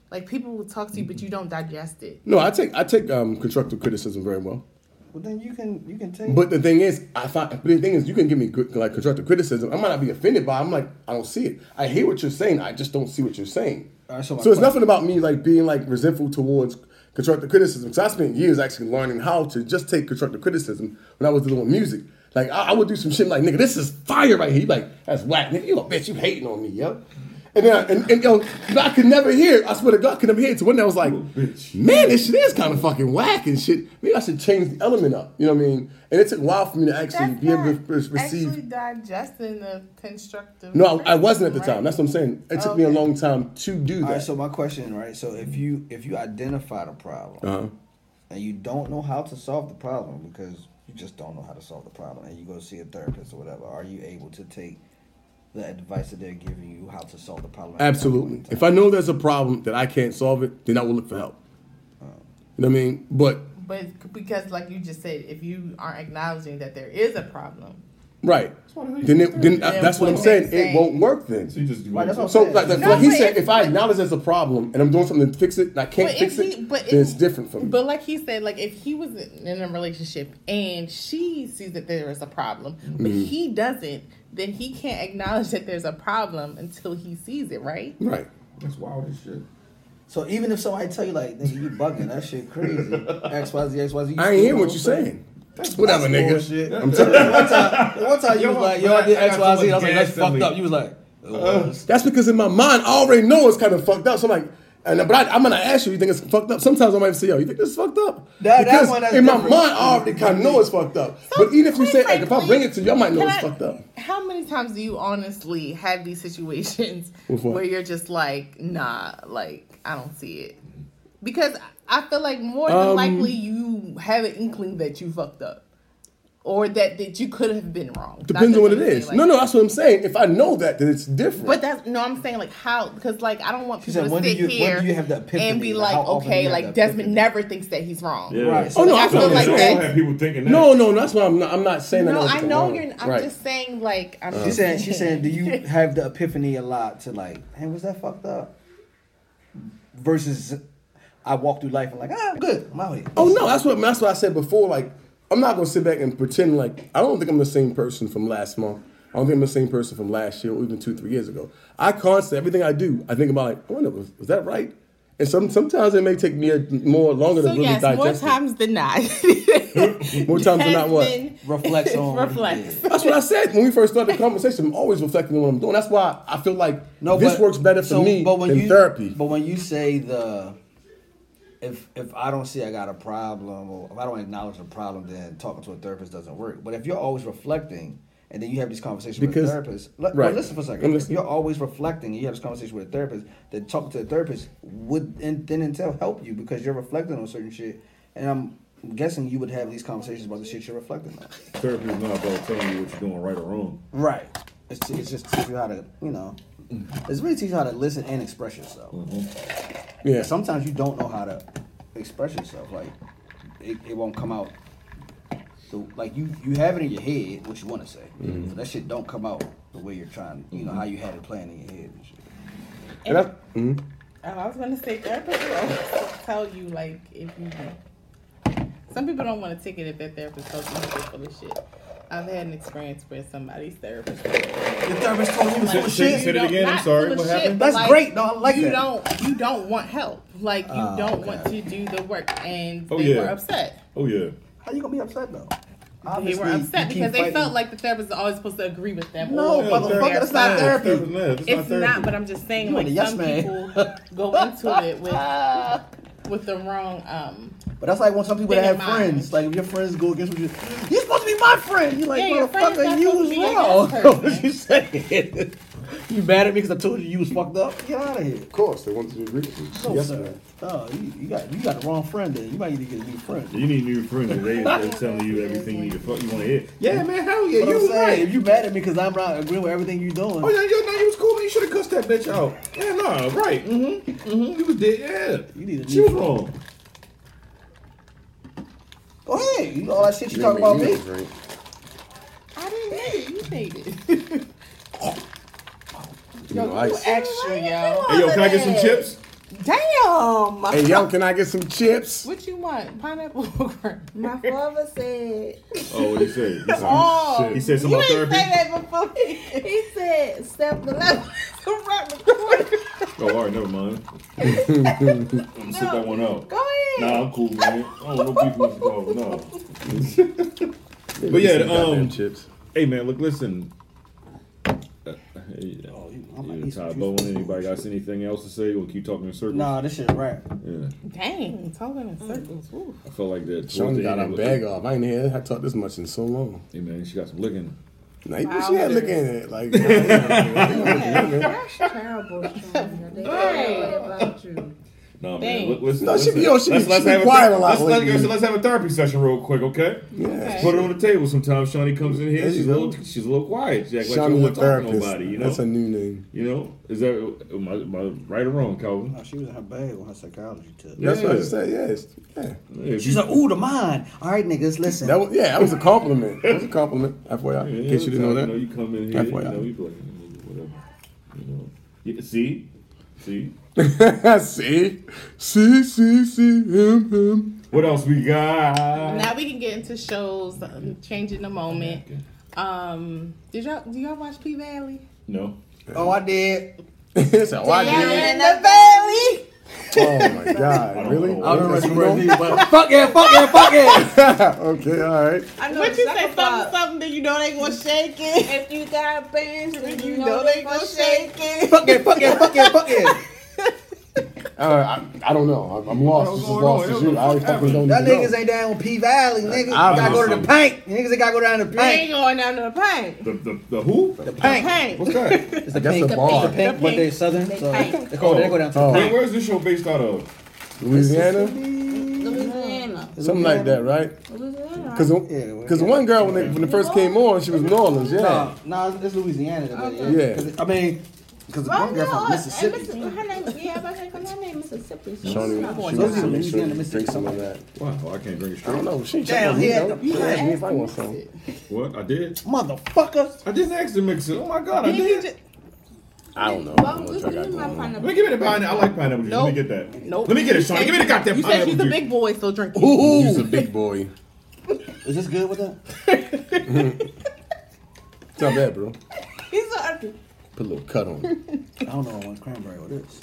Speaker 1: like people will talk to you but you don't digest it.
Speaker 3: no, I take I take um, constructive criticism very well.
Speaker 8: well, then you can you can take.
Speaker 3: But the thing is, I find but the thing is, you can give me good, like constructive criticism. I might not be offended by. It. I'm like, I don't see it. I hear what you're saying. I just don't see what you're saying.
Speaker 8: All right, so
Speaker 3: so
Speaker 8: my
Speaker 3: it's
Speaker 8: question-
Speaker 3: nothing about me like being like resentful towards constructive criticism. Because I spent years actually learning how to just take constructive criticism when I was dealing with music. Like I, I would do some shit like, nigga, this is fire right here. You like that's whack, nigga. You a bitch. You hating on me, yo. And then I, and, and yo, but I could never hear. it. I swear to God, I could never hear it. So one day I was like,
Speaker 4: bitch.
Speaker 3: man, this shit is kind of fucking whack and shit. Maybe I should change the element up. You know what I mean? And it took a while for me to actually
Speaker 1: That's
Speaker 3: be able to
Speaker 1: not
Speaker 3: re- receive.
Speaker 1: actually digesting the constructive.
Speaker 3: no, I, I wasn't at the
Speaker 1: criticism,
Speaker 3: time.
Speaker 1: right?
Speaker 3: That's what I'm saying. It took me a
Speaker 1: Okay.
Speaker 3: long time to do that.
Speaker 8: All right, so my question, right? So if you if you identify the problem and you don't know how to solve the problem because you just don't know how to solve the problem, and you go see a therapist or whatever, are you able to take the advice that they're giving you how to solve the problem? at that
Speaker 3: Absolutely.
Speaker 8: point in
Speaker 3: If
Speaker 8: time?
Speaker 3: I know there's a problem that I can't solve it, then I will look for help. You know what I mean? But
Speaker 1: But because, like you just said, if you aren't acknowledging that there is a problem,
Speaker 3: right, then it, then I- that's what I'm
Speaker 1: what
Speaker 3: saying.
Speaker 1: they
Speaker 3: It won't work then.
Speaker 4: So you just
Speaker 8: Right, that's what I'm
Speaker 3: So
Speaker 8: saying.
Speaker 3: like, like
Speaker 1: No,
Speaker 3: what he
Speaker 1: but
Speaker 3: said,
Speaker 1: if-
Speaker 3: if I acknowledge there's a problem and I'm doing something to fix it and I can't
Speaker 1: But if
Speaker 3: fix
Speaker 1: he-
Speaker 3: it,
Speaker 1: but
Speaker 3: then
Speaker 1: if-
Speaker 3: it's different for me.
Speaker 1: but like he said, like if he was in a relationship and she sees that there is a problem, but
Speaker 3: Mm-hmm.
Speaker 1: he doesn't, then he can't acknowledge that there's a problem until he sees it, right?
Speaker 3: right.
Speaker 4: That's wild as shit.
Speaker 8: so even if somebody tell you like, nigga, you bugging, that shit crazy. X Y Z X Y Z. you
Speaker 3: I
Speaker 8: still
Speaker 3: ain't hear
Speaker 8: don't
Speaker 3: what you're
Speaker 8: say-
Speaker 3: saying. Whatever,
Speaker 8: That's
Speaker 3: nigga.
Speaker 8: bullshit.
Speaker 3: I'm telling you.
Speaker 8: One time, one time you was like, yo, I did
Speaker 4: I got
Speaker 8: X Y Z. I
Speaker 4: so
Speaker 8: was like,
Speaker 4: much
Speaker 8: that's
Speaker 4: gas
Speaker 8: fucked
Speaker 4: in
Speaker 8: up.
Speaker 4: me.
Speaker 8: You was like, "It was."
Speaker 3: That's because in my mind, I already know it's kind of fucked up. So I'm like, and but I, I'm gonna ask you, you think it's fucked up? Sometimes I might say, yo, you think this is fucked up?
Speaker 8: That- that
Speaker 3: because
Speaker 8: one, that's
Speaker 3: in my
Speaker 8: different.
Speaker 3: mind, I already kind of know it's fucked up. but even if you
Speaker 1: quite
Speaker 3: say, like, if I
Speaker 1: frankly,
Speaker 3: bring it to you, I might know
Speaker 1: can
Speaker 3: it's
Speaker 1: I-
Speaker 3: fucked up.
Speaker 1: How many times do you honestly have these situations
Speaker 3: With what?
Speaker 1: where you're just like, nah, like I don't see it? Because I feel like more than
Speaker 3: Um,
Speaker 1: likely you have an inkling that you fucked up. Or that, that you could have been wrong. Not
Speaker 3: Depends
Speaker 1: that
Speaker 3: on what it
Speaker 1: I'm saying,
Speaker 3: is.
Speaker 1: like-
Speaker 3: no, no, that's what I'm saying. If I know that, then it's different.
Speaker 1: But that's no, I'm saying like how because like I don't want people
Speaker 8: said,
Speaker 1: to
Speaker 8: when do
Speaker 1: sit
Speaker 8: you- when
Speaker 1: here
Speaker 8: do you have that epiphany?
Speaker 1: and be like,
Speaker 8: Like, how often do you
Speaker 1: okay,
Speaker 8: have
Speaker 1: like
Speaker 8: that
Speaker 1: Desmond
Speaker 8: epiphany?
Speaker 1: never thinks that he's wrong.
Speaker 4: Yeah.
Speaker 8: Right, so
Speaker 3: oh no,
Speaker 1: I
Speaker 3: I
Speaker 1: feel
Speaker 3: feel
Speaker 1: like
Speaker 3: like
Speaker 4: don't
Speaker 1: that-
Speaker 4: have people thinking that.
Speaker 3: no, no, that's why I'm not. I'm not saying that.
Speaker 1: No, I know
Speaker 3: wrong.
Speaker 1: you're. I'm
Speaker 3: Right.
Speaker 1: just saying like
Speaker 3: Uh,
Speaker 1: I'm.
Speaker 8: Oh, She
Speaker 1: just
Speaker 8: said, she said, do you have the epiphany a lot to like, hey, was that fucked up? Versus, I walk through life and like, ah, I'm good, I'm out here.
Speaker 3: Oh no, that's what that's what I said before. Like, I'm not gonna sit back and pretend like I don't think I'm the same person from last month. I don't think I'm the same person from last year or even two, three years ago. I constantly everything I do, I think about like, I wonder was, was that right? And some sometimes it may take me a, more longer
Speaker 1: so
Speaker 3: to really
Speaker 1: yes, more
Speaker 3: digest
Speaker 1: times than not.
Speaker 3: it. More times than not what.
Speaker 1: Desmond
Speaker 8: Reflects on what he
Speaker 1: reflects.
Speaker 3: That's what I said when we first started the conversation. I'm always reflecting on what I'm doing. That's why I feel like this
Speaker 8: but-
Speaker 3: works better for
Speaker 8: so-
Speaker 3: me
Speaker 8: but when
Speaker 3: than
Speaker 8: you,
Speaker 3: therapy.
Speaker 8: But when you say the, if if I don't see I got a problem or if I don't acknowledge the problem, then talking to a therapist doesn't work. But if you're always reflecting and then you have this conversation
Speaker 3: Because-
Speaker 8: with a therapist, let,
Speaker 3: right.
Speaker 8: listen for a
Speaker 3: I'm
Speaker 8: second. If
Speaker 3: listening.
Speaker 8: you're always reflecting and you have this conversation with a therapist, then talking to a therapist would and, then until help you because you're reflecting on certain shit. And I'm guessing you would have these conversations about the shit you're reflecting on.
Speaker 4: Therapy is not about telling you what you're doing right or wrong.
Speaker 8: Right. It's, t- it's just teach you how to, you know, it's really teach you how to listen and express yourself.
Speaker 3: Yeah.
Speaker 8: Sometimes you don't know how to express yourself. Like, it, it won't come out. So, like, you, you have it in your head what you want to say. But that shit don't come out the way you're trying, you know, how you had it planned in your head and shit.
Speaker 3: And I-
Speaker 1: Oh, I was gonna say therapists will always tell you like if you. Some people don't want to take it if their therapist tells you they're full of shit. I've had an experience where somebody's therapist.
Speaker 8: Your therapist told you was full of
Speaker 4: Say-
Speaker 8: shit.
Speaker 4: say that again. I'm sorry. What happened?
Speaker 8: That's great. No, I like
Speaker 1: you
Speaker 8: that.
Speaker 1: don't. You don't want help. Like you
Speaker 8: Oh,
Speaker 1: don't
Speaker 8: okay.
Speaker 1: want to do the work, and
Speaker 4: Oh,
Speaker 1: they
Speaker 4: yeah.
Speaker 1: were upset.
Speaker 4: Oh yeah.
Speaker 8: How you gonna be upset though?
Speaker 1: They were
Speaker 8: you
Speaker 1: upset
Speaker 8: keep
Speaker 1: because they
Speaker 8: fighting.
Speaker 1: felt like the therapist is always supposed to agree with them.
Speaker 8: No,
Speaker 1: or
Speaker 8: Yeah, motherfucker,
Speaker 1: their
Speaker 8: that's
Speaker 1: side.
Speaker 8: not therapy.
Speaker 4: It's not,
Speaker 1: It's not, but I'm just saying,
Speaker 8: You
Speaker 1: like
Speaker 8: want a yes
Speaker 1: some
Speaker 8: man.
Speaker 1: people go into it with with the wrong. Um,
Speaker 8: But that's like when some people
Speaker 1: "Ah."
Speaker 8: that
Speaker 1: They
Speaker 8: have
Speaker 1: didn't mind.
Speaker 8: friends, like if your friends go against what you, you're supposed to be my friend. You're like,
Speaker 1: Yeah, your friend's
Speaker 8: motherfucker,
Speaker 1: not
Speaker 8: you
Speaker 1: supposed
Speaker 8: was
Speaker 1: to be your
Speaker 8: wrong.
Speaker 1: best person.
Speaker 8: what you saying? you mad at me because I told you you was fucked up? Get out of here.
Speaker 3: Of course, they wanted to agree with you.
Speaker 8: No,
Speaker 3: yes,
Speaker 8: sir.
Speaker 3: man.
Speaker 8: No, Oh, you, you got you got the wrong friend. Then you might need to get a new friend.
Speaker 4: You need new friends. They are telling you everything you fuck you want to hear. Yeah, man. Hell
Speaker 8: But
Speaker 4: yeah.
Speaker 8: I'm
Speaker 4: You was
Speaker 8: saying,
Speaker 4: right.
Speaker 8: If you mad at me because I'm not agreeing with everything you're doing,
Speaker 4: Oh yeah, yeah. No, you was cool. Man. You should have cussed that bitch out. Yeah, no, right. Mm-hmm. Mm-hmm. You was dead. Yeah.
Speaker 8: you need a new.
Speaker 4: She was
Speaker 8: friend.
Speaker 4: wrong.
Speaker 8: Go ahead. You know all that shit you
Speaker 3: You
Speaker 8: talk
Speaker 3: didn't
Speaker 8: about
Speaker 3: make
Speaker 8: me.
Speaker 3: me drink.
Speaker 1: I didn't make it. You made it.
Speaker 3: You know, ice.
Speaker 1: Extra, yo.
Speaker 4: Hey, yo, can I get some chips?
Speaker 1: Damn.
Speaker 3: Hey, yo, can I get some chips?
Speaker 1: What you want? Pineapple or grape?
Speaker 6: My father said,
Speaker 4: Oh, what he said? He said,
Speaker 1: Oh,
Speaker 4: he said
Speaker 1: you
Speaker 4: something about
Speaker 1: ain't
Speaker 4: therapy.
Speaker 1: say that before.
Speaker 6: he said, step the left, right the corner.
Speaker 4: Oh, all right, never mind. I'm gonna sit that one out.
Speaker 6: Go ahead.
Speaker 4: Nah, I'm cool, man. I don't know people with dog. No. But yeah,
Speaker 3: Some goddamn
Speaker 4: um,
Speaker 3: chips.
Speaker 4: Hey, man, look, listen. Uh, hey,
Speaker 8: Oh, you- I might
Speaker 4: yeah,
Speaker 8: need some
Speaker 4: Todd
Speaker 8: juice.
Speaker 4: Bowen. Anybody got anything else to say? We'll keep talking in circles.
Speaker 8: Nah, this shit right.
Speaker 4: Yeah,
Speaker 1: Dang, talking in circles. Ooh.
Speaker 4: I felt like that. towards
Speaker 3: Sean
Speaker 4: the
Speaker 3: got
Speaker 4: end,
Speaker 3: our
Speaker 4: it was-
Speaker 3: bag off. I ain't had I talked this much in so long.
Speaker 4: Hey, man, she got some licking.
Speaker 3: Now, you- she had looking at it like.
Speaker 6: That's terrible, Sean. They don't know about you.
Speaker 4: No, man.
Speaker 1: Thanks.
Speaker 4: Look, listen,
Speaker 3: No, she
Speaker 4: listen.
Speaker 3: be- yo, she be-
Speaker 4: let's,
Speaker 3: she
Speaker 4: let's
Speaker 3: be
Speaker 4: have
Speaker 3: quiet a
Speaker 4: a,
Speaker 3: lot
Speaker 4: Let's, let's,
Speaker 3: lately.
Speaker 4: let's, have a therapy session real quick, okay?
Speaker 3: yeah.
Speaker 4: Put it on the table. Sometimes Shawnee comes in here.
Speaker 3: Yeah,
Speaker 4: She's a
Speaker 3: you
Speaker 4: little,
Speaker 3: know.
Speaker 4: she's a little quiet. She act like she
Speaker 3: Sean
Speaker 4: don't
Speaker 3: is a
Speaker 4: want to talk to
Speaker 3: therapist.
Speaker 4: nobody. You know,
Speaker 3: That's a new name.
Speaker 4: you know, is that am I, am I right or wrong, Calvin?
Speaker 8: No, she was in her bag on her psychology test.
Speaker 4: Yeah.
Speaker 3: That's what I said. Yes. Yeah.
Speaker 1: Uh,
Speaker 4: Yeah, if
Speaker 8: She's
Speaker 4: you-
Speaker 8: like, ooh, the mind. All right, niggas, listen.
Speaker 3: That was, yeah, that was a compliment. That was a compliment. FYI, in case you didn't know
Speaker 4: Yeah,
Speaker 3: that.
Speaker 4: You come in here,
Speaker 3: FYI.
Speaker 4: you know, you be like, mm, whatever. You know, yeah, see, see.
Speaker 3: see, see, see, see him, him.
Speaker 4: What else we got?
Speaker 1: Now we can get into shows, um, changing the moment.
Speaker 4: Okay.
Speaker 1: Um, did y'all do y'all watch P Valley?
Speaker 4: No.
Speaker 8: Oh, I did.
Speaker 3: it's a why
Speaker 1: Down
Speaker 3: dude.
Speaker 1: in the valley.
Speaker 3: Oh my god,
Speaker 4: don't
Speaker 3: really?
Speaker 4: know. I
Speaker 8: don't know
Speaker 3: That's
Speaker 8: what
Speaker 3: wrong?
Speaker 8: you but fuck it, fuck it, fuck it.
Speaker 3: okay, all right.
Speaker 6: I know
Speaker 1: What you say
Speaker 6: exactly
Speaker 1: something
Speaker 6: about-
Speaker 1: something then you know they gonna shake it.
Speaker 6: If you got bands, then
Speaker 1: You know they gonna shake it.
Speaker 8: Fuck it, fuck it, fuck it, fuck it.
Speaker 3: Uh, I, I don't know. I'm, I'm lost. Just as lost as you. I fucking don't
Speaker 8: Y'all
Speaker 3: even
Speaker 8: niggas
Speaker 3: know.
Speaker 8: ain't down on P Valley, niggas.
Speaker 3: I- I
Speaker 8: gotta go to
Speaker 4: know.
Speaker 8: the paint. Niggas ain't gotta go down to the
Speaker 1: They ain't
Speaker 8: paint.
Speaker 1: going down to the paint.
Speaker 4: The the, the who?
Speaker 8: The paint.
Speaker 1: Paint.
Speaker 4: What's that?
Speaker 8: It's the
Speaker 3: That's
Speaker 8: paint.
Speaker 3: a bar.
Speaker 8: The paint, but they're southern, so they call they go down to
Speaker 3: Oh.
Speaker 8: the
Speaker 4: Wait,
Speaker 8: paint.
Speaker 4: where's this show based out of?
Speaker 3: Louisiana,
Speaker 6: Louisiana.
Speaker 3: something like that, right?
Speaker 6: Louisiana.
Speaker 3: Because
Speaker 8: Yeah,
Speaker 3: because one girl when they, when it first came on, she was New Orleans, yeah.
Speaker 8: No, no, it's- it's Louisiana. the way it
Speaker 3: Okay.
Speaker 8: is. 'Cause- I mean, because
Speaker 6: Oh,
Speaker 8: one girl
Speaker 6: no,
Speaker 8: from
Speaker 6: and
Speaker 8: Mississippi.
Speaker 6: Missi- her name, yeah, I was like, her name is Mississippi. She's
Speaker 3: Shawnee,
Speaker 6: not-
Speaker 3: she wants to make sure you drink some of that.
Speaker 4: Wow, Oh, I can't drink it
Speaker 3: I
Speaker 4: straight.
Speaker 3: don't know. She ain't
Speaker 8: Damn,
Speaker 3: checking me.
Speaker 8: he had
Speaker 3: Don't
Speaker 8: the-
Speaker 3: don't ask me if I want some.
Speaker 4: What? I did.
Speaker 8: Motherfucker.
Speaker 4: I didn't ask to mix it. Oh my god, I
Speaker 1: Didn't you
Speaker 4: did.
Speaker 1: just,
Speaker 3: I don't know. I
Speaker 6: Well,
Speaker 3: don't know
Speaker 6: this
Speaker 3: what
Speaker 6: is
Speaker 3: y'all got
Speaker 6: my
Speaker 3: going on.
Speaker 4: Let me
Speaker 6: pineapple.
Speaker 4: give me the pineapple. I like pineapple juice. Let me
Speaker 1: Nope.
Speaker 4: get that.
Speaker 1: nope.
Speaker 4: Let me get it,
Speaker 1: You
Speaker 4: Sean.
Speaker 1: said-
Speaker 4: Give me the goddamn
Speaker 1: You said she's
Speaker 4: pineapple
Speaker 1: a
Speaker 4: juice.
Speaker 1: big boy, so drink it.
Speaker 3: He's a big boy.
Speaker 8: Is this good with that?
Speaker 3: It's not bad, bro.
Speaker 1: He's so ugly.
Speaker 3: Put a little cut on it.
Speaker 8: I don't know. I want cranberry with this.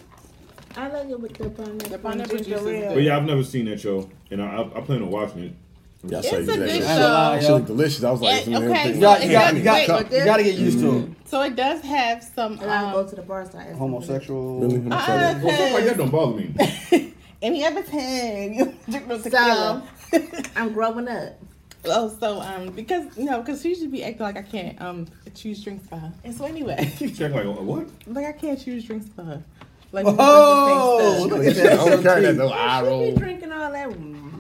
Speaker 6: I like it with the pineapple.
Speaker 1: The pineapple
Speaker 6: ginger
Speaker 1: juice is
Speaker 6: ale.
Speaker 4: But yeah, I've never seen that show, and I I, I plan on watching it.
Speaker 3: Yeah, I
Speaker 1: It's
Speaker 3: saw you
Speaker 1: a
Speaker 3: do that
Speaker 1: good
Speaker 3: shit.
Speaker 8: I ain't gonna lie,
Speaker 3: That shit
Speaker 8: yo.
Speaker 3: look delicious. I was like,
Speaker 1: Yeah,
Speaker 3: it's in there,
Speaker 1: okay,
Speaker 3: everything.
Speaker 8: You got, you
Speaker 1: It
Speaker 8: got,
Speaker 1: does
Speaker 8: you got,
Speaker 1: wait, but
Speaker 8: you got to get used to it.
Speaker 1: So it does have some
Speaker 6: And I go
Speaker 1: um,
Speaker 6: to the bar and start asking
Speaker 8: Homosexual.
Speaker 3: Really? I'm sorry.
Speaker 4: Well, stuff like that don't bother me.
Speaker 1: any other time you drink no
Speaker 6: So,
Speaker 1: tequila.
Speaker 6: I'm growing up.
Speaker 1: oh, so um, because you know, because she should be acting like I can't um choose drinks for her. And so anyway,
Speaker 4: Check like uh, what?
Speaker 1: like I can't choose drinks for her. Like
Speaker 8: Oh,
Speaker 1: we drink the
Speaker 8: look at
Speaker 3: I don't
Speaker 8: that.
Speaker 3: care that little eye
Speaker 6: She be
Speaker 3: roll.
Speaker 6: drinking all that.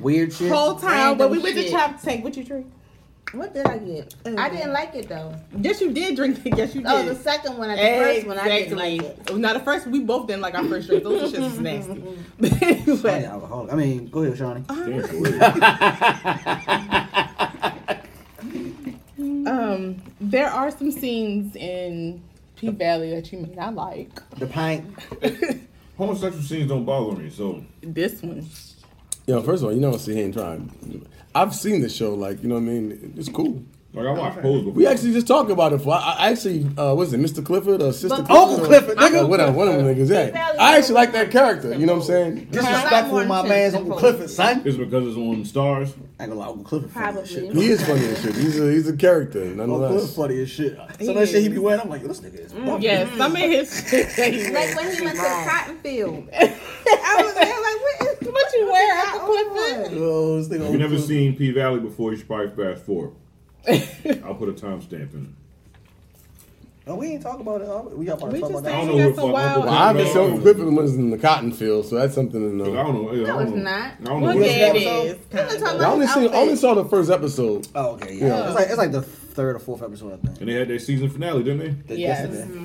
Speaker 8: Weird shit.
Speaker 1: same stuff. whole time,
Speaker 6: Random
Speaker 1: but we went to
Speaker 6: shit.
Speaker 1: Chop Tank. What you drink?
Speaker 6: What did I get? I didn't like it though.
Speaker 1: Yes, you did drink it. Yes, you did.
Speaker 6: Oh, the second one. The first one I didn't like it.
Speaker 1: Exactly. Now the first we both didn't like our first drink. Those shits is nasty. But
Speaker 8: I ain't
Speaker 1: anyway,
Speaker 8: alcoholic. I mean, go ahead, Shawnee.
Speaker 1: Uh-huh. um, there are some scenes in P Valley that you may not like.
Speaker 8: The pint.
Speaker 4: Homosexual scenes don't bother me, so
Speaker 1: This one.
Speaker 3: Yo, first of all, you never see him trying. I've seen the show, like you know what I mean. It's cool.
Speaker 4: like I watched Pose before.
Speaker 3: We actually just talked about it. For I, I actually, uh, what's it, Mr. Clifford or Sister
Speaker 6: But-
Speaker 3: Clifford?
Speaker 8: Uncle Clifford,
Speaker 3: or-
Speaker 8: nigga.
Speaker 3: or whatever, one of them niggas. Yeah, I actually like that character. You know what I'm saying?
Speaker 8: Disrespectful, my man's Uncle Clifford, son.
Speaker 4: it's because it's on stars.
Speaker 8: I ain't gonna lie, Uncle Clifford funny as shit.
Speaker 6: Probably.
Speaker 3: He is funny as shit. He's a he's a character,
Speaker 8: Uncle Clifford
Speaker 3: nonetheless.
Speaker 8: funny as shit. Some of
Speaker 1: He
Speaker 8: that shit he
Speaker 1: is.
Speaker 8: be wearing, I'm like, yo, this nigga is bumping.
Speaker 1: Mm, Yeah,
Speaker 6: Mm.
Speaker 1: some of his shit that he
Speaker 6: Like when he went to the cotton field. I was there like, what is
Speaker 1: What you wear, Uncle Clifford?
Speaker 6: Clifford?
Speaker 8: Yo, this
Speaker 4: If
Speaker 8: nigga
Speaker 4: you've never
Speaker 6: Mm-hmm.
Speaker 8: Uncle
Speaker 4: seen P Valley before, you should probably fast forward. I'll put a timestamp in.
Speaker 8: No, we ain't talk about it. huh? We got
Speaker 1: We
Speaker 8: to talk
Speaker 1: just
Speaker 8: about
Speaker 4: I
Speaker 1: saying
Speaker 4: don't
Speaker 8: that.
Speaker 1: that's
Speaker 4: know who the
Speaker 1: a
Speaker 4: fuck
Speaker 1: wild-
Speaker 4: Uncle
Speaker 3: Well, obviously,
Speaker 4: Clifford
Speaker 3: Uncle Clifford was in the cotton field, so that's something to
Speaker 4: is. I
Speaker 3: know.
Speaker 4: don't know. I
Speaker 6: No,
Speaker 4: don't
Speaker 6: it's
Speaker 4: know.
Speaker 6: not.
Speaker 4: I don't know.
Speaker 1: Well,
Speaker 4: who-
Speaker 1: yeah, it
Speaker 8: Which
Speaker 1: is. kinda.
Speaker 3: I only seen, I only saw the first episode.
Speaker 8: Oh, okay, yeah.
Speaker 3: Yeah.
Speaker 8: It's like it's like the third or fourth episode, I think.
Speaker 4: And they had their season finale, didn't they?
Speaker 8: The-
Speaker 1: Yes.
Speaker 8: Yesterday.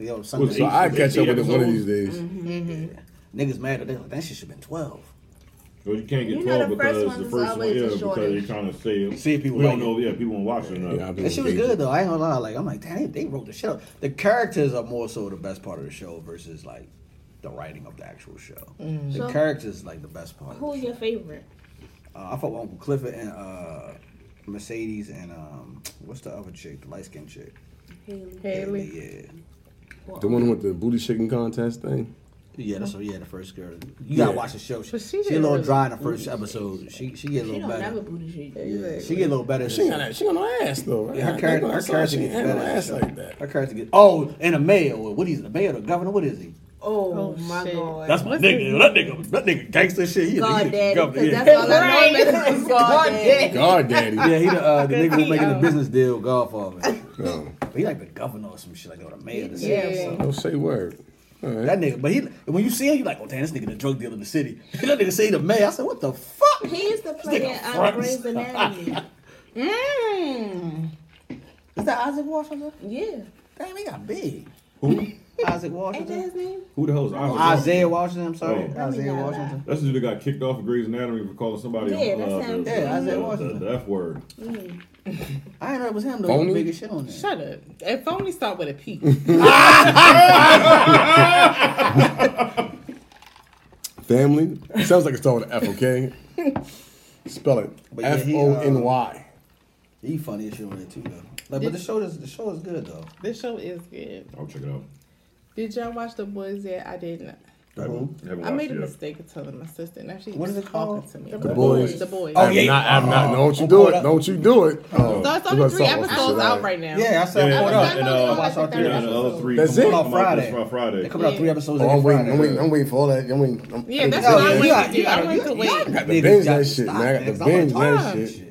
Speaker 8: Yo,
Speaker 4: Was
Speaker 8: Sunday.
Speaker 4: it
Speaker 3: So I catch up
Speaker 4: Eight
Speaker 3: with it one of these
Speaker 4: episodes?
Speaker 3: days.
Speaker 8: Niggas mad that they like, that shit should have been 12.
Speaker 4: So you can't get
Speaker 6: You know
Speaker 4: 12
Speaker 6: the first
Speaker 4: because
Speaker 6: ones
Speaker 4: the
Speaker 6: is
Speaker 4: first one,
Speaker 6: always
Speaker 4: yeah,
Speaker 6: the
Speaker 4: because they're
Speaker 6: shortest.
Speaker 4: trying to say
Speaker 8: See if people
Speaker 4: We don't
Speaker 8: like
Speaker 4: know, yeah, people won't watch it or not.
Speaker 3: Yeah, I've been
Speaker 8: That shit was
Speaker 3: engaged.
Speaker 8: good though. I ain't gonna lie. Like I'm like, damn, they, they wrote the shit up. The characters are more so the best part of the show versus like the writing of the actual show. The
Speaker 6: So-
Speaker 8: characters is like the best part. Of
Speaker 6: Who's
Speaker 8: the show.
Speaker 6: your favorite?
Speaker 8: Uh, I fought with Uncle Clifford and uh, Mercedes and um, what's the other chick? The light skinned chick.
Speaker 6: Haley.
Speaker 1: Haley.
Speaker 8: Yeah.
Speaker 3: The one with the booty shaking contest thing.
Speaker 8: Yeah, that's what, yeah, the first girl. You gotta
Speaker 3: Yeah.
Speaker 8: watch the show. She,
Speaker 1: But she
Speaker 8: she, a
Speaker 1: didn't
Speaker 8: little
Speaker 1: really-
Speaker 8: dry in the first episode. She she get a
Speaker 6: She
Speaker 8: little
Speaker 6: don't never
Speaker 8: better.
Speaker 6: booty shit.
Speaker 8: Yeah, she get a little better.
Speaker 3: She got that. She got no ass though. Right?
Speaker 8: Yeah, her
Speaker 3: I-
Speaker 8: character,
Speaker 3: I
Speaker 8: her
Speaker 3: saw
Speaker 8: character
Speaker 3: she
Speaker 8: gets
Speaker 3: ain't had
Speaker 8: better.
Speaker 3: no
Speaker 8: in the
Speaker 3: ass
Speaker 8: show.
Speaker 3: like that.
Speaker 8: Her character gets. Oh, and a mayor. What is it? The mayor, the governor? What is he?
Speaker 6: Oh,
Speaker 1: Oh,
Speaker 6: my
Speaker 1: shit.
Speaker 6: god.
Speaker 8: That's my nigga. That nigga, that nigga gangster shit. He
Speaker 6: God
Speaker 8: the,
Speaker 6: daddy.
Speaker 8: governor,
Speaker 6: Because
Speaker 8: yeah.
Speaker 6: that's all I
Speaker 1: Right.
Speaker 6: know. about him is God daddy.
Speaker 3: God daddy.
Speaker 8: yeah, he the, uh, the nigga who's making the
Speaker 1: um,
Speaker 8: business deal, Godfather.
Speaker 3: No,
Speaker 8: But he like the governor or some shit like that, or the mayor of the city
Speaker 1: Yeah.
Speaker 8: or something.
Speaker 3: don't say word. All right.
Speaker 8: That nigga, but he when you see him, you like, oh damn, this nigga the drug dealer in the city. that nigga say he the mayor. I said, what the fuck?
Speaker 6: He used to play
Speaker 8: This
Speaker 6: in
Speaker 8: nigga
Speaker 6: um,
Speaker 8: front.
Speaker 6: Grey's Anatomy.
Speaker 1: Mm.
Speaker 8: Is that Isaac Washington?
Speaker 6: Yeah.
Speaker 8: Damn, he got big.
Speaker 4: Who?
Speaker 8: Isaac
Speaker 6: Ain't that
Speaker 8: Washington.
Speaker 6: his name?
Speaker 4: Who the hell is Isaac?
Speaker 8: Isaiah Washington. I'm sorry,
Speaker 4: Oh.
Speaker 8: Isaiah Washington.
Speaker 4: That's the dude that got kicked off of Grey's Anatomy for calling somebody
Speaker 6: Yeah,
Speaker 4: on,
Speaker 6: that's
Speaker 4: uh,
Speaker 6: him.
Speaker 4: The,
Speaker 8: Yeah, Isaiah
Speaker 4: the- the,
Speaker 8: Washington.
Speaker 4: the F word.
Speaker 8: I ain't know it was him though. He
Speaker 3: Phony?
Speaker 8: the biggest shit on there.
Speaker 1: Shut up. If only start with a P.
Speaker 3: Family sounds like it's spelled with an F. Okay, spell it
Speaker 8: But yeah,
Speaker 3: F
Speaker 8: he,
Speaker 3: O N Y.
Speaker 8: He funny as shit on there too though. Like, but the show is the show is good though.
Speaker 1: this show is good.
Speaker 4: I'll check it out.
Speaker 1: Did y'all watch The Boys yet? I did not.
Speaker 4: haven't
Speaker 1: I
Speaker 4: watched
Speaker 1: made a
Speaker 4: it yet.
Speaker 1: mistake of telling my sister. Now she's
Speaker 8: What is it
Speaker 1: talking
Speaker 8: called?
Speaker 1: to me.
Speaker 3: The boys.
Speaker 1: The boys.
Speaker 8: Oh,
Speaker 3: I'm
Speaker 8: yeah.
Speaker 3: not. I'm not. Don't you
Speaker 8: I'm
Speaker 3: do
Speaker 8: caught
Speaker 3: it.
Speaker 8: up.
Speaker 3: Don't you do it. Oh,
Speaker 1: So it's
Speaker 3: we
Speaker 1: only
Speaker 3: gotta
Speaker 1: three
Speaker 3: talk about
Speaker 1: episodes
Speaker 3: shit,
Speaker 1: out
Speaker 3: alright.
Speaker 1: right now.
Speaker 8: Yeah, I said
Speaker 4: Yeah,
Speaker 8: caught
Speaker 4: yeah,
Speaker 8: up.
Speaker 4: and, uh,
Speaker 8: Watch all three
Speaker 4: Yeah, and the other
Speaker 8: episodes.
Speaker 4: three
Speaker 3: That's
Speaker 4: come
Speaker 3: it?
Speaker 4: out
Speaker 8: Oh,
Speaker 4: this
Speaker 8: Friday.
Speaker 4: Fri- Friday.
Speaker 8: They coming out three episodes.
Speaker 3: Oh,
Speaker 8: every
Speaker 3: I'm waiting. I'm
Speaker 8: Friday.
Speaker 3: waiting. I'm waiting for all that. I'm waiting. I'm,
Speaker 1: Yeah,
Speaker 3: I'm
Speaker 1: that's
Speaker 3: good,
Speaker 1: what I
Speaker 3: man.
Speaker 1: went
Speaker 8: Yeah,
Speaker 1: to do.
Speaker 8: you
Speaker 1: I
Speaker 8: gotta-
Speaker 1: went to
Speaker 8: you
Speaker 1: wait.
Speaker 3: got the
Speaker 8: Niggas
Speaker 3: binge
Speaker 8: gotta
Speaker 3: that shit,
Speaker 8: stop,
Speaker 3: man. I got
Speaker 8: niggas.
Speaker 3: the
Speaker 8: I'm
Speaker 3: binge that
Speaker 8: like,
Speaker 3: shit.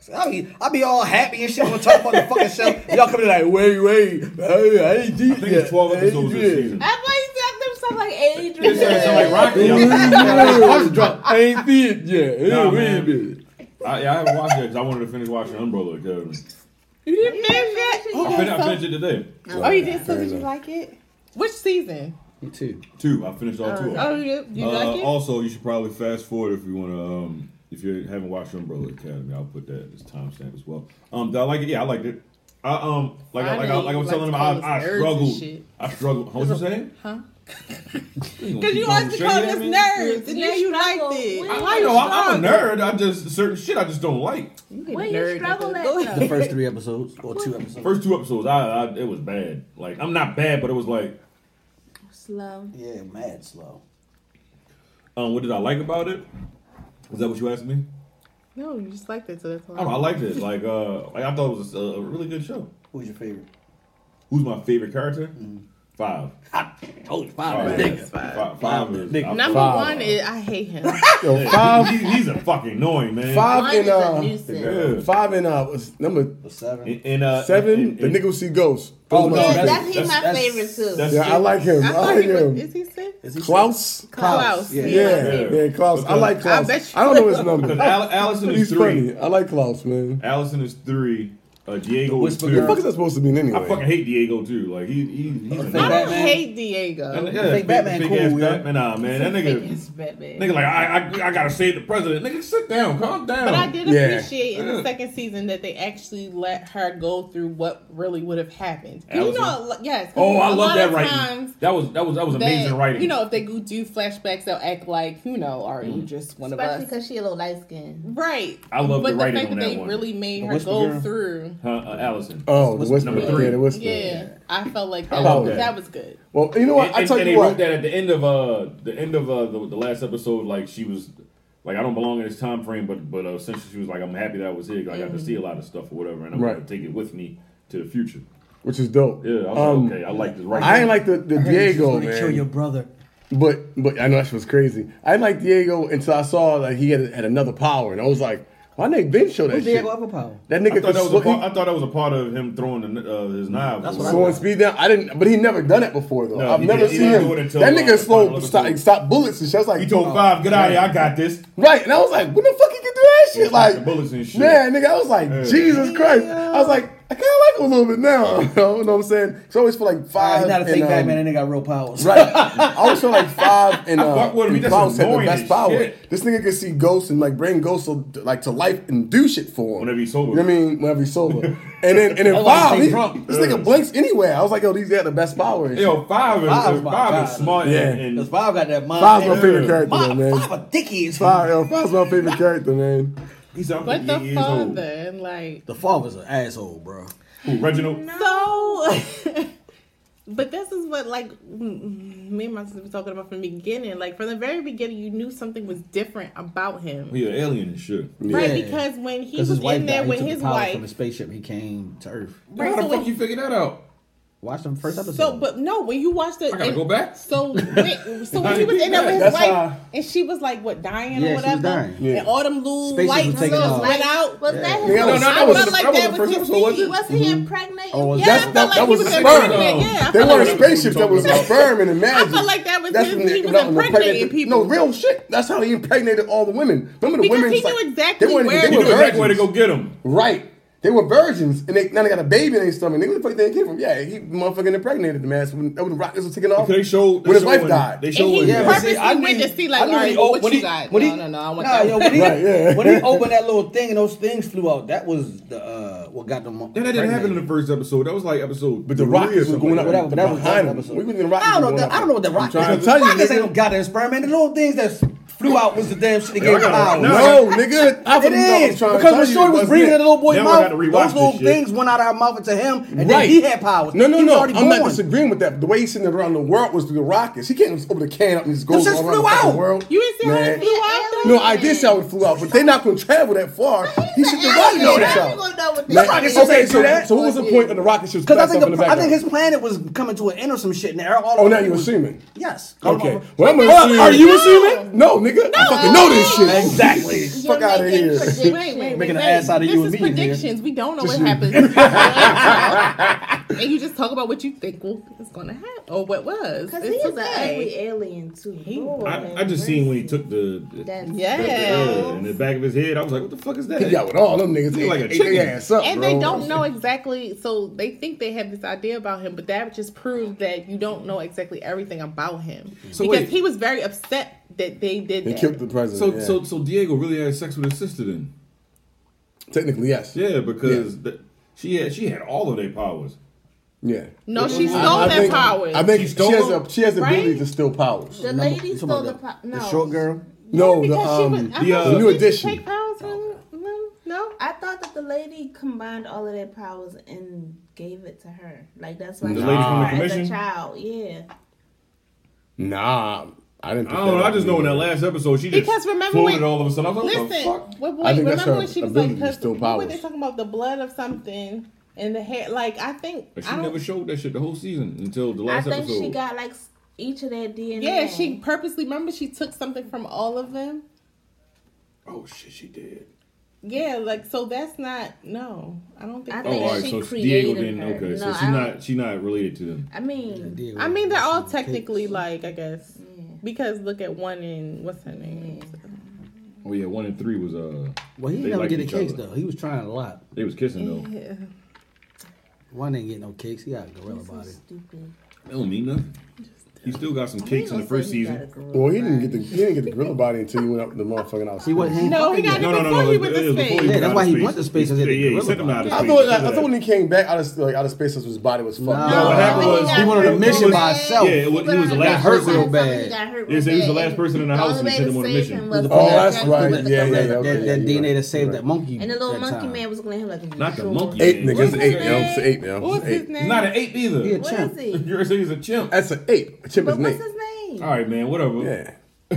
Speaker 8: So I be, I be all happy and shit on top of the fucking show. And y'all coming in like, wait, wait, hey, I ain't deep
Speaker 4: I think it's 12 episodes this season.
Speaker 6: That boy said them sound like Adrian.
Speaker 4: This shit sound like Rocky.
Speaker 8: I ain't see it yet. Hey,
Speaker 4: Nah,
Speaker 8: wait a
Speaker 4: man.
Speaker 8: minute.
Speaker 4: I, yeah, I haven't watched it because I wanted to finish watching Umbrella Academy.
Speaker 1: You didn't finish
Speaker 3: Oh.
Speaker 1: it?
Speaker 4: I fin- I finished it today.
Speaker 1: Oh, you did? So
Speaker 3: Fair
Speaker 1: did you
Speaker 3: enough.
Speaker 1: like it? Which season?
Speaker 8: Me too.
Speaker 4: Two. I finished all two. of
Speaker 1: Oh,
Speaker 4: them.
Speaker 1: you, you
Speaker 4: Uh,
Speaker 1: like it?
Speaker 4: Also, you should probably fast forward if you want to. Um, if you haven't watched Umbrella Academy, I'll put that as timestamp as well. Um, did I like it? Yeah, I liked it. I um, like
Speaker 1: I
Speaker 4: I, like I,
Speaker 1: know
Speaker 4: like I
Speaker 1: you
Speaker 4: was
Speaker 1: like
Speaker 4: telling him,
Speaker 1: to
Speaker 4: I,
Speaker 1: call us
Speaker 4: I
Speaker 1: nerds and
Speaker 4: struggled.
Speaker 1: shit.
Speaker 4: I struggled. What was you saying?
Speaker 1: Huh?
Speaker 4: Because
Speaker 1: Because you always be calling us nerds, and now
Speaker 6: You
Speaker 1: you like
Speaker 6: struggle.
Speaker 1: it.
Speaker 6: When-
Speaker 4: I like. No, I- I'm a nerd. I just certain shit I just don't like.
Speaker 6: Where you struggle at
Speaker 8: The
Speaker 6: though?
Speaker 8: first three episodes or two episodes.
Speaker 4: First two episodes, I, I it was bad. Like I'm not bad, but it was like,
Speaker 6: Slow.
Speaker 8: Yeah, mad slow.
Speaker 4: um, what did I like about it? Is that what you asked me?
Speaker 1: No, you just liked it, so that's
Speaker 4: I, don't know, I
Speaker 1: why.
Speaker 4: liked it. Like, uh, like I thought it was a, a really good show.
Speaker 8: Who's your favorite?
Speaker 4: Who's my favorite character? Five.
Speaker 8: I told you five,
Speaker 4: Five.
Speaker 8: nigga.
Speaker 4: Five. Five is- I-
Speaker 1: Number
Speaker 4: five.
Speaker 1: one is I hate him.
Speaker 3: Yo,
Speaker 4: Five.
Speaker 3: five,
Speaker 4: He, he's a fucking annoying man.
Speaker 3: five
Speaker 1: One is
Speaker 3: and
Speaker 1: a
Speaker 3: uh,
Speaker 1: nuisance.
Speaker 3: five and uh, was number
Speaker 8: The seven.
Speaker 4: In, in, uh,
Speaker 3: seven.
Speaker 4: in- in-
Speaker 3: the nigga who see ghosts.
Speaker 8: Oh,
Speaker 3: Those are
Speaker 8: no,
Speaker 3: my
Speaker 6: Yeah,
Speaker 3: favorites.
Speaker 6: that's, he my
Speaker 8: that's-
Speaker 6: favorite too.
Speaker 4: that's-
Speaker 3: yeah, I like him. I
Speaker 1: I thought
Speaker 3: like
Speaker 1: he was,
Speaker 3: him.
Speaker 1: is he sick?
Speaker 8: Is he
Speaker 3: Klaus.
Speaker 1: Klaus.
Speaker 8: Yeah.
Speaker 3: Yeah, yeah,
Speaker 4: Yeah.
Speaker 3: Klaus. I like
Speaker 1: I
Speaker 3: Klaus. I,
Speaker 1: bet you-
Speaker 3: don't know his
Speaker 4: Because
Speaker 3: number.
Speaker 4: Al- Allison is
Speaker 3: He's
Speaker 4: three.
Speaker 3: funny. I like Klaus, man.
Speaker 4: Allison is three. Uh, Diego is
Speaker 8: Whisper
Speaker 4: two.
Speaker 3: What
Speaker 8: Girl.
Speaker 3: the fuck is that supposed to mean anyway?
Speaker 4: I fucking hate Diego too. Like he, he he's a
Speaker 1: I
Speaker 8: Batman.
Speaker 1: don't hate Diego.
Speaker 4: Yeah,
Speaker 8: Think Batman
Speaker 4: big
Speaker 8: cool,
Speaker 4: ass
Speaker 8: yo.
Speaker 4: Batman. Nah, man, that nigga,
Speaker 1: It's Batman.
Speaker 4: nigga, like I, I, I gotta save the president. Nigga, sit down, calm down.
Speaker 1: But I
Speaker 8: Oh,
Speaker 1: did
Speaker 3: Yeah.
Speaker 1: appreciate in the second season that they actually let her go through what really would have happened. You
Speaker 4: Allison?
Speaker 1: know, like, yes. 'cause
Speaker 4: Oh, I
Speaker 1: a
Speaker 4: love
Speaker 1: lot
Speaker 4: that
Speaker 1: of
Speaker 4: writing.
Speaker 1: times
Speaker 4: That was that was that was
Speaker 1: that,
Speaker 4: amazing writing.
Speaker 1: You know, if they go do flashbacks, they'll act like you know, are you just one of
Speaker 6: Especially
Speaker 1: us?
Speaker 6: because she a little light skinned.
Speaker 1: Right.
Speaker 4: Mm. I love
Speaker 1: but
Speaker 4: the writing
Speaker 1: fact
Speaker 4: on
Speaker 1: that
Speaker 4: that
Speaker 1: they
Speaker 4: one.
Speaker 1: really made
Speaker 8: The
Speaker 1: her
Speaker 8: Whisper
Speaker 1: go
Speaker 8: Girl?
Speaker 1: through.
Speaker 4: huh, uh, Allison.
Speaker 3: Oh, the whisper.
Speaker 4: Number three.
Speaker 3: Yeah, the whisper.
Speaker 1: Yeah, I felt like
Speaker 4: I
Speaker 1: that.
Speaker 4: love
Speaker 1: that.
Speaker 4: that.
Speaker 1: was good.
Speaker 3: Well, you know what?
Speaker 4: And,
Speaker 3: I
Speaker 4: and-
Speaker 3: tell
Speaker 4: and
Speaker 3: you
Speaker 4: they
Speaker 3: what.
Speaker 4: wrote that at the end of uh the end of uh the, the last episode. Like she was like I don't belong in this time frame, but but uh, essentially she was like I'm happy that I was here. 'cause I got to see a lot of stuff or whatever, and I'm
Speaker 3: Mm. Right.
Speaker 4: gonna take it with me to the future.
Speaker 3: which is dope.
Speaker 4: Yeah, I was
Speaker 3: Um,
Speaker 4: like, okay, I like this writing.
Speaker 3: I ain't like the, the Diego man,
Speaker 5: kill your brother.
Speaker 3: but but I know that was crazy. I didn't like Diego until I saw that he had, had another power, and I was like, my nigga been show that
Speaker 5: Who's
Speaker 3: shit.
Speaker 5: Diego Everpower?
Speaker 3: That nigga
Speaker 4: I
Speaker 3: could
Speaker 4: thought that was a
Speaker 3: swing-
Speaker 4: part, I thought that was a part of him throwing the, uh, his knife.
Speaker 8: That's
Speaker 4: or
Speaker 8: what I
Speaker 4: whatever.
Speaker 3: slowing speed down. I didn't, but he never done it before though.
Speaker 4: No,
Speaker 3: I've
Speaker 4: he
Speaker 3: never
Speaker 4: didn't- he
Speaker 3: seen
Speaker 4: didn't
Speaker 3: him.
Speaker 4: do it until,
Speaker 3: that
Speaker 4: uh,
Speaker 3: nigga slow
Speaker 4: Final
Speaker 3: stop,
Speaker 4: Episode.
Speaker 3: stop bullets and shit. I was like,
Speaker 4: He told five, get out of here. I got this.
Speaker 3: right, and I was like, what the fuck he can do that shit?
Speaker 4: stopped the
Speaker 3: Like
Speaker 4: bullets and shit.
Speaker 3: Yeah, nigga, I was like,
Speaker 4: Yeah.
Speaker 3: Jesus Christ. I was like, I kind of like him a little bit now. you know what I'm saying? 'Cause I always feel like
Speaker 8: Ah,
Speaker 3: five.
Speaker 8: he's not a
Speaker 3: and,
Speaker 8: fake
Speaker 3: um,
Speaker 8: Batman. That nigga got real powers.
Speaker 3: Right. I always feel like five and
Speaker 4: I
Speaker 3: uh,
Speaker 4: fuck with him.
Speaker 3: and
Speaker 4: He just
Speaker 3: Klaus had the
Speaker 4: annoying
Speaker 3: best
Speaker 4: as
Speaker 3: power.
Speaker 4: shit.
Speaker 3: This nigga could see ghosts and like bring ghosts to, like to life and do shit for him.
Speaker 4: Whenever he's sober.
Speaker 3: You know what I mean? Whenever he's sober. and then and then
Speaker 8: That's why he
Speaker 3: five,
Speaker 8: stay
Speaker 3: he-
Speaker 8: drunk.
Speaker 3: this nigga blinks anywhere. I was like, yo, these got the best power. and shit.
Speaker 4: Yo, five is,
Speaker 8: Five's
Speaker 4: five,
Speaker 8: my
Speaker 4: is
Speaker 8: guy.
Speaker 4: smart.
Speaker 3: Yeah.
Speaker 4: And,
Speaker 8: Because
Speaker 4: and
Speaker 8: Bob got that mind.
Speaker 3: Five's my
Speaker 8: Yeah.
Speaker 3: favorite character,
Speaker 8: Bob,
Speaker 3: man.
Speaker 8: Bob a dicky as
Speaker 3: Five, yo, five's my favorite character, man.
Speaker 4: he's out
Speaker 1: But
Speaker 4: there
Speaker 1: the
Speaker 4: years
Speaker 1: father, and like
Speaker 8: The father's an asshole, bro.
Speaker 4: old. Who, Reginald?
Speaker 1: so. But this is what, like, mm, me and my sister were talking about from the beginning. Like, from the very beginning, you knew something was different about him.
Speaker 4: He an alien and shit.
Speaker 1: Right?
Speaker 8: Yeah.
Speaker 1: Because when he was
Speaker 8: Because his wife
Speaker 1: in there
Speaker 8: died.
Speaker 1: with
Speaker 8: he took
Speaker 1: his
Speaker 8: the power
Speaker 1: wife,
Speaker 8: from the spaceship. He came to Earth.
Speaker 1: Right,
Speaker 4: How
Speaker 1: so
Speaker 4: the fuck
Speaker 1: it-
Speaker 4: you figure that out?
Speaker 8: Watch the first episode.
Speaker 1: So, but no, when you watched it,
Speaker 4: I gotta go back?
Speaker 1: So, when, so when he was in there with his
Speaker 3: That's
Speaker 1: wife,
Speaker 3: how-
Speaker 1: and she was like, what, dying
Speaker 8: Yeah, she
Speaker 1: or
Speaker 8: was
Speaker 1: whatever,
Speaker 8: dying.
Speaker 3: Yeah.
Speaker 1: and all them little
Speaker 8: Spaces
Speaker 1: light
Speaker 8: was taken
Speaker 1: girls
Speaker 8: off.
Speaker 1: went out.
Speaker 6: Was that his
Speaker 3: Yeah, no, no, that
Speaker 1: I
Speaker 3: was-
Speaker 1: felt like
Speaker 3: that was
Speaker 1: that
Speaker 3: the
Speaker 1: was
Speaker 3: first
Speaker 1: his
Speaker 3: episode, wasn't
Speaker 1: thing.
Speaker 3: it?
Speaker 6: Was he impregnated?
Speaker 8: Oh, was
Speaker 1: Yeah,
Speaker 3: That's,
Speaker 1: I felt
Speaker 3: that,
Speaker 1: like
Speaker 3: that
Speaker 1: he
Speaker 3: was a
Speaker 1: was
Speaker 3: sperm.
Speaker 1: impregnated. Yeah, I
Speaker 3: they
Speaker 1: felt
Speaker 3: were a
Speaker 1: like-
Speaker 3: spaceship that was a sperm and a magic.
Speaker 1: felt like that was
Speaker 3: That's
Speaker 1: him.
Speaker 3: when they-
Speaker 1: He was
Speaker 3: no, no,
Speaker 1: impregnating people.
Speaker 3: No, real shit. That's how he impregnated all the women. Remember the
Speaker 1: Because
Speaker 3: women?
Speaker 1: he
Speaker 3: it's like-
Speaker 1: knew exactly
Speaker 3: they weren't-
Speaker 1: where-
Speaker 3: they
Speaker 1: He
Speaker 4: You
Speaker 3: were
Speaker 4: know exactly where to
Speaker 3: virgins.
Speaker 4: go get him.
Speaker 3: Right. They were virgins, and they now they got a baby in their stomach. Nigga, where the fuck they came from? Yeah, he motherfucking impregnated the man. So when, when the rockets was taking off,
Speaker 4: They showed. they
Speaker 3: when his
Speaker 4: showed
Speaker 3: wife
Speaker 4: when-
Speaker 3: died.
Speaker 4: They
Speaker 1: And
Speaker 4: showed.
Speaker 1: he
Speaker 4: when-
Speaker 8: Yeah, but
Speaker 1: purposely
Speaker 8: see, I
Speaker 1: went
Speaker 8: knew-
Speaker 1: to see,
Speaker 8: I
Speaker 1: like,
Speaker 8: knew
Speaker 1: all right,
Speaker 8: he-
Speaker 1: well,
Speaker 8: oh,
Speaker 1: what
Speaker 8: when
Speaker 1: you
Speaker 8: he-
Speaker 1: got?
Speaker 8: when
Speaker 1: No,
Speaker 8: he-
Speaker 1: no, no, I want
Speaker 8: Nah,
Speaker 1: that.
Speaker 8: yo, when he,
Speaker 3: Right, yeah.
Speaker 8: when he opened that little thing and those things flew out, that was the uh, what got them.
Speaker 4: Then that didn't happen in the first episode. That was like episode.
Speaker 3: but the
Speaker 4: three or
Speaker 3: rockets was
Speaker 4: something
Speaker 3: going
Speaker 4: like
Speaker 3: up
Speaker 4: that.
Speaker 8: Whatever, but that was
Speaker 3: behind
Speaker 8: that
Speaker 3: him.
Speaker 8: episode.
Speaker 3: We was getting rockets
Speaker 8: I don't know.
Speaker 3: going
Speaker 8: The,
Speaker 3: up.
Speaker 8: I don't know what the
Speaker 3: I'm
Speaker 8: rockets.
Speaker 3: trying
Speaker 8: Trying
Speaker 3: to tell you,
Speaker 8: rockets
Speaker 3: nigga.
Speaker 8: ain't no goddamn sperm, man. The little things that flew out was the damn shit that gave
Speaker 4: I gotta-
Speaker 8: power.
Speaker 4: now I
Speaker 3: No, nigga. I
Speaker 8: It is
Speaker 3: I'm trying to
Speaker 8: because
Speaker 3: tell
Speaker 8: when
Speaker 3: you,
Speaker 8: Shorty was
Speaker 3: wasn't
Speaker 8: breathing
Speaker 3: it.
Speaker 8: in the little boy's
Speaker 4: Now I
Speaker 8: mouth,
Speaker 4: gotta rewatch
Speaker 8: those little
Speaker 4: this shit.
Speaker 8: things went out of our mouth into him, and
Speaker 3: Right.
Speaker 8: then he had powers.
Speaker 3: No, no,
Speaker 8: he was
Speaker 3: no. I'm
Speaker 8: already
Speaker 3: not
Speaker 8: born.
Speaker 3: disagreeing with that. The way he sitting around the world was through the rockets. He can't just open a can up and just go
Speaker 8: Them shits
Speaker 3: all around
Speaker 8: flew
Speaker 3: the fucking
Speaker 8: out.
Speaker 3: world.
Speaker 1: You didn't see how
Speaker 3: Man.
Speaker 1: it flew out, though?
Speaker 3: No, I did see how it flew out, but they're not going to travel that far. He should
Speaker 6: an
Speaker 3: just know
Speaker 6: alien.
Speaker 3: that.
Speaker 6: How you gonna know what
Speaker 3: Man,
Speaker 6: the
Speaker 8: rocket
Speaker 3: okay,
Speaker 8: ship ain't
Speaker 3: so,
Speaker 8: do that?
Speaker 3: so what was the point of the rocket ships?
Speaker 8: Because I
Speaker 3: backed
Speaker 8: think
Speaker 3: up in the
Speaker 8: the, I think
Speaker 3: background?
Speaker 8: his planet was coming to an end or some shit. And all, all
Speaker 3: Oh,
Speaker 8: of
Speaker 3: now
Speaker 8: it
Speaker 3: you're
Speaker 8: was-
Speaker 3: assuming.
Speaker 8: Yes.
Speaker 3: Okay.
Speaker 8: All-
Speaker 3: Well, I'm
Speaker 1: Wait,
Speaker 3: assuming.
Speaker 1: are you assuming?
Speaker 3: No, nigga. I fucking know this shit.
Speaker 8: Exactly.
Speaker 3: Fuck out of here.
Speaker 1: Wait, wait, wait,
Speaker 8: Making
Speaker 1: wait.
Speaker 8: an ass out of
Speaker 1: this
Speaker 8: you
Speaker 1: is
Speaker 8: and me in here.
Speaker 1: predictions. We don't know what happens. and you just talk about what you think will, is going to happen or what was.
Speaker 6: Because he
Speaker 1: It's
Speaker 6: is an
Speaker 1: okay.
Speaker 6: ugly alien too. Lord
Speaker 4: I, I
Speaker 6: have
Speaker 4: just seen when he
Speaker 6: mercy.
Speaker 4: took the, the, the,
Speaker 6: That's
Speaker 1: Yeah.
Speaker 4: yeah, in the back of his head. I was like, what the fuck is that?
Speaker 3: He got with all them niggas.
Speaker 4: He like a
Speaker 3: Ate
Speaker 4: chicken.
Speaker 3: their ass up,
Speaker 1: And
Speaker 3: bro.
Speaker 1: they don't know exactly, so they think they have this idea about him, but that just proves that you don't know exactly everything about him. because
Speaker 4: wait.
Speaker 1: he was very upset that they did
Speaker 3: They
Speaker 1: that.
Speaker 3: killed the president.
Speaker 4: So,
Speaker 3: yeah.
Speaker 4: so, so Diego really had sex with his sister then?
Speaker 3: technically, yes.
Speaker 4: Yeah, because th- she had she had all of their powers.
Speaker 3: Yeah.
Speaker 1: no, she
Speaker 3: I-
Speaker 1: stole
Speaker 3: I
Speaker 1: that
Speaker 3: think-
Speaker 1: power.
Speaker 3: I think
Speaker 4: She
Speaker 3: she,
Speaker 4: stole
Speaker 3: has
Speaker 4: them?
Speaker 3: a, she has the
Speaker 1: Right?
Speaker 3: ability to steal powers.
Speaker 6: The lady stole the po- no.
Speaker 8: The short girl.
Speaker 3: No, the,
Speaker 1: because
Speaker 3: um,
Speaker 1: she was, I
Speaker 4: the,
Speaker 1: thought
Speaker 4: uh,
Speaker 1: she
Speaker 3: new
Speaker 1: used to
Speaker 3: edition.
Speaker 1: Take powers from them? No,
Speaker 6: I thought that the lady combined all of their powers and gave it to her. Like that's why
Speaker 4: The
Speaker 6: she
Speaker 4: lady from the
Speaker 6: was as
Speaker 4: commission?
Speaker 6: a child. Yeah.
Speaker 3: Nah, I didn't.
Speaker 4: I
Speaker 3: Pick
Speaker 4: don't know.
Speaker 3: that
Speaker 4: I
Speaker 3: up
Speaker 4: just know in
Speaker 3: either.
Speaker 4: that last episode she just
Speaker 1: Because remember
Speaker 4: floated
Speaker 1: when-
Speaker 4: all of a sudden. I was like, what the
Speaker 1: Listen,
Speaker 4: fuck?
Speaker 1: what,
Speaker 3: I think that's
Speaker 1: remember
Speaker 3: her
Speaker 1: when she was
Speaker 3: ability
Speaker 1: like,
Speaker 3: to
Speaker 1: because
Speaker 3: steal
Speaker 1: what were they
Speaker 3: powers.
Speaker 1: talking about? The blood of something. and the hair. Like I think
Speaker 4: But she
Speaker 1: I don't.
Speaker 4: never showed that shit the whole season until the
Speaker 6: I
Speaker 4: last
Speaker 6: think
Speaker 4: episode.
Speaker 6: she got like s- each of their DNA.
Speaker 1: yeah, she purposely. Remember, she took something from all of them.
Speaker 4: oh shit, she did.
Speaker 1: Yeah, like so. That's not no. I don't think.
Speaker 6: I
Speaker 1: that-
Speaker 4: Oh,
Speaker 6: think
Speaker 4: all right.
Speaker 6: she
Speaker 4: So Diego
Speaker 6: created
Speaker 4: didn't.
Speaker 6: her.
Speaker 4: Okay, so
Speaker 6: No,
Speaker 4: she's
Speaker 6: I don't-
Speaker 4: not. She's not related to them.
Speaker 6: I mean,
Speaker 4: Oh,
Speaker 8: Diego.
Speaker 1: I mean, they're all technically like I guess
Speaker 6: yeah.
Speaker 1: because look at one in what's her name.
Speaker 4: Oh yeah, one and three was uh.
Speaker 5: Well, he
Speaker 4: They
Speaker 5: never
Speaker 4: like
Speaker 5: get a
Speaker 4: each
Speaker 5: cakes
Speaker 4: other.
Speaker 5: though. He was trying a lot.
Speaker 4: They was kissing though.
Speaker 1: Yeah.
Speaker 5: One didn't get no cakes. He got a gorilla
Speaker 6: so
Speaker 5: body.
Speaker 6: stupid.
Speaker 4: That don't mean nothing. He still got some cakes in the first season.
Speaker 3: Well, he didn't get the he didn't get the gorilla body until he went out the motherfucking outside.
Speaker 5: He wasn't. he
Speaker 1: No, he
Speaker 5: fucking
Speaker 1: got
Speaker 4: No, no,
Speaker 5: yet.
Speaker 4: no,
Speaker 1: Before
Speaker 4: no.
Speaker 1: he
Speaker 4: it
Speaker 1: went to
Speaker 4: was- it was before
Speaker 1: space.
Speaker 4: he
Speaker 5: Yeah,
Speaker 4: went
Speaker 5: that's why
Speaker 4: out
Speaker 5: he
Speaker 4: of
Speaker 5: went to space and
Speaker 4: Yeah,
Speaker 5: did the
Speaker 4: yeah, he
Speaker 5: gorilla
Speaker 4: sent him out of
Speaker 3: I
Speaker 4: space.
Speaker 3: thought, I
Speaker 4: after
Speaker 3: thought
Speaker 4: that.
Speaker 3: when he came back out of like out of space, it was body was fucked.
Speaker 5: No,
Speaker 4: No,
Speaker 3: up.
Speaker 4: what happened
Speaker 1: he
Speaker 4: was
Speaker 1: got
Speaker 5: he went on a
Speaker 1: hurt.
Speaker 5: mission by
Speaker 4: Yeah, it
Speaker 5: himself.
Speaker 4: was, he was the
Speaker 5: Got
Speaker 4: last
Speaker 5: hurt
Speaker 4: person.
Speaker 5: real
Speaker 4: Yeah,
Speaker 5: bad.
Speaker 4: he was the last person in the house, and they
Speaker 6: only
Speaker 4: sent him
Speaker 6: way to
Speaker 4: on a
Speaker 6: save him
Speaker 4: mission.
Speaker 6: was
Speaker 5: Oh,
Speaker 6: to
Speaker 5: that's
Speaker 6: have
Speaker 3: right.
Speaker 6: him with the
Speaker 3: Yeah, yeah,
Speaker 6: gorilla.
Speaker 5: That,
Speaker 3: okay,
Speaker 5: that,
Speaker 3: yeah,
Speaker 5: that
Speaker 3: you're
Speaker 5: DNA
Speaker 3: right.
Speaker 5: that saved
Speaker 3: You're
Speaker 5: that monkey.
Speaker 6: And the little
Speaker 5: that
Speaker 6: monkey
Speaker 5: time.
Speaker 6: man was looking at him like,
Speaker 4: Not the
Speaker 6: sure.
Speaker 4: monkey.
Speaker 3: Eight
Speaker 4: man.
Speaker 3: niggas, it's an eight, yo.
Speaker 1: name?
Speaker 3: It's an eight, yo.
Speaker 1: What's
Speaker 3: It's an
Speaker 1: his
Speaker 3: eight.
Speaker 1: name?
Speaker 4: He's not an ape either.
Speaker 5: He a
Speaker 6: What
Speaker 5: chimp.
Speaker 6: is he?
Speaker 4: You're saying he's a chimp.
Speaker 3: That's an ape. A chimp is
Speaker 6: But
Speaker 3: an
Speaker 6: what's
Speaker 3: ape.
Speaker 6: his name?
Speaker 4: All right, man. Whatever.
Speaker 3: Yeah,
Speaker 4: I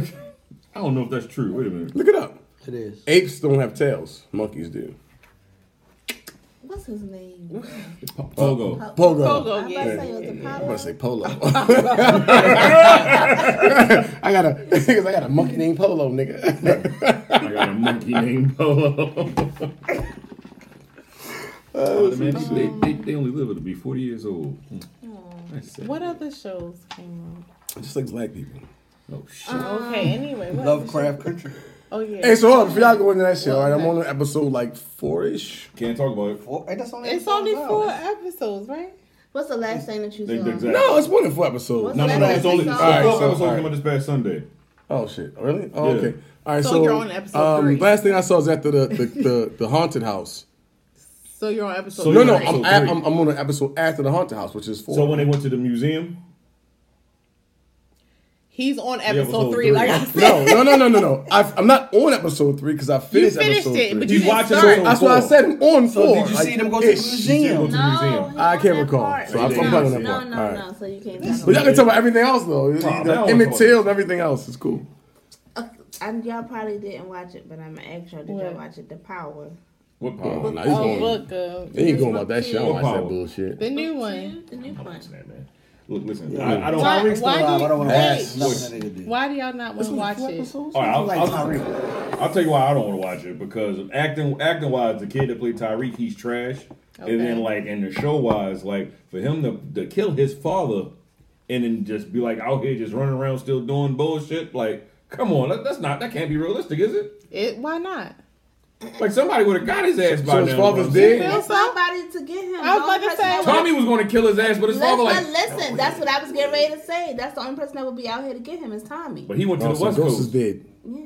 Speaker 4: don't know if that's true. Wait a minute.
Speaker 3: look it up.
Speaker 5: It is.
Speaker 3: Apes don't have tails. Monkeys do.
Speaker 6: What's his name?
Speaker 4: Pogo.
Speaker 3: Pogo.
Speaker 1: Pogo,
Speaker 6: I'm about to say it was
Speaker 1: yeah.
Speaker 6: the
Speaker 3: I'm
Speaker 6: Pablo.
Speaker 3: about to say Polo. I got a niggas, I got a monkey named Polo, nigga.
Speaker 4: I got a monkey named Polo. Oh, man, they- they, they, they only live to be 40 years old. Hmm. That's sad.
Speaker 1: What other shows came
Speaker 3: Just like black people.
Speaker 4: Oh, shit.
Speaker 1: on? Okay, anyway, what other shows-
Speaker 8: Lovecraft Country.
Speaker 1: Oh yeah,
Speaker 3: Hey, so hold up, before y'all go into that shit, all right? I'm on episode like four ish.
Speaker 4: Can't talk about it.
Speaker 8: Well, hey, that's only
Speaker 1: it's only four episold, episodes, right?
Speaker 6: What's the last thing that you
Speaker 4: They-
Speaker 6: saw?
Speaker 4: they- exactly.
Speaker 3: No, it's more than four episodes.
Speaker 4: No, no, no. It's only.
Speaker 6: All
Speaker 3: right,
Speaker 4: so,
Speaker 3: so-
Speaker 4: episode
Speaker 3: all right.
Speaker 4: came out this past Sunday.
Speaker 3: Oh shit! Really? Oh,
Speaker 4: Yeah.
Speaker 3: Okay. All right. So,
Speaker 1: So you're on episode
Speaker 3: um,
Speaker 1: three.
Speaker 3: Last thing I saw is after the the, the, the haunted house.
Speaker 1: So you're on episode.
Speaker 4: So
Speaker 3: No,
Speaker 4: you're
Speaker 3: no,
Speaker 4: on
Speaker 3: I'm,
Speaker 4: episode
Speaker 3: at,
Speaker 4: three.
Speaker 3: I'm I'm on an episode after the haunted house, which is four.
Speaker 4: So when they went to the museum,
Speaker 1: He's on
Speaker 4: episode
Speaker 1: episode three.
Speaker 4: three.
Speaker 1: Like I said,
Speaker 3: no, no, no, no, no, no. i I'm not on episode three because I
Speaker 1: you
Speaker 3: finished,
Speaker 1: finished
Speaker 3: episode
Speaker 1: it,
Speaker 3: three.
Speaker 1: but you
Speaker 4: He's
Speaker 1: didn't
Speaker 4: watching
Speaker 1: start.
Speaker 4: episode-
Speaker 3: That's what I
Speaker 4: four.
Speaker 3: said. I'm on
Speaker 8: So
Speaker 3: four.
Speaker 8: did you
Speaker 3: like,
Speaker 8: see them go to the
Speaker 3: ish.
Speaker 4: she still
Speaker 8: museum?
Speaker 4: goes to
Speaker 6: No,
Speaker 4: the museum.
Speaker 6: he
Speaker 3: I can't
Speaker 6: was on that
Speaker 3: recall.
Speaker 6: part.
Speaker 3: So I'm-
Speaker 4: I'm
Speaker 6: no,
Speaker 4: playing that
Speaker 6: no,
Speaker 3: part.
Speaker 6: no,
Speaker 3: Alright.
Speaker 6: no. So you can't.
Speaker 3: But y'all
Speaker 6: talk
Speaker 3: can talk about everything else though.
Speaker 4: that
Speaker 3: Like,
Speaker 4: one
Speaker 3: Emmett
Speaker 4: was-
Speaker 3: Till and everything else. It's cool.
Speaker 6: about it. Uh, and y'all probably didn't watch it, but I'm gonna ask y'all. Did y'all
Speaker 1: What?
Speaker 6: watch it? The Power.
Speaker 4: What
Speaker 3: Oh,
Speaker 4: power?
Speaker 3: nah, he's
Speaker 1: Oh
Speaker 3: going-
Speaker 1: look, uh,
Speaker 3: They ain't going about that shit. I don't
Speaker 4: What
Speaker 3: watch that
Speaker 4: power?
Speaker 3: bullshit.
Speaker 1: the new one.
Speaker 6: The new one.
Speaker 4: Nah, man. Look, listen. I, I don't.
Speaker 1: Why-
Speaker 8: Tyreek's still
Speaker 1: why do
Speaker 8: alive.
Speaker 1: you-
Speaker 8: I don't want to
Speaker 1: Hey.
Speaker 8: watch nothing that nigga did.
Speaker 1: Why do y'all not want to watch it?
Speaker 4: All right, I'll,
Speaker 8: Like
Speaker 4: I'll-
Speaker 8: Tyreek.
Speaker 4: I'll tell you why I don't want to watch it because of acting acting wise, the kid that played Tyreek, he's trash.
Speaker 1: Okay.
Speaker 4: And then like and the show wise, like for him to to kill his father and then just be like out here just running around still doing bullshit, like come on, that, that's not that can't be realistic, is it?
Speaker 1: It why not?
Speaker 4: Like somebody would have got his ass by
Speaker 3: So his
Speaker 4: now.
Speaker 3: father's
Speaker 4: bro.
Speaker 3: dead.
Speaker 1: Feel
Speaker 6: There's
Speaker 1: so?
Speaker 6: somebody to get him.
Speaker 1: I was
Speaker 6: The only
Speaker 1: about to
Speaker 6: person
Speaker 1: say-
Speaker 6: that would-
Speaker 4: Tommy was going to kill his ass, but his
Speaker 6: Listen,
Speaker 4: father like.
Speaker 6: listen. That's what I was getting ready to say. That's the only person that would be out here to get him is Tommy.
Speaker 4: But he went to
Speaker 3: Oh,
Speaker 4: the
Speaker 3: so
Speaker 4: West
Speaker 3: Ghost is
Speaker 4: Coast.
Speaker 3: dead.
Speaker 6: Yeah.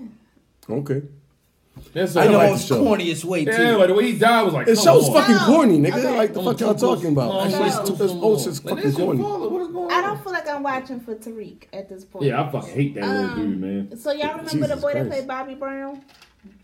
Speaker 3: Okay.
Speaker 4: That's
Speaker 8: In the
Speaker 3: like
Speaker 4: like,
Speaker 8: most
Speaker 3: the show.
Speaker 8: corniest way, too.
Speaker 4: yeah, like the way he died was like.
Speaker 3: It
Speaker 4: come
Speaker 3: show's
Speaker 4: on.
Speaker 3: fucking
Speaker 6: No.
Speaker 3: corny, nigga.
Speaker 6: Okay.
Speaker 3: Like the fuck y'all talking about?
Speaker 6: No.
Speaker 3: That shit's too- That's old shit's
Speaker 4: Like,
Speaker 3: fucking
Speaker 4: that's your
Speaker 3: corny.
Speaker 4: father. What is going on?
Speaker 6: Oh, I don't feel like I'm watching for Tariq at this point.
Speaker 4: Yeah, I fucking hate that little
Speaker 6: Um,
Speaker 4: dude, man.
Speaker 6: So y'all remember the
Speaker 3: Jesus
Speaker 6: boy
Speaker 3: Christ.
Speaker 6: that played Bobby Brown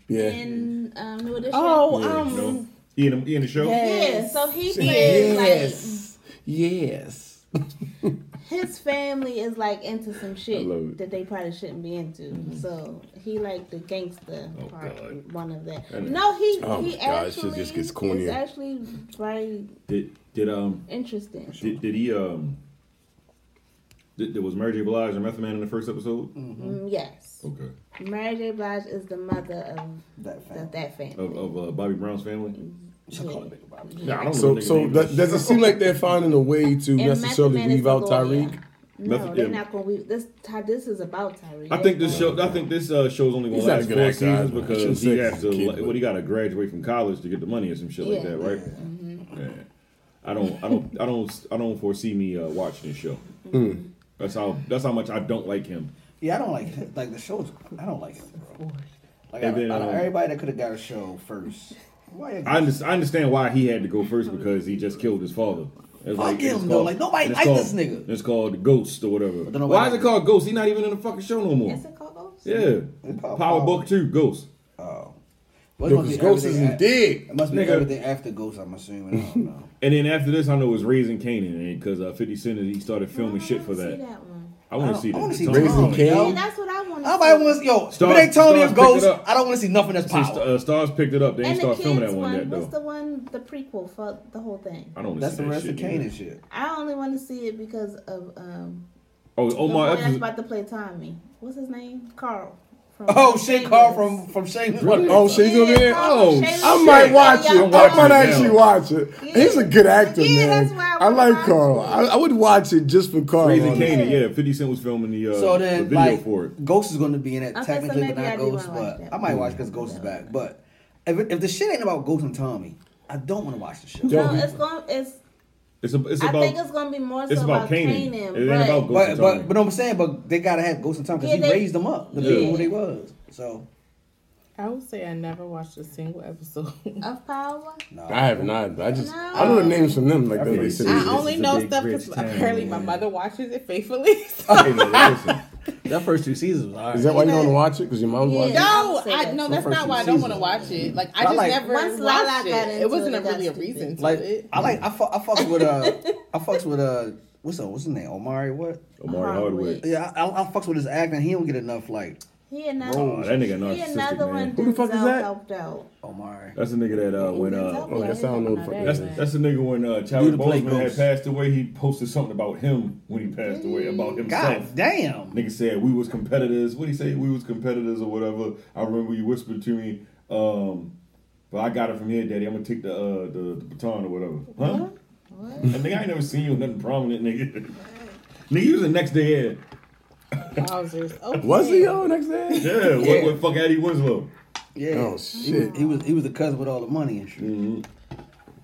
Speaker 3: Yeah.
Speaker 6: in um, New Edition?
Speaker 1: Oh,
Speaker 4: You
Speaker 1: um,
Speaker 4: know, he in the, he in the show.
Speaker 6: yeah. So he played
Speaker 3: Yes. Yes.
Speaker 6: like his family is like into some shit
Speaker 4: love it. Mm-hmm.
Speaker 6: that they probably shouldn't be into. So he like the gangster
Speaker 4: Oh,
Speaker 6: part,
Speaker 4: God.
Speaker 6: one of that.
Speaker 4: And-
Speaker 6: No, he
Speaker 3: Oh, my
Speaker 6: he
Speaker 3: God, this shit
Speaker 6: actually
Speaker 3: just gets cornier.
Speaker 6: is actually very
Speaker 4: Did did um
Speaker 6: interesting.
Speaker 4: did, did he um did, did was Mary J. Blige a Method Man in the first episode?
Speaker 6: Mm, yes,
Speaker 4: Okay.
Speaker 6: Mary J. Blige is the mother of
Speaker 8: That
Speaker 6: the,
Speaker 8: family.
Speaker 6: that family.
Speaker 4: Of, of uh, Bobby Brown's family.
Speaker 8: She'll call it Big Bobby.
Speaker 4: Nah, I don't
Speaker 3: So
Speaker 4: know.
Speaker 3: so that, does it seem like they're finding a way to
Speaker 6: And
Speaker 3: necessarily
Speaker 6: Method Man
Speaker 3: leave
Speaker 6: is
Speaker 3: out
Speaker 6: the lawyer.
Speaker 3: Tyreek?
Speaker 6: No,
Speaker 4: Method-
Speaker 6: they're
Speaker 4: yeah.
Speaker 6: not going to weave this. Ty, this is about Tyree.
Speaker 4: I think this show. I think this uh, show's only gonna
Speaker 3: He's not
Speaker 4: last
Speaker 3: a good
Speaker 4: four
Speaker 3: actor,
Speaker 4: seasons
Speaker 3: I know. I
Speaker 4: because
Speaker 3: shouldn't
Speaker 4: he
Speaker 3: say
Speaker 4: has
Speaker 3: he's
Speaker 4: to.
Speaker 3: a kid,
Speaker 4: like,
Speaker 3: but-
Speaker 4: what he got to graduate from college to get the money or some shit like
Speaker 6: Yeah.
Speaker 4: that, right?
Speaker 8: Mm-hmm.
Speaker 4: Yeah. I don't. I don't. I don't. I don't foresee me uh, watching this show.
Speaker 3: Mm.
Speaker 4: That's how. That's how much I don't like him.
Speaker 8: Yeah, I don't like him. Like the show's. I don't like him, bro. Like I,
Speaker 4: And then,
Speaker 8: I, don't-
Speaker 4: um,
Speaker 8: everybody that could have got a show first. Why? you-
Speaker 4: I, under, I understand why he had to go first because he just killed his father. It's
Speaker 8: Fuck him,
Speaker 4: it's
Speaker 8: though. Like, nobody
Speaker 4: it's
Speaker 8: like
Speaker 4: called-
Speaker 8: this nigga.
Speaker 4: It's called Ghost or whatever.
Speaker 8: don't nobody
Speaker 4: Why is
Speaker 8: like
Speaker 4: it called Ghost? He's not even in the fucking show no more.
Speaker 6: Is it called Ghost?
Speaker 4: Yeah,
Speaker 8: It's
Speaker 4: Power,
Speaker 8: called Power.
Speaker 4: Book Two Ghost.
Speaker 8: Oh. Well, it must
Speaker 3: Because
Speaker 8: be
Speaker 3: Ghost
Speaker 8: everything
Speaker 3: isn't
Speaker 8: a-
Speaker 3: dead.
Speaker 8: It must be
Speaker 4: Nigga.
Speaker 8: everything after Ghost. I'm assuming. I don't know.
Speaker 4: And then after this, I know it's Raising Canaan eh, because uh, Fifty Cent he started filming shit for
Speaker 6: I wanna
Speaker 4: that. Oh.
Speaker 6: See that one.
Speaker 4: I want to see
Speaker 8: I
Speaker 4: that.
Speaker 8: wanna see
Speaker 4: It's on
Speaker 8: Raising
Speaker 4: Netflix.
Speaker 3: Canaan.
Speaker 6: See, that's what I want
Speaker 8: Nobody wants yo.
Speaker 4: Stars-
Speaker 8: if it ain't Tony
Speaker 4: Stars
Speaker 8: and
Speaker 4: picked
Speaker 8: Ghost,
Speaker 4: it up.
Speaker 8: I don't want to see nothing that's
Speaker 4: See,
Speaker 8: power.
Speaker 4: St- uh, Stars picked it up. They ain't
Speaker 6: And the
Speaker 4: start
Speaker 6: kids
Speaker 4: filming that one
Speaker 6: one.
Speaker 4: yet, though.
Speaker 6: What's the one? The prequel for the whole thing.
Speaker 4: I don't want to
Speaker 8: that's
Speaker 4: see
Speaker 8: the
Speaker 4: that
Speaker 8: rest
Speaker 4: shit.
Speaker 8: of Kane
Speaker 4: either.
Speaker 8: and shit.
Speaker 6: I only want to see it because of um.
Speaker 4: Oh,
Speaker 6: the boy
Speaker 4: Omar
Speaker 6: that's
Speaker 4: Epps.
Speaker 6: about to play Tommy. What's his name? Carl. From
Speaker 8: Oh shit, Carl
Speaker 6: Shameless.
Speaker 8: from from Shameless.
Speaker 4: Really?
Speaker 3: Oh, shit, he's gonna be in. Oh,
Speaker 6: Yeah,
Speaker 3: I might watch
Speaker 6: yeah,
Speaker 3: it. I
Speaker 6: watch
Speaker 3: might
Speaker 4: it
Speaker 3: actually
Speaker 4: now.
Speaker 3: watch it. He's a good actor,
Speaker 6: Yeah,
Speaker 3: man.
Speaker 6: that's why I
Speaker 3: I like
Speaker 6: wanna
Speaker 3: Carl.
Speaker 6: watch
Speaker 3: I, I would watch it just for Carl.
Speaker 4: Raising
Speaker 3: honestly.
Speaker 4: Kane. Yeah, 50 Cent was filming the, uh,
Speaker 8: So
Speaker 4: the
Speaker 8: then,
Speaker 4: video
Speaker 8: like,
Speaker 4: for it.
Speaker 8: Ghost is going to be in it
Speaker 6: Okay, so
Speaker 8: technically, but
Speaker 6: maybe I
Speaker 8: not
Speaker 6: do
Speaker 8: Ghost.
Speaker 6: wanna watch
Speaker 8: But
Speaker 6: that.
Speaker 8: I might watch because Ghost is back. But if, it, if the shit ain't about Ghost and Tommy, I don't want to watch the shit.
Speaker 3: Yo,
Speaker 6: No, it's going. It's.
Speaker 4: It's, a, it's
Speaker 6: I think
Speaker 4: about.
Speaker 6: it's going to be more so
Speaker 4: It's about Kanan.
Speaker 6: Kanan.
Speaker 4: It
Speaker 6: but
Speaker 4: ain't about Ghost
Speaker 8: But
Speaker 4: and
Speaker 8: but
Speaker 4: Tommy.
Speaker 8: but I'm saying, but they gotta have Ghost and Tommy because
Speaker 6: Yeah,
Speaker 8: he
Speaker 6: they-
Speaker 8: raised them up, the
Speaker 4: Yeah.
Speaker 8: people who they was. So
Speaker 1: I would say I never watched a single episode.
Speaker 6: of power.
Speaker 3: I haven't either. I just
Speaker 6: No.
Speaker 3: I know the names from them. Like
Speaker 4: I
Speaker 3: they- they
Speaker 4: think
Speaker 3: said.
Speaker 4: it's-
Speaker 1: I only
Speaker 4: it's a
Speaker 1: know
Speaker 4: big,
Speaker 1: stuff
Speaker 4: rich
Speaker 1: because
Speaker 4: town,
Speaker 1: apparently my
Speaker 4: man.
Speaker 1: mother watches it faithfully. So-
Speaker 4: Hey, man, listen.
Speaker 8: that first two seasons, was all right.
Speaker 3: Is that why you want to watch it? Because your mom's
Speaker 6: Yeah.
Speaker 3: watching. it?
Speaker 6: I
Speaker 1: No,
Speaker 6: would say
Speaker 1: I
Speaker 6: that.
Speaker 1: no,
Speaker 6: So
Speaker 1: that's
Speaker 8: first
Speaker 1: not
Speaker 8: two
Speaker 1: why I don't
Speaker 8: seasons.
Speaker 1: want to watch it. Like
Speaker 8: I
Speaker 1: I just
Speaker 8: like-
Speaker 1: never
Speaker 6: Once Lala
Speaker 1: watched
Speaker 6: got
Speaker 1: it.
Speaker 6: into
Speaker 1: It wasn't
Speaker 6: it,
Speaker 1: a
Speaker 6: it got
Speaker 1: really a
Speaker 6: stupid.
Speaker 1: reason to
Speaker 8: like
Speaker 1: it.
Speaker 8: I like I fuck I fucks with uh I fucks with uh what's up what's his name Omari what
Speaker 4: Omari
Speaker 6: Hardwick.
Speaker 4: Hardwick.
Speaker 8: yeah I, I, I fucks with his acting he don't get enough like
Speaker 6: He another.
Speaker 4: Oh, that nigga
Speaker 6: he
Speaker 4: narcissistic,
Speaker 6: another one.
Speaker 4: man.
Speaker 3: Who the fuck is
Speaker 6: Denzel
Speaker 3: that?
Speaker 6: helped out.
Speaker 8: Omari
Speaker 4: That's the nigga that uh, when uh,
Speaker 6: Denzel
Speaker 3: I guess I don't know who the fuck
Speaker 4: That's
Speaker 3: that is.
Speaker 4: that's the nigga when uh,
Speaker 8: Dude
Speaker 4: Chadwick
Speaker 8: to play
Speaker 4: Boseman had
Speaker 8: Ghost.
Speaker 4: passed away. He posted something about him when he passed away about himself.
Speaker 8: Mm, God damn
Speaker 4: Nigga said we was competitors. What he say? We was competitors or whatever. I remember you whispered to me, um, but I got it from here, Daddy. I'm gonna take the uh, the, the baton or whatever. Huh? What? nigga, I ain't never seen you with nothing prominent, nigga. nigga, you was the next day in.
Speaker 1: Wowzers. Okay.
Speaker 3: Was he on next day?
Speaker 4: Yeah,
Speaker 8: Yeah.
Speaker 4: What, what fuck Eddie Winslow?
Speaker 8: yeah
Speaker 3: Oh
Speaker 8: he was,
Speaker 3: shit.
Speaker 8: he was he was the cousin with all the money and shit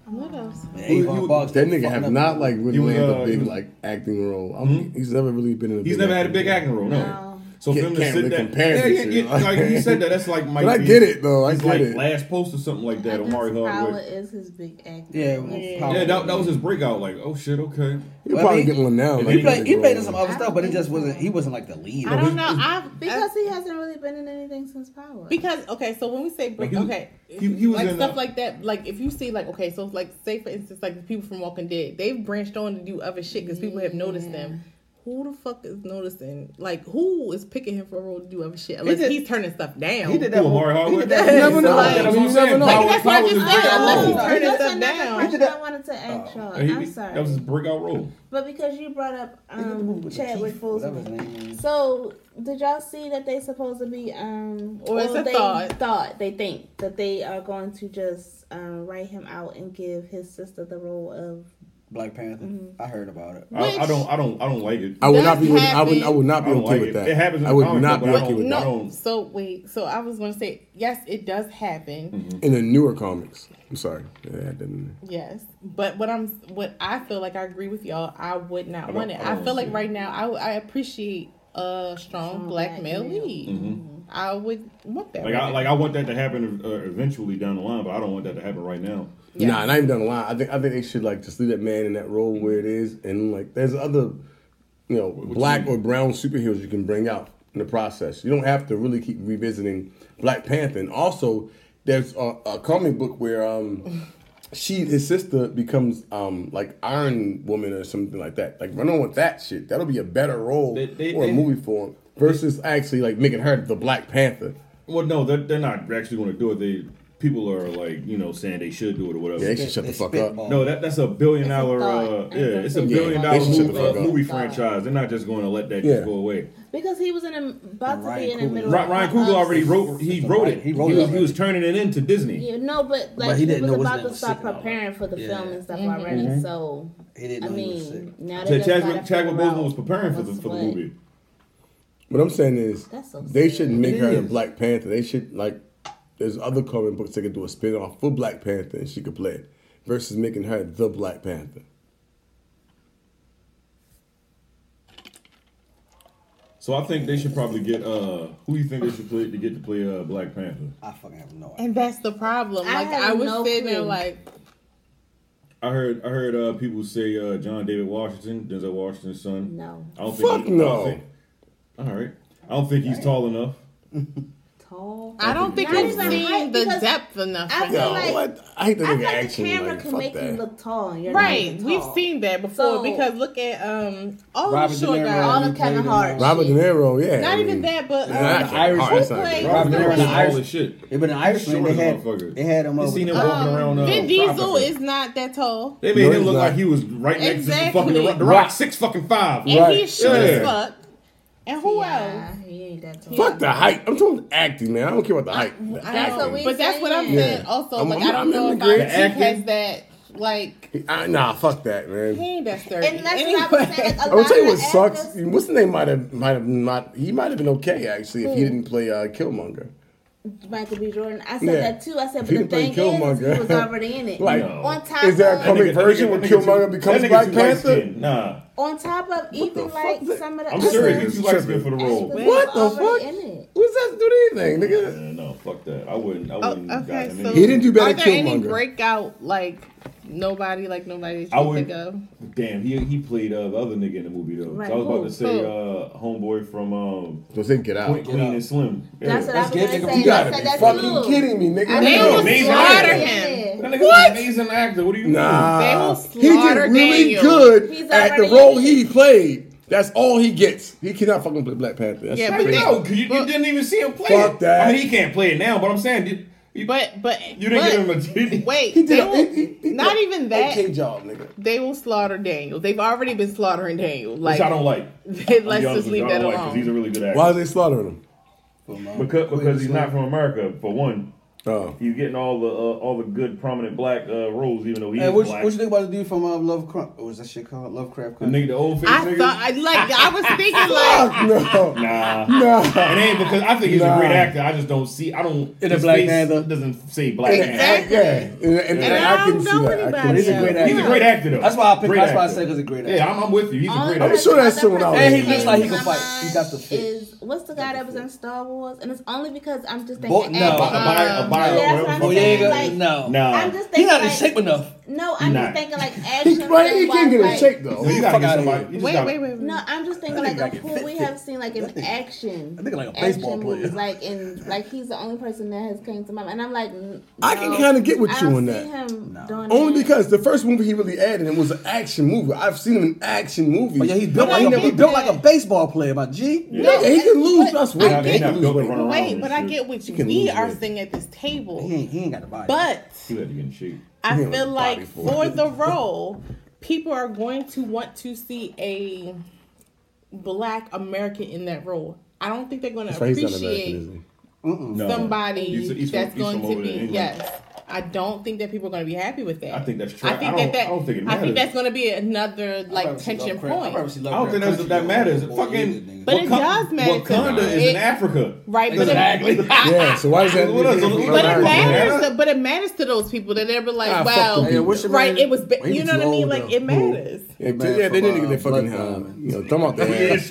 Speaker 1: What else?
Speaker 8: Man, Avon
Speaker 4: you-
Speaker 8: Barks
Speaker 3: That
Speaker 8: was
Speaker 3: nigga
Speaker 8: fucking
Speaker 3: have
Speaker 8: up.
Speaker 3: not like really
Speaker 4: He was,
Speaker 3: landed
Speaker 4: uh,
Speaker 3: a
Speaker 4: he
Speaker 3: big
Speaker 4: was- Hmm?
Speaker 3: like acting role. I don't- He's never really been in. A
Speaker 4: He's
Speaker 3: big
Speaker 4: never had a
Speaker 3: acting
Speaker 4: big
Speaker 3: role.
Speaker 4: acting role, no.
Speaker 6: No.
Speaker 4: So for
Speaker 3: Can't-
Speaker 4: him to
Speaker 3: can't
Speaker 4: sit
Speaker 3: really
Speaker 4: there,
Speaker 3: compare
Speaker 4: yeah,
Speaker 3: the
Speaker 4: yeah,
Speaker 3: two,
Speaker 4: yeah,
Speaker 3: like-
Speaker 4: like he said that. That's like Mike.
Speaker 3: I
Speaker 4: Beasley.
Speaker 3: get it, though, I
Speaker 4: He's
Speaker 3: get
Speaker 4: like
Speaker 3: it.
Speaker 4: last post or something like
Speaker 6: I
Speaker 4: that.
Speaker 6: guess
Speaker 4: Omari
Speaker 6: Power
Speaker 4: Hardwick.
Speaker 6: is his big act.
Speaker 8: yeah,
Speaker 1: Yeah.
Speaker 8: Power.
Speaker 4: Yeah, that, that was his breakout. Like, oh shit, okay.
Speaker 3: He'll
Speaker 8: Well,
Speaker 3: probably
Speaker 8: he-
Speaker 3: get one now.
Speaker 4: he
Speaker 3: like,
Speaker 8: he played he
Speaker 3: big
Speaker 8: played
Speaker 3: role.
Speaker 8: in some other
Speaker 6: I
Speaker 8: stuff
Speaker 6: don't
Speaker 8: but it
Speaker 6: think
Speaker 8: just
Speaker 6: so.
Speaker 8: wasn't he wasn't like the lead
Speaker 1: I don't know. I've
Speaker 6: Because he hasn't really been in anything since Power.
Speaker 1: Because okay, so when we say break,
Speaker 4: Like, he was-
Speaker 1: okay,
Speaker 4: he- he was
Speaker 1: like
Speaker 4: in uh,
Speaker 1: stuff
Speaker 4: a-
Speaker 1: like that. Like if you see like okay, so like say for instance like the people from Walking Dead, they've branched on to do other shit because people have noticed them. Who the fuck is noticing? Like who is picking him for a role to do other shit? Unless
Speaker 8: did-
Speaker 1: he's turning stuff down.
Speaker 8: he did that
Speaker 4: Who, Omari
Speaker 8: whole- he
Speaker 4: Hardwick?
Speaker 8: did that
Speaker 4: You
Speaker 8: whole-
Speaker 3: never know.
Speaker 8: Like,
Speaker 4: That's what I'm
Speaker 3: You
Speaker 4: saying.
Speaker 3: never know.
Speaker 4: Power-
Speaker 3: Like,
Speaker 1: that's what I
Speaker 4: Power was
Speaker 1: just
Speaker 4: his
Speaker 1: said,
Speaker 4: breakout
Speaker 1: unless
Speaker 4: role.
Speaker 1: he
Speaker 6: That's
Speaker 1: turning
Speaker 6: another
Speaker 1: stuff down.
Speaker 6: question I wanted to ask y'all.
Speaker 4: Oh. He-
Speaker 6: I'm sorry.
Speaker 4: That was his breakout role.
Speaker 6: But because you brought up
Speaker 8: the movie
Speaker 6: um,
Speaker 8: with
Speaker 6: Chadwick
Speaker 8: Keith, whatever his name
Speaker 6: Boseman,
Speaker 8: is.
Speaker 6: so did y'all see that they supposed to be um
Speaker 1: Or it's a
Speaker 6: they
Speaker 1: thought.
Speaker 6: they think that they are going to just um, write him out and give his sister the role of
Speaker 8: Black Panther
Speaker 6: Mm-hmm.
Speaker 8: I heard about it
Speaker 4: I, I don't, I don't, I don't like it.
Speaker 3: I would not
Speaker 1: That's
Speaker 3: be. With, I would. I would not be
Speaker 4: happening.
Speaker 3: okay
Speaker 4: I
Speaker 3: with
Speaker 4: don't like it.
Speaker 3: that.
Speaker 4: It happens in
Speaker 3: I would
Speaker 4: comic
Speaker 3: not
Speaker 4: book,
Speaker 3: be
Speaker 4: but I
Speaker 3: okay with
Speaker 4: don't- I
Speaker 3: that
Speaker 4: don't-
Speaker 1: No, so wait, so I was gonna say yes, it does happen.
Speaker 3: in the newer comics. I'm sorry. Yeah, I didn't.
Speaker 1: Yes, but what I'm what I feel like I agree with y'all. I would not
Speaker 4: don't-
Speaker 1: want it.
Speaker 4: I
Speaker 1: I,
Speaker 4: don't
Speaker 1: feel like
Speaker 4: see it.
Speaker 1: right now I I appreciate a strong, black,
Speaker 6: black
Speaker 1: male
Speaker 6: male.
Speaker 1: lead. I would want that.
Speaker 4: Mm-hmm. Like,
Speaker 1: right
Speaker 4: I,
Speaker 1: now.
Speaker 4: like I want that to happen uh, eventually down the line, but I don't want that to happen right now.
Speaker 1: Yeah.
Speaker 3: Nah, not even down the line. I think I think they should like just leave that man in that role where it is, and like there's other, you know, black
Speaker 4: you-
Speaker 3: or brown superheroes you can bring out in the process. You don't have to really keep revisiting Black Panther. And also, there's a, a comic book where um, she his sister becomes um like Iron Woman or something like that. Like run on with that shit. That'll be a better role
Speaker 4: They- they-
Speaker 3: or a
Speaker 4: they-
Speaker 3: movie for him versus actually like making her the Black Panther.
Speaker 4: Well, no, they're, they're not actually going to do it. They people are like, you know, saying they should do it or whatever.
Speaker 3: Yeah, they should shut the
Speaker 8: They
Speaker 3: fuck up.
Speaker 8: spitball.
Speaker 4: No, that that's a billion
Speaker 6: It's a
Speaker 4: dollar.
Speaker 6: thought.
Speaker 4: Uh, yeah, it's a
Speaker 6: Yeah,
Speaker 4: billion
Speaker 3: they
Speaker 4: dollar
Speaker 3: should shut the
Speaker 4: movie,
Speaker 3: fuck
Speaker 4: uh,
Speaker 3: up.
Speaker 4: movie franchise. They're not just going to let that
Speaker 3: Yeah.
Speaker 4: just go away.
Speaker 6: because he was in a, about to
Speaker 8: Ryan
Speaker 6: be in the
Speaker 8: Coogler.
Speaker 6: middle.
Speaker 4: Ry-
Speaker 6: of
Speaker 4: Ryan Coogler already wrote. He wrote it. He
Speaker 8: He wrote it
Speaker 4: was, he
Speaker 8: already.
Speaker 4: was turning it into Disney.
Speaker 6: Yeah, no, but like
Speaker 8: But he
Speaker 6: he,
Speaker 8: didn't
Speaker 6: was
Speaker 8: know his
Speaker 6: about
Speaker 8: name
Speaker 6: to
Speaker 8: was
Speaker 6: start
Speaker 8: sick and all
Speaker 6: preparing for the
Speaker 8: Yeah.
Speaker 6: film and stuff already. So
Speaker 8: he didn't
Speaker 6: I
Speaker 8: know he was
Speaker 6: mean,
Speaker 8: sick
Speaker 6: now
Speaker 4: So
Speaker 6: they just gotta
Speaker 4: Chadwick, Chadwick
Speaker 6: figure
Speaker 4: Boseman
Speaker 6: out
Speaker 4: was preparing for the
Speaker 6: what's
Speaker 4: for the
Speaker 6: what.
Speaker 4: movie.
Speaker 3: What I'm saying is,
Speaker 6: That's so
Speaker 3: they
Speaker 6: sad.
Speaker 3: shouldn't make
Speaker 8: It
Speaker 3: her a
Speaker 8: is.
Speaker 3: Black Panther. They should like, there's other comic books that could do a spin off for Black Panther and she could play it, versus making her the Black Panther.
Speaker 4: So I think they should probably get uh who do you think they should play to get to play uh Black Panther?
Speaker 8: I fucking have no idea
Speaker 1: and that's the problem.
Speaker 6: I
Speaker 1: Like I,
Speaker 6: have
Speaker 1: was
Speaker 6: no
Speaker 1: sitting there
Speaker 6: clue.
Speaker 1: like
Speaker 4: I heard I heard uh people say uh John David Washington, Denzel Washington's son.
Speaker 6: No.
Speaker 4: I don't
Speaker 3: Fuck
Speaker 4: think he- I don't
Speaker 3: no.
Speaker 4: think- all right. I don't think he's tall enough.
Speaker 6: tall.
Speaker 1: I don't think
Speaker 6: Not
Speaker 1: you've
Speaker 6: even
Speaker 1: seen
Speaker 6: height,
Speaker 1: the
Speaker 6: because
Speaker 1: depth enough.
Speaker 6: I
Speaker 1: for
Speaker 6: feel
Speaker 1: that.
Speaker 3: No,
Speaker 6: like-
Speaker 3: what? I hate the
Speaker 6: I feel
Speaker 3: nigga
Speaker 6: like the
Speaker 3: action.
Speaker 6: camera
Speaker 3: Like,
Speaker 6: can
Speaker 3: fuck
Speaker 6: make you
Speaker 3: that.
Speaker 6: look tall. And you're not
Speaker 1: Right,
Speaker 6: even
Speaker 1: we've
Speaker 6: tall.
Speaker 1: seen that before
Speaker 6: So-
Speaker 1: because look at um all
Speaker 8: Robert
Speaker 1: the
Speaker 8: De
Speaker 1: short
Speaker 8: Niro
Speaker 1: guys,
Speaker 6: all
Speaker 8: He
Speaker 6: of Kevin
Speaker 8: played in,
Speaker 6: Hart.
Speaker 8: uh,
Speaker 3: Robert De Niro, yeah.
Speaker 1: not
Speaker 3: I
Speaker 1: even
Speaker 3: mean,
Speaker 1: that, but
Speaker 6: uh,
Speaker 3: nah, I
Speaker 1: um,
Speaker 3: can't-
Speaker 8: Irish
Speaker 3: all right, it's
Speaker 1: who
Speaker 3: not
Speaker 1: played-
Speaker 3: good.
Speaker 8: Robert De Niro in
Speaker 4: All
Speaker 8: Irish-
Speaker 4: this shit.
Speaker 8: Yeah, but in Iceland,
Speaker 4: Short
Speaker 8: they
Speaker 4: as
Speaker 8: had
Speaker 4: motherfucker.
Speaker 8: they had him
Speaker 4: You
Speaker 8: over.
Speaker 4: seen him
Speaker 8: top.
Speaker 6: Um,
Speaker 4: walking around? Uh,
Speaker 1: Vin Diesel
Speaker 4: Africa.
Speaker 1: is not that tall,
Speaker 4: They made
Speaker 3: No,
Speaker 4: him
Speaker 3: he's
Speaker 4: look
Speaker 3: not.
Speaker 4: like he was right next
Speaker 1: Exactly.
Speaker 4: to the fucking the rock, the rock six fucking five.
Speaker 1: and
Speaker 3: Right.
Speaker 1: he's short
Speaker 4: Yeah.
Speaker 1: as fuck. And who
Speaker 6: Yeah,
Speaker 1: else?
Speaker 6: he ain't that tall.
Speaker 3: Fuck the height. I'm talking acting, man. I don't care about the height. The
Speaker 6: I know,
Speaker 3: acting.
Speaker 6: we-
Speaker 1: But that's what I'm
Speaker 6: Yeah.
Speaker 1: saying. Also,
Speaker 3: I'm-
Speaker 1: like I'm,
Speaker 3: I'm-
Speaker 1: I do not
Speaker 3: I'm
Speaker 1: know
Speaker 3: in
Speaker 1: if
Speaker 3: the green.
Speaker 1: Iron Chief
Speaker 4: Acting.
Speaker 1: has that. Like
Speaker 3: I, nah, fuck that, man.
Speaker 1: he ain't that sturdy.
Speaker 6: And that's what I'm saying. Like, a
Speaker 3: I will tell you
Speaker 6: lot
Speaker 3: what
Speaker 6: of
Speaker 3: sucks.
Speaker 6: actors-
Speaker 3: What's the name? Might have, might have not. He might have been okay actually if he didn't play uh, Killmonger.
Speaker 6: Michael B. Jordan. I said
Speaker 3: Yeah.
Speaker 6: that too. I said,
Speaker 3: He
Speaker 6: but the
Speaker 3: didn't play
Speaker 6: thing is,
Speaker 3: Killmonger.
Speaker 6: he was already in it.
Speaker 3: Like,
Speaker 4: No.
Speaker 6: on top
Speaker 3: is there a
Speaker 6: of,
Speaker 3: comic version where
Speaker 4: That nigga too-
Speaker 3: Killmonger becomes
Speaker 4: that nigga
Speaker 3: Black
Speaker 4: too light
Speaker 3: Panther?
Speaker 4: skinned. Nah,
Speaker 6: on top of even
Speaker 3: fuck
Speaker 6: like
Speaker 3: is that?
Speaker 6: some of the
Speaker 4: I'm
Speaker 6: other
Speaker 4: serious. He's too
Speaker 3: Tripping.
Speaker 4: light skinned for the
Speaker 6: actors
Speaker 4: role.
Speaker 6: was
Speaker 3: What the
Speaker 6: already
Speaker 3: fuck?
Speaker 6: In it.
Speaker 3: What's that to do anything, nigga?
Speaker 4: Yeah, no, fuck that. I wouldn't. I
Speaker 1: Oh,
Speaker 4: wouldn't. got
Speaker 1: okay,
Speaker 4: him
Speaker 1: so
Speaker 4: in.
Speaker 3: He didn't do better
Speaker 1: Are
Speaker 3: than
Speaker 1: there any
Speaker 3: Killmonger.
Speaker 1: breakout like nobody like nobody that
Speaker 4: I
Speaker 1: you
Speaker 4: would-
Speaker 1: think of?
Speaker 4: Damn, he he played uh, the other nigga in the movie though.
Speaker 6: Right,
Speaker 4: So I was about
Speaker 6: who?
Speaker 4: to say uh, homeboy from um,
Speaker 3: So say get out.
Speaker 4: Point Queen
Speaker 8: Out.
Speaker 4: and Slim. Yeah.
Speaker 6: That's what I
Speaker 8: Let's
Speaker 6: was
Speaker 8: get
Speaker 6: gonna say. I
Speaker 8: nigga-
Speaker 3: You gotta
Speaker 6: said
Speaker 3: be
Speaker 6: that
Speaker 3: fucking
Speaker 6: too.
Speaker 3: kidding me, nigga.
Speaker 6: I
Speaker 1: They
Speaker 6: know.
Speaker 1: will
Speaker 4: Amazing
Speaker 1: slaughter
Speaker 4: actor.
Speaker 1: him.
Speaker 4: That nigga's what? an amazing actor. What do you mean?
Speaker 3: Nah,
Speaker 1: They will
Speaker 3: he did
Speaker 1: slaughter
Speaker 3: really
Speaker 1: Daniel.
Speaker 3: good
Speaker 6: He's
Speaker 3: at the
Speaker 6: already
Speaker 3: role
Speaker 6: in it.
Speaker 3: he played. That's all he gets. He cannot fucking play Black Panther. That's
Speaker 1: Yeah,
Speaker 3: yeah,
Speaker 1: but
Speaker 3: crazy.
Speaker 1: they-
Speaker 4: No, because you, you didn't even see him play
Speaker 3: Fuck
Speaker 4: it.
Speaker 3: that.
Speaker 4: I mean, he can't play it now, but I'm saying you, you,
Speaker 1: But but
Speaker 4: you didn't
Speaker 1: but,
Speaker 4: give him a.
Speaker 1: wait.
Speaker 3: he did
Speaker 1: they
Speaker 3: a,
Speaker 1: will-
Speaker 3: he- he- he
Speaker 1: not
Speaker 3: did a
Speaker 1: even that.
Speaker 3: Okay, job, nigga.
Speaker 1: They will slaughter Daniel. They've already been slaughtering Daniel. Like
Speaker 4: Which I don't like. I'll
Speaker 1: let's
Speaker 4: be honest
Speaker 1: just
Speaker 4: with
Speaker 1: leave
Speaker 4: you, I
Speaker 1: that
Speaker 4: don't like, 'cause He's a
Speaker 1: alone.
Speaker 4: really good actor.
Speaker 3: Why are they slaughtering him?
Speaker 4: Because, because he's not from America. For one,
Speaker 3: Oh,
Speaker 4: he's getting all the uh, all the good prominent black uh, roles, even though he's
Speaker 8: Hey, what, you-
Speaker 4: black.
Speaker 8: what you think about the dude from uh, Lovecraft? What was that shit called? Lovecraft
Speaker 4: the
Speaker 8: Country.
Speaker 4: nigga, the old face
Speaker 1: I
Speaker 4: nigga.
Speaker 1: thought I like I was thinking like
Speaker 3: no,
Speaker 4: nah,
Speaker 3: no.
Speaker 4: it ain't because I think he's
Speaker 3: Nah.
Speaker 4: a great actor. I just don't see. I don't.
Speaker 8: a
Speaker 4: his
Speaker 8: Black
Speaker 4: face
Speaker 8: Panther.
Speaker 4: doesn't say black.
Speaker 3: Yeah,
Speaker 4: Panther.
Speaker 1: Exactly.
Speaker 3: and, and,
Speaker 1: And I
Speaker 3: I can
Speaker 1: don't
Speaker 3: see
Speaker 1: know
Speaker 3: that. I can
Speaker 1: anybody
Speaker 3: see
Speaker 8: else.
Speaker 3: that.
Speaker 4: He's a great actor though.
Speaker 8: That's why I picked-
Speaker 4: Great
Speaker 8: that's why I
Speaker 4: actor.
Speaker 8: said he's a great
Speaker 4: Yeah, I'm, I'm with you. He's a great
Speaker 6: Only
Speaker 4: actor.
Speaker 3: I'm sure that's
Speaker 6: other
Speaker 3: someone I would-
Speaker 6: person
Speaker 3: Hey, he looks
Speaker 6: that
Speaker 3: like he
Speaker 6: came
Speaker 8: can
Speaker 6: to
Speaker 8: fight.
Speaker 6: mind
Speaker 8: He got the fit.
Speaker 6: Is what's the guy that was in Star Wars? And it's only because I'm just thinking.
Speaker 8: Bo- no.
Speaker 6: action.
Speaker 1: uh,
Speaker 8: Bo-
Speaker 4: Abide- abide-
Speaker 6: Yeah, that's what I'm
Speaker 4: Oh,
Speaker 8: yeah,
Speaker 6: saying,
Speaker 8: yeah,
Speaker 6: like,
Speaker 8: no.
Speaker 4: Nah.
Speaker 6: I'm just thinking.
Speaker 8: He's not in
Speaker 6: like-
Speaker 8: shape enough.
Speaker 6: No, I'm
Speaker 4: Nah.
Speaker 6: just thinking like
Speaker 3: He,
Speaker 6: action.
Speaker 3: right, he can't get in
Speaker 6: film-wise,
Speaker 3: shape
Speaker 6: like-
Speaker 3: though.
Speaker 4: So you gotta
Speaker 8: Fuck
Speaker 4: get
Speaker 8: outta
Speaker 4: somebody.
Speaker 8: here.
Speaker 4: you just
Speaker 1: wait
Speaker 4: gotta-
Speaker 1: wait wait. wait.
Speaker 6: No, I'm just thinking
Speaker 8: That nigga
Speaker 6: like
Speaker 8: got
Speaker 6: of who we
Speaker 8: fit.
Speaker 6: have seen like in
Speaker 8: That nigga-
Speaker 6: action.
Speaker 8: that nigga like a
Speaker 6: action
Speaker 8: baseball player.
Speaker 6: movies, Like in like he's the only person that has came to mind. And I'm like, n-
Speaker 3: I can
Speaker 6: no,
Speaker 3: kinda get with
Speaker 6: I
Speaker 3: you
Speaker 6: don't
Speaker 3: on
Speaker 6: see
Speaker 3: that.
Speaker 6: him doing
Speaker 3: Only
Speaker 6: that.
Speaker 3: because the first movie he really had in it was an action movie. I've seen him in action movies.
Speaker 8: Oh, yeah, he built,
Speaker 1: But
Speaker 8: like
Speaker 1: I
Speaker 8: a, he
Speaker 1: get
Speaker 8: built
Speaker 1: that.
Speaker 8: like a baseball player, my G.
Speaker 3: Yeah, he can lose.
Speaker 1: But
Speaker 3: That's
Speaker 1: I
Speaker 3: what
Speaker 1: get-
Speaker 3: he can lose
Speaker 4: Wait,
Speaker 3: weight.
Speaker 1: Wait, but I
Speaker 4: shit.
Speaker 1: get what you.
Speaker 3: can
Speaker 1: We
Speaker 3: lose
Speaker 1: are
Speaker 3: weight.
Speaker 1: sitting at this
Speaker 8: He
Speaker 1: table,
Speaker 8: ain't, he ain't got a body.
Speaker 1: but
Speaker 4: You had to get in shape.
Speaker 1: I
Speaker 3: Yeah,
Speaker 1: feel
Speaker 3: body
Speaker 1: like
Speaker 3: for
Speaker 1: for
Speaker 3: it.
Speaker 1: the role, people are going to want to see a black American in that role. I don't think they're going to
Speaker 3: That's why he's not American,
Speaker 1: appreciate
Speaker 3: is he?
Speaker 4: No.
Speaker 1: somebody
Speaker 4: He's- he's
Speaker 1: that's
Speaker 4: from- he's
Speaker 1: going
Speaker 4: from
Speaker 1: to
Speaker 4: over
Speaker 1: be
Speaker 4: there anyway.
Speaker 1: yes. I don't think that people are going to be happy with that.
Speaker 4: I think that's true. I don't- I don't think it
Speaker 1: I think
Speaker 4: matters.
Speaker 1: that's going to be another like
Speaker 8: I'd rather see
Speaker 1: tension
Speaker 8: Lovecraft- I'd rather
Speaker 1: point.
Speaker 8: see
Speaker 4: I don't think
Speaker 8: Lovecraft
Speaker 4: that's, that
Speaker 8: Country
Speaker 4: matters.
Speaker 8: than
Speaker 4: Fucking,
Speaker 8: Boy
Speaker 1: But it
Speaker 4: Wakan-
Speaker 1: does matter to
Speaker 4: Wakanda
Speaker 1: them.
Speaker 4: is
Speaker 1: It-
Speaker 4: in Africa,
Speaker 1: Right, but it-
Speaker 4: Exactly.
Speaker 3: Yeah, so why is that?
Speaker 4: What else?
Speaker 3: different from
Speaker 1: But it
Speaker 3: America?
Speaker 1: matters. To, but it matters to those people that they were like,
Speaker 3: Ah, fuck
Speaker 1: "Wow,
Speaker 3: them people. Yeah,
Speaker 8: what's your
Speaker 1: right?
Speaker 8: man-
Speaker 1: It was, ba-
Speaker 8: he
Speaker 1: you
Speaker 8: was
Speaker 1: know what I
Speaker 8: too
Speaker 1: mean?
Speaker 8: old,
Speaker 1: Like
Speaker 8: though.
Speaker 1: it matters."
Speaker 3: Yeah,
Speaker 8: man
Speaker 3: yeah, they
Speaker 8: from,
Speaker 3: need to get their
Speaker 8: uh,
Speaker 3: fucking
Speaker 8: Blood
Speaker 3: uh,
Speaker 8: Diamond.
Speaker 3: you know, thumb out their ass.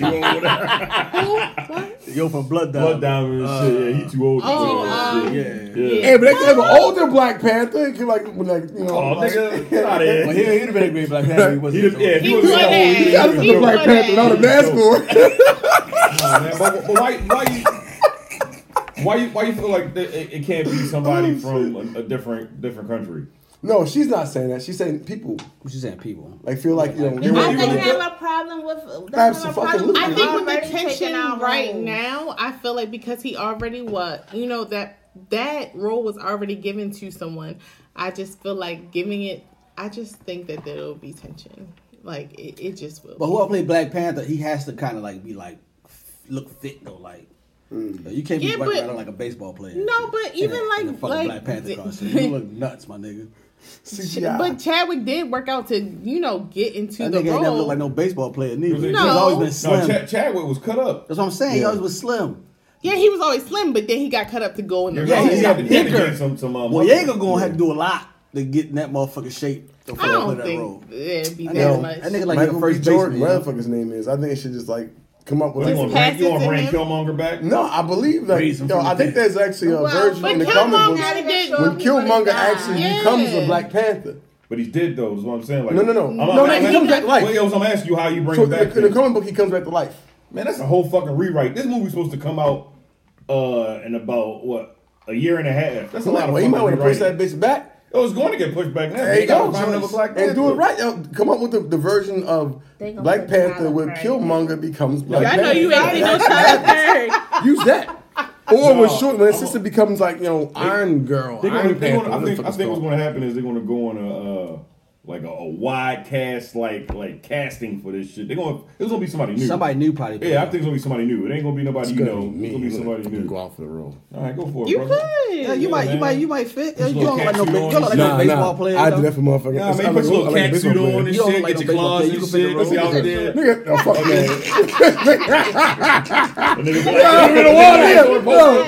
Speaker 1: Who? What?
Speaker 8: Yo, from Blood
Speaker 4: Blood
Speaker 8: Diamond.
Speaker 4: Diamond and shit. Yeah, he too old. to
Speaker 1: Oh,
Speaker 4: do that
Speaker 1: um,
Speaker 4: shit.
Speaker 8: Yeah.
Speaker 4: yeah.
Speaker 3: Hey, but they could have an older Black Panther. It could like, like you know,
Speaker 4: Oh,
Speaker 3: like,
Speaker 4: nigga, get out of
Speaker 8: Well,
Speaker 4: here.
Speaker 8: he, he'd have been a great Black Panther. He wasn't.
Speaker 4: He'd have- yeah, if
Speaker 1: He
Speaker 4: he was
Speaker 1: would
Speaker 4: old,
Speaker 1: have.
Speaker 4: he'd
Speaker 3: I
Speaker 4: have
Speaker 3: was
Speaker 4: been
Speaker 1: He
Speaker 3: the
Speaker 4: dope.
Speaker 1: would
Speaker 3: Black Panther without a mask on.
Speaker 4: Nah, man, but, but why, why you, why you, why you feel like that it, it can't be somebody
Speaker 1: Oh,
Speaker 4: from a, a different, different country?
Speaker 3: no, she's not saying that. She's saying people
Speaker 8: What you saying, people?
Speaker 3: like feel like you know. They
Speaker 6: I
Speaker 3: want
Speaker 4: you
Speaker 6: think
Speaker 4: gonna
Speaker 6: they
Speaker 3: people
Speaker 4: do?
Speaker 6: have a problem with. They
Speaker 3: That's
Speaker 6: have a
Speaker 3: fucking
Speaker 6: problem.
Speaker 3: ludicrous.
Speaker 1: I think with the
Speaker 6: already taking
Speaker 1: tension
Speaker 6: our
Speaker 1: right
Speaker 6: roles.
Speaker 1: now, I feel like because he already what you know that that role was already given to someone. I just feel like giving it. I just think that there will be tension. Like it, it just will.
Speaker 8: But whoever played Black Panther, he has to kind of like be like, f- look fit though. Like, you can't be
Speaker 1: Yeah,
Speaker 8: running
Speaker 1: but-
Speaker 8: around like a baseball player. and
Speaker 1: No,
Speaker 8: shit.
Speaker 1: but even
Speaker 8: In a-
Speaker 1: like-
Speaker 8: in a fucking
Speaker 1: like-
Speaker 8: Black Panther costume, you look nuts, my nigga.
Speaker 3: CGI.
Speaker 1: But Chadwick did work out to you know get into
Speaker 8: That
Speaker 1: the
Speaker 8: nigga ain't never
Speaker 1: role.
Speaker 8: looked like no baseball player neither. He's
Speaker 4: No.
Speaker 8: always been
Speaker 4: No,
Speaker 8: slim.
Speaker 4: Chad, Chadwick was cut up.
Speaker 8: That's what I'm saying. He
Speaker 3: Yeah.
Speaker 8: always was slim.
Speaker 1: yeah, he was always slim, but then he got cut up to go in the
Speaker 8: Yeah,
Speaker 1: role.
Speaker 8: he
Speaker 4: he had to, he had to
Speaker 8: bigger.
Speaker 4: get some, some. Uh,
Speaker 8: Boyega gonna have to do a lot to get in that motherfucking shape. To
Speaker 1: I
Speaker 8: fall
Speaker 1: don't
Speaker 8: into that role.
Speaker 1: think it'd be
Speaker 8: That
Speaker 1: that
Speaker 8: nigga-
Speaker 1: much.
Speaker 8: that nigga like
Speaker 3: Michael
Speaker 8: Michael
Speaker 3: B.
Speaker 8: first
Speaker 3: Jordan,
Speaker 8: Jordan.
Speaker 3: whatever the fuck his name is. I think it should just like come up with.
Speaker 4: What, you
Speaker 3: Like,
Speaker 4: want to bring,
Speaker 1: pass
Speaker 4: you
Speaker 1: it
Speaker 4: want
Speaker 1: to
Speaker 4: to bring
Speaker 1: him.
Speaker 4: Killmonger back?
Speaker 3: no, I believe that.
Speaker 8: Reason
Speaker 3: Yo,
Speaker 8: from
Speaker 3: I
Speaker 8: the
Speaker 3: think there's actually a
Speaker 6: Well,
Speaker 3: version
Speaker 1: but
Speaker 3: in the
Speaker 1: Killmonger
Speaker 3: comic
Speaker 6: Not
Speaker 3: books
Speaker 1: did-
Speaker 6: even
Speaker 1: When
Speaker 6: sure
Speaker 3: when
Speaker 6: he's gonna
Speaker 3: Killmonger
Speaker 6: die.
Speaker 3: actually
Speaker 1: Yeah.
Speaker 3: becomes a Black Panther.
Speaker 4: But he did though. Is what I'm saying. Like,
Speaker 3: No, no, no.
Speaker 4: I'm,
Speaker 3: No,
Speaker 4: I'm,
Speaker 3: no,
Speaker 4: I'm
Speaker 3: he comes back to life.
Speaker 4: Well, yo, so I'm asking you how you bring
Speaker 3: So
Speaker 4: it back.
Speaker 3: in the
Speaker 4: then.
Speaker 3: comic book, he comes back to life.
Speaker 4: Man, that's a whole fucking rewrite. This movie's supposed to come out uh, in about what a year and a half. That's a lot.
Speaker 3: Well,
Speaker 4: of
Speaker 3: you might
Speaker 4: fucking
Speaker 3: want to push
Speaker 4: writing.
Speaker 3: that bitch back.
Speaker 4: It was going to get pushed back. Now.
Speaker 3: There you go.
Speaker 4: Find another Black
Speaker 3: and do
Speaker 4: Panther.
Speaker 3: it right. Yo, come up with the, the version of
Speaker 6: They gonna
Speaker 3: Black
Speaker 6: put
Speaker 3: Panther
Speaker 6: Tyler
Speaker 3: where
Speaker 6: Perry.
Speaker 3: Killmonger becomes Black
Speaker 15: I
Speaker 3: Panther.
Speaker 15: know you actually know Tyler Perry.
Speaker 3: Use that. Or
Speaker 4: No,
Speaker 3: when short when his sister becomes like you know Iron Girl,
Speaker 4: They're gonna,
Speaker 3: Iron
Speaker 4: they're
Speaker 3: Panther.
Speaker 4: gonna, I
Speaker 3: what the
Speaker 4: think,
Speaker 3: fuck
Speaker 4: I
Speaker 3: it's
Speaker 4: think what's
Speaker 3: called.
Speaker 4: going to happen is they're going to go on a uh, like a, a wide cast like like casting for this shit. They're going. It's going to be somebody new.
Speaker 8: Somebody new probably.
Speaker 4: Yeah, I think it's going to be somebody new. It ain't going to be nobody
Speaker 3: It's
Speaker 4: you
Speaker 3: gonna
Speaker 4: know.
Speaker 3: be
Speaker 4: It's going to be somebody
Speaker 3: I'm gonna
Speaker 4: new.
Speaker 3: Go
Speaker 4: All
Speaker 3: out for the role.
Speaker 4: right, go for it,
Speaker 15: You
Speaker 4: brother.
Speaker 15: could.
Speaker 8: Yeah, you might, you
Speaker 4: man.
Speaker 8: might, you might fit. You
Speaker 4: little
Speaker 8: don't look like no
Speaker 4: cat
Speaker 8: big, you
Speaker 4: suit
Speaker 8: don't look
Speaker 4: on.
Speaker 8: like no
Speaker 3: Nah, nah.
Speaker 8: baseball player.
Speaker 3: I
Speaker 8: though.
Speaker 3: do that for motherfucker.
Speaker 4: Nah, man,
Speaker 3: I
Speaker 4: you
Speaker 3: like-
Speaker 4: put
Speaker 3: I
Speaker 4: your
Speaker 3: like
Speaker 4: cat
Speaker 3: baseball
Speaker 4: suit on
Speaker 3: player.
Speaker 4: and
Speaker 8: You don't
Speaker 4: shit.
Speaker 8: look like
Speaker 4: Get your
Speaker 8: no
Speaker 4: claws
Speaker 8: baseball
Speaker 4: and
Speaker 8: player. You
Speaker 4: shit.
Speaker 8: can fit
Speaker 4: Let's
Speaker 8: the
Speaker 4: out
Speaker 8: role.
Speaker 4: there.
Speaker 3: Nigga, oh, fuck man.
Speaker 4: That nigga put that nigga in the water.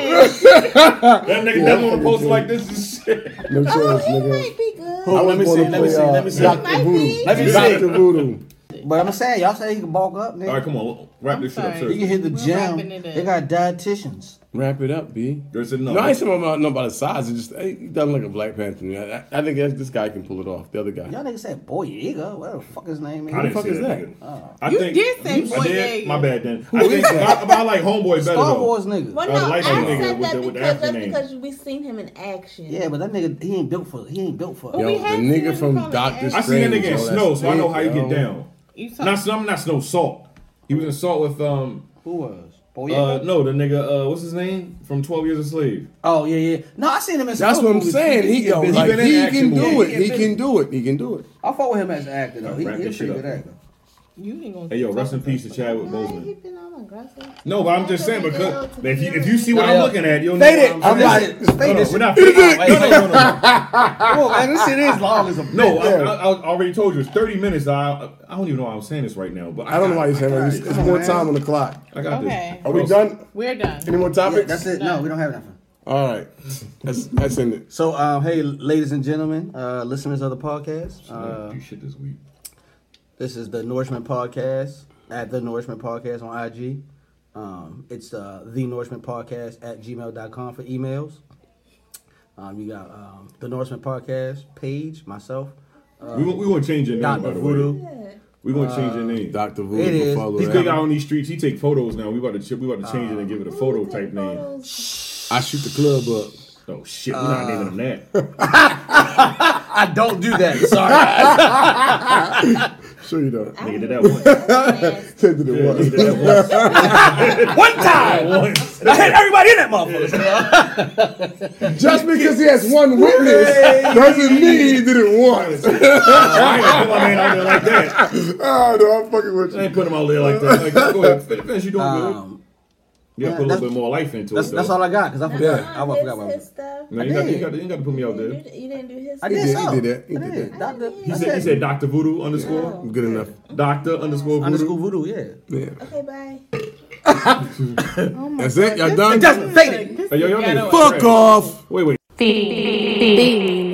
Speaker 4: That nigga doesn't want to post like this and shit.
Speaker 3: No
Speaker 8: Oh,
Speaker 3: choice,
Speaker 6: He
Speaker 3: nigga.
Speaker 6: might be good.
Speaker 8: Hold on, let me see,
Speaker 3: wanna
Speaker 8: let me see,
Speaker 4: uh,
Speaker 8: let me see.
Speaker 3: Doctor Voodoo.
Speaker 8: Let me see.
Speaker 3: Doctor Voodoo.
Speaker 8: But I'm saying, y'all say he can bulk up,
Speaker 4: All right,
Speaker 8: nigga.
Speaker 4: come on. Wrap this shit up,
Speaker 1: sorry.
Speaker 8: You
Speaker 4: sir.
Speaker 8: can hit the
Speaker 1: We're
Speaker 8: gym.
Speaker 1: wrapping it up.
Speaker 8: They got dietitians.
Speaker 3: Wrap it up, B.
Speaker 4: There's enough.
Speaker 3: No, I ain't saying about nothing about his size. It just he doesn't look a Black Panther. to me. I, I- I think that's, this guy can pull it off. The other guy.
Speaker 8: Y'all niggas said Boyega, whatever the fuck his name is.
Speaker 4: I didn't
Speaker 3: fuck
Speaker 4: say
Speaker 3: is
Speaker 4: that.
Speaker 3: that?
Speaker 4: nigga. I
Speaker 1: You
Speaker 4: think,
Speaker 1: did say
Speaker 4: I
Speaker 1: boy
Speaker 4: did.
Speaker 1: nigga.
Speaker 4: My bad, then. I think I, I like Homeboy better
Speaker 8: Star
Speaker 4: though.
Speaker 8: Wars nigga.
Speaker 6: Well,
Speaker 4: Uh,
Speaker 6: no,
Speaker 4: the
Speaker 6: I
Speaker 4: light skin nigga
Speaker 6: said
Speaker 4: with the- with
Speaker 6: that
Speaker 4: the
Speaker 6: because that's
Speaker 4: African name.
Speaker 6: because we seen him in action.
Speaker 8: Yeah, but that nigga, he ain't built for. He ain't built for.
Speaker 1: Well,
Speaker 3: Yo,
Speaker 1: we
Speaker 3: the
Speaker 1: had seen him
Speaker 3: nigga from
Speaker 1: from
Speaker 3: Doctor
Speaker 1: the
Speaker 4: I seen that
Speaker 1: Oh,
Speaker 3: Strange.
Speaker 4: nigga in
Speaker 3: yo, that's
Speaker 4: snow, so I know how you
Speaker 3: big,
Speaker 4: get
Speaker 3: yo.
Speaker 4: down.
Speaker 1: You talk-
Speaker 4: Not Snow, not Snow, Salt. He was in Salt with um
Speaker 8: Who was?
Speaker 4: uh
Speaker 8: Boyega.
Speaker 4: no the nigga uh what's his name from Twelve Years a Slave.
Speaker 8: oh yeah, yeah. No, I seen him in. some
Speaker 3: That's
Speaker 8: other
Speaker 3: what I'm
Speaker 8: movies.
Speaker 3: saying. He, yo,
Speaker 8: been-
Speaker 3: like,
Speaker 4: been in
Speaker 3: he
Speaker 4: action
Speaker 3: can do
Speaker 4: movies.
Speaker 3: it. He can do it. He can do it.
Speaker 8: I fought with him as an actor though. He,
Speaker 4: Wrap
Speaker 8: he's
Speaker 4: this
Speaker 8: a pretty
Speaker 4: shit
Speaker 8: good
Speaker 4: up.
Speaker 8: actor.
Speaker 1: You ain't gonna.
Speaker 4: Hey yo,
Speaker 1: talk
Speaker 4: rest in peace to Chadwick
Speaker 6: Why he
Speaker 4: Boseman.
Speaker 6: been all aggressive?
Speaker 4: No, but I'm just saying because if you if you see what I'm looking at, you'll know.
Speaker 8: Fade
Speaker 4: what I'm
Speaker 8: it. I'm
Speaker 4: saying.
Speaker 8: like,
Speaker 4: No,
Speaker 8: fade
Speaker 4: no,
Speaker 8: this.
Speaker 4: we're not. No, no, no, no.
Speaker 8: Come on, man. This shit is long as a.
Speaker 4: No, I, I, I already told you it's 30 minutes. I I don't even know why I'm saying this right now, but
Speaker 3: I don't know why you're saying that.
Speaker 4: I got
Speaker 3: It's,
Speaker 4: it.
Speaker 3: it's more time on the clock.
Speaker 4: I got
Speaker 1: Okay.
Speaker 4: this.
Speaker 3: Are we done?
Speaker 1: We're done.
Speaker 3: Any more topics?
Speaker 8: Yeah, that's it. No, we don't have nothing.
Speaker 3: All right. That's that's in it.
Speaker 8: So, um, hey, ladies and gentlemen, uh, listeners of the podcast, uh,
Speaker 4: Do shit this week.
Speaker 8: this is the Nourishment Podcast at the Nourishment Podcast on IG. Um, it's uh, the Nourishment Podcast at gmail.com for emails. Um, you got um, the Nourishment Podcast page, myself,
Speaker 4: we we gonna change your name by
Speaker 8: Dr.
Speaker 4: the way.
Speaker 8: uh, Voodoo. Uh,
Speaker 4: We gonna change your name.
Speaker 3: Dr.
Speaker 8: It
Speaker 3: Voodoo
Speaker 8: is.
Speaker 3: Buffalo.
Speaker 4: He's big out on these streets. He take photos now. We about to ch- we about to change it and give it a photo type name.
Speaker 3: I shoot the club up.
Speaker 4: Oh shit, we're
Speaker 8: Uh,
Speaker 4: not naming him that.
Speaker 8: I don't do that. Sorry.
Speaker 3: Sure you don't.
Speaker 4: Nigga did that once.
Speaker 3: Said that it
Speaker 4: Nigga
Speaker 3: was.
Speaker 4: did that
Speaker 8: One time.
Speaker 4: once.
Speaker 8: I hit everybody in that motherfucker.
Speaker 3: Just because he has one witness doesn't mean he did it once.
Speaker 4: I ain't gonna put my man out there like that.
Speaker 3: oh no, I'm fucking with
Speaker 4: I
Speaker 3: you.
Speaker 4: ain't put him out there like that. Like, go ahead, fin- finish. You doing good?
Speaker 8: Um,
Speaker 4: You gotta
Speaker 8: yeah,
Speaker 4: put a
Speaker 8: that's-
Speaker 4: little bit more life into
Speaker 8: that's,
Speaker 4: it.
Speaker 8: that's
Speaker 4: though.
Speaker 8: all I got because I forgot.
Speaker 3: Yeah.
Speaker 8: I forgot about
Speaker 6: his
Speaker 8: it.
Speaker 6: stuff.
Speaker 4: No, you got
Speaker 8: did.
Speaker 4: you got you got to put me out
Speaker 6: You
Speaker 4: there.
Speaker 6: did- you didn't do his stuff.
Speaker 8: I did.
Speaker 3: did- he
Speaker 8: so.
Speaker 3: did that. He
Speaker 8: I
Speaker 3: did that.
Speaker 8: Doctor-
Speaker 4: He
Speaker 8: I
Speaker 4: said he
Speaker 8: said-
Speaker 4: said Doctor Voodoo underscore.
Speaker 3: Good enough.
Speaker 4: Doctor underscore
Speaker 8: underscore
Speaker 4: voodoo.
Speaker 8: voodoo. Yeah.
Speaker 3: Yeah.
Speaker 6: Okay, bye.
Speaker 3: That's it. Y'all done?
Speaker 8: Just fade it.
Speaker 4: Hey, yo, y'all niggas-
Speaker 3: Fuck off.
Speaker 4: Wait, wait.
Speaker 15: Feed me